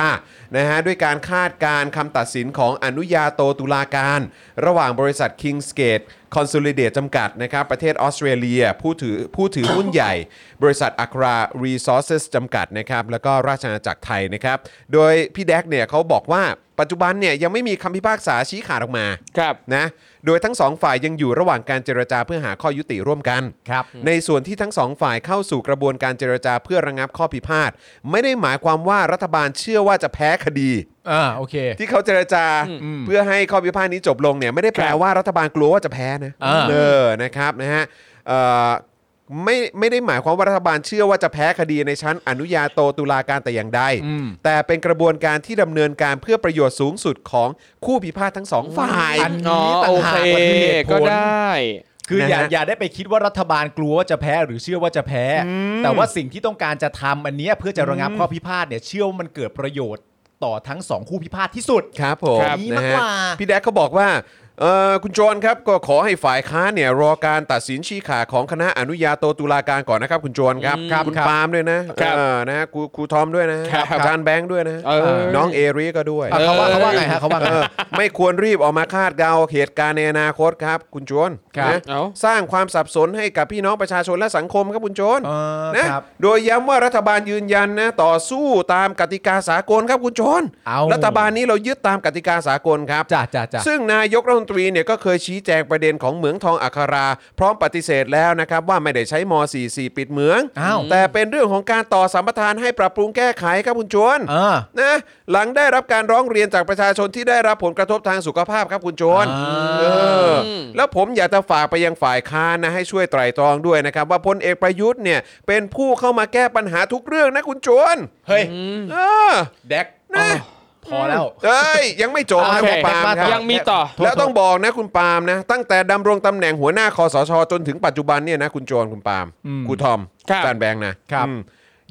Speaker 2: นะฮะด้วยการคาดการณ์คำตัดสินของอนุญาโตตุลาการ ระหว่างบริษัท Kingsgate Consolidate จำกัดนะครับ ประเทศออสเตรเลียผู้ถือผู้ถือหุ้นใหญ่ บริษัทอัครา Resources จำกัดนะครับ แล้วก็ราชอาณาจักรไทยนะครับ โดยพี่แดกเนี่ยเขาบอกว่าปัจจุบันเนี่ยยังไม่มีคำพิพากษาชี้ขาดออกมา
Speaker 3: ครับ
Speaker 2: นะโดยทั้งสองฝ่ายยังอยู่ระหว่างการเจรจาเพื่อหาข้อยุติร่วมกัน
Speaker 4: ครับ
Speaker 2: ในส่วนที่ทั้งสองฝ่ายเข้าสู่กระบวนการเจรจาเพื่อระงับข้อพิพาท ไม่ได้หมายความว่ารัฐบาลเชื่อว่าจะแพ้คดี
Speaker 4: อ่าโอเค
Speaker 2: ที่เขาเจรจาเพื่อให้ข้อพิพาทนี้จบลงเนี่ยไม่ได้แปลว่ารัฐบาลกลัวว่าจะแพ้นะ
Speaker 4: อ่า
Speaker 2: เออนะครับนะฮะเอ่อ ไม่ไม่ได้หมายความว่ารัฐบาลเชื่อว่าจะแพ้คดีในชั้นอนุญาโตตุลาการแต่อย่างใด
Speaker 4: อืม
Speaker 2: แต่เป็นกระบวนการที่ดำเนินการเพื่อประโยชน์สูงสุดของคู่พิพาททั้งสองฝ่าย
Speaker 4: อัน
Speaker 3: อ๋อ
Speaker 4: นี้ต่า
Speaker 3: โอง เค
Speaker 4: หากมันมีเหตุผ
Speaker 3: ก็
Speaker 4: ล
Speaker 3: ได้
Speaker 4: คืออย่า
Speaker 2: นะฮะ
Speaker 4: อย่าได้ไปคิดว่ารัฐบาลกลัวว่าจะแพ้หรือเชื่อว่าจะแพ้ แต่ว่าสิ่งที่ต้องการจะทำอันเนี้ยเพื่อจะระงับข้อพิพาทเนี่ยเชื่อว่ามันเกิดประโยชน์ต่อทั้งสองคู่พิพาทที่สุด
Speaker 2: ครับผม
Speaker 4: ครับ
Speaker 2: นะ
Speaker 4: ดี
Speaker 2: ฮะ
Speaker 4: มากกว่า
Speaker 2: พี่แดกเขาบอกว่าเอ่อคุณโจรครับก็ขอให้ฝ่ายค้านเนี่ยรอการตัดสินชี้ขาดของคณะอนุญาโตตุลาการก่อนนะครับ คุณโจรครับ
Speaker 4: ครับ
Speaker 2: คุณ
Speaker 4: ครับ
Speaker 2: ปาล์มด้วยนะครับ เออนะฮะครูครูทอมด้วยนะฮะ
Speaker 3: ครับ
Speaker 2: อาจารย์แบงค์ด้วยนะฮะ
Speaker 3: เออ
Speaker 2: น้องเอริก็ด้วย
Speaker 4: อ่ะเขาว่าเขาว่าไงฮะเขาว่าไง
Speaker 2: เออไม่ควรรีบออกมาคาดเดาเหตุการณ์ในอนาคตครับ คุณโจร
Speaker 4: ครับ
Speaker 2: นะ
Speaker 3: เอ้า
Speaker 2: สร้างความสับสนให้กับพี่น้องประชาชนและสังคมครับคุณโจร
Speaker 4: เออ
Speaker 2: นะครับโดยย้ำว่ารัฐบาลยืนยันนะต่อสู้ตามกติกาสากลครับคุณโจร
Speaker 4: เอา
Speaker 2: รัฐบาลนี้เรายึดตามกติกาสากลครับ
Speaker 4: จ้าจ้าจ้า
Speaker 2: ซึ่งนายกรัฐมนตรีเนี่ยก็เคยชี้แจงประเด็นของเหมืองทองอัครา พร้อมปฏิเสธแล้วนะครับ ว่าไม่ได้ใช้ม .44 ปิดเหมือง
Speaker 4: อ้าว
Speaker 2: แต่เป็นเรื่องของการต่อสัมปทานให้ปรับปรุงแก้ไขครับคุณจวน
Speaker 4: เออ
Speaker 2: นะหลังได้รับการร้องเรียนจากประชาชนที่ได้รับผลกระทบทางสุขภาพครับคุณโจน
Speaker 4: อ่า
Speaker 2: เออแล้วผมอยากจะฝากไปยังฝ่ายค้านนะให้ช่วยไตร่ตรองด้วยนะครับ ว่าพลเอกประยุทธ์เนี่ยเป็นผู้เข้ามาแก้ปัญหาทุกเรื่องนะคุณโจน
Speaker 4: เฮ้ย
Speaker 2: เออ
Speaker 4: แดก
Speaker 2: นะ
Speaker 4: พอแล้ว
Speaker 2: เอ้ยยังไม่จบนะ
Speaker 4: โอเค
Speaker 2: คุณปาล์มค
Speaker 4: ต่
Speaker 2: รับ
Speaker 4: อ
Speaker 3: ยังมีต่อ
Speaker 2: แล้วต้องบอกนะคุณปาล์มนะ ตั้งแต่ดำรงตำแหน่งหัวหน้าคอสช จนถึงปัจจุบันเนี่ยนะคุณโจนคุณปาล์ม
Speaker 4: อืม
Speaker 2: ครูทอม
Speaker 3: ครับ
Speaker 2: จานแบงค์นะครับ อืม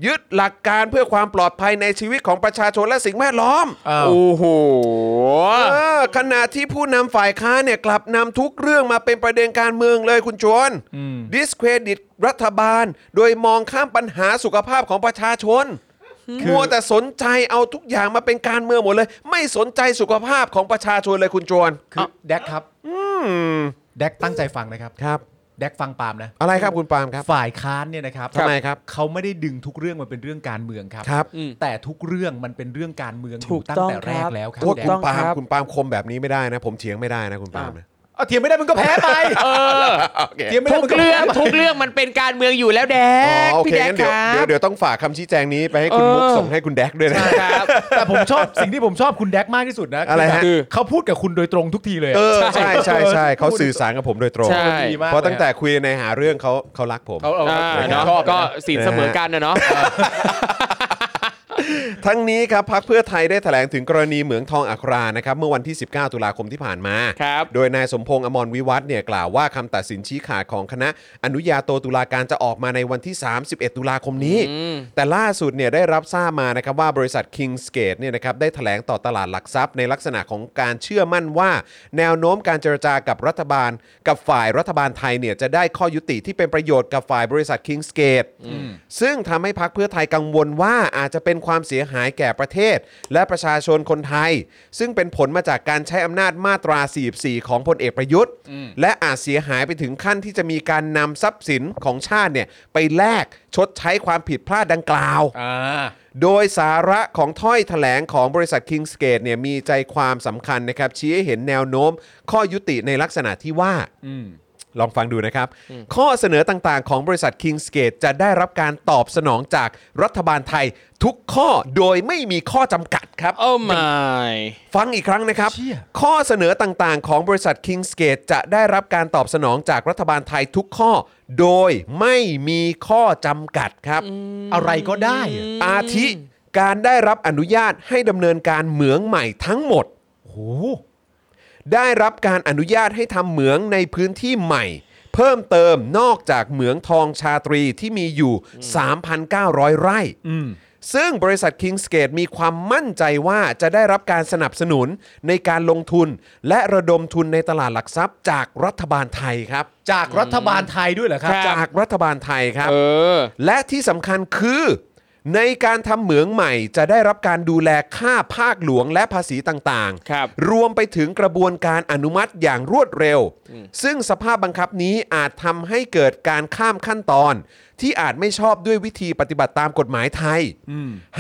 Speaker 2: ยึดหลักการเพื่อความปลอดภัยในชีวิตของประชาชนและสิ่งแวดล้อม
Speaker 4: เออ
Speaker 3: โอ้โห
Speaker 2: เออขณะที่ผู้นำฝ่ายค้านเนี่ยกลับนำทุกเรื่องมาเป็นประเด็นการเมืองเลยคุณชวน
Speaker 4: อืม
Speaker 2: ดิสเครดิตรัฐบาล โดยมองข้ามปัญหาสุขภาพของประชาชนมัวแต่สนใจเอาทุกอย่างมาเป็นการเมืองหมดเลย ไม่สนใจสุขภาพของประชาชนเลยคุณชวน
Speaker 4: คือแดกครับแดกตั้งใจฟังนะครับ
Speaker 2: ครับ
Speaker 4: แดกฟังปาล์มนะ
Speaker 2: อะไรครับคุณปาล์มครับ
Speaker 4: ฝ่ายค้านเนี่ยนะครับ
Speaker 2: ทำไมครับ
Speaker 4: เขาไม่ได้ดึงทุกเรื่องมาเป็นเรื่องการเมืองครับ
Speaker 2: ครับ
Speaker 4: แต่ทุกเรื่องมันเป็นเรื่องการเมืองอ
Speaker 5: ถู
Speaker 4: ยู่
Speaker 5: ก
Speaker 4: ตั้ง
Speaker 5: ต้อง
Speaker 4: แต่แร
Speaker 5: ค
Speaker 4: ก
Speaker 5: รับ
Speaker 4: แล้วครับ
Speaker 2: โทษ
Speaker 4: แด
Speaker 2: คุ
Speaker 4: ก
Speaker 2: ณปาล์มคุณปาล์มคมแบบนี้ไม่ได้นะ ผมเถียงไม่ได้นะคุณปาล์มนะ
Speaker 4: เอาเทียมไม่ได้มึงก็แพ้ไป
Speaker 2: โอเค
Speaker 4: เทียมไม่ได้
Speaker 3: ทุก
Speaker 4: มึงก็
Speaker 3: เรื่
Speaker 4: แพ้
Speaker 3: อง
Speaker 4: ไป
Speaker 3: ทุกเรื่องมันเป็นการเมืองอยู่แล้วแด
Speaker 2: อ๋อก โอ
Speaker 3: พี่
Speaker 2: เค
Speaker 3: แดก
Speaker 2: งั้น
Speaker 3: ค
Speaker 2: เดี๋ยวเดี๋ยว
Speaker 3: รับ
Speaker 2: เดี๋ยวต้องฝากคำชี้แจงนี้ไปให้คุณ
Speaker 3: เออ
Speaker 2: มุกส่งให้คุณแดกด้วยนะ
Speaker 3: ครับ
Speaker 4: แต่ผมชอบสิ่งที่ผมชอบคุณแดกมากที่สุดนะ
Speaker 2: อะไรฮะ
Speaker 4: คืเขาพูดกับคุณโดยตรงทุกทีเลย
Speaker 2: เออใช่ใช่ใช่เขาสื่อสารกับผมโดยตรง
Speaker 3: ใช่
Speaker 4: ดีมาก
Speaker 2: เพราะตั้ง
Speaker 4: ลย
Speaker 2: แต่คุยในหาเรื่องเขาเขารักผม
Speaker 4: เขาเอา
Speaker 3: อ่า
Speaker 4: เนา
Speaker 3: เนาะ
Speaker 4: ชอบ
Speaker 3: ก็
Speaker 4: นะ
Speaker 3: สีลเสมอกันนะเนาะ
Speaker 2: ทั้งนี้ครับพักเพื่อไทยได้แถลงถึงกรณีเหมืองทองอัครานะครับเมื่อวันที่ 19 ตุลาคมที่ผ่านมา
Speaker 3: ครับ
Speaker 2: โดยนายสมพงษ์อมรวิวัฒน์เนี่ยกล่าวว่าคำตัดสินชี้ขาดของคณะอนุญาโตตุลาการจะออกมาในวันที่ 31 ตุลาคมนี้
Speaker 3: อืม
Speaker 2: แต่ล่าสุดเนี่ยได้รับทราบมานะครับว่าบริษัท Kingsgate เนี่ยนะครับได้แถลงต่อตลาดหลักทรัพย์ในลักษณะของการเชื่อมั่นว่า แนวโน้มการเจรจากับรัฐบาล กับฝ่ายรัฐบาลไทยเนี่ยจะได้ข้อยุติที่เป็นประโยชน์กับฝ่ายบริษัท Kingsgate ซึ่งทำให้พักเพื่อไทยกังวลว่าอาจจะเป็นความเสียหายแก่ประเทศ และประชาชนคนไทย ซึ่งเป็นผลมาจากการใช้อำนาจมาตรา 44 ของพลเอกประยุทธ์ และอาจเสียหายไปถึงขั้นที่จะมีการนำทรัพย์สินของชาติเนี่ยไปแลกชดใช้ความผิดพลาดดังกล่าว
Speaker 4: อ่า
Speaker 2: โดยสาระของถ้อยแถลงของบริษัท Kingsgate เนี่ยมีใจความสำคัญนะครับ ชี้ให้เห็นแนวโน้ม ข้อยุติในลักษณะที่ว่า
Speaker 4: อืม
Speaker 2: ลองฟังดูนะครับ ข้อเสนอต่างๆ ของบริษัท Kingsgate จะได้รับการตอบสนองจากรัฐบาลไทย ทุกข้อโดยไม่มีข้อจำกัดครับ
Speaker 3: โอ้ my
Speaker 2: ฟังอีกครั้งนะครับ
Speaker 4: เชี่ย
Speaker 2: ข้อเสนอต่างๆ ของบริษัท Kingsgate จะได้รับการตอบสนองจากรัฐบาลไทยทุกข้อ โดยไม่มีข้อจำกัดครับ
Speaker 4: อะไรก็ได้อะ
Speaker 2: อาทิการได้รับอนุญาตให้ดำเนินการเหมืองใหม่ทั้งหมด
Speaker 4: โอ้โห
Speaker 2: ได้รับการอนุญาตให้ทำเหมืองในพื้นที่ใหม่ เพิ่มเติมนอกจากเหมืองทองชาตรีที่มีอยู่ 3,900 ไร่
Speaker 4: อืม
Speaker 2: ซึ่งบริษัท Kingsgate มีความมั่นใจว่าจะได้รับการสนับสนุนในการลงทุน และระดมทุนในตลาดหลักทรัพย์จากรัฐบาลไทยครับ
Speaker 4: จากรัฐบาลไทยด้วยเหรอครับ
Speaker 2: จากรัฐบาลไทยครับ
Speaker 3: เออ
Speaker 2: และที่สำคัญคือ ในการทำเหมืองใหม่จะได้รับการดูแลค่าภาคหลวงและภาษีต่าง
Speaker 3: ครับ
Speaker 2: รวมไปถึงกระบวนการอนุมัติอย่างรวดเร็ว ซึ่งสภาพบังคับนี้อาจทำให้เกิดการข้ามขั้นตอน ที่อาจไม่ชอบด้วยวิธีปฏิบัติตามกฎหมายไทย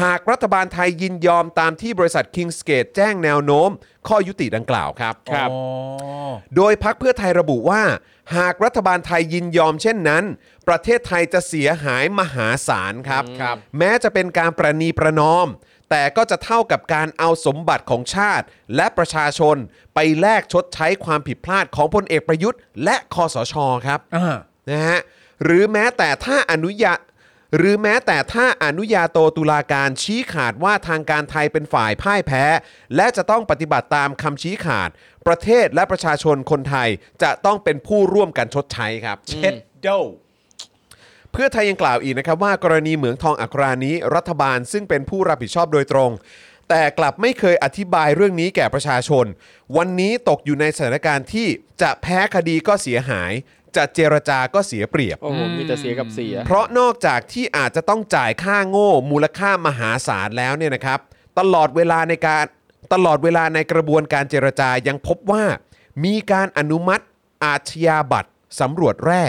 Speaker 2: หากรัฐบาลไทยยินยอมตามที่บริษัท Kingsgate แจ้งแนวโน้ม ข้อยุติดังกล่าวครับ
Speaker 3: ครับ
Speaker 4: อ๋อ
Speaker 2: โดยพักเพื่อไทยระบุว่า หากรัฐบาลไทยยินยอมเช่นนั้น ประเทศไทยจะเสียหายมหาศาลครับ
Speaker 4: ครับ
Speaker 2: แม้จะเป็นการประนีประนอม แต่ก็จะเท่ากับการเอาสมบัติของชาติ และประชาชนไปแลกชดใช้ความผิดพลาดของพลเอกประยุทธ์ และคอสชครับ
Speaker 4: อ่า
Speaker 2: นะฮะ หรือแม้แต่ถ้าอนุญาหรือแม้แต่ถ้าอนุญาโตตุลาการชี้ขาดว่าทางการไทยเป็นฝ่ายพ่ายแพ้ และจะต้องปฏิบัติตามคำชี้ขาด ประเทศและประชาชนคนไทยจะต้องเป็นผู้ร่วมกันชดใช้ครับ
Speaker 4: เช็ดโด
Speaker 2: เพื่อไทยยังกล่าวอีกนะครับว่ากรณีเหมืองทองอัครานี้รัฐบาลซึ่งเป็นผู้รับผิดชอบโดยตรง แต่กลับไม่เคยอธิบายเรื่องนี้แก่ประชาชน วันนี้ตกอยู่ในสถานการณ์ที่จะแพ้คดีก็เสียหาย จะเจรจาก็เสียเปรียบ
Speaker 3: โอ้โหมีแต่เสียกับเสีย
Speaker 2: เพราะนอกจากที่อาจจะต้องจ่ายค่าโง่มูลค่ามหาศาลแล้วเนี่ยนะครับ ตลอดเวลาในการตลอดเวลาในกระบวนการเจรจายังพบว่า มีการอนุมัติอาชญาบัตรสำรวจแร่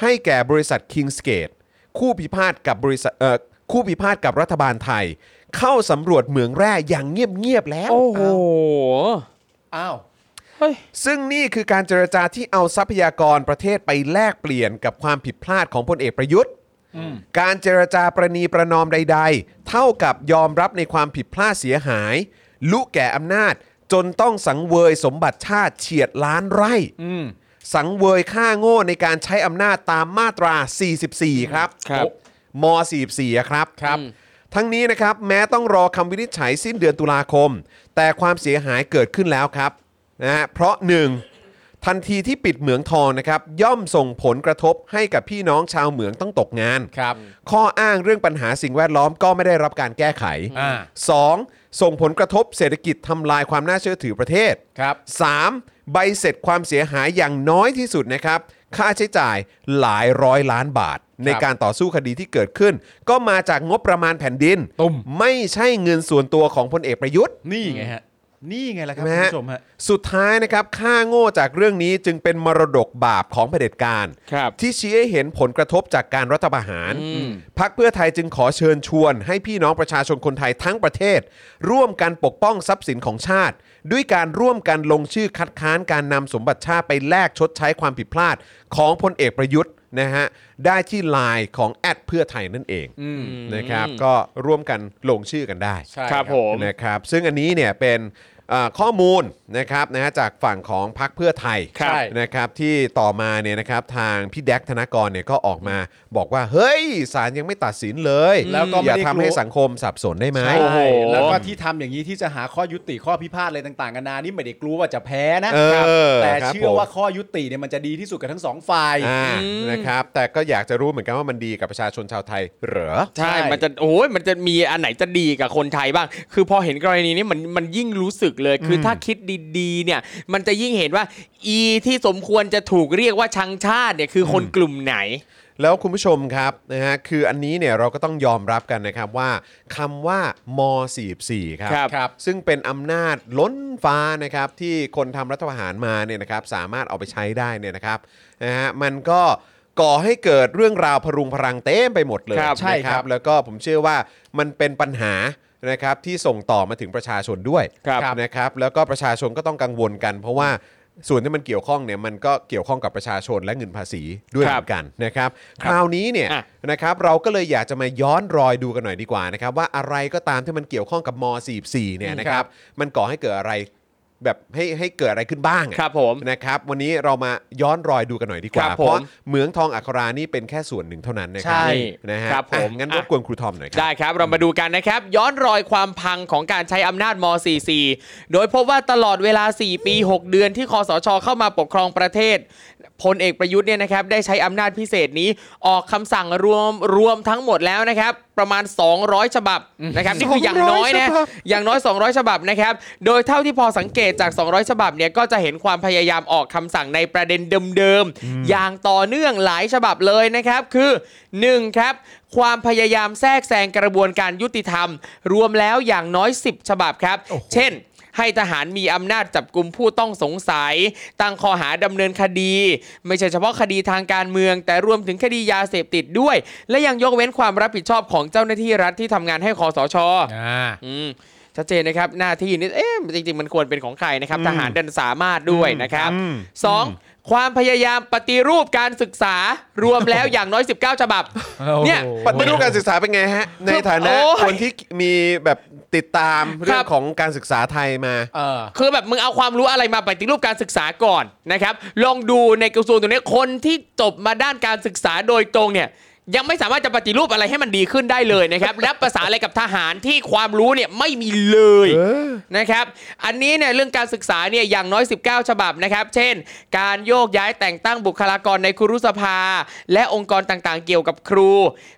Speaker 2: ให้แก่บริษัท Kingsgate คู่พิพาทกับบริษัทเอ่อคู่พิพาทกับรัฐบาลไทย เข้าสำรวจเหมืองแร่อย่างเงียบๆแล้ว
Speaker 3: โอ้โห
Speaker 4: อ้าว
Speaker 2: ซึ่งนี่คือการเจรจาที่เอาทรัพยากรประเทศไปแลกเปลี่ยนกับความผิดพลาดของพลเอกประยุทธ์ การเจรจาประนีประนอมใด ๆ เท่ากับยอมรับในความผิดพลาดเสียหาย ลุแก่อำนาจจนต้องสังเวยสมบัติชาติเฉียดล้านไร่ สังเวยค่าโง่ในการใช้อำนาจตามมาตรา 44 ครับ
Speaker 3: ครับ
Speaker 2: ม 44อะครับ
Speaker 3: ครับ
Speaker 2: ทั้งนี้นะครับแม้ต้องรอคำวินิจฉัยสิ้นเดือนตุลาคม แต่ความเสียหายเกิดขึ้นแล้วครับนะฮะเพราะ 1. ทันทีที่ปิดเหมืองทองนะครับย่อมส่งผลกระทบให้กับพี่น้องชาวเหมืองต้องตกงาน
Speaker 4: ครับ
Speaker 2: ข้ออ้างเรื่องปัญหาสิ่งแวดล้อมก็ไม่ได้รับการแก้ไข
Speaker 4: อ่า
Speaker 2: 2. ส่งผลกระทบเศรษฐกิจทำลายความน่าเชื่อถือประเทศ
Speaker 4: ครับ
Speaker 2: 3. ใบเสร็จความเสียหายอย่างน้อยที่สุดนะครับ ค่าใช้จ่ายหลายร้อยล้านบาท ในการต่อสู้คดีที่เกิดขึ้น ก็มาจากงบประมาณแผ่นดิน
Speaker 4: ตุ่ม
Speaker 2: ไม่ใช่เงินส่วนตัวของพลเอกประยุทธ์
Speaker 4: นี่ไงฮะ นี่ไงล่ะครับ
Speaker 2: ใช่ไหม
Speaker 4: คุณ
Speaker 2: ฮะ
Speaker 4: ผู้ชมฮะ
Speaker 2: สุดท้ายนะครับ ค่าโง่จากเรื่องนี้จึงเป็นมรดกบาปของเผด็จการ
Speaker 3: ครับ
Speaker 2: ที่ชี้ให้เห็นผลกระทบจากการรัฐประหาร พักเพื่อไทยจึงขอเชิญชวน ให้พี่น้องประชาชนคนไทยทั้งประเทศ ร่วมกันปกป้องทรัพย์สินของชาติ ด้วยการร่วมกันลงชื่อคัดค้านการนำสมบัติชาติไปแลกชดใช้ความผิดพลาดของพลเอกประยุทธ์นะฮะได้ที่ไลน์ของแอดเพื่อไทยนั่นเองนะครับก็ร่วมกันลงชื่อกันได้
Speaker 4: ใช่
Speaker 3: ครับผม
Speaker 2: นะครับซึ่งอันนี้เนี่ยเป็นเอ่อข้อมูลนะครับนะฮะจากฝั่งของพรรคเพื่อไทย
Speaker 4: ครับใช่
Speaker 2: นะครับที่ต่อมาเนี่ยนะครับทางพี่แดกธนกรเนี่ยก็ออกมาบอกว่า เฮ้ยศาลยังไม่ตัดสินเลย
Speaker 4: แล้วก็
Speaker 2: อย่า
Speaker 4: ไม่ได้
Speaker 2: ทำให้
Speaker 4: กลัว
Speaker 2: สังคมสับสนได้ไหม
Speaker 4: ใช่
Speaker 3: โอ้โห
Speaker 4: แล้วก็ที่ทำอย่างนี้ที่จะหาข้อยุติข้อพิพาทอะไรต่างๆกันานานี่ไม่ได้กลัวว่าจะแพ้นะ
Speaker 2: เออ
Speaker 4: ครับแต่
Speaker 2: ครับ
Speaker 4: เชื่อ
Speaker 2: ผม
Speaker 4: ว่าข้อยุติเนี่ยมันจะดีที่สุดกับทั้งสองฝ่าย
Speaker 2: อ่านะครับแต่ก็อยากจะรู้เหมือนกันว่ามันดีกับประชาชนชาวไทยเหรอ
Speaker 3: ใช่
Speaker 4: ใช่
Speaker 3: มันจะ โอ้ยมันจะมีอันไหนจะดีกับคนไทยบ้าง คือพอเห็นกรณีนี้มัน มันยิ่งรู้สึกเลย คือถ้าคิดดีๆ เนี่ย มันจะยิ่งเห็นว่า อีที่สมควรจะถูกเรียกว่าชังชาติเนี่ย คือคนกลุ่มไหน
Speaker 2: แล้วคุณผู้ชมครับนะฮะคืออันนี้เนี่ยเราก็ต้องยอมรับกันนะครับว่าคำว่าม44ครับ
Speaker 3: ครับ
Speaker 4: ครับ
Speaker 2: ซึ่งเป็นอำนาจล้นฟ้านะครับที่คนทำรัฐประหารมาเนี่ยนะครับสามารถเอาไปใช้ได้เนี่ยนะครับนะฮะมันก็ก่อให้เกิดเรื่องราวพรุงพรังเต็มไปหมดเลย
Speaker 3: ครับ
Speaker 2: นะ
Speaker 4: ใช่ครับ
Speaker 2: แล้วก็ผมเชื่อว่ามันเป็นปัญหานะครับที่ส่งต่อมาถึงประชาชนด้วย
Speaker 3: ครับ
Speaker 2: นะครับแล้วก็ประชาชนก็ต้องกังวลกัน เพราะว่าส่วนที่มันเกี่ยวข้องเนี่ยมันก็เกี่ยวข้องกับประชาชนและเงินภาษีด้วยเหมือนกันนะครับคราวนี้เนี่ย
Speaker 3: อ่ะ
Speaker 2: นะครับเราก็เลยอยากจะมาย้อนรอยดูกันหน่อยดีกว่านะครับว่าอะไรก็ตามที่มันเกี่ยวข้องกับม .44 เนี่ยนะครับมันก่อให้เกิดอะไรแบบให้ให้เกิดอะไรขึ้นบ้างอะ
Speaker 3: ครับผม
Speaker 2: นะครับวันนี้เรามาย้อนรอยดูกันหน่อยดีกว่า
Speaker 3: ครับผม
Speaker 2: เพราะเหมืองทองอัครานี่เป็นแค่ส่วนหนึ่งเท่านั้นนะครั
Speaker 3: ใช่
Speaker 2: นะฮะ
Speaker 3: ครับผม
Speaker 2: อ่ะงั้นรบกวนครูทอมหน่อยครับ
Speaker 3: ได้ครับ เรามาดูกันนะครับ ย้อนรอยความพังของการใช้อำนาจม 44 โดยพบว่าตลอดเวลา 4 ปี 6 เดือนที่คอสช เข้ามาปกครองประเทศพลเอกประยุทธ์เนี่ยนะครับได้ใช้อำนาจพิเศษนี้ ออกคำสั่งรวมรวมทั้งหมดแล้วนะครับ ประมาณ 200 ฉบับนะครับนี่คืออย่างน้อย
Speaker 2: 200
Speaker 3: นะ
Speaker 2: ฉบับ
Speaker 3: อย่างน้อย 200 ฉบับนะครับ โดยเท่าที่พอสังเกตจาก 200 ฉบับเนี่ย ก็จะเห็นความพยายามออกคำสั่งในประเด็นเดิมๆ อย่างต่อเนื่องหลายฉบับเลยนะครับ คือ 1. ครับ ความพยายามแทรกแซงกระบวนการยุติธรรม รวมแล้วอย่างน้อย 10 ฉบับครับ เช่น ให้ทหารมีอำนาจจับกลุ่มผู้ต้องสงสัย ตั้งข้อหาดำเนินคดี ไม่ใช่เฉพาะคดีทางการเมือง แต่รวมถึงคดียาเสพติดด้วย และยังยกเว้นความรับผิดชอบของเจ้าหน้าที่รัฐที่ทำงานให้คอสช อืมชัดเจนนะครับหน้าที่นี่เอ๊ะจริงๆ มันควรเป็นของใครนะครับ ทหารดันสามารถด้วยนะครับ 2. ความพยายามปฏิรูปการศึกษารวมแล้วอย่างน้อย 19 ฉบับ เนี่ย
Speaker 2: ปฏิรูปการศึกษาเป็นไงฮะ ในฐานะ
Speaker 3: โอ้ย
Speaker 2: คนที่มีแบบติดตามเรื่อ
Speaker 3: ครั
Speaker 2: ง
Speaker 3: บ
Speaker 2: ของการศึกษาไทยมา
Speaker 4: เออ
Speaker 3: คือแบบมึงเอาความรู้อะไรมาปฏิรูปการศึกษาก่อนนะครับ ลองดูในกระทรวงตรงนี้คนที่จบมาด้านการศึกษาโดยตรงเนี่ยยังไม่สามารถจะปฏิรูปอะไรให้มันดีขึ้นได้เลยนะครับ และภาษาอะไรกับทหารที่ความรู้เนี่ยไม่มีเลย นะครับ อันนี้เนี่ยเรื่องการศึกษาเนี่ยอย่างน้อย 19 ฉบับนะครับ เช่น การโยกย้ายแต่งตั้งบุคลากรในครูรุสภา และองค์กรต่างๆ เกี่ยวกับครู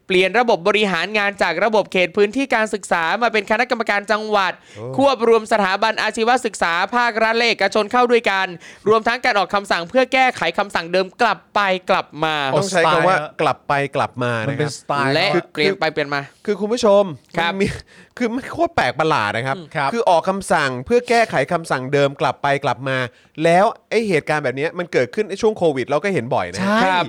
Speaker 3: เปลี่ยนระบบบริหารงานจากระบบเขตพื้นที่การศึกษามาเป็นคณะกรรมการจังหวัด ควบรวมสถาบันอาชีวศึกษาภาครัฐและเอกชนเข้าด้วยกัน รวมทั้งการออกคำสั่งเพื่อแก้ไขคำสั่งเดิมกลับไปกลับมา
Speaker 4: โอ้
Speaker 2: ต้องใช้คำว่า
Speaker 4: สไตล์อะ
Speaker 2: กลับไปกลับมา
Speaker 4: มัน
Speaker 2: นะค
Speaker 4: เป็
Speaker 2: รั
Speaker 4: น
Speaker 2: บ
Speaker 4: สไตล์
Speaker 3: และ
Speaker 4: เขาอะ
Speaker 3: เปลี่ยนไปเปลี่ยนมา
Speaker 2: คือคุณผู้ชม
Speaker 3: ครับ
Speaker 2: มันมี คือมันโคตรแปลกประหลาดนะครับ
Speaker 4: อืมครับ
Speaker 2: คือออกคำสั่งเพื่อแก้ไขคำสั่งเดิมกลับไปกลับมา แล้วไอเหตุการณ์แบบเนี้ยมันเกิดขึ้นในช่วงโควิด เราก็เห็นบ่อยนะ
Speaker 4: ใช่
Speaker 3: ครับ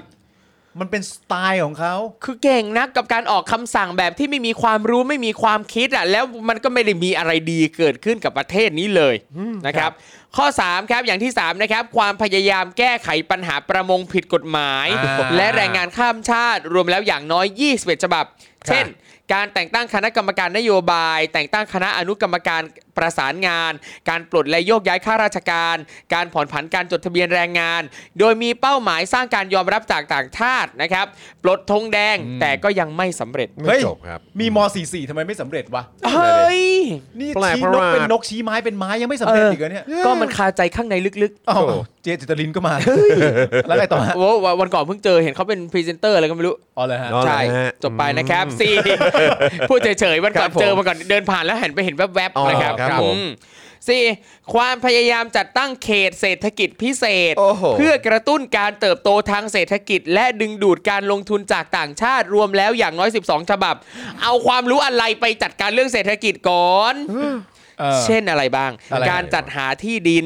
Speaker 4: มันเป็นสไตล์ของเขา
Speaker 3: คือเก่งนะกับการออกคำสั่งแบบที่ไม่มีความรู้ไม่มีความคิดอ่ะแล้วมันก็ไม่ได้มีอะไรดีเกิดขึ้นกับประเทศนี้เลยนะครับ ข้อ 3 ครับอย่างที่ 3 นะครับ ความพยายามแก้ไขปัญหาประมงผิดกฎหมาย
Speaker 4: อ่า
Speaker 3: และแรงงานข้ามชาติรวมแล้วอย่างน้อย 21 ฉบับ เช่น การแต่งตั้งคณะกรรมการนโยบาย แต่งตั้งคณะอนุกรรมการประสานงาน การปลดและโยกย้ายข้าราชการ การผ่อนผันการจดทะเบียนแรงงาน โดยมีเป้าหมายสร้างการยอมรับจากต่างชาตินะครับ ปลดธงแดงแต่ก็ยังไม่สำเร็จ
Speaker 2: ไม่จบครับ
Speaker 4: มีม .44 ทำไมไม่สำเร็จวะ
Speaker 3: เฮ้ย
Speaker 4: นี่
Speaker 2: แปลก
Speaker 4: ชี้
Speaker 2: ประ
Speaker 4: น
Speaker 2: ห
Speaker 4: ก
Speaker 2: ลาด
Speaker 4: เป็นนกชี้ไม้เป็นไม้ยังไม่สำเร็จ
Speaker 3: เอออี
Speaker 4: อีกเหรอเนี่ย
Speaker 3: ก็มันคาใจข้างในลึก
Speaker 4: อ้าวเจจิตรินก็มา แล้วไงต่อ
Speaker 3: ๆ
Speaker 4: ฮะ
Speaker 3: โอ้วันก่อนเพิ่งเจอเห็นเขาเป็นพรีเซนเตอร์อะไรก็ไม่รู้
Speaker 4: อ๋อเลยฮะ
Speaker 2: เนาะ
Speaker 3: ใช่
Speaker 2: ฮะ
Speaker 3: จบไปนะครับ สี่พูดเฉยๆวันก่
Speaker 2: ครั
Speaker 3: อน
Speaker 2: บผม
Speaker 3: เจอมาก่อนเดินผ่านแล้วหันไปเห็นแวบ
Speaker 2: อ๋อ
Speaker 3: ๆนะครับ
Speaker 2: ครับผม
Speaker 3: อืมสี่ความพยายามจัดตั้งเขตเศรษฐกิจพิเศษ
Speaker 2: โอ้โห
Speaker 3: เพื่อกระตุ้นการเติบโตทางเศรษฐกิจ และดึงดูดการลงทุนจากต่างชาติรวมแล้วอย่างน้อย 12 ฉบับ เอาความรู้อะไรไปจัดการเรื่องเศรษฐกิจก่อน เช่นอะไรบ้าง
Speaker 4: อะไร
Speaker 3: การจัดหาที่ดิน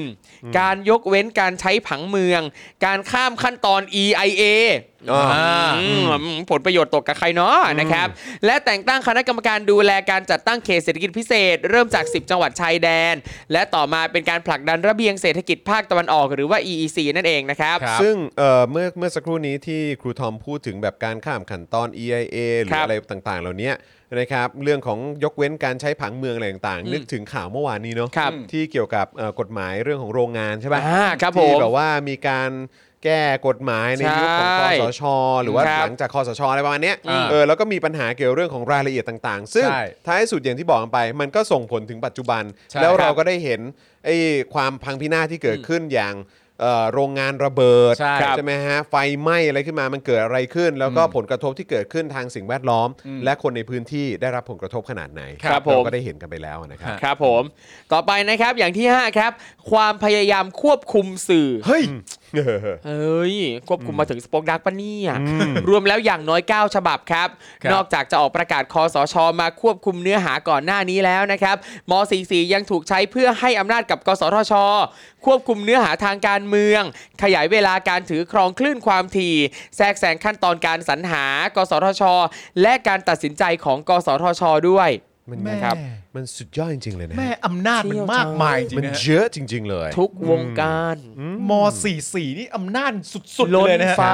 Speaker 3: การยกเว้นการใช้ผังเมือง การข้ามขั้นตอน EIA
Speaker 2: อ่า
Speaker 3: อืมผลประโยชน์ตกกับใครเนาะนะครับ และแต่งตั้งคณะกรรมการดูแลการจัดตั้งเขตเศรษฐกิจพิเศษ เริ่มจาก 10 จังหวัดชายแดน และต่อมาเป็นการผลักดันระเบียงเศรษฐกิจภาคตะวันออกหรือว่า EEC นั่นเองนะครับ
Speaker 2: ซึ่งเอ่อเมื่อเมื่อสักครู่นี้ที่ครูทอมพูดถึงแบบการข้ามขั้นตอน EIA หรื
Speaker 3: ค
Speaker 2: อ
Speaker 3: รับ
Speaker 2: อะไรต่างๆ เหล่านี้นะครับเรื่องของยกเว้นการใช้ผังเมืองอะไรต่าง
Speaker 3: อื
Speaker 2: ๆ
Speaker 3: ม
Speaker 2: นึกถึงข่าวเมื่อวานนี้เนาะ
Speaker 3: ครับ
Speaker 2: ที่เกี่ยวกับเอ่อกฎหมายเรื่องของโรงงานใช่ปะ
Speaker 3: อ่าครับผม
Speaker 2: ที่แบบว่ามีการแก้กฎหมายในยุคของค
Speaker 3: ใช่
Speaker 2: อสช หรือว่า
Speaker 3: ครับ
Speaker 2: หลังจากคอสชอะไรประมาณเนี้ย
Speaker 3: อ่า
Speaker 2: เออแล้วก็มีปัญหาเกี่ยวเรื่องของรายละเอียดต่าง ๆ ซึ่ง
Speaker 4: ใช่
Speaker 2: ท้ายสุดอย่างที่บอกกันไป มันก็ส่งผลถึงปัจจุบัน
Speaker 4: ใช่
Speaker 2: แล้วเรา
Speaker 4: ครับ
Speaker 2: ก็ได้เห็นไอ้ความพังพินาศที่เกิดขึ้นอย่างเอ่อโรงงานระเบิด
Speaker 4: ใช่
Speaker 2: ใช่ไหมฮะไฟไหม้อะไรขึ้นมามันเกิดอะไรขึ้น แล้วก็ผลกระทบที่เกิดขึ้นทางสิ่งแวดล้อม และคนในพื้นที่ได้รับผลกระทบขนาดไหน
Speaker 3: ครับผม
Speaker 2: เราก็ได้เห็นกันไปแล้วนะครับ
Speaker 3: ครับผม ต่อไปนะครับอย่างที่ 5 ครับ ความพยายามควบคุมสื่อ
Speaker 4: เฮ้ย
Speaker 3: เฮ้ย ควบคุมมาถึงสปอคดักปะเนี่ยรวมแล้วอย่างน้อย 9 ฉบับครับ
Speaker 4: ครับ
Speaker 3: นอกจากจะออกประกาศคอสช มาควบคุมเนื้อหาก่อนหน้านี้แล้วนะครับม .44 ยังถูกใช้เพื่อให้อำนาจกับ กสทช ควบคุมเนื้อหาทางการเมือง ขยายเวลาการถือครองคลื่นความถี่ แทรกแซงขั้นตอนการสรรหา กสทช และการตัดสินใจของ กสทช ด้วย
Speaker 2: มัน
Speaker 4: แม่
Speaker 3: ครับ
Speaker 2: มันสุดยอดจริง ๆ เลยนะ
Speaker 4: แม่อำนาจมันมากมายจริ
Speaker 2: มั
Speaker 4: ง
Speaker 2: น
Speaker 4: นะฮะ
Speaker 2: เยอะจริง ๆ เลย
Speaker 3: ทุกวงการ
Speaker 4: ม .44 นี่อำนาจสุดๆ
Speaker 3: ล้น
Speaker 4: เลยนะฮะ
Speaker 3: ฟ้า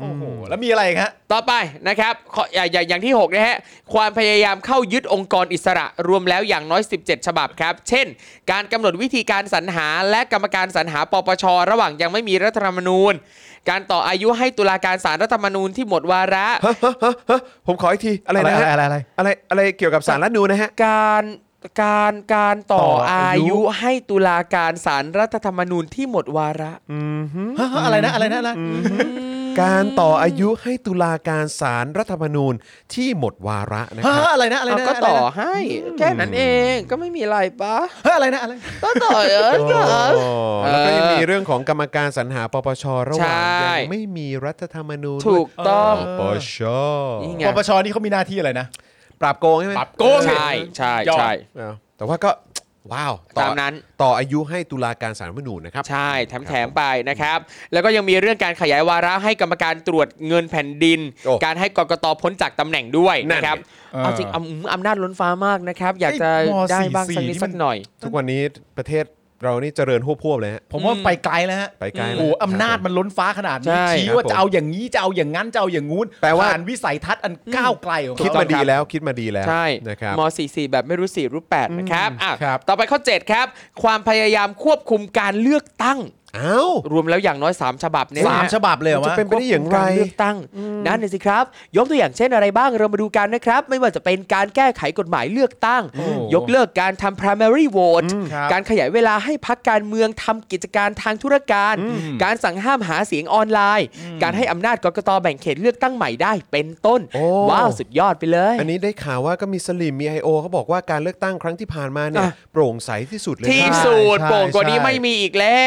Speaker 4: โอ้โหแล้วมีอะไรอีกฮะ
Speaker 3: ต่อไปนะครับข้ออย่างอย่างอย่างที่ 6 นะฮะ ความพยายามเข้ายึดองค์กรอิสระรวมแล้วอย่างน้อย 17 ฉบับครับ เช่น การกำหนดวิธีการสรรหาและกรรมการสรรหาปปช ระหว่างยังไม่มีรัฐธรรมนูญ การต่ออายุให้ตุลาการสารรัฐธรรมนูญที่หมดวาระ
Speaker 2: ฮะฮะฮะฮะผมขออีกที อะไรนะฮะ
Speaker 4: อะไรอะไรอะ
Speaker 2: อะ
Speaker 4: ไร
Speaker 2: ไรอะไรเกี่ยวกับสารรัฐธรรมนูญนะฮะ
Speaker 3: การการการต่อ
Speaker 4: ต่ออา
Speaker 3: อา
Speaker 4: ยุ
Speaker 3: ยุให้ตุลาการสารรัฐธรรมนูญที่หมดวาระ
Speaker 4: ฮะฮะอะไรนะอะไรนะอะไร
Speaker 2: การต่ออายุให้ตุลาการสารรัฐธรรมนูญที่หมดวาระนะค
Speaker 4: ฮะ
Speaker 2: รับ
Speaker 4: ฮะอะไรนะอะไรนะ
Speaker 3: ก็
Speaker 4: อะไร
Speaker 3: ต่อ
Speaker 4: นะ
Speaker 3: ให้ แค่นั้นเองก็ไม่มีอะไรปะ
Speaker 4: ฮะอะไรนะอะไรนะ
Speaker 3: ก็ต่อเออก็
Speaker 2: อ๋อแล้วก็ยังมีเรื่องของกรรมการสรรหาปปชระหว่าง
Speaker 3: ใช่
Speaker 2: ยังไม่มีรัฐธรรมนูญ
Speaker 3: ถูกต้อง
Speaker 2: ปปช
Speaker 3: นี่ไง
Speaker 4: ปปชนี่เขามีหน้าที่อะไรนะ
Speaker 2: ปราบโกงใช่ไหม
Speaker 4: ปราบโกง
Speaker 3: ใช่ใช่ใช่
Speaker 2: เออแต่ว่าก็ว้าวอ
Speaker 3: ตามนั้น
Speaker 2: ต่ออายุให้ตุลาการสารรัฐธรรมนูญนะครับ
Speaker 3: ใช่แถมแถมๆไปนะครับ แล้วก็ยังมีเรื่องการขยายวาระให้กรรมการตรวจเงินแผ่นดิน
Speaker 2: โอ้
Speaker 3: การให้กกตพ้นจากตำแหน่งด้วย
Speaker 2: นั่น
Speaker 3: นะครับ
Speaker 2: ดิ
Speaker 4: เออ
Speaker 3: เอาจริงอำอำนาจล้นฟ้ามากนะครับ อยากจะ
Speaker 4: ไอ้ม
Speaker 3: ได้บ้าง
Speaker 4: 44
Speaker 3: สักนิด
Speaker 4: นี่มั
Speaker 3: สั
Speaker 4: น
Speaker 3: กหน่อย
Speaker 2: ทุกวันนี้ประเทศ เรานี่เจริญหัวพวบเลยฮะ
Speaker 4: ผมว่าไปไกลแล้วฮะ
Speaker 2: ไปไกลแล้ว
Speaker 4: โอ้โหอำนาจมันล้นฟ้าขนาด
Speaker 3: ใช่
Speaker 4: นี้ชี้ว่า
Speaker 2: ครับผม
Speaker 4: จะเอาอย่างนี้จะเอาอย่างนั้นจะเอาอย่างงู้น
Speaker 2: แปลว่า
Speaker 4: ผ่นวิสัยทัศน์อันก้าวไกลของ
Speaker 2: คิด
Speaker 4: เขา
Speaker 2: มาดีแล้วคิดมาดีแล้ว
Speaker 3: ใช่
Speaker 2: นะครับ
Speaker 3: ม .44 แบบไม่รู้สี่รู้แปดนะครับอ่ะ
Speaker 4: ครับ
Speaker 3: ต่อไปข้อ 7 ครับ ความพยายามควบคุมการเลือกตั้ง
Speaker 2: อ้าว
Speaker 3: รวมแล้วอย่างน้อย 3 ฉบับเนี่ย
Speaker 4: สาม
Speaker 3: นะ
Speaker 4: ฉบับเลยเหรอ
Speaker 2: จะ
Speaker 4: วะ
Speaker 2: เป็นไปได้อย่างไร
Speaker 3: ควบคุมกเลือกตั้งนั่นน่ะสิครับ ยกตัวอย่างเช่นอะไรบ้างเรามาดูกันนะครับ ไม่ว่าจะเป็นการแก้ไขกฎหมายเลือกตั้ง
Speaker 4: โอ้
Speaker 3: ยกเลิกการทำ primary vote
Speaker 4: ครับ
Speaker 3: การขยายเวลาให้พักการเมืองทำกิจการทางธุรการ การสั่งห้ามหาเสียงออนไลน์ การให้อำนาจกกตแบ่งเขตเลือกตั้งใหม่ได้เป็นต้น
Speaker 2: โอ้
Speaker 3: ว้าวสุดยอดไปเลย
Speaker 2: อันนี้ได้ข่าวว่าก็มีสลิมมีไอโอเขาบอกว่าการเลือกตั้งครั้งที่ผ่านมาเนี่ย
Speaker 3: อ่ะ
Speaker 2: โปร่งใสที่สุดเลย
Speaker 3: ที่
Speaker 2: นะ
Speaker 3: สุด
Speaker 2: ใช่
Speaker 3: โปร่งกว่านี้
Speaker 2: ใช่
Speaker 3: ไม่มีอีกแล้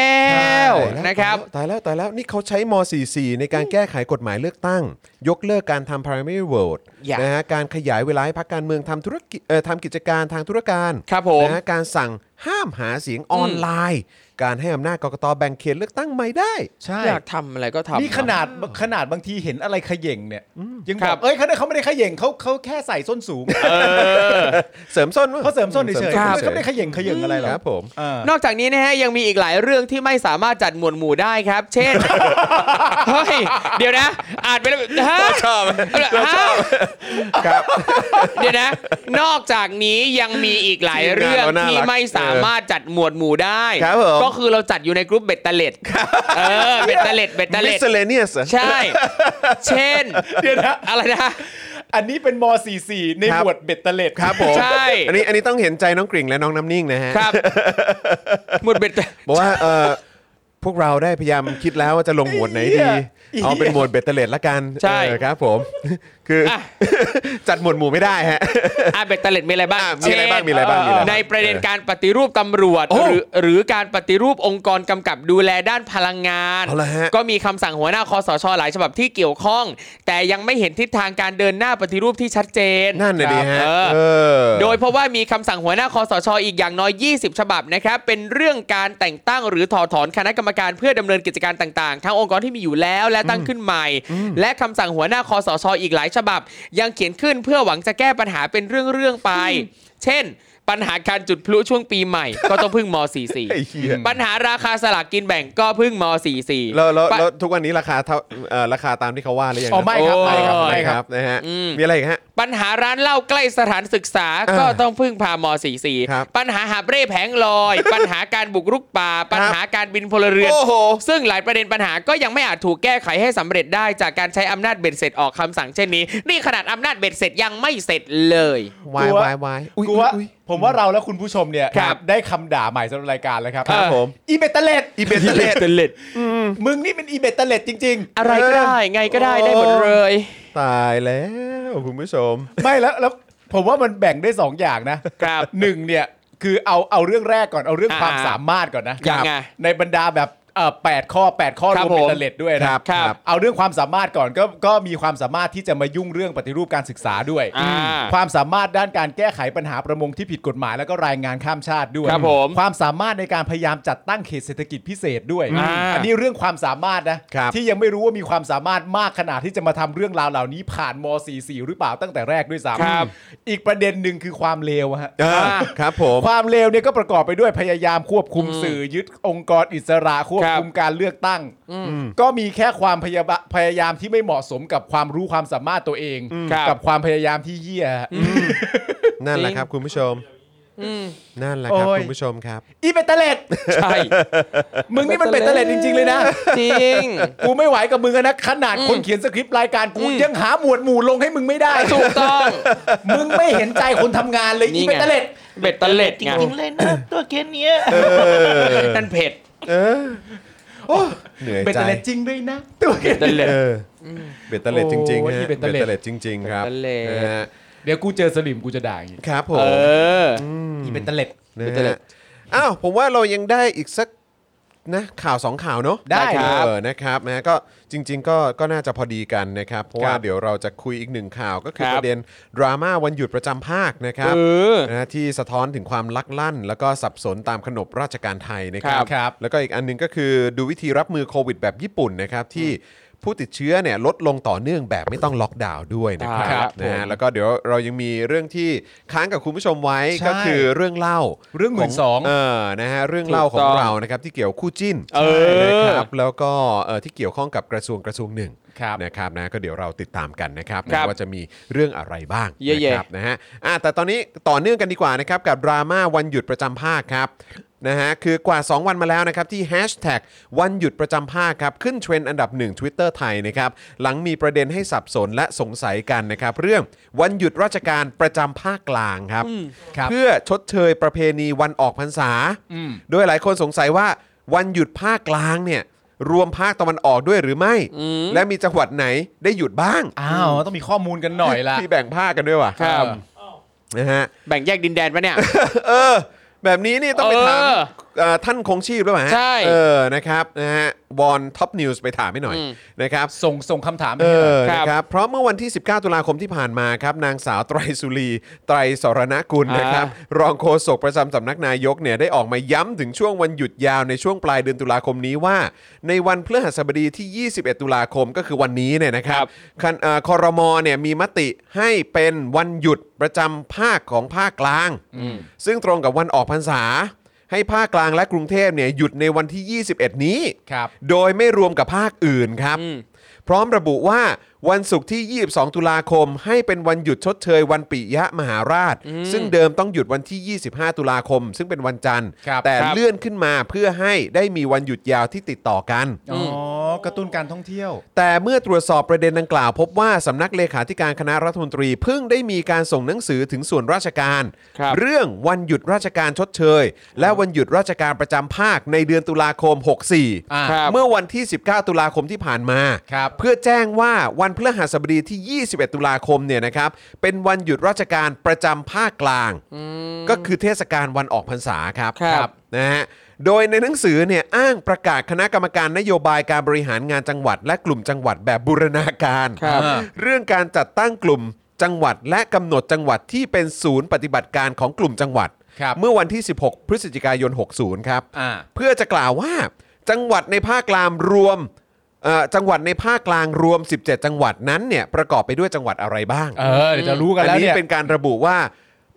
Speaker 3: ว
Speaker 2: ใช่
Speaker 3: นะครับ
Speaker 2: ตายแล้วตายแล้วตายแล้วนี่เขาใช้ม .44 ในการแก้ไขกฎหมายเลือกตั้ง ยกเลิกการทำ primary vote
Speaker 3: อย่าน
Speaker 2: นะฮะการขยายเวลาให้พักการเมืองทำธุรกิจเอ่อทำกิจการทางธุรการ
Speaker 3: ครับผม
Speaker 2: นะฮะการสั่งห้ามหาเสียงออนไลน์ การให้อำนาจกกตแบ่งเขตเลือกตั้งใหม่ได้
Speaker 4: ใช่
Speaker 3: อยากทำอะไรก็ทำ
Speaker 4: นี่ขนาดขนาดบางทีเห็นอะไรเขย่งเนี่ย ยังบ
Speaker 3: ครั
Speaker 4: อบ กเอ้ยเขาเขาไม่ได้เขย่งเขาเขาแค่ใส่ส้นสูง
Speaker 2: เสริมส้นวะ
Speaker 4: เขาเสริมส้นเฉยๆ
Speaker 2: ริม
Speaker 4: เขาไม่
Speaker 2: ส้น
Speaker 4: เขาไม่ได้เขย่งเขย่งอะไรหร
Speaker 2: ค
Speaker 4: อ
Speaker 2: รับ
Speaker 4: ก
Speaker 2: ผม
Speaker 4: อ่าน
Speaker 3: อกจากนี้นะฮะยังมีอีกหลายเรื่องที่ไม่สามารถจัดหมวดหมู่ได้ครับ เช่น เฮ้ยเดี๋ยวนะ อ่านไปแล้วฮะ
Speaker 2: ชอบ
Speaker 3: เราชอบ
Speaker 2: ครับ
Speaker 3: เดี๋ยวนะ นอกจากนี้ยังมีอีกหลายเรื่อง
Speaker 2: ทีมงานเราน่ารัก
Speaker 3: ที่ไม่สามารถจัดหมวดหมู่ได้
Speaker 2: ครับผม
Speaker 3: ก็คือเราจัดอยู่ในกลุ่มเบตเตเลตเออเบตเตเลตเบตเตเล
Speaker 2: มิ
Speaker 3: ต
Speaker 2: สเลเนียส
Speaker 3: ใช่ เช่น
Speaker 4: เดี๋ยวนะ
Speaker 3: อะไรนะ
Speaker 4: อันนี้เป็นม .44 ใน
Speaker 2: ครับ
Speaker 4: หมวดเบ็ดเตล็ด
Speaker 2: ครับผม
Speaker 3: ใช่
Speaker 2: อันนี้อันนี้ต้องเห็นใจน้องกริ่งและน้องน้ำนิ่งนะฮะ
Speaker 3: ครับ หมวดเบตเต
Speaker 2: บอกว่าเออพวกเราได้พยายามคิดแล้วว่าจะลงหมวดไหนดี เอาเป็นหมวดเบตเตอร์เลดละกัน
Speaker 3: ใช่
Speaker 2: เออครับผม คืออจัดหมวดหมู่ไม่ได้ฮะ
Speaker 3: อ่ะเบตเตเลตมีอะไรบ้าง
Speaker 2: อ่ะมีอะไรบ้าง
Speaker 3: เช่น
Speaker 2: มีอะไรบ้างมีอะไรบ้าง
Speaker 3: ในประเด็นการปฏิรูปตำรวจ
Speaker 2: โอ้
Speaker 3: หรือหรือการปฏิรูปองค์กรกำกับดูแลด้านพลังงาน
Speaker 2: เอาละฮะ
Speaker 3: ก็มีคำสั่งหัวหน้าคอสชหลายฉบับที่เกี่ยวข้อง แต่ยังไม่เห็นทิศทางการเดินหน้าปฏิรูปที่ชัดเจน
Speaker 2: นั่นเลยดีฮะ
Speaker 3: เออ
Speaker 2: เออ
Speaker 3: โดยเพราะว่ามีคำสั่งหัวหน้าคอสชอีกอย่างน้อย 20 ฉบับนะครับ เป็นเรื่องการแต่งตั้งหรือถอดถอนคณะกรรมการเพื่อดำเนินกิจการต่างๆ ทั้งองค์กรที่มีอยู่แล้วและตั้งขึ้นใหม่ และคำสั่งหัวหน้าคอสชอีกหลายฉบับ ยังเขียนขึ้นเพื่อหวังจะแก้ปัญหาเป็นเรื่องๆไป เช่น ปัญหาการจุดพลุช่วงปีใหม่ ก็ต้องพึ่งม
Speaker 2: ไอ้เหี้ย
Speaker 3: .44 ปัญหาราคาสลากกินแบ่งก็พึ่งม .44
Speaker 2: แล้วแล้วแล้วทุกวันนี้ราคาเท่าเอ่อราคาตามที่เขาว่าหรือยัง
Speaker 4: อ๋อไม่ครับไม่ครับ
Speaker 3: โอ้ย
Speaker 4: ไม่
Speaker 2: ไม่
Speaker 4: ค
Speaker 2: ค
Speaker 4: รั
Speaker 2: รับ บนะฮะ
Speaker 3: อืม
Speaker 2: มีอะไรอีกฮะ
Speaker 3: ปัญหาร้านเหล้าใกล้สถานศึกษา
Speaker 2: อ่า
Speaker 3: ก็ต้องพึ่งพาม44
Speaker 2: ครับ
Speaker 3: ปัญหาหาบเร่แผงล อย ปัญหาการบุกรุกป่า ปัญหาการบินพลเรือน
Speaker 2: โอ้โห
Speaker 3: ซึ่งหลายประเด็นปัญหาก็ยังไม่อาจถูกแก้ไขให้สำเร็จได้จากการใช้อำนาจเบ็ดเสร็จออกคำสั่งเช่นนี้ นี่ขนาดอำนาจเบ็ดเสร็จยังไม่เสร็จเลย
Speaker 2: วายวายวายอุ๊ย
Speaker 4: กูว่า
Speaker 2: อุ๊ย
Speaker 4: ผมว่าเราและคุณผู้ชมเนี่ย
Speaker 3: ครับ
Speaker 4: ได้คำด่าใหม่สำหรับรายการแล้วครับ
Speaker 2: ครับ
Speaker 3: เออ
Speaker 2: ผม
Speaker 4: อีเบ็ดเตล็ด
Speaker 2: อีเบตเตอร์เลด
Speaker 4: มึงนี่เป็นอีเบ็ดเตล็ดจริง
Speaker 3: อะไรก็ได้ไงก็ได้ได้หมดเลย
Speaker 2: ตายแล้วคุณผู้ชม
Speaker 4: ๆ ไม่แล้วแล้วผมว่ามันแบ่งได้สองอย่างนะครับ หนึ่งเนี่ยคือเอาเอาเรื่องแรกก่อนเอาเรื่องความ
Speaker 3: อ่า
Speaker 4: สามารถก่อนนะ
Speaker 3: ยังไง
Speaker 4: ในบรรดาแบบเอ่อแปดข้อแปดข้อ
Speaker 3: ค
Speaker 4: ร
Speaker 3: รับ
Speaker 4: วม
Speaker 3: ผ
Speaker 4: เป็น
Speaker 3: ม
Speaker 4: เตล็ดด้วยนะครับ
Speaker 2: ครับ
Speaker 4: เอาเรื่องความสามารถก่อนก็ก็มีความสามารถที่จะมายุ่งเรื่องปฏิรูปการศึกษาด้วย
Speaker 3: อ่า
Speaker 4: ความสามารถด้านการแก้ไขปัญหาประมงที่ผิดกฎหมาย แล้วก็รายงานข้ามชาติด้วย
Speaker 3: ครับผม
Speaker 4: ความสามารถในการพยายามจัดตั้งเขตเศรษฐกิจพิเศษด้วย
Speaker 3: อ่า
Speaker 4: อันนี้เรื่องความสามารถนะครับ ที่ยังไม่รู้ว่ามีความสามารถมากขนาดที่จะมาทำเรื่องราวเหล่านี้ผ่านม .44 หรือเปล่าตั้งแต่แรกด้วยซ้
Speaker 3: ครับ
Speaker 4: ำอีกประเด็นหนึ่งคือความเลวอะฮะ
Speaker 2: เออครับผม
Speaker 4: ความเลวเนี่ยก็ประกอบไปด้วยพยายามควบคุมสื่อยึดองค์กรอิสระควบคุมการเลือกตั้ง ก็มีแค่ความพยาบะพยายามที่ไม่เหมาะสมกับความรู้ความสามารถตัวเอง
Speaker 3: ครับ
Speaker 4: กับความพยายามที่เหี้ยฮะ
Speaker 2: นั่นแหละครับคุณผู้ชม นั่นแหละครับ
Speaker 4: โอ้ย
Speaker 2: คุณผู้ชมครับ
Speaker 4: อีเป็นเตล็ด
Speaker 3: ใช่
Speaker 4: มึงนี่มันเป็นเตล็ดจริง ๆ เลยนะ
Speaker 3: จริง
Speaker 4: กูไม่ไหวกับมึงอะนะขนาดคนเขียนสคริปต์รายการกูยังหาหมวดหมู่ลงให้มึงไม่ได้
Speaker 3: ถูกต้อง
Speaker 4: มึงไม่เห็นใจคนทำงานเลย
Speaker 3: นี่
Speaker 4: อี
Speaker 3: ไง
Speaker 4: เปนเตล็ด
Speaker 3: เบ็ดเตเล็ด
Speaker 6: จ
Speaker 3: ไง
Speaker 6: ริงๆเลยนะตัวเกมเนี้ย
Speaker 3: นั่นเผ็ด
Speaker 2: เหนื่อย
Speaker 4: เปน
Speaker 2: ใจ
Speaker 4: เตล็ดจริงด้วยนะตัวเอง
Speaker 3: เตเล็ด
Speaker 2: เออเบตเตอร์เลดจริงๆ
Speaker 4: โอ้ย
Speaker 2: ฮะ
Speaker 4: อี
Speaker 2: เบ
Speaker 4: เบ็
Speaker 2: ต
Speaker 4: ด
Speaker 2: เตอ
Speaker 4: เตอร์เลด
Speaker 2: ร์เลดจริง ๆ ครับ
Speaker 3: เบ็ดเตอร์เลด
Speaker 2: นะฮะ
Speaker 4: เดี๋ยวกูเจอสลิมกูจะด่าอย่างงี้
Speaker 2: ครับผ
Speaker 3: เอ
Speaker 2: ม
Speaker 3: อ
Speaker 4: อีเปนเตล็ด
Speaker 2: นะ
Speaker 3: เบ็ดเตอร์เล
Speaker 2: ฮะ
Speaker 3: ด
Speaker 2: อ้าวผมว่าเรายังได้อีกสักนะข่าวสองข่าวเนอะ
Speaker 4: ได้ครับ
Speaker 2: เออนะครับนะฮะก็จริง ๆ ก็ก็น่าจะพอดีกันนะครับ เพราะว่า
Speaker 4: ครับ
Speaker 2: เดี๋ยวเราจะคุยอีกหนึ่งข่าวก็คือ
Speaker 3: ครับ
Speaker 2: ประเด็นดราม่าวันหยุดประจำภาคนะค
Speaker 3: เอ
Speaker 2: รับ
Speaker 3: อ
Speaker 2: นะฮะที่สะท้อนถึงความลักลั่น แล้วก็สับสนตามขนบราชการไทยนะครับ
Speaker 4: ครับ
Speaker 2: แล้วก็อีกอันหนึงก็คือดูวิธีรับมือโควิดแบบญี่ปุ่นนะครับ ที่ ผู้ติดเชื้อเนี่ยลดลงต่อเนื่องแบบไม่ต้องล็อกดาวน์ด้วยนะค
Speaker 3: ครั
Speaker 2: รับบ
Speaker 3: ผม
Speaker 2: นะฮะแล้วก็เดี๋ยวเรายังมีเรื่องที่ค้างกับคุณผู้ชมไว้
Speaker 4: ใช่
Speaker 2: ก็คือเรื่องเล่า
Speaker 4: เรื่องหมื่นสอง
Speaker 2: เออ นะฮะ เรื่องเล่าของเรา นะครับ ที่เกี่ยวคู่จิ้น
Speaker 3: เออ
Speaker 2: นะครับ แล้วก็เอ่อที่เกี่ยวข้องกับกระทรวงกระทรวงหนึ่ง
Speaker 4: ครับ
Speaker 2: นะครับ นะ ก็เดี๋ยวเราติดตามกันนะครับ
Speaker 3: ครับ
Speaker 2: นะว่าจะมีเรื่องอะไรบ้าง
Speaker 3: เยอะ
Speaker 2: นะ
Speaker 3: แยะ
Speaker 2: ครับนะฮะอ่ะแต่ตอนนี้ต่อเนื่องกันดีกว่านะครับ กับดราม่าวันหยุดประจำภาคครับ นะฮะ คือกว่า 2 วันมาแล้วนะครับ ที่ hashtag วันหยุดประจำภาคครับ ขึ้นเทรนด์อันดับหนึ่ง Twitter ไทยนะครับ หลังมีประเด็นให้สับสนและสงสัยกันนะครับ เรื่องวันหยุดราชการประจำภาคกลางครับ
Speaker 4: ครับ
Speaker 2: เพื่อชดเชยประเพณีวันออกพรรษา โดยหลายคนสงสัยว่าวันหยุดภาคกลางเนี่ย รวมภาคตะวันออกด้วยหรือไม่ และมีจังหวัดไหนได้หยุดบ้าง
Speaker 4: อ้าวต้องมีข้อมูลกันหน่อยละ
Speaker 2: ที่แบ่งภาคกันด้วยวะ
Speaker 3: ครับ
Speaker 2: นะฮะ
Speaker 3: แบ่งแยกดินแดนปะเนี่ย
Speaker 2: เออ แบบนี้นี่ต้องไปถาม
Speaker 3: เออ
Speaker 2: เอ่อท่านคงชีพด้วยไหมฮะ
Speaker 3: ใช่
Speaker 2: เออนะครับนะฮะวอนท็อปนิวส์ไปถามให้หน่อย
Speaker 3: อืม
Speaker 2: นะครับ
Speaker 4: ส่งส่งคำถามไป
Speaker 2: เอ
Speaker 4: ให้หน่อย
Speaker 2: อ
Speaker 3: ครับ
Speaker 2: นะครับ เพราะเมื่อวันที่ 19 ตุลาคมที่ผ่านมาครับ นางสาวไตรสุรี ไตรสรณกุล
Speaker 3: อ่าน
Speaker 2: นะครับ รองโฆษกประจำสำนักนายกเนี่ยได้ออกมาย้ำถึงช่วงวันหยุดยาวในช่วงปลายเดือนตุลาคมนี้ว่า ในวันพฤหัสบดีที่ 21 ตุลาคมก็คือวันนี้เนี่ยนะครับคันเอ่อคอรมอเนี่ยมีมติให้เป็นวันหยุดประจำภาคของภาคกลาง ซึ่งตรงกับวันออกพรรษา ให้ภาคกลางและกรุงเทพเนี่ยหยุดในวันที่ 21 นี้
Speaker 4: ครับ
Speaker 2: โดยไม่รวมกับภาคอื่นครับ พร้อมระบุว่าวันศุกร์ที่ 22 ตุลาคม ให้เป็นวันหยุดชดเชยวันปิยะมหาราช ซึ่งเดิมต้องหยุดวันที่ 25 ตุลาคม ซึ่งเป็นวันจันทร์
Speaker 4: ครับ
Speaker 2: แต่
Speaker 3: ครับ
Speaker 2: เลื่อนขึ้นมาเพื่อให้ได้มีวันหยุดยาวที่ติดต่อกัน
Speaker 4: อ๋อ กระตุ้นการท่องเที่ยว
Speaker 2: แต่เมื่อตรวจสอบประเด็นดังกล่าว พบว่าสำนักเลขาธิการคณะรัฐมนตรีเพิ่งได้มีการส่งหนังสือถึงส่วนราชการ
Speaker 3: ครับ
Speaker 2: เรื่องวันหยุดราชการชดเชย และวันหยุดราชการประจำภาคในเดือนตุลาคม 64
Speaker 4: อ่า
Speaker 3: ครับ
Speaker 2: เมื่อวันที่ 19 ตุลาคมที่ผ่านมา
Speaker 4: ครับ
Speaker 2: เพื่อแจ้งว่าวันพฤหัสบดีที่ 21 ตุลาคมเนี่ยนะครับ เป็นวันหยุดราชการประจำภาคกลาง ก็คือเทศกาลวันออกพรรษาครับ
Speaker 3: ครับ
Speaker 2: นะฮะ โดยในหนังสือเนี่ยอ้างประกาศคณะกรรมการนโยบายการบริหารงานจังหวัด และกลุ่มจังหวัดแบบบูรณาการ
Speaker 3: ครับ
Speaker 4: อ่า
Speaker 2: เรื่องการจัดตั้งกลุ่มจังหวัด และกำหนดจังหวัดที่เป็นศูนย์ปฏิบัติการของกลุ่มจังหวัด
Speaker 4: ครับ
Speaker 2: เมื่อวันที่ 16 พฤศจิกายน 60 ครับ
Speaker 4: อ่า
Speaker 2: เพื่อจะกล่าวว่าจังหวัดในภาคกลางรวมเอ่อจังหวัดในภาคกลางรวม 17 จังหวัดนั้นเนี่ยประกอบไปด้วยจังหวัดอะไรบ้าง
Speaker 4: เออ เดี๋ยวจะรู้กัน
Speaker 2: อัน
Speaker 4: แล้ว
Speaker 2: นี้
Speaker 4: เนี่ย
Speaker 2: เป็นการระบุว่า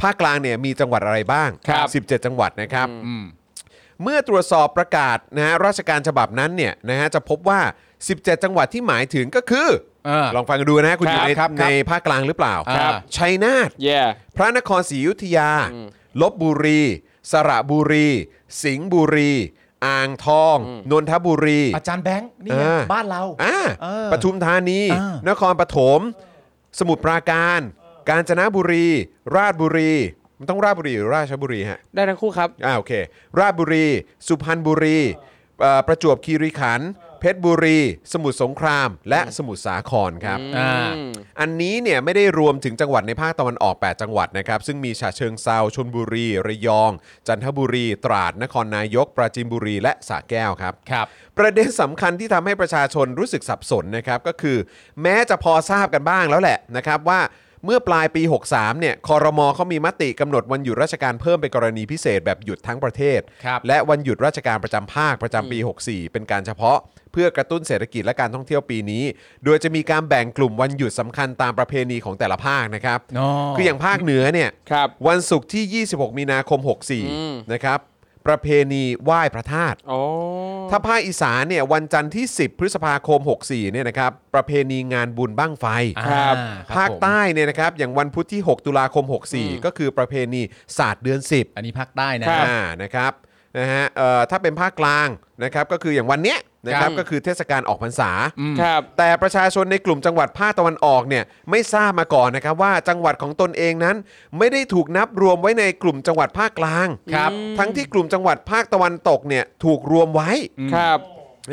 Speaker 2: ภาคกลางเนี่ยมีจังหวัดอะไรบ้าง
Speaker 4: ครับ
Speaker 2: 17 จังหวัดนะครับ
Speaker 4: อืม
Speaker 2: เมื่อตรวจสอบประกาศนะฮะราชการฉบับนั้นเนี่ยนะฮะจะพบว่า 17 จังหวัดที่หมายถึงก็คือ
Speaker 4: เออ
Speaker 2: ลองฟังกันดูนะฮะคุณอยู่ใน
Speaker 4: ครับครับ
Speaker 2: ในภาคกลางหรือเปล่า
Speaker 4: ครับ
Speaker 2: ชัยนาท
Speaker 3: แย่
Speaker 2: พระนครศรีอยุธยา ลบบุรี สระบุรี สิงห์บุรี อ่างทอง นนทบุรี
Speaker 4: อาจารย์แบงค์นี่ไง
Speaker 2: อ่า
Speaker 4: บ้านเรา
Speaker 2: อ่า
Speaker 4: เออ
Speaker 2: ปทุมธานี
Speaker 4: อ่าน
Speaker 2: ครปฐม สมุทรปราการ กาญจนบุรี ราชบุรี มันต้องราชบุรีหรือราชบุรีฮะ
Speaker 3: ได้ทั้งคู่ครับ
Speaker 2: อ่าโอเค ราชบุรี สุพรรณบุรีเอ่อประจวบคีรีขันธ์ เพชรบุรี สมุทรสงคราม และสมุทรสาครครับ
Speaker 4: อ่า
Speaker 2: อันนี้เนี่ยไม่ได้รวมถึงจังหวัดในภาคตะวันออก 8 จังหวัดนะครับ ซึ่งมีฉะเชิงเซาชนบุรี ระยอง จันทบุรี ตราด นครนายก ปราจีนบุรี และสระแก้วครับ
Speaker 4: ครับ
Speaker 2: ประเด็นสำคัญที่ทำให้ประชาชนรู้สึกสับสนนะครับ ก็คือ แม้จะพอทราบกันบ้างแล้วแหละนะครับ ว่าเมื่อปลายปี 63 เนี่ยคอรมอเขามีมติกำหนดวันหยุดราชการเพิ่มเป็นกรณีพิเศษแบบหยุดทั้งประเทศ
Speaker 4: ครับ
Speaker 2: และวันหยุดราชการประจำภาคประจำปี 64 เป็นการเฉพาะ เพื่อกระตุ้นเศรษฐกิจและการท่องเที่ยวปีนี้ โดยจะมีการแบ่งกลุ่มวันหยุดสำคัญตามประเพณีของแต่ละภาคนะครับ
Speaker 4: อ๋อ
Speaker 2: คืออย่างภาคเหนือเนี่ย
Speaker 3: ครับ
Speaker 2: วันศุกร์ที่ 26 มีนาคม
Speaker 3: อืม
Speaker 2: 64 นะครับ ประเพณีไหว้พระธาตุ
Speaker 3: อ๋อ
Speaker 2: ถ้าภาคอีสานเนี่ยวันจันทร์ที่ 10 พฤษภาคม 64เนี่ยนะครับประเพณีงานบุญบ้างไฟ
Speaker 4: อ่า
Speaker 3: ครับ
Speaker 2: ภาค
Speaker 4: ผม
Speaker 2: ใต้เนี่ยนะครับอย่างวันพุธที่ 6 ตุลาคม 64 ก็คือประเพณีศาสตร์เดือน 10
Speaker 4: อันนี้ภาคใต้นะ
Speaker 2: อ่านะครับนะฮะเอ่อถ้าเป็นภาคกลางนะครับก็คืออย่างวันเนี้ยนะครับ
Speaker 3: ครับ
Speaker 2: ก็คือเทศกาลออกพรรษา
Speaker 3: ครับ
Speaker 2: แต่ประชาชนในกลุ่มจังหวัดภาคตะวันออกเนี่ยไม่ทราบมาก่อนนะครับว่าจังหวัดของตนเองนั้น ไม่ได้ถูกนับรวมไว้ในกลุ่มจังหวัดภาคกลาง
Speaker 4: ครับ
Speaker 2: ทั้งที่กลุ่มจังหวัดภาคตะวันตกเนี่ยถูกรวมไว้
Speaker 3: ครับ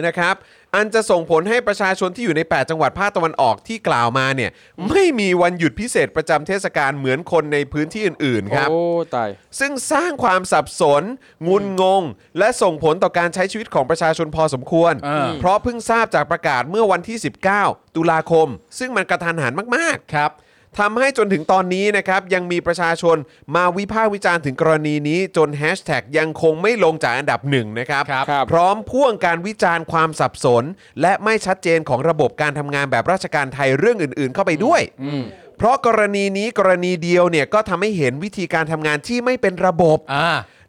Speaker 2: นะครับ อันจะส่งผลให้ประชาชนที่อยู่ใน 8 จังหวัดภาคตะวันออกที่กล่าวมาเนี่ย ไม่มีวันหยุดพิเศษประจำเทศกาลเหมือนคนในพื้นที่อื่น ๆ ครับ
Speaker 3: โอ้ ตาย
Speaker 2: ซึ่งสร้างความสับสน งุนงง และส่งผลต่อการใช้ชีวิตของประชาชนพอสมควร
Speaker 4: อ่า
Speaker 2: เพราะเพิ่งทราบจากประกาศเมื่อวันที่ 19 ตุลาคม ซึ่งมันกระทันหันมาก ๆ
Speaker 4: ครับ
Speaker 2: ท ทำให้จนถึงตอนนี้นะครับยังมีประชาชนมาวิพากษ์วิจารณ์ถึงกรณีนี้จนแฮชแท็กยังคงไม่ลงจากอันดับหนึ่งนะครับ
Speaker 4: ครับ
Speaker 2: พร้อมพ่วงการวิจารณ์ความสับสน และไม่ชัดเจนของระบบการทำงานแบบราชการไทยเรื่องอื่น ๆ เข้าไปด้วย เพราะกรณีนี้กรณีเดียวเนี่ยก็ทำให้เห็นวิธีการทำงานที่ไม่เป็นระบบ
Speaker 4: อ่า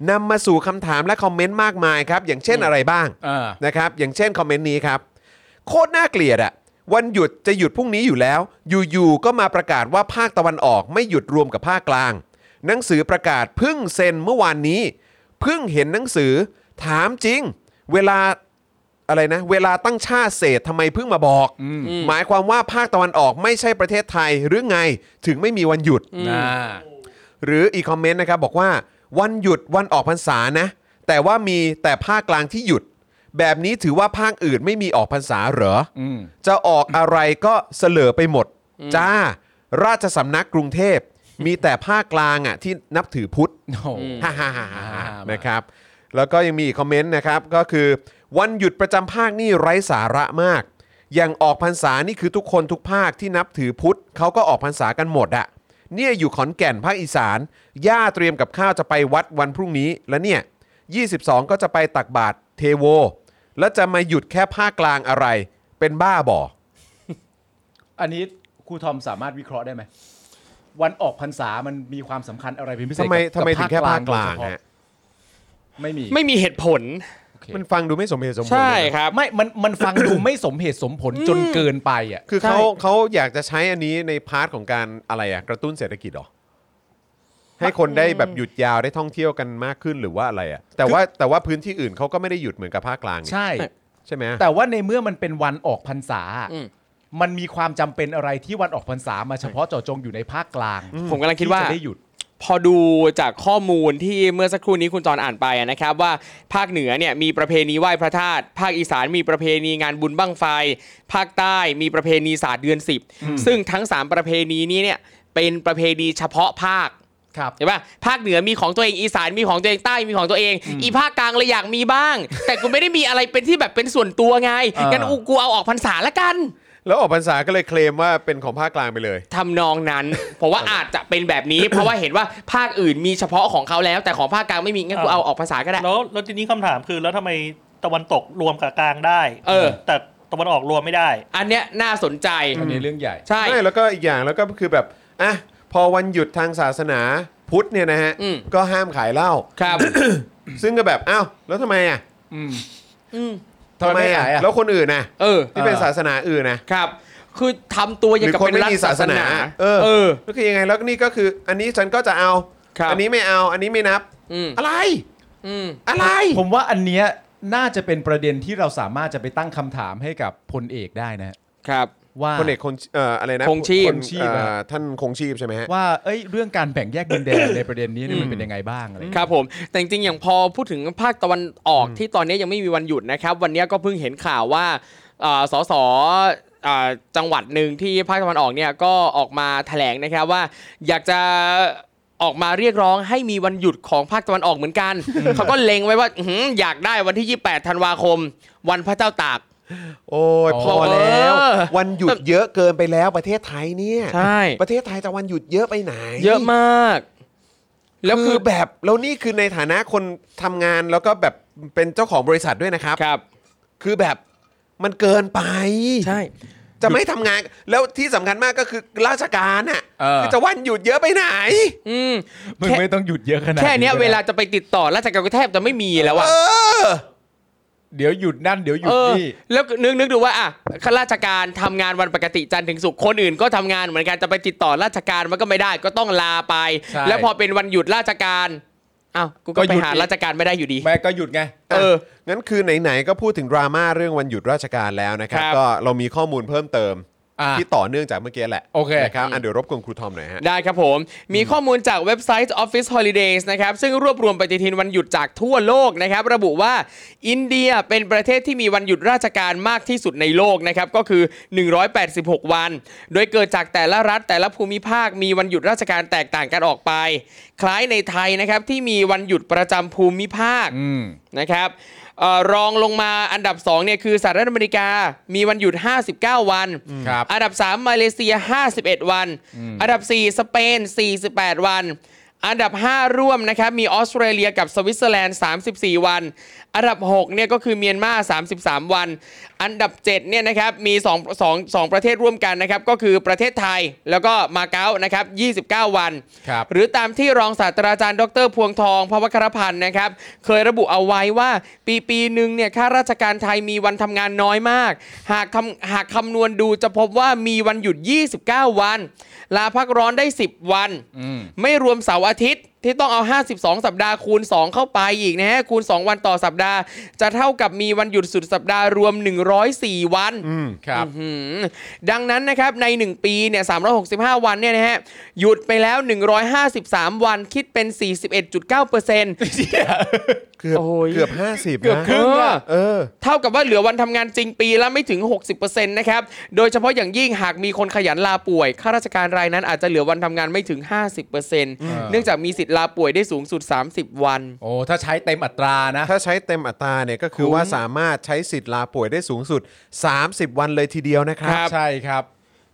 Speaker 4: น
Speaker 2: ำมาสู่คำถามและคอมเมนต์มากมายครับ อย่างเช่นอะไรบ้าง
Speaker 4: อ่า
Speaker 2: นะครับ อย่างเช่นคอมเมนต์นี้ครับ โคตรน่าเกลียดอะวันหยุดจะหยุดพรุ่งนี้อยู่แล้ว อยู่ๆก็มาประกาศว่าภาคตะวันออกไม่หยุดรวมกับภาคกลาง หนังสือประกาศเพึ่งเซ็นเมื่อวานนี้เพึ่งเห็นหนังสือถามจริง เวลาอะไรนะ เวลาตั้งชาติเศษทำไมเพิ่งมาบอก หมายความว่าภาคตะวันออกไม่ใช่ประเทศไทยหรือไงถึงไม่มีวันหยุด
Speaker 4: อ่า
Speaker 2: หรืออีกคอมเมนต์นะครับ บอกว่าวันหยุดวันออกพรรษานะ แต่ว่ามีแต่ภาคกลางที่หยุด แบบนี้ถือว่าภาคอื่นไม่มีออกพรรษาเหรอ
Speaker 4: อืม
Speaker 2: จะออกอะไรก็เสลอไปหมด จ้า ราชสำนักกรุงเทพ มีแต่ภาคกลางอ่ะที่นับถือพุทธ
Speaker 4: โอ้โห
Speaker 2: ฮ่าฮ่าฮ่าฮ่าฮ่า
Speaker 4: อ่ามาน
Speaker 2: นะครับ แล้วก็ยังมีอีกคอมเมนต์นะครับ ก็คือ วันหยุดประจำภาคนี่ไร้สาระมาก อย่างออกพรรษานี่คือทุกคนทุกภาคที่นับถือพุทธเขาก็ออกพรรษากันหมดอะเนี่ยอยู่ขอนแก่นภาคอีสาน ย่าเตรียมกับข้าวจะไปวัดวันพรุ่งนี้ แล้วเนี่ย 22 ก็จะไปตักบาตรเทโว แล้วจะมาหยุดแค่ภาคกลางอะไร เป็นบ้าบ่อ
Speaker 4: อันนี้ครูทอมสามารถวิเคราะห์ได้ไหมวันออกพรรษามันมีความสำคัญอะไรเป็นพิเศษ
Speaker 2: ทำไม
Speaker 4: กับ
Speaker 2: ทำไมถึงแค่ภาคกลาง
Speaker 4: โดยเฉพะ
Speaker 2: ฮะ
Speaker 4: ไม่มี
Speaker 1: ไม่มีเหตุผล
Speaker 2: มันฟังดูไม่สมเหตุสมผล
Speaker 3: ใช่
Speaker 2: เลยนะ
Speaker 3: ครับ
Speaker 4: ไม่ มัน มันฟังดู ไม่สมเหตุสมผลจนเกินไปอ่ะ
Speaker 2: คือเขาเขาอยากจะใช้อันนี้ในพาร์ทของการอะไรอะกระตุ้นเศรษฐกิจเหรอ ให้คนได้แบบหยุดยาวได้ท่องเที่ยวกันมากขึ้นหรือว่าอะไรอะแต่ว่าแต่ว่าพื้นที่อื่นเขาก็ไม่ได้หยุดเหมือนกับภาคกลางนี่
Speaker 4: ใช่
Speaker 2: ใช่ไหม
Speaker 4: แต่ว่าในเมื่อมันเป็นวันออกพรรษา
Speaker 3: อืม
Speaker 4: มันมีความจำเป็นอะไรที่วันออกพรรษามาเฉพาะเจาะจงอยู่ในภาคกลาง
Speaker 3: ผมกำลังคิดว่า
Speaker 4: ที่จะได้หยุด
Speaker 3: พอดูจากข้อมูลที่เมื่อสักครู่นี้คุณจอนอ่านไปอะนะครับ ว่าภาคเหนือเนี่ยมีประเพณีไหว้พระธาตุภาคอีสานมีประเพณีงานบุญบั้งไฟ ภาคใต้มีประเพณีศาสตร์เดือน 10 ซึ่งทั้ง 3 ประเพณีนี้เนี่ยเป็นประเพณีเฉพาะภาค
Speaker 4: ครับ
Speaker 3: ใช่ปะภาคเหนือมีของตัวเองอีสานมีของตัวเองใต้มีของตัวเอง อีภาคกลางเลยอยากมีบ้าง แต่กูไม่ได้มีอะไรเป็นที่แบบเป็นส่วนตัวไง
Speaker 4: อ่างั้
Speaker 3: งั้นอูกูเอาออกพรรษาละกัน
Speaker 2: แล้วออกพรรษาก็เลยเคลมว่าเป็นของภาคกลางไปเลย
Speaker 3: ทำนองนั้น ผมว่าอาจจะเป็นแบบนี้ เพราะว่าเห็นว่าภาคอื่นมีเฉพาะของเขาแล้ว แต่ของภาคกลางไม่มีงั้นกู
Speaker 6: อ่า
Speaker 3: เอาออกภาษาก็ได้
Speaker 6: แล้วแล้วทีนี้คำถามคือแล้วทำไมตะวันตกรวมกับกลางได้
Speaker 3: เออ
Speaker 6: แต่ตะวันออกรวมไม่ได้
Speaker 3: อันเนี้ยน่าสนใจ
Speaker 4: อันนี้เรื่องใหญ่
Speaker 3: ใช่
Speaker 2: ไม่แล้วก็อีกอย่างแล้วก็คือแบบอ่ะพอวันหยุดทางศาสนาพุทธเนี่ยนะฮะ
Speaker 3: อืม
Speaker 2: ก็ห้ามขายเหล้า
Speaker 3: ครับ
Speaker 2: ซึ่งก็แบบอ้าวแล้วทำไมอ่ะ
Speaker 4: อืม
Speaker 3: อืม
Speaker 2: ทำไม
Speaker 4: ทำไมไม่
Speaker 2: อ่ะ
Speaker 4: ขายอะ
Speaker 2: แล้วคนอื่นนะ
Speaker 3: เออ
Speaker 2: ที่เป็น
Speaker 4: เออ
Speaker 2: ศาสนาอื่นนะ
Speaker 3: ครับ คือทำตัวอย่างกับ
Speaker 2: หรือคน
Speaker 3: เป็นรั
Speaker 2: ไม่
Speaker 3: ฐ
Speaker 2: มีศา
Speaker 3: ศา
Speaker 2: ส
Speaker 3: ส
Speaker 2: นา
Speaker 3: นา
Speaker 2: เออ
Speaker 3: เออ
Speaker 2: ก็คือยังไงแล้วนี่ก็คือ อันนี้ฉันก็จะเอา
Speaker 3: ครับ
Speaker 2: อันนี้ไม่เอา อันนี้ไม่นับ
Speaker 3: อืม
Speaker 2: อะไร
Speaker 3: อืม
Speaker 2: อะไร
Speaker 4: ผมว่าอันเนี้ยน่าจะเป็นประเด็นที่เราสามารถจะไปตั้งคำถามให้กับพลเอกได้นะ
Speaker 3: ครับ
Speaker 4: ว่า
Speaker 2: คนเอกคงเอ่ออะไรนะ
Speaker 3: คงชีพ
Speaker 2: น
Speaker 4: คงชีพ
Speaker 2: เอ่อ
Speaker 4: อะ
Speaker 2: ท่านคงชีพใช่ไหมฮะ
Speaker 4: ว่าเอ้ยเรื่องการแบ่งแยกดินแดน ในประเด็นนี้เนี่ย มันเป็นยังไงบ้างอะไรอย่าง
Speaker 3: ค
Speaker 4: เงี้ย
Speaker 3: รับผม แต่จริงๆอย่างพอพูดถึงภาคตะวันออกที่ตอนนี้ยังไม่มีวันหยุดนะครับ วันนี้ก็เพิ่งเห็นข่าวว่าอ่าสสอ่าจังหวัดหนึ่งที่ภาคตะวันออกเนี่ยก็ออกมาแถลงนะครับว่า อยากจะออกมาเรียกร้องให้มีวันหยุดของภาคตะวันออกเหมือน กัน เขาก็เล็งไว้ว่าอื้อหืออยากได้วันที่ 28 ธันวาคม วันพระเจ้าตาก
Speaker 2: โอ้ยพอ
Speaker 3: เออ
Speaker 2: แล้ว วันหยุดเยอะเกินไปแล้วประเทศไทยเนี่ย
Speaker 3: ใช่
Speaker 2: ประเทศไทยจะวันหยุดเยอะไปไหน
Speaker 3: เยอะมาก แล้ว
Speaker 2: คื
Speaker 3: คือ อ
Speaker 2: แบบ แล้วนี่คือในฐานะคนทำงานแล้วก็แบบเป็นเจ้าของบริษัทด้วยนะครับ
Speaker 3: ครับ
Speaker 2: คือแบบมันเกินไป
Speaker 3: ใช่
Speaker 2: จะไม่ทำงาน แล้วที่สำคัญมากก็คือราชการน่ะ
Speaker 4: เออ
Speaker 2: คือจะวันหยุดเยอะไปไหน
Speaker 3: อืม
Speaker 4: มึง
Speaker 3: แค่
Speaker 4: ไม่ต้องหยุดเยอะขนาด
Speaker 3: แค่เนี้ย
Speaker 4: ก็
Speaker 3: เว
Speaker 4: ได้
Speaker 3: ลาจะไปติดต่อราชการก็แทบจะไม่มีแล้วอะ
Speaker 2: เออ
Speaker 4: เดี๋ยวหยุดนั่นเดี๋ยวหยุ
Speaker 3: เอ
Speaker 4: ด
Speaker 3: อ
Speaker 4: นี่
Speaker 3: แล้วนึกนึกดูว่าอ่ะข้าราชการทำงานวันปกติจันทร์ถึงศุกร์คนอื่นก็ทำงานเหมือนกันจะไปติดต่อราชการมันก็ไม่ได้ก็ต้องลาไป แล้วพอเป็นวันหยุดราชการอ้าวกูก็ไปหาราชการไม่ได้อยู่ดี
Speaker 4: แม่ก็หยุดไง
Speaker 3: เออ
Speaker 2: งั้นคือไหนๆก็พูดถึงดราม่าเรื่องวันหยุดราชการแล้วนะครับ
Speaker 3: ครับ
Speaker 2: ก็เรามีข้อมูลเพิ่มเติม
Speaker 4: อ่า
Speaker 2: ที่ต่อเนื่องจากเมื่อกี้แหละ
Speaker 4: โอเค
Speaker 2: นะครับอ่ะเดี๋ยวรบกวนครูทอมหน่อยฮะ
Speaker 3: ได้ครับผม มีข้อมูลจากเว็บไซต์ Office Holidays นะครับ ซึ่งรวบรวมปฏิทินวันหยุดจากทั่วโลกนะครับ ระบุว่าอินเดียเป็นประเทศที่มีวันหยุดราชการมากที่สุดในโลกนะครับ ก็คือ 186 วัน โดยเกิดจากแต่ละรัฐแต่ละภูมิภาคมีวันหยุดราชการแตกต่างกันออกไป คล้ายในไทยนะครับที่มีวันหยุดประจำภูมิภาค
Speaker 4: อืม
Speaker 3: นะครับ เอ่อรองลงมาอันดับ2เนี่ยคือสหรัฐอเมริกามีวันหยุด 59 วัน
Speaker 4: ครับ
Speaker 3: อันดับ 3 มาเลเซีย 51 วัน อันดับ 4 สเปน 48 วัน อันดับ 5 ร่วมนะครับ มีออสเตรเลียกับสวิตเซอร์แลนด์ 34 วัน อันดับ 6 เนี่ยก็คือเมียนมา 33 วัน อันดับ 7 เนี่ยนะครับ มี2งประเทศร่วมกันนะครับ ก็คือประเทศไทยแล้วก็มาเก๊านะครับ 29 วัน
Speaker 4: ครับ
Speaker 3: หรือตามที่รองศาสตราจารย์ดรพวงทองพวัครพันธ์นะครับ เคยระบุเอาไว้ว่าปีปีหนึ่งเนี่ยข้าราชการไทยมีวันทำงานน้อยมาก หากคำหากคำนวณดูจะพบว่ามีวันหยุด 29 วัน ลาพักร้อนได้ 10 วัน
Speaker 4: อืม
Speaker 3: ไม่รวมเสาร์อาทิตย์ที่ต้องเอา 52 สัปดาห์คูณ 2 เข้าไปอีกนะฮะ คูณ 2 วันต่อสัปดาห์ จะเท่ากับมีวันหยุดสุดสัปดาห์รวม 104 วัน
Speaker 4: ครับ
Speaker 3: อื้อหือดังนั้นนะครับใน 1 ปีเนี่ย365 วันเนี่ยนะฮะหยุดไปแล้ว 153 วันคิดเป็น 41.9%
Speaker 2: เกือบ
Speaker 3: โอ้ย
Speaker 2: เกือบ 50
Speaker 3: เกือบ
Speaker 2: นะ
Speaker 3: ครึ่งอะ
Speaker 2: เออ
Speaker 3: เท่ากับว่าเหลือวันทำงานจริงปีละไม่ถึง 60%นะครับ โดยเฉพาะอย่างยิ่งหากมีคนขยันลาป่วย ข้าราชการรายนั้นอาจจะเหลือวันทำงานไม่ถึง 50%เนื่องจากมีสิทธิ์ลาป่วยได้สูงสุด 30 วัน
Speaker 4: โอ้ถ้าใช้เต็มอัตรานะ
Speaker 2: ถ้าใช้เต็มอัตราเนี่ยก็คือว่าสามารถใช้สิทธิ์ลาป่วยได้สูงสุด 30 วันเลยทีเดียวนะครั
Speaker 3: ครับ บ
Speaker 4: ใช่ครับ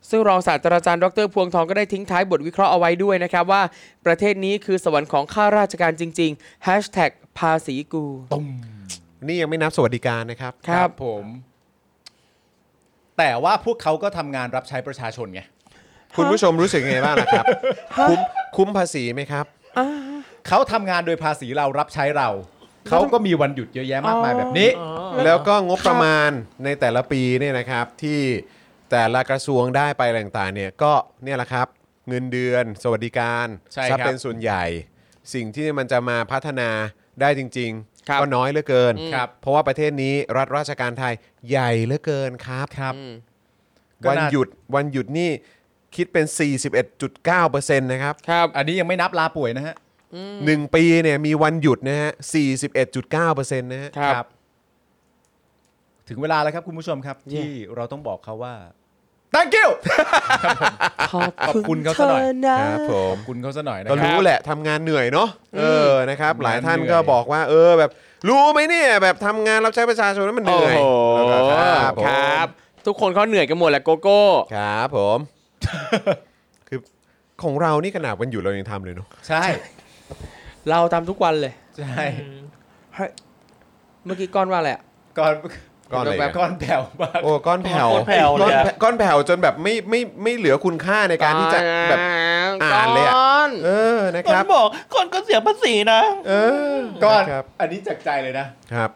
Speaker 3: ซึ่งรองศาสตราจารย์ดรพวงทองก็ได้ทิ้งท้ายบทวิเคราะห์เอาไว้ด้วยนะครับว่าประเทศนี้คือสวรรค์ของข้าราชการจริงๆ Hashtag ภาษีกู
Speaker 2: นี่ยังไม่นับสวัสดิการนะครับ
Speaker 3: ครับ
Speaker 4: ผม แต่ว่าพวกเขาก็ทำงานรับใช้ประชาชนไง
Speaker 2: คุณผู้ชมรู้สึกยังไงบ้างล่ะครับ คุ้มคุ้มภาษีไหมครับ
Speaker 4: เขาทำงานโดยภาษีเรารับใช้เรา เขาก็มีวันหยุดเยอะแยะมากมายแบบนี้
Speaker 2: แล้วก็งบประมาณในแต่ละปีเนี่ยนะครับ ที่แต่ละกระทรวงได้ไปอะไรต่างๆเนี่ยก็เนี่ยแหละครับ เงินเดือน สวัสดิการ
Speaker 4: ใช่ครับ
Speaker 2: ซะเป็นส่วนใหญ่ สิ่งที่มันจะมาพัฒนาได้จริง
Speaker 3: ครั
Speaker 2: ๆ
Speaker 3: บ
Speaker 2: ก็น้อยเหลือเกิน
Speaker 4: ครับ
Speaker 2: เพราะว่าประเทศนี้รัฐราชการไทยใหญ่เหลือเกินครับ
Speaker 4: ครับ ก็
Speaker 2: วัน
Speaker 4: น่า
Speaker 2: หยุดวันหยุดนี่คิดเป็น 41.9%นะครับ
Speaker 3: ครับ
Speaker 4: อันนี้ยังไม่นับลาป่วยนะฮะ
Speaker 2: หนึ่งปีเนี่ยมีวันหยุดนะฮะ 41.9%นะฮะ
Speaker 3: ครับ
Speaker 4: ถึงเวลาแล้วครับคุณผู้ชมครับ ที่เราต้องบอกเขาว่า thank you ขอบคุณเขาซะหน่อย
Speaker 2: ครับผม
Speaker 4: ขอบคุณเขาซะหน่อยนะ
Speaker 2: ก็
Speaker 4: ครับ
Speaker 2: รู้แหละทำงานเหนื่อยเนาะเออนะครับ
Speaker 4: ทำงาน
Speaker 2: หลายท่าน
Speaker 4: เหนื่อย
Speaker 2: ก็บอกว่า เออแบบ รู้ไหมเนี่ยแบบทำงานรับใช้ประชาชนนั้นมันเหนื่อยแล้วก็ครับผม
Speaker 3: ครับ ทุกคนเขาเหนื่อยกันหมดแหละโกโก้
Speaker 2: ครับผม คือของเรานี่ขนาดวันหยุดเรายังทำเลยเนาะ
Speaker 4: ใช่
Speaker 3: เราทำทุกวันเลย
Speaker 4: ใช่
Speaker 3: เมื่อกี้ก้อนว่าอะไรอะ
Speaker 4: ก่อน
Speaker 2: ก้อนอะไร
Speaker 4: แบบ
Speaker 2: เนี่ย
Speaker 4: ก้อนแผ่วมาก
Speaker 2: โอ้ก้อนแผ่ว
Speaker 6: ก้อนแผ่วเลย
Speaker 2: ก้อน
Speaker 6: อะ
Speaker 2: แผ่ก้อนแผ่วจนแบบไม่ไม่ไม่เหลือคุณค่าในการที่จะแบบ อ่านเลยอะ เออนะ
Speaker 6: ค
Speaker 2: ครั
Speaker 6: น
Speaker 2: บ
Speaker 6: บอกคนก็เสียภาษีนะ
Speaker 2: เออ
Speaker 4: ก้อน
Speaker 2: ครับ
Speaker 4: อันนี้จากใจเลยนะ
Speaker 2: ครับ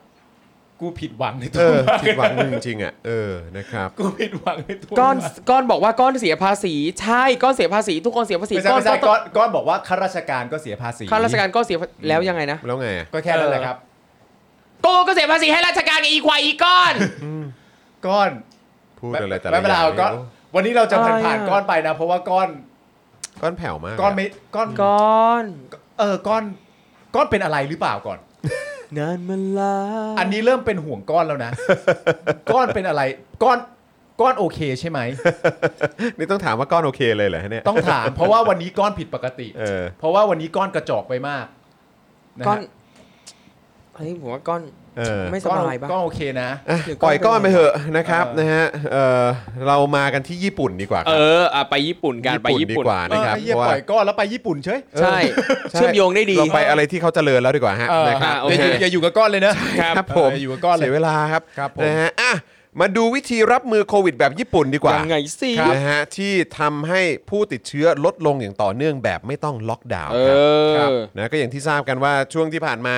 Speaker 4: กูผิดหวังในตั
Speaker 2: เอ
Speaker 4: ว
Speaker 2: อ
Speaker 4: มาก
Speaker 2: ผิดหวังจริงๆอ่ะเออนะครับ
Speaker 4: กูผิดหวังในตัว
Speaker 3: ก้อน
Speaker 4: มาก
Speaker 3: ก้อนบอกว่าก้อนเสียภาษี ใช่ก้อนเสียภาษี ทุกคนเสียภาษี
Speaker 4: ไม่ใช่
Speaker 3: ก้อน
Speaker 4: ไม่ใช่ก้อนก้อนบอกว่าข้าราชการก็เสียภาษี
Speaker 3: ข้าราชการก้อนเสียภาษีแล้วยังไงนะ
Speaker 2: แล้วไงอะ
Speaker 4: ก็แค่นั้นแหละครับ
Speaker 3: โกโก้ก็เสียภาษีให้ราชการไงอีควายอีก้อน
Speaker 4: ก้อน
Speaker 2: พูด
Speaker 4: ไม่
Speaker 2: อะไรแต่ละ
Speaker 4: ไม่เป็นไร
Speaker 2: อย่าง
Speaker 4: เอาก้อนวันนี้เราจะผ่าน
Speaker 3: อะไรอะ
Speaker 4: ผ่านก้อนไปนะ เพราะว่าก้อน
Speaker 2: ก้อนแผ่วมาก
Speaker 4: ก้อนไม่ก้อน
Speaker 3: ก้อน
Speaker 4: เออก้อน ก้อนเป็นอะไรหรือเปล่าก่อน
Speaker 3: นานมันลา
Speaker 4: อันนี้เริ่มเป็นห่วงก้อนแล้วนะ ก้อนเป็นอะไร ก้อนก้อนโอเคใช่ไหม
Speaker 2: นี่ต้องถามว่าก้อนโอเคเลยเหรอฮะเนี่ย
Speaker 4: ต้องถาม เพราะว่าวันนี้ก้อนผิดปกติ
Speaker 2: เออ
Speaker 4: เพราะว่าวันนี้ก้อนกระจอกไปมากะฮะ
Speaker 3: ก้อนเฮ้ยผมว่าก้อน
Speaker 2: เออ
Speaker 3: ไม่ส
Speaker 4: ก้อน
Speaker 3: บายปะ
Speaker 4: ก้อนโอเคนะ
Speaker 2: อ่ะ
Speaker 3: หรือก้
Speaker 2: ป
Speaker 3: อน
Speaker 2: ล่อยก้อนไปเถอะนะครับ
Speaker 4: เออ
Speaker 2: นะฮะเออเรามากันที่ญี่ปุ่นดีกว่าค
Speaker 3: เอ
Speaker 2: รับ
Speaker 3: ออ่ะไปญี่ปุ่นกันไปญี่
Speaker 2: ดี
Speaker 3: ปุ่น
Speaker 2: กว่า
Speaker 4: เอ
Speaker 2: นะ
Speaker 4: อ
Speaker 2: ครับ
Speaker 4: ไอ้เหี้ย
Speaker 2: เพราะว่า
Speaker 4: ปล่อยก้อนแล้วไปญี่ปุ่นเฉย
Speaker 3: ใช่ เชื่อมโยงได้ดี
Speaker 2: เราไปอะไรที่เขาเจริญแล้วดีกว่าฮะ
Speaker 4: เออ
Speaker 2: นะครับ
Speaker 3: โอ
Speaker 4: อย่า
Speaker 3: เค
Speaker 4: อยู่อย่าอยู่กับก้อนเลยนะ
Speaker 2: ครับผม
Speaker 4: เอออยู่กับก้อนเลย
Speaker 2: เสียเวลาครับ
Speaker 4: ครับผม
Speaker 2: นะฮะอ่ะมาดูวิธีรับมือโควิดแบบญี่ปุ่นดีกว่า
Speaker 3: ยังไงสิ
Speaker 2: นะฮะที่ทำให้ผู้ติดเชื้อลดลงอย่างต่อเนื่องแบบไม่ต้องล็อกดาวน์
Speaker 3: เอ
Speaker 2: ครับ
Speaker 3: อ
Speaker 2: ครับนะก็อย่างที่ทราบกันว่าช่วงที่ผ่านมา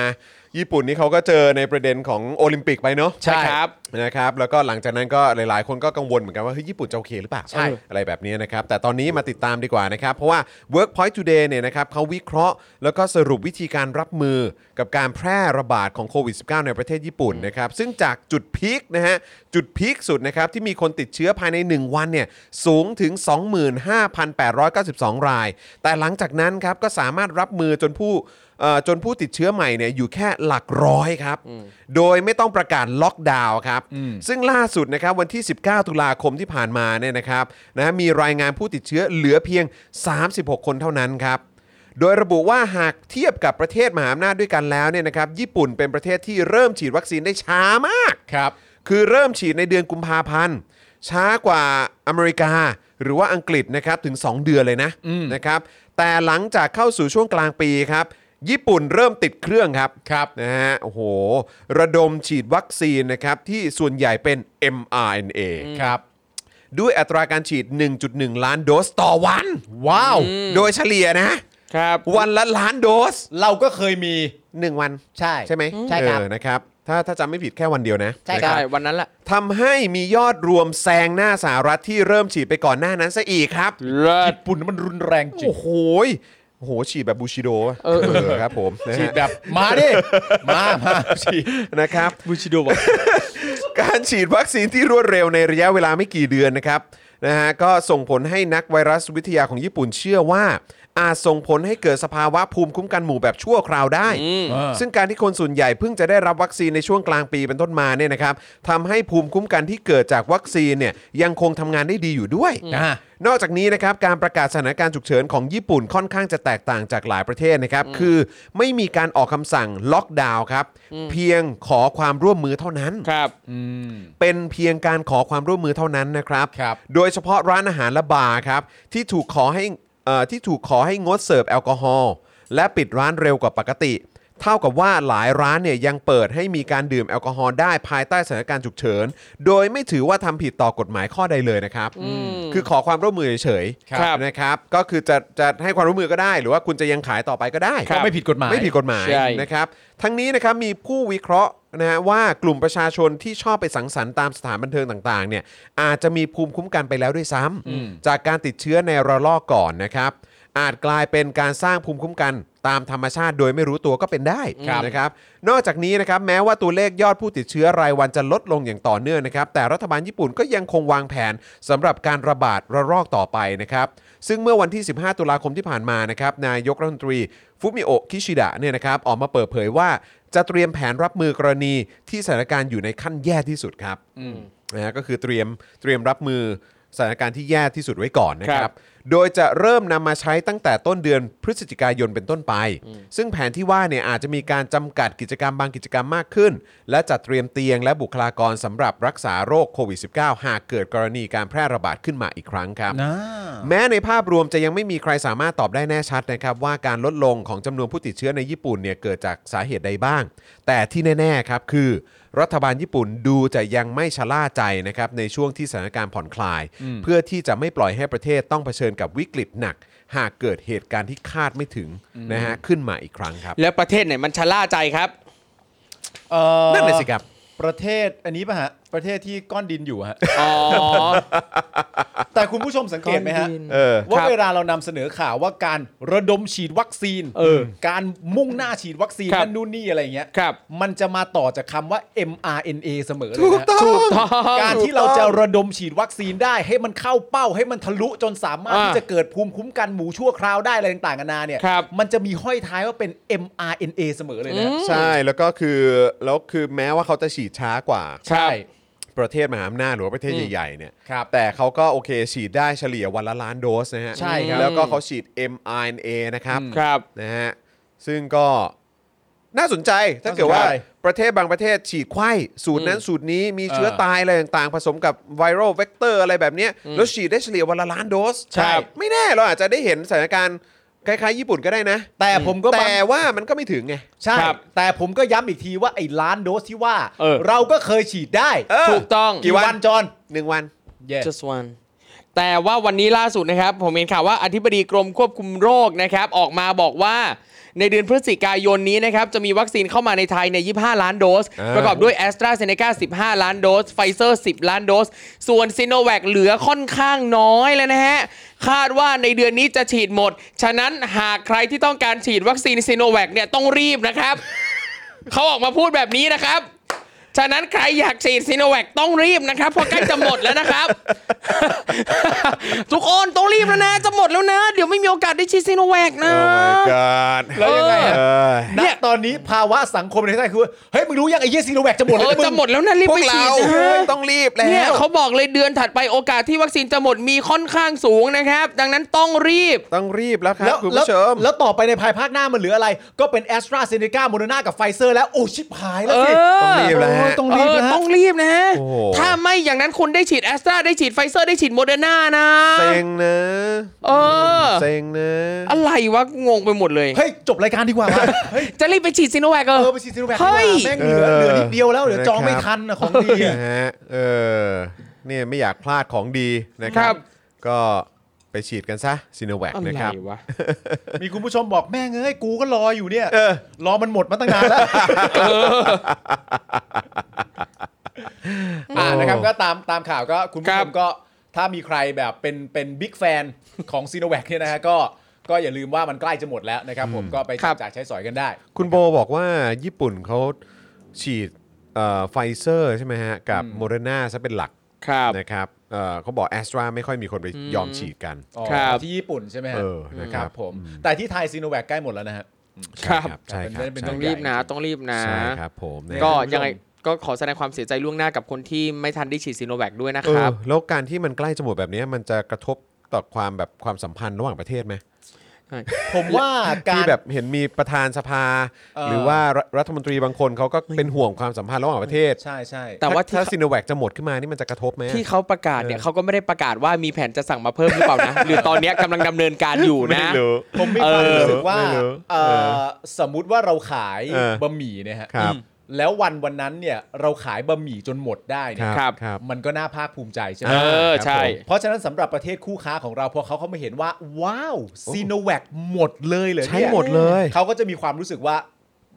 Speaker 2: ญี่ปุ่นนี่เขาก็เจอในประเด็นของโอลิมปิกไปเนาะ
Speaker 3: ใช่ครับ
Speaker 2: นะครับ แล้วก็หลังจากนั้นก็หลาย ๆ คนก็กังวลเหมือนกันว่าเฮ้ยญี่ปุ่นจะโอเคหรือเปล่า
Speaker 3: ใช่
Speaker 2: อะไรแบบนี้นะครับ แต่ตอนนี้มาติดตามดีกว่านะครับ เพราะว่า Workpoint Today เนี่ยนะครับเขาวิเคราะห์แล้วก็สรุปวิธีการรับมือกับการแพร่ระบาดของโควิด -19 ในประเทศญี่ปุ่นนะครับซึ่งจากจุดพีคนะฮะจุดพีคสุดนะครับที่มีคนติดเชื้อภายใน 1 วันเนี่ยสูงถึง 25,892 ราย แต่หลังจากนั้นครับก็สามารถรับมือจนผู้ เอ่อจนผู้ติดเชื้อใหม่เนี่ยอยู่แค่หลักร้อยครับ โดยไม่ต้องประกาศล็อกดาวน์ครับ ซึ่งล่าสุดนะครับวันที่ 19 ตุลาคมที่ผ่านมาเนี่ยนะครับนะมีรายงานผู้ติดเชื้อเหลือเพียง 36 คนเท่านั้นครับ โดยระบุว่าหากเทียบกับประเทศมหาอำนาจด้วยกันแล้วเนี่ยนะครับญี่ปุ่นเป็นประเทศที่เริ่มฉีดวัคซีนได้ช้ามาก
Speaker 4: ครับ
Speaker 2: คือเริ่มฉีดในเดือนกุมภาพันธ์ ช้ากว่าอเมริกา หรือว่าอังกฤษนะครับถึง 2 เดือนเลยนะ
Speaker 4: อืม
Speaker 2: นะครับแต่หลังจากเข้าสู่ช่วงกลางปีครับ ญี่ปุ่นเริ่มติดเครื่องครับ
Speaker 4: ครับ
Speaker 2: นะฮะโอ้โห ระดมฉีดวัคซีนนะครับ ที่ส่วนใหญ่เป็น mRNA
Speaker 4: ครับ
Speaker 2: ด้วยอัตราการฉีด 1.1 ล้านโดสต่อวัน
Speaker 4: ว้าว
Speaker 2: โดยเฉลี่ยนะ
Speaker 3: ครับ
Speaker 2: วันละล้านโดส
Speaker 4: เราก็เคยมี
Speaker 2: 1 วัน
Speaker 4: ใช่
Speaker 2: ใช่ไหม
Speaker 4: ใช่ครับ
Speaker 2: เออนะครับถ้าถ้าจำไม่ผิดแค่วันเดียวนะ
Speaker 4: ใช่ครับ
Speaker 3: ใช่ วันนั้นแหละ
Speaker 2: ทำให้มียอดรวมแซงหน้าสหรัฐที่เริ่มฉีดไปก่อนหน้านั้นซะอีกครับ
Speaker 3: เลิศ
Speaker 4: ญี่ปุ่นมันรุนแรงจริง
Speaker 2: โอ้โหยโอ้โห ฉีดแบบบูชิโดะ
Speaker 3: เออ
Speaker 2: เออครับผมนะฮะ
Speaker 4: ฉีดแบบมาดิมามาฉีด
Speaker 2: นะครับ
Speaker 3: บูชิโดบอก
Speaker 2: การฉีดวัคซีนที่รวดเร็วในระยะเวลาไม่กี่เดือนนะครับนะฮะก็ส่งผลให้นักไวรัสวิทยาของญี่ปุ่นเชื่อว่า อาจส่งผลให้เกิดสภาวะภูมิคุ้มกันหมู่แบบชั่วคราวได้
Speaker 4: อ่า
Speaker 2: ซึ่งการที่คนส่วนใหญ่เพิ่งจะได้รับวัคซีนในช่วงกลางปีเป็นต้นมาเนี่ยนะครับทำให้ภูมิคุ้มกันที่เกิดจากวัคซีนเนี่ยยังคงทำงานได้ดีอยู่ด้วย
Speaker 4: อ่ะ
Speaker 2: นอกจากนี้นะครับการประกาศสถานการณ์ฉุกเฉินของญี่ปุ่นค่อนข้างจะแตกต่างจากหลายประเทศนะครับ คือไม่มีการออกคำสั่งล็อกดาวน์ครับ เพียงขอความร่วมมือเท่านั้น
Speaker 3: ครับ
Speaker 2: เป็นเพียงการขอความร่วมมือเท่านั้นนะครับ
Speaker 4: ครับ
Speaker 2: โดยเฉพาะร้านอาหารและบาร์ครับ ที่ถูกขอให้เอ่อที่ถูกขอให้งดเสิร์ฟแอลกอฮอล์และปิดร้านเร็วกว่าปกติ เท่ากับว่าหลายร้านเนี่ยยังเปิดให้มีการดื่มแอลกอฮอล์ได้ภายใต้สถานการณ์ฉุกเฉิน โดยไม่ถือว่าทำผิดต่อกฎหมายข้อใดเลยนะครับ คือขอความร่วมมือเฉยๆ
Speaker 3: ครับ
Speaker 2: นะครับ ก็คือจะจะให้ความร่วมมือก็ได้ หรือว่าคุณจะยังขายต่อไปก็ได้
Speaker 4: ก็ไม่ผิดกฎหมาย
Speaker 2: ไม่ผิดกฎหมาย
Speaker 3: ใช่
Speaker 2: นะครับ ทั้งนี้นะครับมีผู้วิเคราะห์นะฮะว่ากลุ่มประชาชนที่ชอบไปสังสรรค์ตามสถานบันเทิงต่างๆเนี่ยอาจจะมีภูมิคุ้มกันไปแล้วด้วยซ้ำ
Speaker 4: อืม
Speaker 2: จากการติดเชื้อในระลอกก่อนนะครับ อาจกลายเป็นการสร้างภูมิคุ้มกันตามธรรมชาติโดยไม่รู้ตัวก็เป็นได้นะครับ นอกจากนี้นะครับแม้ว่าตัวเลขยอดผู้ติดเชื้อรายวันจะลดลงอย่างต่อเนื่องนะครับ แต่รัฐบาลญี่ปุ่นก็ยังคงวางแผนสำหรับการระบาดระลอกต่อไปนะครับ ซึ่งเมื่อวันที่ 15 ตุลาคมที่ผ่านมานะครับนายกรัฐมนตรีฟุมิโอะคิชิดะเนี่ยนะครับออกมาเปิดเผยว่าจะเตรียมแผนรับมือกรณีที่สถานการณ์อยู่ในขั้นแย่ที่สุดครับนะฮะก็คือเตรียมเตรียมรับมือสถานการณ์ที่แย่ที่สุดไว้ก่อนนะค
Speaker 3: ค
Speaker 2: รั
Speaker 3: รับ บ
Speaker 2: โดยจะเริ่มนำมาใช้ตั้งแต่ต้นเดือนพฤศจิกายนเป็นต้นไป ซึ่งแผนที่ว่าเนี่ยอาจจะมีการจำกัดกิจกรรมบางกิจกรรมมากขึ้น และจัดเตรียมเตียงและบุคลากรสำหรับรักษาโรคโควิด -19 หากเกิดกรณีการแพร่ระบาดขึ้นมาอีกครั้งครับ
Speaker 4: นะ
Speaker 2: แม้ในภาพรวมจะยังไม่มีใครสามารถตอบได้แน่ชัดนะครับว่าการลดลงของจำนวนผู้ติดเชื้อในญี่ปุ่นเนี่ยเกิดจากสาเหตุใดบ้าง แต่ที่แน่ๆครับคือ รัฐบาลญี่ปุ่นดูจะยังไม่ชะล่าใจนะครับในช่วงที่สถานการณ์ผ่อนคลาย เพื่อที่จะไม่ปล่อยให้ประเทศต้องเผชิญกับวิกฤตหนัก หากเกิดเหตุการณ์ที่คาดไม่ถึงนะฮะขึ้นมาอีกครั้งครับ
Speaker 3: แล้วประเทศไหนมันชะล่าใจครับ
Speaker 4: เอ่อ
Speaker 2: นั่นเลยสิครับ
Speaker 4: ประเทศอันนี้ป่ะฮะ ประเทศที่ก้อนดินอยู่ฮะ
Speaker 3: อ๋ อ
Speaker 4: แต่คุณผู้ชมสังเกตไหมฮะ
Speaker 2: เออ
Speaker 4: ว่า
Speaker 3: ครับ
Speaker 4: เวลาเรานำเสนอข่าวว่าการระดมฉีดวัคซีน
Speaker 3: เออ
Speaker 4: การมุ่งหน้าฉีดวัคซีน
Speaker 3: ครับ
Speaker 4: นั่นนู่นนี่อะไรอย่างเงี้ย
Speaker 3: ครับ
Speaker 4: มันจะมาต่อจากคำว่า mRNA เสมอเลย
Speaker 2: ถูก
Speaker 4: นะ
Speaker 2: ต้อง
Speaker 4: ถูก
Speaker 3: ต้อง
Speaker 4: การที่เราจะระดมฉีดวัคซีนได้ ให้มันเข้าเป้าให้มันทะลุจนสามารถ
Speaker 3: อ่า
Speaker 4: ที่จะเกิดภูมิคุ้มกันหมู่ชั่วคราวได้อะไรต่างๆนานาเนี่ย
Speaker 3: ครับ
Speaker 4: มันจะมีห้อยท้ายว่าเป็น mRNA เสมอเลยนะ
Speaker 2: ใช่แล้วก็คือแล้วคือแม้ว่าเขาจะฉีดช้ากว่า
Speaker 3: ครับ
Speaker 2: ประเทศมหาอำนาจหรือว่าประเทศใหญ่ๆเนี่ย
Speaker 4: ครับ
Speaker 2: แต่เขาก็โอเคฉีดได้เฉลี่ยวันละล้านโดสนะฮะ
Speaker 4: ใช่ครับ
Speaker 2: แล้วก็เขาฉีด mRNA นะครับ
Speaker 3: ครับ
Speaker 2: นะฮะซึ่งก็น่าสนใจถ้าเกิดว่าประเทศบางประเทศฉีดไข้สูตรนั้นสูตรนี้มีเชื้อตายอะไรต่างๆ ผสมกับไวรัลเวกเตอร์อะไรแบบเนี้ยแล้วฉีดได้เฉลี่ยวันละล้านโดส
Speaker 3: ใช่
Speaker 2: ไม่แน่เราอาจจะได้เห็นสถานการณ์คล้ายๆญี่ปุ่นก็ได้นะ
Speaker 4: แต่ผมก็
Speaker 2: แต่
Speaker 4: บาง
Speaker 2: ว่ามันก็ไม่ถึงไง
Speaker 4: ใช่
Speaker 3: ครับ
Speaker 4: แต่ผมก็ย้ำอีกทีว่าไอ้ล้านโดสที่ว่า
Speaker 3: เออ
Speaker 4: ก็เคยฉีดได้
Speaker 2: เออ
Speaker 3: ถูกต้อง
Speaker 2: กี่วัน
Speaker 4: จอน
Speaker 2: หนึ่งวัน
Speaker 4: เย่
Speaker 3: just one แต่ว่าวันนี้ล่าสุดนะครับ ผมเห็นข่าวว่าอธิบดีกรมควบคุมโรคนะครับ ออกมาบอกว่าในเดือนพฤศจิกายนนี้นะครับ จะมีวัคซีนเข้ามาในไทยในย25 ล้านโดส
Speaker 2: อ่า
Speaker 3: ประกอบด้วย a s t r a z เซ e c a 15 ล้านโดสไฟเซอร์ 10 ล้านโดส ส่วนซิโนแวคเหลือค่อนข้างน้อยแล้วนะฮะ คาดว่าในเดือนนี้จะฉีดหมด ฉะนั้นหากใครที่ต้องการฉีดวัคซีนซิโนแวคเนี่ยต้องรีบนะครับ เขาออกมาพูดแบบนี้นะครับ ฉะนั้นใครอยากฉีดซีโนแวคต้องรีบนะครับเพราะใกล้จะหมดแล้วนะครับ ทุกคนต้องรีบแล้วนะ จะหมดแล้วนะ เดี๋ยวไม่มีโอกาสได้ฉีดซีโนแวคนะ
Speaker 2: god
Speaker 4: แล้วยังไงอะ
Speaker 3: เนี่ย
Speaker 4: ณตอน อนนี้ภาวะสังคมในไทยคือว่าเฮ้ยมึงรู้ยังไอ้เหี้ยซีโนแวคจะหมด
Speaker 3: เอ
Speaker 4: แล้ว
Speaker 3: อ
Speaker 4: นะมึ
Speaker 3: จะ
Speaker 4: ง
Speaker 3: หมดแล้วนะรีบ
Speaker 2: พว
Speaker 3: ไป
Speaker 2: ก
Speaker 3: ฉี
Speaker 2: เรา
Speaker 3: ดนะฮะ
Speaker 2: ต้องรีบแล้
Speaker 3: เนี่ยว เขาบอกเลยเดือนถัดไปโอกาสที่วัคซีนจะหมดมีค่อนข้างสูงนะครับ ดังนั้นต้องรีบ
Speaker 2: ต้องรีบแล้วครั
Speaker 4: แล้ว
Speaker 2: บ คุณ
Speaker 4: แล้ว
Speaker 2: ผู้ชม
Speaker 4: แล้วต่อไปในภายภาคหน้ามันเหลืออะไร ก็เป็นแอสตราเซเนกาโมโนนากับไฟเซอร์แล้ว โอ้ ชิบหายแล้วสิ
Speaker 3: เออ
Speaker 2: ต้องรีบแล้วฮะ
Speaker 4: โอ้ยต้อง
Speaker 3: เอ
Speaker 4: รีบ
Speaker 3: อ
Speaker 4: นะ
Speaker 3: ต้องรีบนะฮะ
Speaker 2: โอ้โห
Speaker 3: ถ้าไม่อย่างนั้นคุณได้ฉีดแอสตราได้ฉีดไฟเซอร์ได้ฉีดโมเดอร์นานะ
Speaker 2: เซ็งนะ
Speaker 3: เออ
Speaker 2: เซ็งนะ
Speaker 3: อะไรวะ งงไปหมดเลย
Speaker 4: เฮ้ย จบรายการดีกว่าว่ะเฮ้ย
Speaker 3: จะรีบไปฉีดซิโนแวคเอ
Speaker 4: เอ
Speaker 3: อ
Speaker 4: อไปซีซีโนแวคดีก
Speaker 3: เฮ้
Speaker 4: ว่าย แม่งเหลือ
Speaker 2: เออ
Speaker 4: เหลือนิดเดียวแล้วเหลือจอง
Speaker 2: นะครับ
Speaker 4: ไม่ทันนะของดีอะ
Speaker 2: นะฮะเออเนี่ยไม่อยากพลาดของดีนะค
Speaker 3: ครั
Speaker 2: รับ
Speaker 3: บ
Speaker 2: ก็ไปฉีดกันซะซีโนแวค
Speaker 3: อะ
Speaker 2: นะค
Speaker 3: ไร
Speaker 2: รับ
Speaker 3: วะ
Speaker 4: มีคุณผู้ชมบอกแม่งเอ้ย กูก็รออยู่เนี่ย
Speaker 2: เออ
Speaker 4: รอมันหมดมาตั้งนานแล้วอ่านะครับก็ตามตามข่าวก็คุณผู้
Speaker 3: ค
Speaker 4: ช
Speaker 3: รับ
Speaker 4: มก็ถ้ามีใครแบบเป็นเป็นบิ๊กแฟนของซีโนแวคเนี่ยนะฮะก็ก็อย่าลืมว่ามันใกล้จะหมดแล้วนะครับผมก็ไปจับจ่ายใช้สอยกันได้
Speaker 2: คุณโบบอกว่าญี่ปุ่นเขาฉีดไฟเซอร์ใช่ไหมฮะ กับโมเดอร์นาซะเป็นหลัก
Speaker 3: ครับ
Speaker 2: นะครับเอ่อเขาบอกแอสตราไม่ค่อยมีคนไปยอมฉีดกัน
Speaker 4: อ๋อ
Speaker 3: ครับ
Speaker 4: ที่ญี่ปุ่นใช่ไหมฮะ
Speaker 2: เออนะครับ
Speaker 4: ผม
Speaker 2: อืม
Speaker 4: แต่ที่ไทยซีโนแวคใกล้หมดแล้วนะฮะ
Speaker 3: ครับ
Speaker 2: ใช่ครั
Speaker 4: เป็
Speaker 2: บ
Speaker 4: นเป็น
Speaker 2: ใช่
Speaker 4: ต้
Speaker 2: ค
Speaker 3: ต้อง
Speaker 2: รับ
Speaker 3: รีบนะ ต้องรีบนะ
Speaker 2: ใช่ครับผมนะ
Speaker 3: ก็
Speaker 2: ฮะ
Speaker 3: ยังไงก็ขอแสดงความเสียใจล่วงหน้ากับคนที่ไม่ทันได้ฉีดซีโนแวคด้วยนะ
Speaker 2: เอ
Speaker 3: ครั
Speaker 2: อบ แล้วการที่มันใกล้จะหมดแบบนี้มันจะกระทบต่อความแบบความสัมพันธ์ระหว่างประเทศไหม
Speaker 4: ผมว่าการ
Speaker 2: ที่แบบเห็นมีประธานสภา
Speaker 4: เอ่อ
Speaker 2: หรือว่ารัฐรัฐมนตรีบางคนเขาก็เป็นห่วงความสัมพันธ์ระหว่างประเทศ
Speaker 4: ใช่ใช่
Speaker 3: แต่ว่าที่
Speaker 2: ถ้าซีโนแวคจะหมดขึ้นมานี่มันจะกระทบไหม
Speaker 3: ที่เขาประกาศเนี่ย
Speaker 2: เออ
Speaker 3: เขาก็ไม่ได้ประกาศว่ามีแผนจะสั่งมาเพิ่มหรือเปล่านะ หรือตอนเนี้ยกำลังดำเนินการอยู่นะ
Speaker 2: ไม่รู้
Speaker 4: ผมมีความ
Speaker 3: เออ
Speaker 4: รู้สึกว่า
Speaker 2: ไม่รู้
Speaker 4: เอ่อ
Speaker 2: เออ
Speaker 4: สมมุติว่าเราขาย
Speaker 2: เออบ
Speaker 4: ะหมี่เนี่ยฮะ
Speaker 2: ครับ
Speaker 4: แล้ววันวันนั้นเนี่ยเราขายบะหมี่จนหมดได้เนี่ย
Speaker 2: ครับครับ
Speaker 4: มันก็น่าภาคภูมิใจใช่ไหม
Speaker 3: เออ ใช่
Speaker 4: เพราะฉะนั้นสำหรับประเทศคู่ค้าของเราพอเขาเขามาเห็นว่า ว้าวซีโนแวคหมดเลยเลย
Speaker 2: ใช้หมดเลย
Speaker 4: เขาก็จะมีความรู้สึกว่า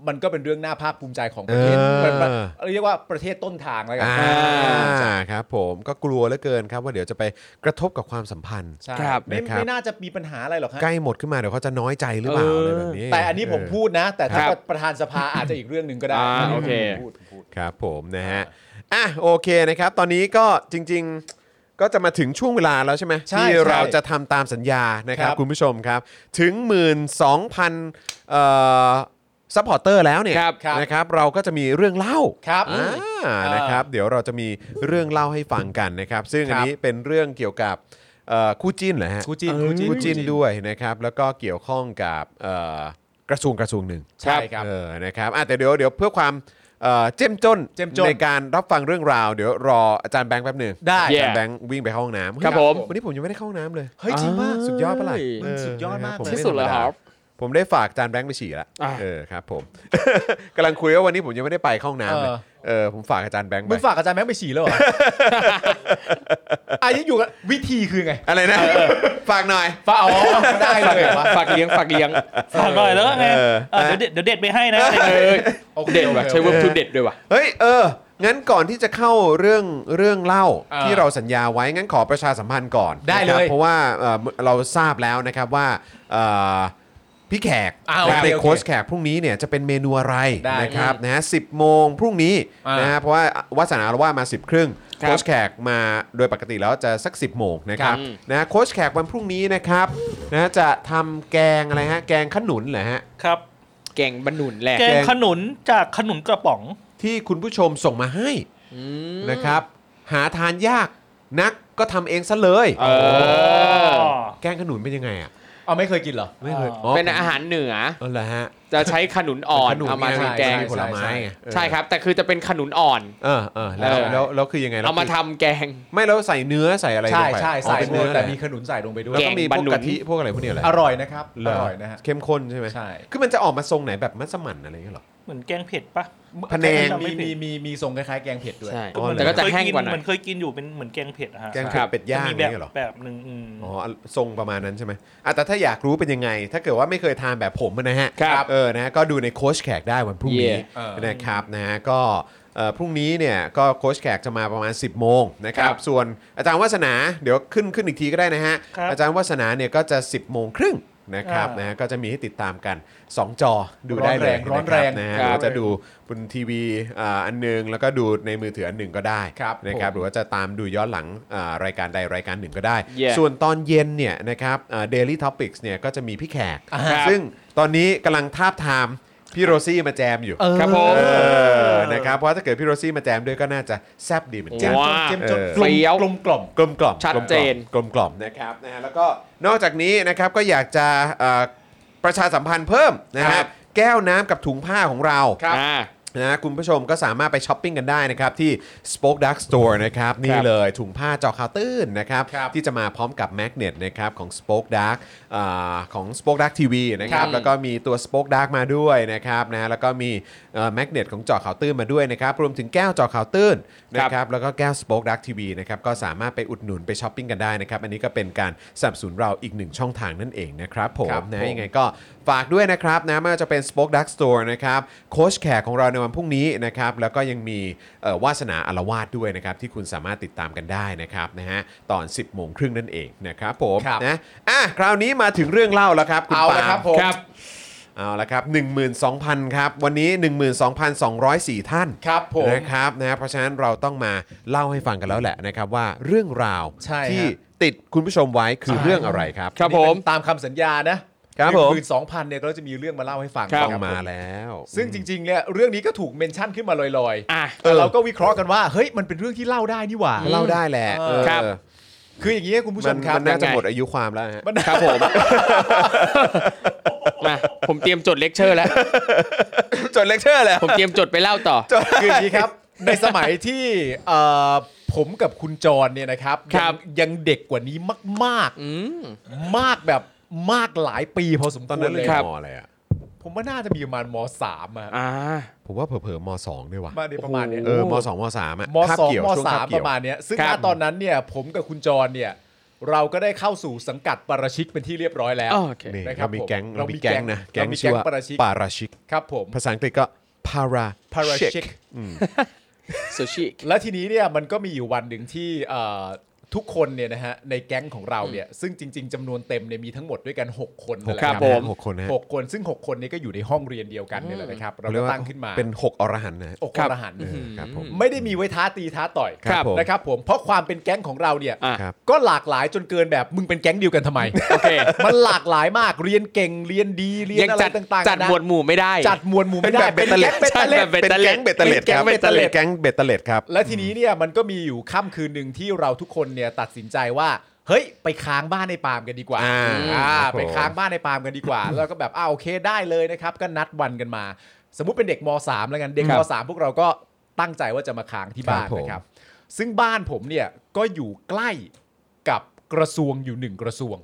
Speaker 4: มันก็เป็นเรื่องน่าภาคภูมิใจของประเทศ
Speaker 2: เออ
Speaker 4: มันมันเรียกว่าประเทศต้นทางแล้วกัน
Speaker 2: อ่า
Speaker 4: ใช่
Speaker 2: ครับผมก็กลัวเหลือเกินครับ ว่าเดี๋ยวจะไปกระทบกับความสัมพันธ์
Speaker 4: ใช่
Speaker 3: ครับ
Speaker 4: ไม่
Speaker 2: นะครับ
Speaker 4: ไม่น่าจะมีปัญหาอะไรหรอกฮะ
Speaker 2: ใกล้หมดขึ้นมาเดี๋ยวเขาจะน้อยใจหรือเปล่าอะไรแบบนี้
Speaker 4: แต่อันนี้ผม
Speaker 2: เ
Speaker 4: พูดนะ แต่ถ้า
Speaker 3: ครับ
Speaker 4: ประธานสภาอาจจะอีกเรื่องหนึ่งก็ได้
Speaker 3: อ่า
Speaker 4: อันนี้
Speaker 3: โอ
Speaker 4: ผม
Speaker 3: เค
Speaker 4: พูดผมพูด
Speaker 2: ครับผมนะฮะอ่ะโอเคนะครับ ตอนนี้ก็จริง ๆ ก็จะมาถึงช่วงเวลาแล้วใช่ไหม
Speaker 4: ใช่
Speaker 2: ที่
Speaker 4: ใช่
Speaker 2: เราจะทำตามสัญญานะครับ
Speaker 4: ครับ
Speaker 2: คุณผู้ชมครับ ถึง 1 2 0 0 0เอ่อซัพพอร์เตอร์แล้วเนี่ย
Speaker 4: ครับครับ
Speaker 2: นะครับ เราก็จะมีเรื่องเล่า
Speaker 4: ครับ
Speaker 2: อ่า
Speaker 4: เออ
Speaker 2: นะครับ เดี๋ยวเราจะมีเรื่องเล่าให้ฟังกันนะครับ ซึ่งอัน
Speaker 4: ครับ
Speaker 2: นี้เป็นเรื่องเกี่ยวกับเอ่อคู่จิ้นเหรอฮะ
Speaker 4: คูจิน
Speaker 2: คู่
Speaker 4: คูจิน
Speaker 2: จิ้นด้วยนะครับ แล้วก็เกี่ยวข้องกับเอ่อกระทรวงกระทรวงหนึ่ง
Speaker 4: ใช่ครับ
Speaker 2: เออ นะครับอ่ะแต่เดี๋ยว เดี๋ยวเพื่อความเอ่อเจ้มจน
Speaker 4: เจ้มจ้น
Speaker 2: ในการรับฟังเรื่องราว เดี๋ยวรออาจารย์แบงค์แป๊บหนึ่ง
Speaker 4: ได้
Speaker 2: อาจารย์แบงค์วิ่งไปเข้าห้องน้ำ
Speaker 3: ครับผม
Speaker 2: วันนี้ผมยังไม่ได้เข้าห้องน้ำเลย
Speaker 4: เฮ้ยจริงป่ะ
Speaker 2: สุดยอดปะล่ะ
Speaker 4: มันสุดยอดมาก
Speaker 2: เผ
Speaker 4: เลย
Speaker 2: ไธม
Speaker 3: ที่สุดแล้วครับ
Speaker 2: ผมได้ฝากอาจารย์แบงค์ไปฉี่ละ
Speaker 3: อ่ะ
Speaker 2: เออ ครับผม กำลังคุยว่าวันนี้ผมยังไม่ได้ไปเข้าห้องน้ำเลย
Speaker 4: เออ
Speaker 2: เออ ผมฝากอาจารย์แบงค์ไป
Speaker 4: มึงฝากอาจารย์แม็กซ์ไปฉี่แล้วเหรอ อายังอยู่กันวิธีคือไง
Speaker 2: อะไรนะ ฝากหน่อย
Speaker 4: ฝากอ๋อได้เลยเหรอวะ
Speaker 3: ฝากเลี้ยงฝากเลี้ยง
Speaker 6: ฝากหน่อยแล้วก็ไง
Speaker 2: เออ
Speaker 6: เออเดี๋ยวเด็ดเดี๋ยวเด็ดไปให้นะ
Speaker 3: เออ
Speaker 4: โอค
Speaker 3: เด็ดว่ะ
Speaker 4: โอค
Speaker 3: ใช้เวิร์บทูเด็ดด้วยว่ะ
Speaker 2: เฮ้ย เออ งั้นก่อนที่จะเข้าเรื่องเรื่องเล่า
Speaker 4: อ่า
Speaker 2: ที่เราสัญญาไว้ งั้นขอประชาสัมพันธ์ก่อน
Speaker 4: ได้
Speaker 2: นะครับ
Speaker 4: เลย
Speaker 2: เพราะว่าเอ่อเราทราบแล้วนะครับว่าเอ่อพี่แขก
Speaker 4: อ่าโอเค
Speaker 2: และใน
Speaker 4: โอเค
Speaker 2: โค้ชแขกพรุ่งนี้เนี่ยจะเป็นเมนูอะไร
Speaker 4: ได้
Speaker 2: นะครับนะฮะสิโมงพรุ่งนี้
Speaker 4: อ่าน
Speaker 2: นะฮะเพราะว่าวัสนาละว่ามา 10บครึ่ง
Speaker 3: ครับ
Speaker 2: โค้ชแขกมาโดยปกติแล้วจะสัก 10บโมงนะครั
Speaker 3: ครับ บอืม
Speaker 2: นะฮะโค้ชแขกวันพรุ่งนี้นะครับนะฮะจะทำแกงอะไรฮะแกงขนุนเหรอฮะ
Speaker 6: ครับ
Speaker 3: แกงบะหนุนแหละ
Speaker 6: แกงขนุนจากขนุนกระป๋อง
Speaker 2: ที่คุณผู้ชมส่งมาให้ นะครับ หาทานยากนักก็ทำเองซะเลย
Speaker 3: เออ
Speaker 2: แกงขนุนเป็นยังไงอ่ะ
Speaker 4: เอาไม่เคยกินเหรอ
Speaker 2: ไม่เคย
Speaker 6: อ๋อ
Speaker 3: เป็นอาหารเหนือ
Speaker 2: เออเหรอฮะ
Speaker 3: จะใช้ขนุนอ่อน
Speaker 2: ขนุน
Speaker 3: เอามา
Speaker 2: ไ
Speaker 3: ทำแกง
Speaker 2: ใช่ผลไม้ไงเออ
Speaker 3: ใช่ครับ แต่คือจะเป็นขนุนอ่อน
Speaker 2: เออเออแล้ว
Speaker 3: เออ
Speaker 2: แล้วแล้วคือยังไงแล้ว
Speaker 3: เอามาทำแกง
Speaker 2: ไม่แล้วใส่เนื้อใส่อะไรลง
Speaker 4: ใช่
Speaker 2: ไป
Speaker 4: ใช่ใส่
Speaker 2: อ๋อเป็น
Speaker 4: เนื้
Speaker 2: เนื้
Speaker 4: อ
Speaker 2: อ
Speaker 4: แต่
Speaker 2: แต่
Speaker 4: มี
Speaker 2: มี
Speaker 4: ขนุนใส่ลงไปด้ว
Speaker 2: แล้ว
Speaker 4: ย
Speaker 2: ก็มีพว
Speaker 3: แกงบะ
Speaker 2: ก
Speaker 3: หนุน
Speaker 2: กะทิพวกอะไรพวกเนี้ยแหละ
Speaker 4: อร่อยนะครับ
Speaker 2: เห
Speaker 4: อร่อยนะฮะ
Speaker 2: เข้มข้นใช่ไหม
Speaker 4: ใช่
Speaker 2: คือมันจะออกมาทรงไหนแบบมัสมั่นอะไรอย่างเงี้ยเหรอ
Speaker 6: เหมือนแกงเผ็ดปะ
Speaker 2: พะแนง
Speaker 4: มีมีมีมีทรงคล้ายๆแกงเผ็ดด้วย
Speaker 3: ใช่
Speaker 2: อ๋อเหรอ
Speaker 3: แต่ก็จะแห้งกว่าหน่อ
Speaker 6: เห
Speaker 3: ย
Speaker 6: มือนเคยกินอยู่เป็นเหมือนแกงเผ็ดอะฮะ
Speaker 2: แกง
Speaker 3: ค
Speaker 2: เผ็
Speaker 3: รั
Speaker 2: ด
Speaker 3: บ
Speaker 2: เป็ดย่าง
Speaker 6: มี
Speaker 2: อะไรอบ
Speaker 6: แบ
Speaker 2: ย่างเงี้ยเหรอ
Speaker 6: แบบหนึ่งอืม
Speaker 2: อ๋อทรงประมาณนั้นใช่ไหมอ่ะแต่ถ้าอยากรู้เป็นยังไง ถ้าเกิดว่าไม่เคยทานแบบผมอะนะฮะ
Speaker 3: ครับ
Speaker 2: เออ นะฮะก็ดูในโค้ชแขกได้วันพรุ่งนี้
Speaker 3: Yeah
Speaker 4: เออ
Speaker 2: นะครับ นะฮะ ก็เอ่อพรุ่งนี้เนี่ย ก็โค้ชแขกจะมาประมาณ 10 โมงนะครับ
Speaker 3: ครับ
Speaker 2: ส่วนอาจารย์วัฒนา เดี๋ยวขึ้นขึ้นอีกทีก็ได้นะฮะ
Speaker 6: ครับ
Speaker 2: อาจารย์วัฒนาเนี่ยก็จะ 10 โมงครึ่งนะครับ
Speaker 6: อ่าน
Speaker 2: นะฮะ ก็จะมีให้ติดตามกัน 2 จอ ดูได้เล
Speaker 4: ร้อนแร
Speaker 2: ย
Speaker 4: งร้อนแรง
Speaker 2: นะฮะ
Speaker 3: ครั
Speaker 2: ก็
Speaker 3: บ
Speaker 2: จะดูบนทีวีอ่าอันหนึง แล้วก็ดูในมือถืออันหนึ่งก็ได้
Speaker 4: ครับ
Speaker 2: นะครับ
Speaker 4: ผม
Speaker 2: หรือว่าจะตามดูย้อนหลังอ่ารายการใดรายการหนึ่งก็ได้
Speaker 3: Yeah
Speaker 2: ส่วนตอนเย็นเนี่ยนะครับเดลี่ท็อปิกส์เนี่ยก็จะมีพี่แขก
Speaker 4: อ่า
Speaker 2: ซึ่งตอนนี้กำลังทาบทาม พี่โรซี่มาแจมอยู่
Speaker 3: ครับผม
Speaker 2: เออ นะครับ เพราะถ้าเกิดพี่โรซี่มาแจมด้วยก็น่าจะแซบดีเหมือนกัน
Speaker 1: ว้า
Speaker 4: เจ้มจน
Speaker 2: เออ
Speaker 4: กลม
Speaker 3: เฟี้ยว
Speaker 4: กลมกล่อม
Speaker 2: กลมกล่อม
Speaker 3: ชัดเจน
Speaker 2: กลมกล่อมกลมกล่อมนะครับนะฮะแล้วก็นอกจากนี้นะครับก็อยากจะเอ่อประชาสัมพันธ์เพิ่มนะ
Speaker 3: ค
Speaker 2: ฮะ
Speaker 3: รับ
Speaker 2: แก้วน้ำกับถุงผ้าของเรา
Speaker 3: อ่า
Speaker 2: นะฮะคุณผู้ชมก็สามารถไปช้อปปิ้งกันได้นะครับ ที่ Spoke Dark Store นะครับ นี่เลยถุงผ้าเจอคาวตื้นนะครับ
Speaker 4: ครับ
Speaker 2: ที่จะมาพร้อมกับแมกเนตนะครับของ Spoke Dark อ่าของ Spoke Dark TV นะครับ
Speaker 4: ครับ
Speaker 2: แล้วก็มีตัว Spoke Dark มาด้วยนะครับนะฮะแล้วก็มีแมกเนตของเจอคาวตื้นมาด้วยนะครับ รวมถึงแก้วเจอคาวตื้นนะครับ แล้วก็แก้ว Spoke Dark TV นะครับ ก็สามารถไปอุดหนุนไปช้อปปิ้งกันได้นะครับ อันนี้ก็เป็นการสนับสนุนเราอีกหนึ่งช่องทางนั่นเองนะครับผม
Speaker 4: ครับ
Speaker 2: นะ
Speaker 4: ผม
Speaker 2: ยังไง ยังไงก็ฝากด้วยนะครับนะไม่ว่าจะเป็น Spoke Dark Store นะครับโค้ชแขกของเราในวันพรุ่งนี้นะครับแล้วก็ยังมีเอ่อวาสนาอารวาสด้วยนะครับที่คุณสามารถติดตามกันได้นะครับนะฮะตอน 10โมงครึ่งนั่นเองนะครับผม
Speaker 4: ครับ
Speaker 2: นะอ่ะคราวนี้มาถึงเรื่องเล่าแล้วครับคุณ
Speaker 4: เอา
Speaker 2: ปา
Speaker 4: ละ
Speaker 2: ล์ม
Speaker 4: ครับผม
Speaker 3: ครับ
Speaker 2: เอาละครับ12,000ครับวันนี้ 12,204 ท่าน
Speaker 4: ครับผม
Speaker 2: นะครับนะเพราะฉะนั้นเราต้องมาเล่าให้ฟังกันแล้วแหละนะครับว่าเรื่องราว
Speaker 4: ใช่ฮะ
Speaker 2: ที่ติดคุณผู้ชมไว้คือเรื่องอะไรครับ
Speaker 3: ครับผม
Speaker 4: ตามคำสัญญานะครับ
Speaker 2: ผม
Speaker 4: หนสองพันเนี่ยก็จะมีเรื่องมาเล่าให้ฟัง
Speaker 2: ต้อง
Speaker 4: นะครับ
Speaker 2: มาแล้ว
Speaker 4: ซึ่งจริงๆเนี่ยเรื่องนี้ก็ถูกเมนชั่นขึ้นมาลอย
Speaker 3: อ่ะ
Speaker 4: ๆแต่เราก็วิเคราะห์กันว่าเฮ้ยมันเป็นเรื่องที่เล่าได้นี่หว่า
Speaker 2: เล่าได้แหละ
Speaker 4: เออ
Speaker 2: เออ
Speaker 3: ครับ
Speaker 4: คืออย่างนี้ยคุณผู้ชมครับ
Speaker 2: มันน่าจะ
Speaker 3: ยังไง
Speaker 2: หมดอายุความแล้วฮะ
Speaker 4: มัน
Speaker 3: ครับผม มาผมเตรียมจดเลคเชอร์แล้ว
Speaker 2: จดเลคเชอร์เลย
Speaker 3: ผมเตรียมจดไปเล่าต่อ
Speaker 4: คืออย่างนี้ครับ ในสมัยที่เอ่อผมกับคุณจรเนี่ยนะครับ
Speaker 3: ครั
Speaker 4: ยัง
Speaker 3: บ
Speaker 4: ยังเด็กกว่านี้มาก
Speaker 3: อืม
Speaker 4: ๆ มากแบบมากหลายปีพอสมค
Speaker 2: ตอน
Speaker 4: ว
Speaker 2: นั้
Speaker 4: ร
Speaker 2: น
Speaker 4: เล
Speaker 2: เรีย
Speaker 4: ย
Speaker 2: น
Speaker 3: ครับ
Speaker 2: มอะไรอ่ะ
Speaker 4: ผมว่าน่าจะมีประมาณมสามอะ
Speaker 3: อ่า
Speaker 2: ผมว่าเผลอๆมสองด้วยว่ะ
Speaker 4: มาในประมาณเนี้ย
Speaker 2: เออมสองมสามอ่ะ
Speaker 4: ม
Speaker 2: คบ
Speaker 4: สอง
Speaker 2: เกี่ยว
Speaker 4: ม
Speaker 2: ช่วง
Speaker 4: สา
Speaker 2: คบ
Speaker 4: มป
Speaker 2: เกี่ยว
Speaker 4: ระมาณเนี้ยซึ่ง
Speaker 3: ค
Speaker 4: ณ
Speaker 3: รับ
Speaker 4: ตอนนั้นเนี่ยผมกับคุณจรเนี่ย เราก็ได้เข้าสู่สังกัดปาราชิกเป็นที่เรียบร้อยแล้ว
Speaker 3: โอเค
Speaker 2: นี่
Speaker 4: นะครั
Speaker 2: เรา
Speaker 4: บ
Speaker 2: มี
Speaker 4: ผม
Speaker 2: แก๊งเรา
Speaker 4: เรามี
Speaker 2: มีแก๊ง
Speaker 4: แก๊ง
Speaker 2: นะ แก๊ง
Speaker 4: เรามี
Speaker 2: ชื่อว่า
Speaker 4: แก๊งปาราชิก
Speaker 2: ปาราชิก
Speaker 4: ครับผม
Speaker 2: ภาษาอังกฤษก็พารา
Speaker 4: ปาราชิก
Speaker 3: ซูชิ
Speaker 4: แล้วทีนี้เนี่ยมันก็มีอยู่วันหนึ่งที่เอ่อทุกคนเนี่ยนะฮะในแก๊งของเราเนี่ยซึ่งจริง ๆจำนวนเต็มเนี่ยมีทั้งหมดด้วยกัน 6 คนนั่นแหละ
Speaker 3: ครับผม
Speaker 2: หกคนนะฮะ
Speaker 4: หกคนซึ่ง 6 คนเนี้ก็อยู่ในห้องเรียนเดียวกันเนี่ยแหละนะครับ เราก็ตั้งขึ้นมา
Speaker 2: เป็น 6 อรหันต์นะฮะ
Speaker 4: อกคนละหัน
Speaker 2: เออครับผม
Speaker 4: ไม่ได้มีไว้ท้าตีท้าต่อย
Speaker 2: ครับผม
Speaker 4: นะครับผมเพราะความเป็นแก๊งของเราเนี่ย
Speaker 3: อ่ะ
Speaker 2: ครับ
Speaker 4: ก็หลากหลายจนเกินแบบมึงเป็นแก๊งเดียวกันทำไม
Speaker 3: โอเค
Speaker 4: มันหลากหลายมากเรียนเก่งเรียนดีเรียน
Speaker 3: ยัง
Speaker 4: อะไร
Speaker 3: จัด
Speaker 4: ต่างๆ
Speaker 3: จัดหมวดหมู่ไม่ได้
Speaker 4: จัดหมวดหมู่ไม่ได้
Speaker 2: เป็
Speaker 4: เป็น น
Speaker 2: แบบ
Speaker 4: แก๊งเป็นตะเล็ด
Speaker 2: เป็น
Speaker 3: เป็น
Speaker 2: แก๊งเบตเตอร์เลด
Speaker 4: เป็น
Speaker 2: ครับ
Speaker 4: แก๊งเบตเตอร์เลด
Speaker 2: แก๊งเบตเตอร์เลดครับ
Speaker 4: และทีนี้เนี่ยมันก็มีอยู่ค่ำคืนหนึ่งที่เราทุกคนเนี่ยตัดสินใจว่า เฮ้ย ไปค้างบ้านในปาล์มกันดีกว่า
Speaker 2: อ่า
Speaker 4: อ่า
Speaker 2: ครับผม
Speaker 4: ไปค้างบ้านในปาล์มกันดี กว่า แล้วก็แบบอ้าวโอเคได้เลยนะครับ ก็นัดวันกันมา สมมุติเป็นเด็กมสามแล้วกันเด็ก
Speaker 3: ครั
Speaker 4: ม
Speaker 3: บ
Speaker 4: สามพวกเราก็ตั้งใจว่าจะมาค้างที่บ้าน
Speaker 2: ครับผม
Speaker 4: นะครับ ซึ่งบ้านผมเนี่ยก็อยู่ใกล้กับกระทรวงอยู่หนึ่งกระทรวง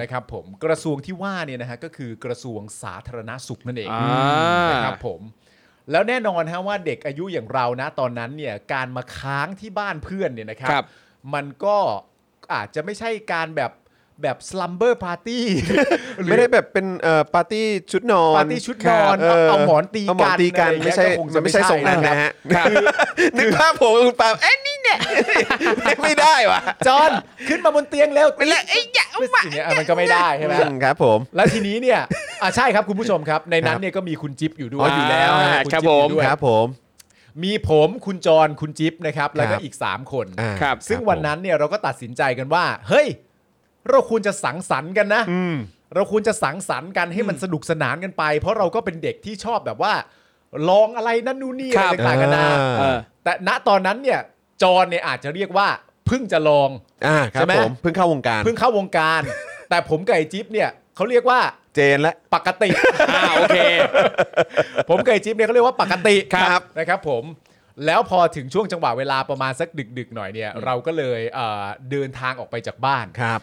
Speaker 4: นะครับผมกระทรวงที่ว่าเนี่ยนะฮะก็คือกระทรวงสาธารณสุขนั่นเอง
Speaker 3: อ่า
Speaker 4: นะครับผมแล้วแน่นอนฮะว่าเด็กอายุอย่างเรานะตอนนั้นเนี่ยการมาค้างที่บ้านเพื่อนเนี่ยนะครั
Speaker 3: ครับ บ
Speaker 4: มันก็อาจจะไม่ใช่การแบบแบบสลัมเบอร์ปาร์ตี้
Speaker 2: ไม่ได้แบบเป็นเอ่อปาร์ตี้ชุดนอน
Speaker 4: ปาร์ตี้ชุดนอน
Speaker 2: ครับ
Speaker 4: เอาหมอนตีกัน
Speaker 2: เอาหมอนตีกัน
Speaker 4: อะไรอย่าง
Speaker 2: ไม่
Speaker 4: เงี้ย
Speaker 2: ใช่
Speaker 4: ก็คงจะไม่
Speaker 2: ไม่ใช่ทรงนั้น
Speaker 4: ใช่
Speaker 2: นะฮะ นึกภาพผมกับคุณปาล์มเอ้ยนี่ เนี่ย ไม่ได้ว่ะ
Speaker 4: จอนขึ้นมาบนเตียงเร็วไม่ละไอ้ยามาอย่างเงี้ยอ่ะมันก็ไม่ได้ใช่ไหม
Speaker 2: อืมครับผม
Speaker 4: แล้วทีนี้เนี่ยอ่ะใช่ครับคุณผู้ชมครับ ในนั้นเนี่ยก็มีคุณจิ๊บอยู่ด้วย
Speaker 2: อ๋ออยู่แล้วฮะ
Speaker 4: ณ
Speaker 3: ครับ
Speaker 4: จิ๊
Speaker 3: ผ
Speaker 4: อยู่
Speaker 3: ม
Speaker 4: ด้วย
Speaker 2: ครับผม
Speaker 4: มีผมคุณจอนคุณจิ๊บนะครับแล้ว
Speaker 2: ค
Speaker 4: ก็
Speaker 2: รับ
Speaker 4: อีกสามคน
Speaker 2: อ่า
Speaker 3: ครับ
Speaker 4: ซึ่ง
Speaker 2: ผม
Speaker 4: วันนั้นเนี่ยเราก็ตัดสินใจกันว่า เฮ้ย เราควรจะสังสรรค์กันนะ
Speaker 2: อืม
Speaker 4: เราควรจะสังสรรค์กันให้มันสนุกสนานกันไป เพราะเราก็เป็นเด็กที่ชอบแบบว่า ลองอะไรนั่นนู่นนี่
Speaker 3: ครั
Speaker 4: อะไร
Speaker 3: บ
Speaker 4: ต่างๆกันนะ
Speaker 2: อ่า
Speaker 3: เออ
Speaker 4: แต่ณตอนนั้นเนี่ยจอนเนี่ยอาจจะเรียกว่าเพิ่งจะลอง
Speaker 2: อ่าครับ
Speaker 4: ใช่ไหม
Speaker 2: ผมเพิ่งเข้าวงการ
Speaker 4: เพิ่งเข้าวงการ แต่ผมกับไอจิ๊บเนี่ยเขาเรียกว่า
Speaker 2: เจนและ
Speaker 4: ปกติ
Speaker 3: อ่าโอเค
Speaker 4: ผมกับไอจิ๊บเนี่ยเขาเรียกว่าปกติ
Speaker 2: ครับ
Speaker 4: นะครับผมแล้วพอถึงช่วงจังหวะเวลาประมาณสักดึกๆหน่อยเนี่ย เราก็เลยเอ่อเดินทางออกไปจากบ้าน
Speaker 2: ครับ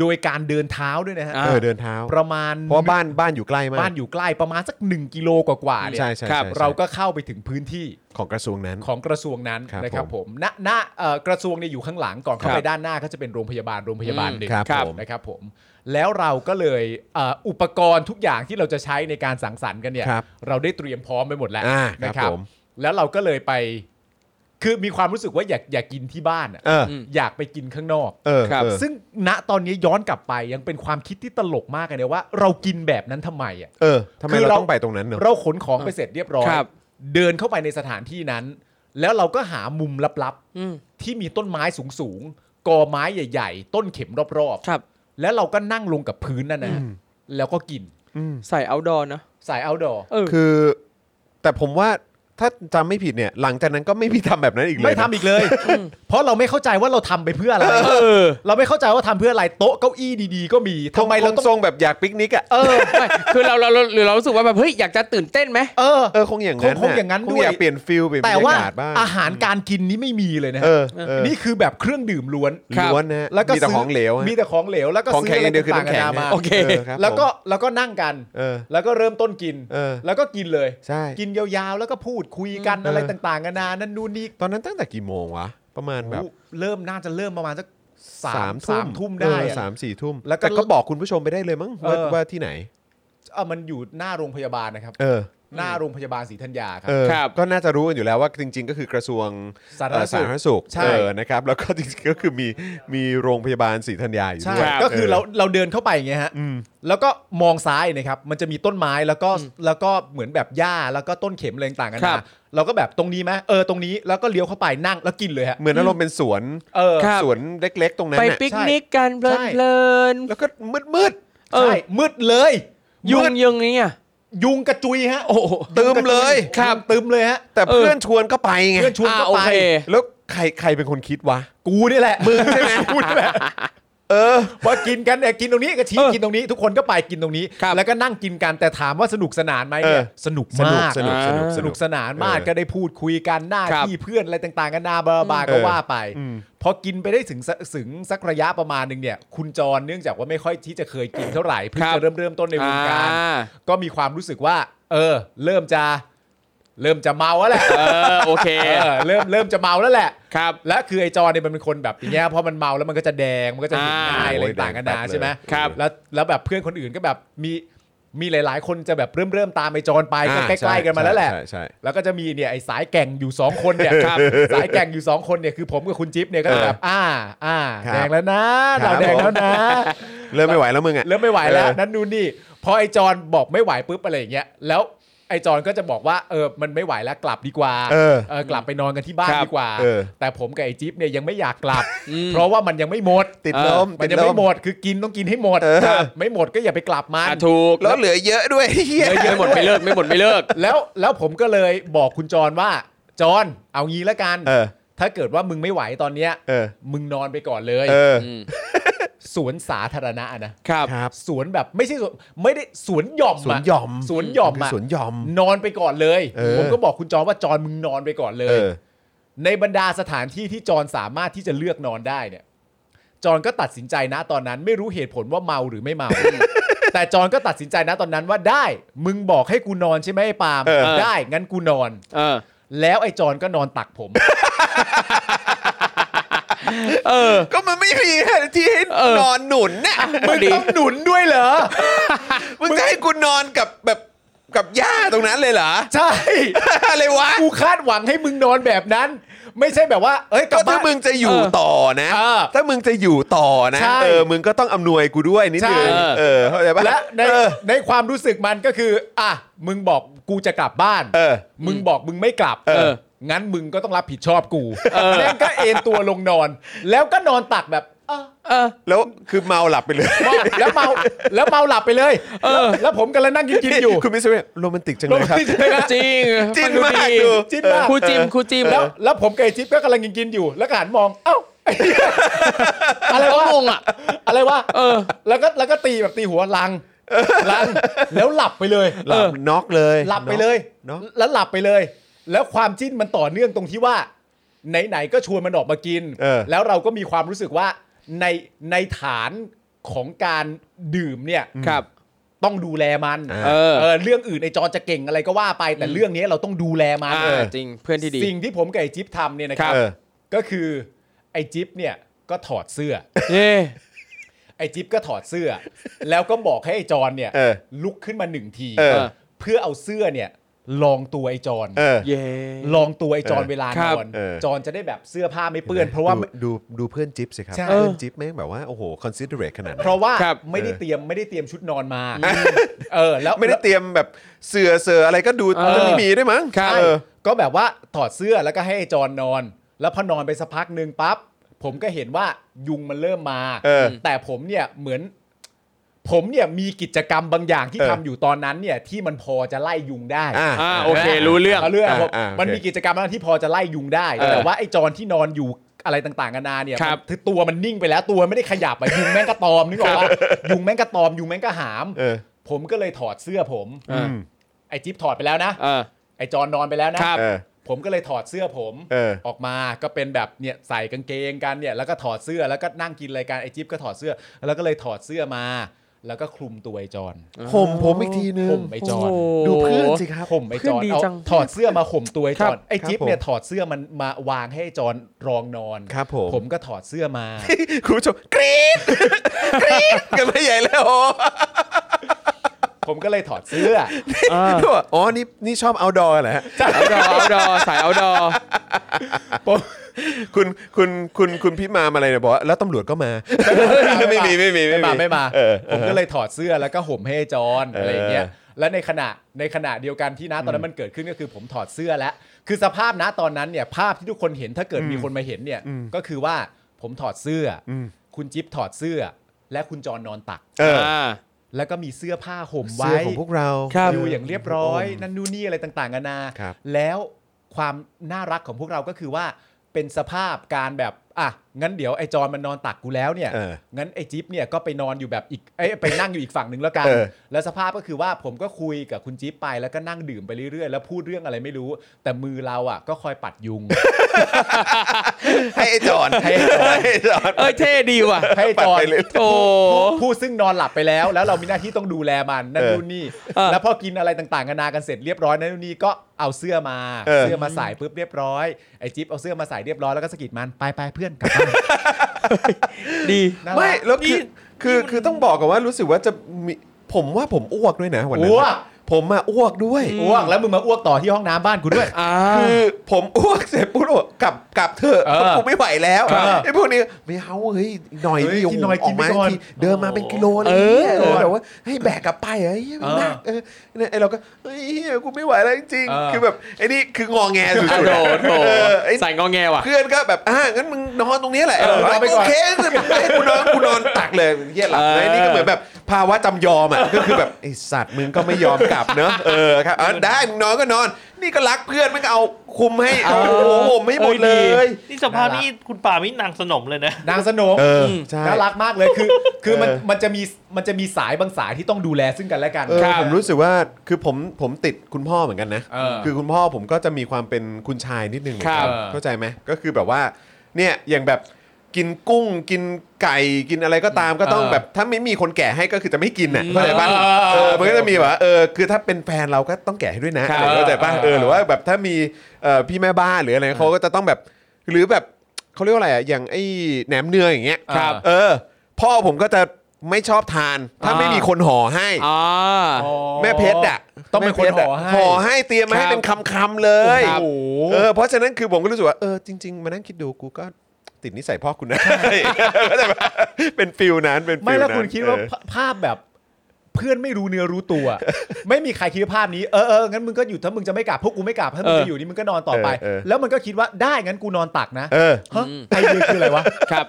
Speaker 4: โดยการเดินเท้าด้วยนะฮะ
Speaker 3: อ่า
Speaker 2: เออเดินเท้า
Speaker 4: ประมาณ
Speaker 2: เพราะว่าบ้านบ้านอยู่ใกล้มาก
Speaker 4: บ้านอยู่ใกล้ประมาณสัก 1 กิโลกว่าๆเนี่ย
Speaker 2: ใช่ใช่
Speaker 3: ครับ
Speaker 2: ใช่
Speaker 4: เราก็เข้าไปถึงพื้นที่
Speaker 2: ของกระทรวงนั้น
Speaker 4: ของกระทรวงนั้น
Speaker 2: ครับ
Speaker 4: นะครับผมณณเอ่อกระทรวงเนี่ยอยู่ข้างหลังก่อนเข้า
Speaker 3: ครับ
Speaker 4: ไปด้านหน้าก็จะเป็นโรงพยาบาลโรงพยาบาลหนึ่ง
Speaker 2: ครับครับผม
Speaker 4: นะครับผมแล้วเราก็เลยเอ่ออุปกรณ์ทุกอย่างที่เราจะใช้ในการสังสรรค์กันเนี่ย
Speaker 2: ครับ
Speaker 4: เราได้เตรียมพร้อมไปหมดแล้ว
Speaker 2: อ่าครับ
Speaker 4: นะครับ
Speaker 2: ผม
Speaker 4: แล้วเราก็เลยไป คือมีความรู้สึกว่าอยากอยากกินที่บ้านอะ
Speaker 2: เออ
Speaker 4: อยากไปกินข้างนอก
Speaker 2: เออ
Speaker 3: ครับ
Speaker 2: เออ
Speaker 4: ซึ่งณตอนนี้ย้อนกลับไปยังเป็นความคิดที่ตลกมากเลยนะว่า เรากินแบบนั้นทำไมอ่ะ
Speaker 2: เออทำไม
Speaker 4: คือ
Speaker 2: เรา
Speaker 4: เรา
Speaker 2: ต้องไปตรงนั้นเนอะ
Speaker 4: เราขนของไปเสร็จเรียบร้อย
Speaker 3: ครับ
Speaker 4: เดินเข้าไปในสถานที่นั้น แล้วเราก็หามุมลับ
Speaker 3: อืม
Speaker 4: ๆ ที่มีต้นไม้สูงๆกอไม้ใหญ่ ๆ ต้นเข็มรอบ
Speaker 3: ครับ
Speaker 4: ๆ แล้วเราก็นั่งลงกับพื้นนั่นนะแล้วก็กิน
Speaker 3: ใส่เอาดอนะ
Speaker 4: สาย outdoor
Speaker 3: เอ อ
Speaker 2: คือ แต่ผมว่าถ้าจำไม่ผิดเนี่ย หลังจากนั้นก็ไม่มีทำแบบนั้นอีกเลย
Speaker 4: ไม่ทำ
Speaker 2: นะ
Speaker 4: อีกเลย เพราะเราไม่เข้าใจว่าเราทำไปเพื่ออะไร เราไม่เข้าใจว่าทำเพื่ออะไรโต๊ะเก้าอี้ดีๆ ก็มีทำไมเราต้อง
Speaker 2: ทรงแบบอยากปิกนิกอ่ะ
Speaker 4: เออ
Speaker 3: ไม่คือเราเราเราหรือเรารู้สึกว่าแบบเฮ้ยอยากจะตื่นเต้นไหม
Speaker 4: เออ
Speaker 2: เออคงอย่างนั้นะ
Speaker 4: คงคงอย่างนั้น
Speaker 2: ค
Speaker 4: ด้
Speaker 2: ง
Speaker 4: วย
Speaker 2: อยากเปลี่ยนฟิลเปลี่ยนบร
Speaker 4: แต่ว่าย
Speaker 2: รากาศบ้าง
Speaker 4: อาหารการกินนี้ไม่มีเลยนะฮะ
Speaker 2: เออเออ
Speaker 4: นี่คือแบบเครื่องดื่มล้วน
Speaker 3: ครับ
Speaker 2: ล้วนนะฮะ
Speaker 4: แล้วก็
Speaker 2: มีแต่
Speaker 4: ซื้
Speaker 2: ของเหลวฮะ
Speaker 4: มีแต่ของเหลวแล้วก็
Speaker 2: ของ
Speaker 4: ซื้
Speaker 2: แข็งอย่างเดียวคือ
Speaker 4: ต่า
Speaker 2: น้ำแข็ง
Speaker 4: ๆ
Speaker 2: นะ
Speaker 4: นานามา
Speaker 2: โอเคครับ
Speaker 4: แล้วก็แล้วก็นั่งกัน
Speaker 2: เออ
Speaker 4: แล้วก็เริ่มต้นกิน
Speaker 2: เออ
Speaker 4: แล้วก็กินเลย
Speaker 2: ใช่
Speaker 4: กินยาวๆ แล้วก็พูดคุยกัน
Speaker 2: อืม
Speaker 4: อะไรต่างๆกันานานั่นนู่นนี่
Speaker 2: ตอนนั้นตั้งแต่กี่โมงวะ ประมาณแบบ
Speaker 4: เริ่มน่าจะเริ่มประมาณสักสา
Speaker 2: สาม ม
Speaker 4: สามทุ่มได้
Speaker 2: เออ
Speaker 4: อะ
Speaker 2: สามสี่ทุ่ม
Speaker 4: แล้วก็
Speaker 2: ต่ก็บอกคุณผู้ชมไปได้เลยมั้งว่า
Speaker 4: เออ
Speaker 2: ว่าที่ไหน
Speaker 4: เอ่อมันอยู่หน้าโรงพยาบาลนะครับ
Speaker 2: เออ
Speaker 4: หน้าโรงพยาบาลศรีธัญญาครั
Speaker 2: เอบ อ
Speaker 3: ครับ
Speaker 2: ก็น่าจะรู้กันอยู่แล้วว่าจริง ๆ ก็คือกระทรวง
Speaker 4: สาธา
Speaker 2: เอ่
Speaker 4: ร
Speaker 2: อ
Speaker 4: ณ
Speaker 2: สา
Speaker 4: สุข
Speaker 2: ธารณสุข
Speaker 4: ใช่
Speaker 2: เออนะครับแล้วก็จริงๆก็คือมีมีโรงพยาบาลศรีธัญญาอยู่
Speaker 4: ใช่
Speaker 2: ด้วย
Speaker 4: ก็คือเราเราเดินเข้าไปอย่างเงี้ยฮะ
Speaker 2: อืม
Speaker 4: แล้วก็มองซ้ายนะครับ มันจะมีต้นไม้แล้วก็แล้วก็เหมือนแบบหญ้าแล้วก็ต้นเข็มอะไรต่างๆกั
Speaker 3: ครับ
Speaker 4: นานะเราก็แบบตรงนี้ไหมเออตรงนี้แล้วก็เลี้ยวเข้าไปนั่งแล้วกินเลยฮะ
Speaker 2: เหมือนอารมณ์เป็นสวน
Speaker 4: เออ
Speaker 3: ครับ
Speaker 2: สวนเล็ก ๆ ตรงนั้น
Speaker 3: ไป
Speaker 2: น่ะ
Speaker 3: ปิกนิกกันเพลิน
Speaker 4: ใช่
Speaker 3: เพลิน
Speaker 2: แล้วก็มืด
Speaker 3: เออ
Speaker 4: ใช่มืดเลย
Speaker 3: ยุ
Speaker 4: มื
Speaker 3: ง
Speaker 4: ด
Speaker 3: ยุงนี่อ่ะ
Speaker 4: ยุงกระจุยฮะ
Speaker 3: โอ้โห
Speaker 2: ๆตืมเลย
Speaker 4: ครับตึมเลยฮะ
Speaker 2: แต่
Speaker 3: เออ
Speaker 2: เพื่อนชวนก็ไปไง
Speaker 4: เพื่อนชวน
Speaker 3: อ่า
Speaker 4: ก็
Speaker 3: โอ
Speaker 4: ไป
Speaker 3: เค
Speaker 2: แล้วใครใครเป็นคนคิดวะ
Speaker 4: กูนี่แหละ
Speaker 2: มึงใช่ไหม
Speaker 4: กูนี่แหละ
Speaker 2: เออ
Speaker 4: พอกินกันเนี่ยกินตรงนี้ก็ชี้
Speaker 3: เออ
Speaker 4: กินตรงนี้ ทุกคนก็ไปกินตรงนี้
Speaker 3: ครับ
Speaker 4: แล้วก็นั่งกินกันแต่ถามว่าสนุกสนานไหมเนี่ย
Speaker 2: เออ
Speaker 4: สนุก
Speaker 2: สนุก
Speaker 4: มาก
Speaker 2: สนุกสนุก
Speaker 4: ส
Speaker 2: ส
Speaker 4: นุ
Speaker 2: นุ
Speaker 4: ก
Speaker 2: ก
Speaker 4: สนานมาก
Speaker 2: เออ
Speaker 4: ก็ได้พูดคุยกันหน้า
Speaker 3: ครับ
Speaker 4: ที่เพื่อนอะไรต่างๆกันนาบลาบลาก็
Speaker 2: เออ
Speaker 4: ว่าไป พอกินไปได้ถึงสักถึงสักระยะประมาณหนึ่งเนี่ย คุณจรเนื่องจากว่าไม่ค่อยที่จะเคยกินเท่าไหร่เพิ่งจะเริ่มเริ่มต้นในวงการ
Speaker 3: อ่า
Speaker 4: ก็มีความรู้สึกว่า เออ เริ่มจะ เริ่มจะเมาแล้วแหละ
Speaker 3: เออโอเค
Speaker 4: เออเริ่มเริ่มจะเมาแล้วแหละ
Speaker 3: ครับ
Speaker 4: และคือไอ้จอเนี่ยมันเป็นคนแบบอย่างเงี้ยพอมันเมาแล้วมันก็จะแดงมันก็จะเห็นง่าย
Speaker 2: อ่า
Speaker 4: อะไรต่างกันานา
Speaker 2: โอ้ยแดงแป๊บเลย
Speaker 4: ใช่ไหม
Speaker 2: ครับ
Speaker 4: แล้วแล้วแบบเพื่อนคนอื่นก็แบบมีมีหลาย ๆ คนจะแบบเริ่มเริ่มตามไอ้จอนไปก็
Speaker 2: อ่า
Speaker 4: ใกล้ ๆ กันมาแล้วแหละ
Speaker 2: ใช่ใช่ใช่
Speaker 4: แล้วก็จะมีเนี่ยไอ้สายแก่งอยู่สองคนเนี่ย
Speaker 3: ครับ
Speaker 4: สายแก่งอยู่สองคนเนี่ยคือผมกับคุณจิ๊บเนี่ยก็จะแบบอ่าอ่า
Speaker 2: ครับ
Speaker 4: แดงแล้วนะ
Speaker 2: ครั
Speaker 4: เรา
Speaker 2: บ
Speaker 4: แดงแล้วนะ
Speaker 2: เริ่มไม่ไหวแล้วมึงอ่ะ
Speaker 4: เริ่มไม่ไหวแล้ว
Speaker 2: เออ
Speaker 4: นั่นนู่นนี่พอไอ้จอนบอกไม่ไหวปุ๊บอะไรอย่างเงี้ยแล้วไอ้จอนก็จะบอกว่าเออมันไม่ไหวแล้วกลับดีกว่า
Speaker 2: เออ
Speaker 4: เออกลับไปนอนกันที่บ้าน
Speaker 3: ครับ
Speaker 4: ดีกว่า
Speaker 2: เออ
Speaker 4: แต่ผมกับไอ้จิ๊บเนี่ยยังไม่อยากกลับ เพราะว่ามันยังไม่หมด
Speaker 2: ติด
Speaker 3: เออ
Speaker 2: ลม
Speaker 4: มัน
Speaker 2: ติด
Speaker 4: ยัง
Speaker 2: ล
Speaker 4: ไม่
Speaker 2: ม
Speaker 4: หมดคือกินต้องกินให้หมด
Speaker 2: เออ
Speaker 4: ครับไม่หมดก็อย่าไปกลับมัน
Speaker 3: อ่ะถูก
Speaker 2: แล้วเหลือเยอะด้วยเหี้ย
Speaker 3: ไม่หมดไม่เลิกไม่หมดไม่เลิก
Speaker 4: แล้วแล้วผมก็เลยบอกคุณจรว่าจรเอางี้ละกัน
Speaker 2: เออ
Speaker 4: ถ้าเกิดว่ามึงไม่ไหวตอนเนี้ย
Speaker 2: เออ
Speaker 4: มึงนอนไปก่อนเลย
Speaker 2: เออ
Speaker 4: สวนสาธารณะนะครับ
Speaker 2: ครับ
Speaker 4: สวนแบบไม่ใช่สวนไม่ได้สวนหย่อม
Speaker 2: สวนะ หย่อม
Speaker 4: สวนหย่อม
Speaker 2: คือ
Speaker 4: อะ
Speaker 2: สวนหย่อม
Speaker 4: นอนไปก่อนเลย
Speaker 2: เออ
Speaker 4: ผมก็บอกคุณจรว่าจรมึงนอนไปก่อนเล
Speaker 2: เอย อ
Speaker 4: ในบรรดาสถานที่ที่จอนสามารถที่จะเลือกนอนได้เนี่ย จอนก็ตัดสินใจนะตอนนั้น ไม่รู้เหตุผลว่าเมาหรือไม่เมา แต่จอนก็ตัดสินใจนะตอนนั้นว่าได้ มึงบอกให้กูนอนใช่ไหมไอ้ปาล์ม
Speaker 2: เออ
Speaker 4: ได้งั้นกูนอน
Speaker 3: เออ
Speaker 4: แล้วไอ้จอนก็นอนตัก ผม
Speaker 3: เออ
Speaker 2: ก็มันไม่มีที่ให้
Speaker 3: เออ
Speaker 2: นอนหนุนน่ะ
Speaker 4: มึงต้องหนุนด้วยเหรอ
Speaker 2: มึงจะให้กูนอนกับแบบกับหญ้าตรงนั้นเลยเหรอ
Speaker 4: ใช่
Speaker 2: อะไรวะ
Speaker 4: กูคาดหวังให้มึงนอนแบบนั้น ไม่ใช่แบบว่า เอ้ยกลั
Speaker 2: ก็
Speaker 4: บบ้า
Speaker 2: ถ้าน มึงจะอยู่
Speaker 3: เออ
Speaker 2: ต่อนะ
Speaker 4: เออ
Speaker 2: ถ้ามึงจะอยู่ต่อนะ
Speaker 4: ใช่
Speaker 2: เออมึงก็ต้องอำนวยกูด้วยนิดนึง
Speaker 4: ใช่
Speaker 2: เออเข้าใจปะ
Speaker 4: และใน
Speaker 2: เออ
Speaker 4: ในความรู้สึกมันก็คือ อ่ะมึงบอกกูจะกลับบ้าน
Speaker 2: เออ
Speaker 4: มึงบอกมึงไม่กลับ
Speaker 3: เออ
Speaker 4: งั้นมึงก็ต้องรับผิดชอบกู
Speaker 3: เออ
Speaker 4: แล้วก็เอนตัวลงนอน แล้วก็นอนตักแบบเออ
Speaker 3: เออ
Speaker 2: แล้วคือเมาหลับไปเลย
Speaker 4: เมาแล้วเมาแล้วเมาหลับไปเลย
Speaker 3: เออ
Speaker 4: แล้วแล้วผมกำลังนั่งกินกินอยู่
Speaker 2: คุณมิสเตอร์เวย์โรแมนติกจังเลยครับ
Speaker 4: จิ้นเลยนะ
Speaker 3: จริง
Speaker 2: จิ้นมากดู
Speaker 4: จิ้นมาก
Speaker 3: ครูจิมครูจิม
Speaker 4: แล้
Speaker 3: แล้ว ว
Speaker 4: แล้วผมกับไอ้จิ๊บก็กำลังกินกินอยู่ แล้วก็หันมอง เอ้าไอ้เหี้ยอะไรวะ
Speaker 3: งงอะ
Speaker 4: อะไรวะ
Speaker 3: เออ
Speaker 4: แล้วก็แล้วก็ตีแบบตีหัวลังลัง แล้วหลับไปเลย
Speaker 2: หลับน็อกเลย
Speaker 4: หลับไปเลย
Speaker 2: เนอะ
Speaker 4: แล้วหลับไปเลย แล้วความจิ้นมันต่อเนื่องตรงที่ว่า ไหนๆก็ชวนมันออกมากิน
Speaker 2: เออ
Speaker 4: แล้วเราก็มีความรู้สึกว่าในในฐานของการดื่มเนี่ย
Speaker 3: ครับ
Speaker 4: ต้องดูแลมัน
Speaker 2: อ่า
Speaker 3: เออ
Speaker 4: เออเรื่องอื่นไอจอนจะเก่งอะไรก็ว่าไป แต่เรื่องนี้เราต้องดูแลมัน
Speaker 3: อ่า
Speaker 4: เออ
Speaker 3: จริงเพื่อนที่ดี
Speaker 4: สิ่งที่ผมกับไอจิ๊บทำเนี่ยนะค
Speaker 3: ค
Speaker 4: รั
Speaker 3: รับ บ
Speaker 2: เออ
Speaker 4: ก็คือไอจิ๊บเนี่ยก็ถอดเสื้อ
Speaker 3: เย่
Speaker 4: ไอจิ๊บก็ถอดเสื้อ แล้วก็บอกให้ไอจอนเนี่ย
Speaker 2: เออ
Speaker 4: ลุกขึ้นมาหนึ่งที
Speaker 2: เออ
Speaker 4: เพื่อเอาเสื้อเนี่ยลองตัวไอจอน
Speaker 2: เออ
Speaker 3: เย่
Speaker 4: ลองตัวไอ้จอน
Speaker 2: เออ
Speaker 4: เวลา
Speaker 3: ครั
Speaker 4: น
Speaker 3: บ
Speaker 4: อน
Speaker 2: เออ
Speaker 4: จอนจะได้แบบเสื้อผ้าไม่เปื้อน เพราะว่า
Speaker 2: ดูดูดูเพื่อนจิ๊บสิครับ
Speaker 4: ใช่
Speaker 2: เพื่อนจิ๊บแม่งแบบว่า โอ้โห considerate ขนาดนั้น
Speaker 4: เพราะว่า
Speaker 3: ครับ
Speaker 4: ไม่ได้เตรียมไม่ได้เตรียมชุดนอนมา เออ แล้ว
Speaker 2: ไม่ได้เตรียมแบบเสือเสืออะไรก็ดู
Speaker 3: เออ
Speaker 2: ไม่มีด้วยมั้ง
Speaker 3: ครับ
Speaker 2: เออ
Speaker 4: ก็แบบว่าถอดเสื้อแล้วก็ให้ไอ้จอนนอน แล้วพอนอนไปสักพักหนึ่งปั๊บผมก็เห็นว่ายุงมันเริ่มมา
Speaker 2: เออ
Speaker 4: แต่ผมเนี่ยเหมือน ผมเนี่ยมีกิจกรรมบางอย่างที่
Speaker 2: เออ
Speaker 4: ทำอยู่ตอนนั้นเนี่ยที่มันพอจะไล่ยุงได้
Speaker 2: อ่า
Speaker 3: อ่าโอเครู้เรื่อง
Speaker 4: เอาเรื่อง
Speaker 2: อ่า
Speaker 4: ผม
Speaker 2: อ่าโอเค
Speaker 4: มันมีกิจกรรมอะไรที่พอจะไล่ยุงได้
Speaker 3: เออ
Speaker 4: แต่ว่าไอ้จอนที่นอนอยู่อะไรต่างๆกันานาเนี่ย
Speaker 3: ครับ
Speaker 4: มันคือตัวมันนิ่งไปแล้วตัวไม่ได้ขยับอะยุงแม่งก็ตอมนึกออกว่ายุงแม่งก็ตอมยุงแม่งก็หาม
Speaker 2: เออ
Speaker 4: ผมก็เลยถอดเสื้อผม
Speaker 3: เออ
Speaker 4: ไอ้จิ๊บถอดไปแล้วนะ
Speaker 3: เออ
Speaker 4: ไอ้จอนนอนไปแล้วนะครับ
Speaker 2: เออ
Speaker 4: ผมก็เลยถอดเสื้อผม
Speaker 2: เออ
Speaker 4: ออกมาก็เป็นแบบเนี่ยใส่กางเกงกันเนี่ยแล้วก็ถอดเสื้อแล้วก็นั่งกินรายการไอ้จิ๊บก็ถอดเสื้อ แล้วก็เลยถอดเสื้อมา แล้วก็คลุมตัวไอ้จอน
Speaker 2: ผมผมอีกทีนึง
Speaker 4: ผมไอ้จอน
Speaker 3: โอ้โห
Speaker 2: ดูเพื่อนสิครับ
Speaker 4: ผมไอ้จอน
Speaker 3: เพื่อนดี
Speaker 4: เอา
Speaker 3: จัง
Speaker 4: ถอดเสื้อมาข่มตัวไอ้จอนไอ้
Speaker 2: ครับ
Speaker 4: จิ๊บ
Speaker 2: ผม
Speaker 4: เนี่ยถอดเสื้อมันมาวางให้ไอ้จอนรองนอน
Speaker 2: ครับผม
Speaker 4: ผมก็ถอดเสื้อ มา
Speaker 2: คุณผู้ชมกรี๊ด กรี๊ดกันไม่ใหญ่แล้ว
Speaker 4: ผมก็เลยถอดเสื้อ
Speaker 2: อ๋อนี่นี่ชอบเอาดอเหรอฮะ
Speaker 3: เอาดอเอาดอสายเอาดอ
Speaker 2: คุณคุณคุณคุณพี่มามอะไรเนี่ยบอกว่าแล้วตำรวจก็มา
Speaker 4: ไม่
Speaker 2: ไม่
Speaker 4: มา
Speaker 2: มีไม่มี
Speaker 4: ไม่มาไม่มา
Speaker 2: เออ
Speaker 4: ผมก็เลยถอดเสื้อแล้วก็ห่มให้ไอ้จอน
Speaker 2: เอออ
Speaker 4: อะไรอย่างเงี้ยและในขณะในขณะเดียวกันที่นะตอนนั้นมันเกิดขึ้นก็คือผมถอดเสื้อแล้ว คือสภาพนะตอนนั้นเนี่ยภาพที่ทุกคนเห็นถ้าเกิดมีคนมาเห็นเนี่ย
Speaker 2: อืม
Speaker 4: ก็คือว่าผมถอดเสื้ออ
Speaker 2: ม
Speaker 4: คุณจิ๊บถอดเสื้อ และคุณจอนนอนตัก
Speaker 2: เออ
Speaker 4: แล้วก็มีเสื้อผ้าห่มไว้
Speaker 2: เสื้อของพวกเรา
Speaker 3: ครับ
Speaker 4: อยู่อย่างเรียบร้อย นั่นนู่นนี่อะไรต่างๆกันานา
Speaker 2: ครับ
Speaker 4: แล้วความน่ารักของพวกเราก็คือว่าเป็นสภาพการแบบ อ่ะ งั้นเดี๋ยวไอ้จอนมันนอนตักกูแล้วเนี่ย
Speaker 2: เออ
Speaker 4: งั้นไอ้จิ๊บเนี่ยก็ไปนอนอยู่แบบอีกเอ้ยไปนั่งอยู่อีกฝั่งหนึ่งแล้วกัน
Speaker 2: เออ
Speaker 4: แล้วสภาพก็คือว่าผมก็คุยกับคุณจิ๊บไปแล้วก็นั่งดื่มไปเรื่อยๆ แล้วพูดเรื่องอะไรไม่รู้ แต่มือเราอ่ะก็คอยปัดยุ ง
Speaker 2: ให้ไอ้จอน
Speaker 4: ให้ไอ้จอน
Speaker 2: ไอ้จอน
Speaker 3: เอ้ยเท่ดีว่ะ
Speaker 4: ให้ไอ้จ
Speaker 2: ปั
Speaker 4: อน
Speaker 2: ดไปเรื่อย
Speaker 3: โอ้
Speaker 4: ผู้ผู้ซึ่งนอนหลับไปแล้ว แล้วเรามีหน้าที่ต้องดูแลมันนั่น
Speaker 2: เออ
Speaker 4: นู่นนี่
Speaker 3: เออ
Speaker 4: แล้วพอกินอะไรต่างๆกันานากันเสร็จเรียบร้อยนั่นนู่นนี่ก็เอาเสื้อมา
Speaker 2: เออ
Speaker 4: อมาใส่ปุ๊บเรียบร้อยไอ้จิ๊บเอาเสื้อมาใส่เรียบร้อยแล้วก็สะกิดมันไปไปเพื่อนกลับบ้าน
Speaker 3: ดี
Speaker 4: น่า
Speaker 2: ไม่
Speaker 4: รัก
Speaker 2: แล้วคือคือคือต้องบอกกันว่ารู้สึกว่าจะมีผมว่าผมอ้วกด้วยนะวันนั้น
Speaker 4: อ้วก
Speaker 2: ผมมาอ้วกด้วย
Speaker 4: อ้วกแล้วมึงมาอ้วกต่อที่ห้องน้ำบ้านกู ด้วย
Speaker 3: อ่า
Speaker 2: คือผมอ้วกเสร็จปุ๊บแล้วบอกกลับกลับเถอะ
Speaker 4: เอ
Speaker 2: เพ
Speaker 4: อ
Speaker 2: ราะกูไม่ไหวแล้ว
Speaker 4: ครับ
Speaker 2: ไอ้พวกนี้ไม่เอาเฮ้ยหน่อย
Speaker 4: เฮ้ย
Speaker 2: ดิโอ้
Speaker 4: กิน
Speaker 2: โห
Speaker 4: หน่อย
Speaker 2: ออกมา
Speaker 4: กินไปก่อน
Speaker 2: ทีเดินมาเป็นกิโลอะไร
Speaker 3: เออ
Speaker 2: เงี้ยแบบว่าให้แบกกลับไปเฮ้ย
Speaker 4: เออ
Speaker 2: หนักเออเนี่ยไอ้เราก็เฮ้ยกูไม่ไหวแล้วจริง
Speaker 4: เออ
Speaker 2: ๆคือแบบไอ้นี่คืองอแงสุ
Speaker 3: อ่ะ
Speaker 2: ด
Speaker 3: โด
Speaker 2: ๆ
Speaker 3: โถ
Speaker 2: เออไอ้
Speaker 3: ใส่งอแงว่ะ
Speaker 2: เพื่อนก็แบบอ่ะงั้นมึงนอนตรงนี้แหละ
Speaker 4: เออ
Speaker 2: เรา
Speaker 4: นอนไปก่
Speaker 2: โอ
Speaker 4: อน
Speaker 2: เคมึงให้ กูนอนกูนอนตักเลยเยี่ยหลับ
Speaker 3: เออ
Speaker 2: ไอ้นี่ก็เหมือนแบบภาวะจำยอมอ่ะก็คือแบบไอ้สัตว์มึงก็ไม่ยอมกลับเนอะเออครับอ่ะได้มึงนอนก็นอน นี่ก็รักเพื่อนมึงก็เอาคุมให้เอาโอ้โหไม่หมดเลย
Speaker 6: นี่สภาพนี่คุณป่าไม่นางสนมเลยนะ
Speaker 4: นางสนม
Speaker 2: เออใช่
Speaker 4: น่ารักมากเลยคือ คือมัน
Speaker 2: เออ
Speaker 4: มันจะมีมันจะมีสายบางสายที่ต้องดูแลซึ่งกันและกัน
Speaker 2: เออผมรู้สึกว่าคือผมผมติดคุณพ่อเหมือนกันนะ
Speaker 4: เออ
Speaker 2: คือคุณพ่อผมก็จะมีความเป็นคุณชายนิดนึงเหมือน
Speaker 4: ครั
Speaker 2: กับ นเข้าใจไหมก็คือแบบว่าเนี่ยอย่างแบบกินกุ้งกินไก่กินอะไรก็ตามก็ต้องแบบถ้าไม่มีคนแก่ให้ก็คือจะไม่กินน่ะเข้าใจป่ะเออมันก็จะมีแบบว่าเออคือถ้าเป็นแฟนเราก็ต้องแก่ให้ด้วยนะอะไรเข้าใจป่ะเออหรือว่าแบบถ้ามีเอ่อพี่แม่บ้านหรืออะไรเขาก็จะต้องแบบหรือแบบเขาเรียกว่าอะไรอ่ะอย่างไอ้แหนมเนื้องอย่างเงี้ย
Speaker 4: ครับ
Speaker 2: เออ พ่อผมก็จะไม่ชอบทาน ถ้าไม่มีคนห่อให้
Speaker 3: อ่า
Speaker 4: อ๋อ
Speaker 2: แม่เพชรอ่ะ
Speaker 4: ต้องเป็นคนห่อให้
Speaker 2: ห่อให้เตรียมมาให้
Speaker 3: ครับ
Speaker 2: เป็นคำๆเล
Speaker 4: โอ้
Speaker 2: ย
Speaker 4: โห
Speaker 2: เออเพราะฉะนั้นคือผมก็รู้สึกว่าเออจริง ๆ มานั่งคิดดูกูก็ติดนิสัยพ่อคุณนะเข้าใจปะเป็นฟิลนั้นเป็นฟิล
Speaker 4: ไม่แล้ว
Speaker 2: นั้น
Speaker 4: คุณคิดว่า
Speaker 2: เออ
Speaker 4: ภาภาพแบบเพื่อนไม่รู้เนื้อรู้ตัว ไม่มีใครคิดว่าภาพนี้เออเอองั้นมึงก็อยู่ถ้ามึงจะไม่กลับพวกกูไม่กลับถ้ามึง
Speaker 3: เออ
Speaker 4: จะอยู่นี่มึงก็นอนต่อไป
Speaker 2: เออเออ
Speaker 4: แล้วมันก็คิดว่าได้งั้นกูนอนตักนะ
Speaker 2: เออ
Speaker 4: ฮะไอเดียคืออะไรวะ
Speaker 3: ครับ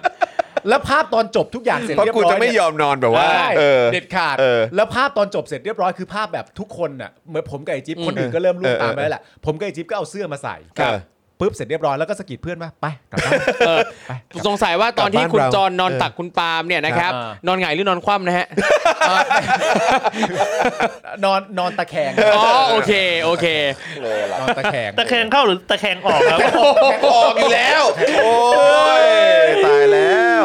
Speaker 4: แล้วภาพตอนจบทุกอย่างเสร็จ
Speaker 2: เพราะ
Speaker 4: เรียบ
Speaker 2: กู
Speaker 4: ร้อย
Speaker 2: จะไม่ยอมนอนแบบว่า
Speaker 4: ใช่
Speaker 2: เออ
Speaker 4: เด็ดขาด
Speaker 2: เออ
Speaker 4: แล้วภาพตอนจบเสร็จเรียบร้อยคือภาพแบบทุกคนน่ะเหมือนผมกับไอจิ๊บคนอื่น
Speaker 2: เออ
Speaker 4: ก็เริ่มร่วม
Speaker 2: เออ
Speaker 4: ตามไปแล้วแหละผมกับไอจิ๊บก็เอาเสื้อมาใส่
Speaker 2: ครับ
Speaker 4: ปุ๊บเสร็จเรียบร้อยแล้วก็สะกิดเพื่อนว่าไปกลับบ้าน
Speaker 3: เออสงสัยว่าตอนที่คุณ
Speaker 2: กลับบ้านเรา
Speaker 3: จรนอน
Speaker 2: เออ
Speaker 3: ตักคุณปาล์มเนี่ยนะครับ
Speaker 4: อ่าน
Speaker 3: อนหงายหรือนอนคว่ำนะฮะ
Speaker 4: นอนนอนตะแคง
Speaker 3: อ๋อโอเคโอเค
Speaker 4: นอนตะแคง
Speaker 6: ตะแคงเข้าหรือตะแคงออกครับ
Speaker 2: ออกอยู่แล้ว โอ้ยตายแล้ว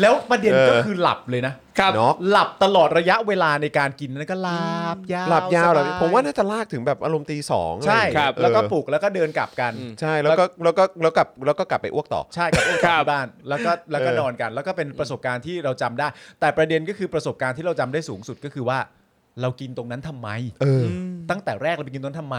Speaker 4: แล้วประเด็น
Speaker 2: เออ
Speaker 4: ก็คือหลับเลยนะ
Speaker 3: ครับ
Speaker 2: น็อก
Speaker 4: หลับตลอดระยะเวลาในการกินนั้นก็หลับยาว
Speaker 2: หลับยาวหลับ
Speaker 4: สบ
Speaker 2: ผมว่าน่าจะลากถึงแบบอารมณ์ตีสอง
Speaker 4: ใช่
Speaker 2: อะไอย่าง
Speaker 4: ค
Speaker 2: เงี้ย
Speaker 4: รับ แล้วก็
Speaker 2: เออ
Speaker 4: ปลุกแล้วก็เดินกลับกัน
Speaker 2: ใช่แล้วก็แล้วก็แล้วกลับแล้วก็กลับไปอ้วกต่อ
Speaker 4: ใช่กับอ้วกกลับที่บ้าน แล้วก็แล้วก็
Speaker 2: เออ
Speaker 4: นอนกัน แล้วก็เป็นประสบการณ์ที่เราจำได้ แต่ประเด็นก็คือประสบการณ์ที่เราจำได้สูงสุดก็คือว่า เรากินตรงนั้นทำไม
Speaker 2: เออ
Speaker 4: ตั้งแต่แรกเราไปกินตรงนั้นทำไม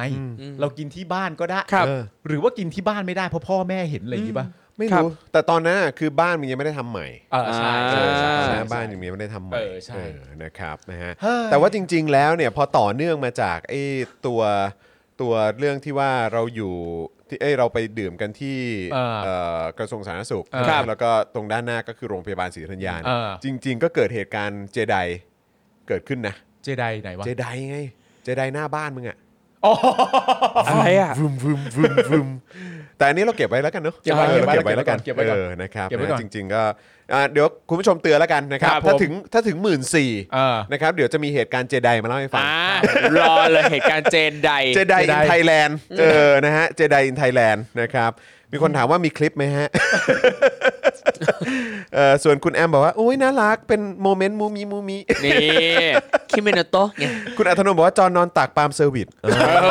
Speaker 4: เรากินที่บ้านก็ได้
Speaker 3: ครับ
Speaker 2: เออ
Speaker 4: หรือว่ากินที่บ้านไม่ได้เพราะพ่อแม่เห็นอะไรอย่างงี้ป่ะ
Speaker 2: ไม่รู้แต่ตอนนั้นอะคือบ้านมึงยังไม่ได้ทำใหม่
Speaker 4: เออใช่ใช่ใช่ใช่
Speaker 2: นะบ้านอย่างนี้ไม่ได้ทำใหม่
Speaker 4: เออใช่
Speaker 2: เออนะครับนะฮะ
Speaker 4: เฮ้ย
Speaker 2: แต่ว่าจริง ๆ แล้วเนี่ยพอต่อเนื่องมาจากไอ้ตัวตัวเรื่องที่ว่าเราอยู่ที่เอ้ยเราไปดื่มกันที่
Speaker 4: เออ
Speaker 2: เอ่อกระทรวงสาธารณสุข
Speaker 4: เออ
Speaker 2: นะครับแล้วก็ตรงด้านหน้าก็คือโรงพยาบาลศรีธัญญาเนี่ย
Speaker 4: เออ
Speaker 2: จริง ๆ ก็เกิดเหตุการณ์เจได เกิดขึ้นนะ
Speaker 4: เจไดไหนวะ
Speaker 2: เจไดไงเจไดหน้าบ้านมึงอะ
Speaker 4: อ๋อ
Speaker 3: อะไรอ่ะ
Speaker 2: วึมวึมวึมวึมแต่อันนี้เราเก็บไว้แล้วกันเนาะ
Speaker 4: เก็บไว้
Speaker 2: ออ
Speaker 4: เก็
Speaker 2: เก็บบ
Speaker 4: ไว้
Speaker 2: ไว้แล้วกัน
Speaker 4: เก็บไว้ก่อน
Speaker 2: เออนะครับ
Speaker 4: เก็บไว้ก่อน
Speaker 2: นะจริง ๆ ก็อ่าเดี๋ยวคุณผู้ชมเตือนแล้วกันนะครับ
Speaker 4: ครับ
Speaker 2: ถ้า
Speaker 4: ผม
Speaker 2: ถึงถ้าถึงหมื่นสี่
Speaker 4: อ่า
Speaker 2: นะครับเดี๋ยวจะมีเหตุการณ์เจไดมาเล่าให้ฟัง
Speaker 3: อ่ารอเลย เหตุการณ์เจนใด
Speaker 2: เจไดอิน
Speaker 4: Jedi
Speaker 2: ไทยแลนด์เออนะฮะเจไดอินไทยแลนด์นะครับ มีคนถามว่ามีคลิปไหมฮะ เออส่วนคุณแอมบอกว่า โอ้ยน่ารัก เป็นโมเมนต์มูมีมูมี
Speaker 3: นี่คิเมโนโตะไง
Speaker 2: คุณอัธนนท์บอกว่าจอนนอนตากปาล์มเซอร์วิส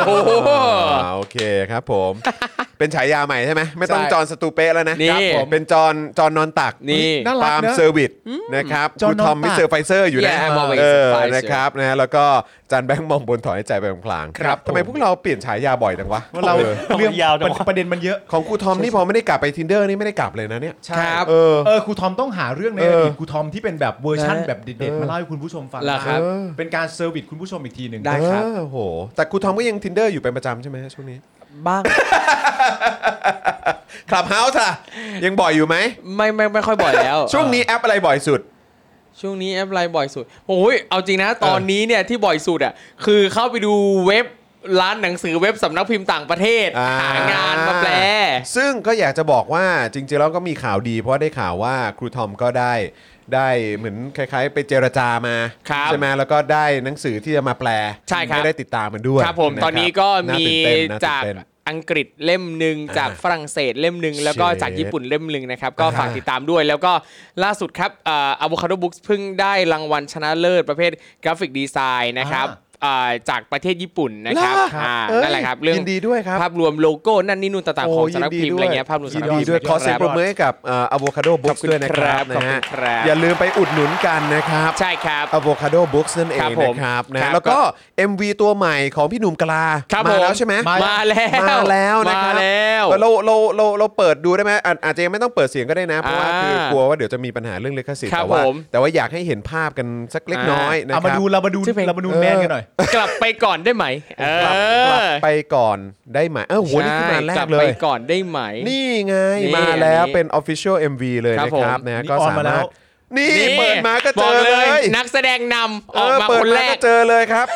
Speaker 3: โอ้โห
Speaker 2: อ่าโอเคครับผม เป็นฉายาใหม่ใช่ไหมไม่ต้อง
Speaker 4: ใช่
Speaker 2: จอนสตูเป้แล้วนะครับ
Speaker 3: ผม
Speaker 2: เป็นจอนจอนนอนตัก
Speaker 3: นี่
Speaker 4: น่ารักนะ
Speaker 2: ปาล์มเซอร์วิสนะครับ
Speaker 4: จอน
Speaker 2: คุณ
Speaker 4: นอน
Speaker 2: ทอม
Speaker 4: ตาก
Speaker 2: มิสเตอร์ไฟเซอร์อยู่นะ
Speaker 3: Yeah, I'm always
Speaker 2: เออ
Speaker 3: Pfizer
Speaker 2: นะครับนะแล้วก็จานแบงค์มองบนถอยให้ใจไปพลางๆ
Speaker 4: ครับ
Speaker 2: ทำไม
Speaker 4: ผม
Speaker 2: พวกเราเปลี่ยนฉายาบ่อยจังวะ
Speaker 4: เรา
Speaker 2: ออ
Speaker 6: เรื่องยาวจังวะ
Speaker 4: ประเด็นมันเยอะ
Speaker 2: ของครูทอมนี่พอไม่ได้กลับไป tinder นี่ไม่ได้กลับเลยนะเนี่ย
Speaker 4: ใช่ครับ
Speaker 2: เออ
Speaker 4: เออครูทอมต้องหาเรื่องใน
Speaker 2: เออ
Speaker 4: อดีตครูทอมที่เป็นแบบเวอร์ชั่น
Speaker 3: นะ
Speaker 4: แบบเด็ดๆมาเล่าให้คุณผู้ชมฟัง
Speaker 3: เหรอครับ
Speaker 2: เออ
Speaker 4: เป็นการเซอร์วิสคุณผู้ชมอีกทีหนึ่ง
Speaker 3: ได้ครับ
Speaker 2: เออโห แต่ครูทอมก็ยัง tinder อยู่เป็นประจำใช่ไหมช่วงนี้
Speaker 3: บ้าง
Speaker 2: คลับเฮาส์ล่ะ ยังบ่อยอยู่ไหม
Speaker 3: ไม่ไม่ไม่ค่อยบ่อยแล้ว
Speaker 2: ช่วงนี้แอปอะไรบ่อยสุด
Speaker 3: ช่วงนี้แอปไลน์บ่อยสุดโอ้ยเอาจริงนะ ตอนนี้เนี่ยที่บ่อยสุดอ่ะคือเข้าไปดูเว็บร้านหนังสือเว็บสำนักพิมพ์ต่างประเทศ
Speaker 2: อ่า
Speaker 3: หางานมาแปล
Speaker 2: ซึ่งก็อยากจะบอกว่าจริงๆแล้วก็มีข่าวดี เพราะได้ข่าวว่าครูทอมก็ได้ได้เหมือนคล้ายๆ ไปเจรจามา
Speaker 3: ครับ
Speaker 2: ใช่ไหมแล้วก็ได้หนังสือที่จะมาแปล
Speaker 3: ใช่ครับ
Speaker 2: ห้ได้ติดตามมันด้วย
Speaker 3: ครับผม
Speaker 2: ะ
Speaker 3: ตอนนี้ก็
Speaker 2: น่า
Speaker 3: มี
Speaker 2: ตื่นเต้นน่ตื่น
Speaker 3: จาก
Speaker 2: เต้น
Speaker 3: อังกฤษเล่มหนึ่งจาก
Speaker 2: อ่า
Speaker 3: ฝรั่งเศสเล่มหนึ่งแล้วก็จากญี่ปุ่นเล่มหนึ่งนะครับ ก็
Speaker 2: อ่า
Speaker 3: ฝากติดตามด้วย แล้วก็ล่าสุดครับอะโวคาโดบุ๊กเพิ่งได้รางวัลชนะเลิศประเภทกราฟิกดีไซน์นะครับอ่าจากประเทศญี่ปุ่นนะครับ
Speaker 2: ครับ
Speaker 3: อ่า
Speaker 2: เอ้ย
Speaker 3: นั่นแหละครับเรื่อง
Speaker 2: ยินดีด้วยครับ
Speaker 3: ภาพรวมโลโก้นั่นนี่นู่นต่างๆของ
Speaker 2: โ
Speaker 3: สำนักพิมพ์อะไรเงี้ยภาพรวมสำ
Speaker 2: ยิ
Speaker 3: นั
Speaker 2: น
Speaker 3: กพิ
Speaker 2: ดี
Speaker 3: มพ์
Speaker 2: ด้วยขอเสียงปรบมือให้กับอะโวคาโด
Speaker 3: ข
Speaker 2: บุ๊
Speaker 3: อบ
Speaker 2: ก
Speaker 3: คุณ
Speaker 2: ด้วยนะ
Speaker 3: ค
Speaker 2: ค
Speaker 3: รั
Speaker 2: รั
Speaker 3: บบ ขอบ
Speaker 2: นะ
Speaker 3: คุ
Speaker 2: ฮะ
Speaker 3: ณครับ
Speaker 2: อย่าลืมไปอุดหนุนกันนะครับ
Speaker 3: ใช่ครับ
Speaker 2: Avocado Books นั่นเอง
Speaker 3: ครับผ
Speaker 2: นะ
Speaker 3: ม
Speaker 2: ครับ
Speaker 3: ครั
Speaker 2: นะ
Speaker 3: บ
Speaker 2: แล้วก็ MV ตัวใหม่ของพี่หนุ่มกลา
Speaker 3: ครับ
Speaker 2: มาแล้
Speaker 3: ผ
Speaker 2: ว
Speaker 3: ม
Speaker 2: ใช่ไหม
Speaker 3: มาแล้ว
Speaker 2: มาแล้วนะครับ
Speaker 3: มาแล้ว
Speaker 2: เราเราเราเราเปิดดูได้ไหมอ่ะอาจจะยังไม่ต้องเปิดเสียงก็ได้นะ เพราะว่า
Speaker 3: อ่า
Speaker 2: คือกลัวว่าเดี๋ยวจะมีปัญหาเรื่องลิขสิทธิ์
Speaker 3: ครับ
Speaker 2: แต่ว่า
Speaker 3: ผม
Speaker 2: แต่ว่าอยากให้เห็นภาพกันสักเล็กน้อยนะ
Speaker 4: เอา
Speaker 2: ค
Speaker 4: มา
Speaker 2: รับ
Speaker 4: ดูเรามาดู
Speaker 3: ชื่อเพลง
Speaker 4: เรามาดู
Speaker 2: เออ
Speaker 4: แมนกันหน่อย
Speaker 3: กลับไปก่อนได้ไหมเออก
Speaker 2: ลับกลับไปก่อนได้ไหมเออโหนี่ขึ้นมาแร
Speaker 3: ใช่กลั
Speaker 2: ก
Speaker 3: บ
Speaker 2: เล
Speaker 3: ไป
Speaker 2: ย
Speaker 3: ก่อนได้ไหม
Speaker 2: นี่ไง
Speaker 3: นี่
Speaker 2: มาแล้ว
Speaker 3: อันนี้
Speaker 2: เป็น Official MV เลย
Speaker 3: ครับ
Speaker 2: นะ
Speaker 3: ผม
Speaker 2: ครับนะ
Speaker 4: นี่
Speaker 2: ก็
Speaker 4: ออน
Speaker 2: สา
Speaker 4: มาแล้
Speaker 2: มารถ
Speaker 4: ว
Speaker 2: นี่เปิดมาก็เจ
Speaker 3: บ
Speaker 2: อเลย
Speaker 3: นักแสดงนำออกมา
Speaker 2: เเปิด
Speaker 3: คนแรก
Speaker 2: เจอเลยครับ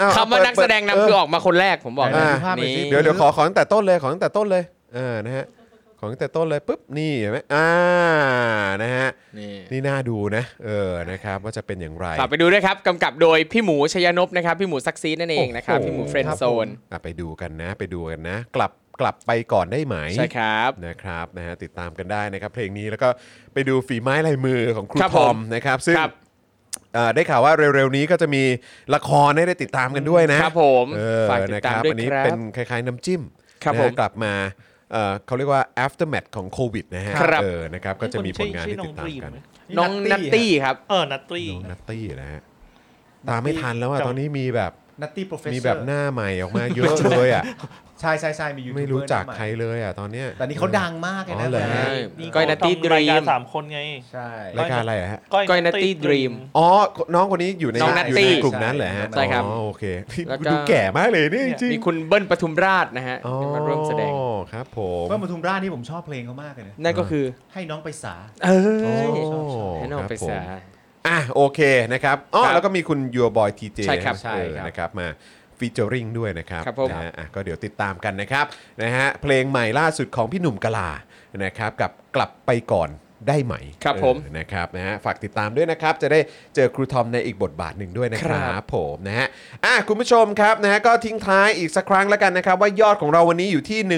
Speaker 2: อ้ว
Speaker 3: คำว่า
Speaker 2: เปิด
Speaker 3: นักแสดง
Speaker 2: เ
Speaker 3: นำคือออกมาคนแรกผมบอก
Speaker 2: อ่า
Speaker 4: ภาพหน่อยสิ
Speaker 3: นี่
Speaker 2: เดี๋ยวเดี๋ยวขอขอตั้งแต่ต้นเลยขอตั้งแต่ต้นเลยเออนะฮะขอตั้งแต่ต้นเลยปุ๊บนี่เห็นไหมอ่านะฮะ
Speaker 3: นี่
Speaker 2: นี่น่าดูนะ เออนะครับว่าจะเป็นอย่างไร
Speaker 3: กลับไปดูด้วยครับกำกับโดยพี่หมูชยนพนะครับพี่หมูซักซีดนั่นเองนะครับพี่หมูเฟรนด์โซน
Speaker 2: อ่ะไปดูกันนะ ไปดูกันนะ กลับกลับไปก่อนได้ไหม
Speaker 3: ใช่ครับ
Speaker 2: นะครับนะฮะติดตามกันได้นะครับ เพลงนี้แล้วก็ไปดูฝีไม้ลายมือของครู
Speaker 3: ครับ
Speaker 2: ทอม
Speaker 3: ผม
Speaker 2: นะครับ ซึ่ง
Speaker 3: ครับ
Speaker 2: เอ่อได้ข่าวว่าเร็วๆนี้ก็จะมีละครให้ได้ติดตามกันด้วยนะ
Speaker 3: ครับผม
Speaker 2: เออ
Speaker 3: ฝากติดตา
Speaker 2: นะค
Speaker 3: ม
Speaker 2: รับ
Speaker 3: ด้ว
Speaker 2: อั
Speaker 3: ย
Speaker 2: นนี้
Speaker 3: ครับ
Speaker 2: เป็นคล้ายๆน้ำจิ้ม
Speaker 3: ครับ
Speaker 2: นะ
Speaker 3: ผ
Speaker 2: ฮะ
Speaker 3: ม
Speaker 2: กลับมาเอ่อเขาเรียกว่า aftermath ของโควิดนะฮะ
Speaker 3: ครับ
Speaker 2: เออนะครับก็จะมีผลงานให้ติดตามกัน
Speaker 3: น้อง
Speaker 4: นั
Speaker 3: นั
Speaker 4: ต
Speaker 3: ต
Speaker 4: ตี้
Speaker 3: ตี้ครับ
Speaker 6: เออ นัตตี้
Speaker 2: น้องนัตตี้นะฮะตามไม่ทันแล้วอ่ะตอนนี้มีแบบ
Speaker 4: นัตตี้โปรเฟสเซอร์
Speaker 2: มีแบบหน้าใหม่ออกมาเยอะเลยอ่ะ
Speaker 4: ใช่ใช่ใช่มียูทูบเบอ
Speaker 2: ไม่
Speaker 4: ร์
Speaker 2: รู้จัก
Speaker 4: หน้า
Speaker 2: ใคร
Speaker 4: ใหม่
Speaker 2: เลยอ่ะตอนเนี้ย
Speaker 4: แต่นี่เขาดังมากเลย
Speaker 2: อ๋
Speaker 4: นะ
Speaker 2: อเหรอ
Speaker 4: แฟน
Speaker 3: ก้อยนัตตี้
Speaker 6: รายการ
Speaker 3: Dream
Speaker 6: สามคนไง
Speaker 4: ใช่
Speaker 2: รายการอะไรอะฮะ
Speaker 3: ก้อยนัตตี้ Dream
Speaker 2: อ๋อน้องคนนี้อยู่ใน
Speaker 3: น้องนัต
Speaker 2: อยู่
Speaker 3: ตี้
Speaker 2: ในกลุ่มนั้นเหรอฮะ
Speaker 3: ใช่ครับ
Speaker 2: อ๋อโอเค
Speaker 3: แล้วก็
Speaker 2: ดูแก่มากเลยเนี่ยจริง
Speaker 3: มีคุณเบิ้ลปทุมราชนะฮะ
Speaker 2: อ๋อ
Speaker 3: มาร่วมแสดง
Speaker 2: ครับผม
Speaker 4: เมื่อมาทุมราชนี่ผมชอบเพลงเขามากเลยนะ
Speaker 3: นั่นก็คือ
Speaker 4: ให้น้องไปสา
Speaker 3: เอ
Speaker 2: โอ้
Speaker 3: ยให้น้อง
Speaker 2: ครับ
Speaker 3: ไป
Speaker 2: ผม
Speaker 3: ซะ
Speaker 2: อ่ะโอเคนะครับอ๋อ
Speaker 3: ครับ
Speaker 2: แล้วก็มีคุณยูบอยทีเจ
Speaker 3: ใช่ครับ
Speaker 4: ใช่ครับ
Speaker 2: นะครับมาฟีเจอริงด้วยนะครับ
Speaker 3: ครับผม
Speaker 2: นะฮะอ่ะก็เดี๋ยวติดตามกันนะครับนะฮะเพลงใหม่ล่าสุดของพี่หนุ่มกลานะครับกับกลับไปก่อนได้ไหม
Speaker 3: ครับ
Speaker 2: เออ
Speaker 3: ผม
Speaker 2: นะครับนะฮะฝากติดตามด้วยนะครับ จะได้เจอครูทอมในอีกบทบาทหนึ่งด้วยนะครั
Speaker 3: ครับ บ
Speaker 2: ผมนะฮะอ่ะคุณผู้ชมครับนะฮะก็ทิ้งท้ายอีกสักครั้งแล้วกันนะครับ ว่ายอดของเราวันนี้อยู่ที่ 12,204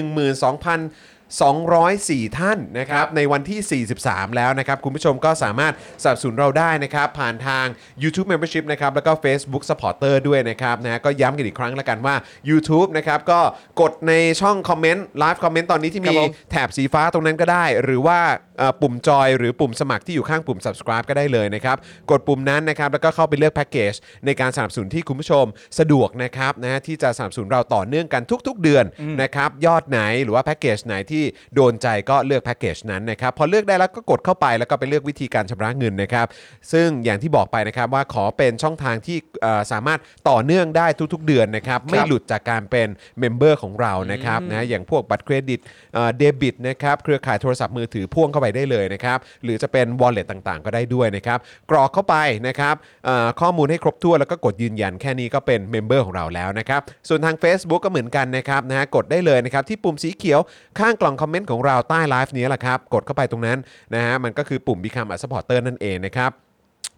Speaker 2: ท่านนะครับในวันที่ 43 แล้วนะครับ คุณผู้ชมก็สามารถสนับสนุนเราได้นะครับ ผ่านทาง YouTube Membership นะครับแล้วก็ Facebook Supporter ด้วยนะครับนะฮะก็ย้ำกันอีกครั้งแล้วกันว่า YouTube นะครับก็กดในช่องคอมเมนต์ไลฟ์คอมเมนต์ตอนนี้ที่
Speaker 3: ครั
Speaker 2: มี
Speaker 3: บผม
Speaker 2: แถบสีฟ้าตรงนั้นก็ได้ หรือว่าเอ่อปุ่มจอยหรือปุ่มสมัครที่อยู่ข้างปุ่ม subscribe ก็ได้เลยนะครับ กดปุ่มนั้นนะครับ แล้วก็เข้าไปเลือกแพ็กเกจในการสนับสนุนที่คุณผู้ชมสะดวกนะครับนะฮะที่จะสนับสนุนเราต่อเนื่องกันทุก ๆ เดือนนะครับ ยอดไหนหรือว่าแพ็กเกจไหนที่ ที่โดนใจก็เลือกแพ็กเกจนั้นนะครับพอเลือกได้แล้วก็กดเข้าไปแล้วก็ไปเลือกวิธีการชำระเงินนะครับ ซึ่งอย่างที่บอกไปนะครับว่าขอเป็นช่องทางที่เอ่อสามารถต่อเนื่องได้ทุกๆเดือนนะครับ ไม่หลุดจากการเป็นเมมเบอร์ของเรานะครับนะอย่างพวกบัตรเครดิตเอ่อเดบิตนะครับเครือข่ายโทรศัพท์มือถือพ่วงเข้าไปได้เลยนะครับหรือจะเป็น wallet ต่างๆ ก็ได้ด้วยนะครับกรอกเข้าไปนะครับเอ่อข้อมูลให้ครบถ้วนแล้วก็กดยืนยันแค่นี้ก็เป็นเมมเบอร์ของเราแล้วนะครับส่วนทาง Facebook ก็เหมือนกันนะครับนะฮะกดได้เลยนะครับที่ปุ่มสีเขียวข้างกล่องคอมเมนต์ของเราใต้ไลฟ์นี้แหละครับกดเข้าไปตรงนั้นนะฮะมันก็คือปุ่ม Become a supporter นั่นเองนะครับ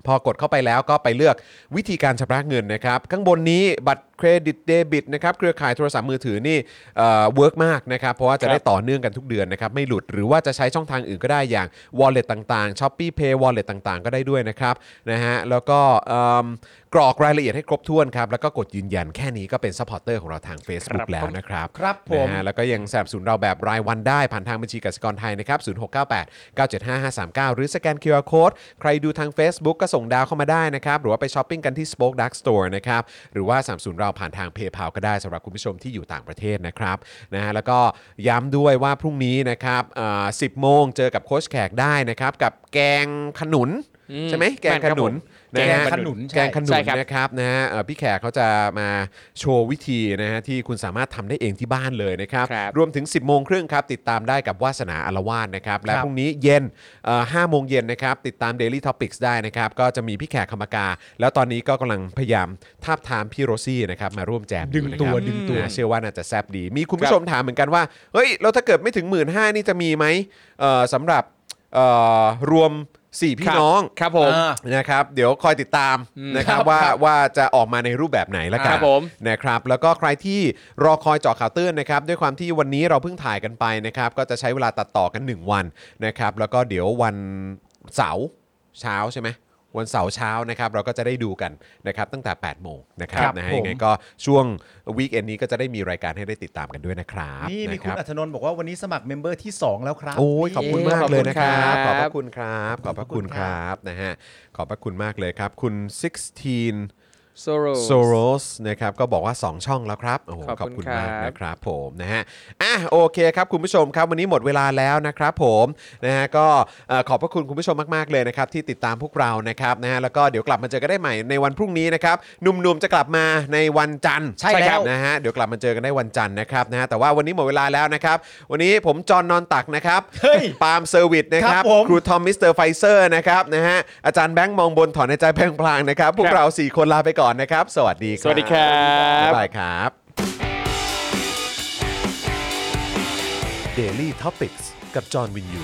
Speaker 2: พอกดเข้าไปแล้วก็ไปเลือกวิธีการชำระเงินนะครับ ข้างบนนี้บัตรเครดิตเดบิตนะครับเครือข่ายโทรศัพท์มือถือนี่เวิร์กมากนะครับ เพราะว่าจะได้ต่อเนื่องกันทุกเดือนนะครับ ไม่หลุดหรือว่าจะใช้ช่องทางอื่นก็ได้อย่าง Wallet ต่างๆ s h o p e e Pay Wallet ต่างๆ ก็ได้ด้วยนะครับนะฮะแล้วก็เอิ่มกรอกรายละเอียดให้ครบถ้วนครับ แล้วก็กดยืนยันแค่นี้ก็เป็นซัพพอร์เตอร์ของเราทาง Facebook แล้วนะครับ
Speaker 4: ครับผม
Speaker 2: นะฮะแล้วก็ยังสนับสนุนเราแบบรายวันได้ผ่านทางบัญชีกสิกรไทยนะครับ 0698 975539 หรือสแกน QR Code ใครดูทาง Facebook ก็ส่งดาวเข้ามาได้นะครับ หรือว่าไปช้อปปิ้งกันที่ Spoke Dark Store นะครับ หรือว่าสนับสนุนเราผ่านทาง PayPal ก็ได้สำหรับคุณผู้ชมที่อยู่ต่างประเทศนะครับนะฮะแล้วก็ย้ำด้วยว่าพรุ่งนี้นะครับอ่า10 โมงเจอกับโค้ชแขกได้นะครับ กับแกงขนุน ใช่ไหมแกงขนุนนะฮะ
Speaker 4: แกงขนุนใช่
Speaker 2: แกงขนุ
Speaker 3: ใช่
Speaker 2: น
Speaker 3: ครับ
Speaker 2: นะครับนะฮะเอ่อพี่แขกเขาจะมาโชว์วิธีนะฮะที่คุณสามารถทำได้เองที่บ้านเลยนะครับ
Speaker 3: ครับ
Speaker 2: รวมถึง 10 โมงครึ่งครับ ติดตามได้กับวาสนาอารวาสนะครับ และพรุ่งนี้เย็นเอ่อ5โมงเย็นนะครับ ติดตาม Daily Topics ได้นะครับ ก็จะมีพี่แขกคำมากา แล้วตอนนี้ก็กำลังพยายามทาบทามพี่โรซี่นะครับมาร่วมแจมอยู่นะครับ
Speaker 4: ดึงตัวดึงตัว
Speaker 2: นะเชื่อว่าน่าจะแซบดี มีคุณผู้ชมถามเหมือนกันว่าเฮ้ยแล้วถ้าเกิดไม่ถึงหมื่นห้านี่จะมีไหมเอ่อสำหรับเอ่อรวมสี่พี่น้อง
Speaker 3: ครับผม
Speaker 4: อ่า
Speaker 2: นะครับเดี๋ยวคอยติดตามนะครับว่าว่าจะออกมาในรูปแบบไหนละกั
Speaker 3: ครั
Speaker 2: น
Speaker 3: บผม
Speaker 2: นะครับแล้วก็ใครที่รอคอยเจาะข่าวตื้นนะครับด้วยความที่วันนี้เราเพิ่งถ่ายกันไปนะครับก็จะใช้เวลาตัดต่อกัน 1 วันนะครับแล้วก็เดี๋ยววันเสาร์เช้าใช่ไหมวันเสาร์เช้านะครับเราก็จะได้ดูกันนะครับตั้งแต่ 8 โมงนะครับ
Speaker 4: ครับ
Speaker 2: นะฮะ
Speaker 4: ผม
Speaker 2: ยังไงก็ช่วงวีคเอนนี้ก็จะได้มีรายการให้ได้ติดตามกันด้วยนะครับ
Speaker 4: นี่มี
Speaker 2: นะ
Speaker 4: คุณ
Speaker 2: รับ
Speaker 4: อัธนนท์บอกว่าวันนี้สมัครเมมเบอร์ที่ 2 แล้วครับ
Speaker 2: โอ้ยขอบคุณมากเลยนะครับข
Speaker 3: ข
Speaker 2: อ
Speaker 3: อ
Speaker 2: บบ พ
Speaker 3: คุณครับ
Speaker 2: ระคุณครับขอบพระคุณครับนะฮะขอบพระคุณมากเลยครับคุณ 16
Speaker 3: โซโร
Speaker 2: โซโรสนะครับก็บอกว่า 2 ช่องแล้วครับโอ้โหข
Speaker 3: ข
Speaker 2: อ
Speaker 3: อ
Speaker 2: บบ
Speaker 3: คุ
Speaker 2: คุณ
Speaker 3: ณ
Speaker 2: มาก
Speaker 3: ครับ
Speaker 2: นะครับผมนะฮะอ่ะโอเคครับคุณผู้ชมครับวันนี้หมดเวลาแล้วนะครับผมนะฮะก็เอ่อขอบพระคุณคุณผู้ชมมากๆเลยนะครับที่ติดตามพวกเรานะครับนะฮะแล้วก็เดี๋ยวกลับมาเจอกันได้ใหม่ในวันพรุ่งนี้นะครับหนุ่มๆจะกลับมาในวันจันทร์
Speaker 4: ใช่แล้ว
Speaker 2: ครับนะฮะเดี๋ยวกลับมาเจอกันได้วันจันทร์นะครับนะฮะแต่ว่าวันนี้หมดเวลาแล้วนะครับวันนี้ผมจอห์นนอนตักนะครับ
Speaker 4: เฮ้ย
Speaker 2: ปาล์มเซอร์วิสนะครับ
Speaker 4: ครับผม
Speaker 2: ครูทอมมิสเตอร์ไฟเซอร์นะครับนะฮะอาจารย์แบงค์มองบนถอนในใจแพลงพลางๆนะครับพวกเราสี่คนลาไปก่อนนะครับสวัสดีครับ
Speaker 3: สวัสดีครับ
Speaker 2: บ๊ายบายครับ Daily Topics กับจอห์นวินยู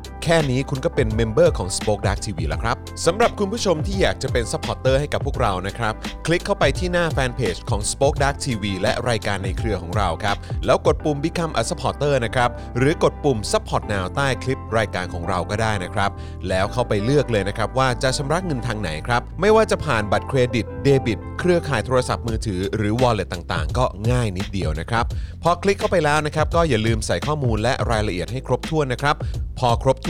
Speaker 2: แค่นี้คุณก็เป็นเมมเบอร์ของ Spoke Dark TV แล้วครับ สำหรับคุณผู้ชมที่อยากจะเป็นซัพพอร์ตเตอร์ให้กับพวกเรานะครับ คลิกเข้าไปที่หน้าแฟนเพจของ Spoke Dark TV และรายการในเครือของเราครับ แล้วกดปุ่ม Become a supporter นะครับ หรือกดปุ่ม support now ใต้คลิปรายการของเราก็ได้นะครับ แล้วเข้าไปเลือกเลยนะครับว่าจะชำระเงินทางไหนครับ ไม่ว่าจะผ่านบัตรเครดิตเดบิต เครือข่ายโทรศัพท์มือถือหรือ wallet ต่างๆ ก็ง่ายนิดเดียวนะครับ พอคลิกเข้าไปแล้วนะครับ ก็อย่าลืมใส่ข้อมูลและรายละเอียดให้ครบถ้วนนะครับ พอครบถ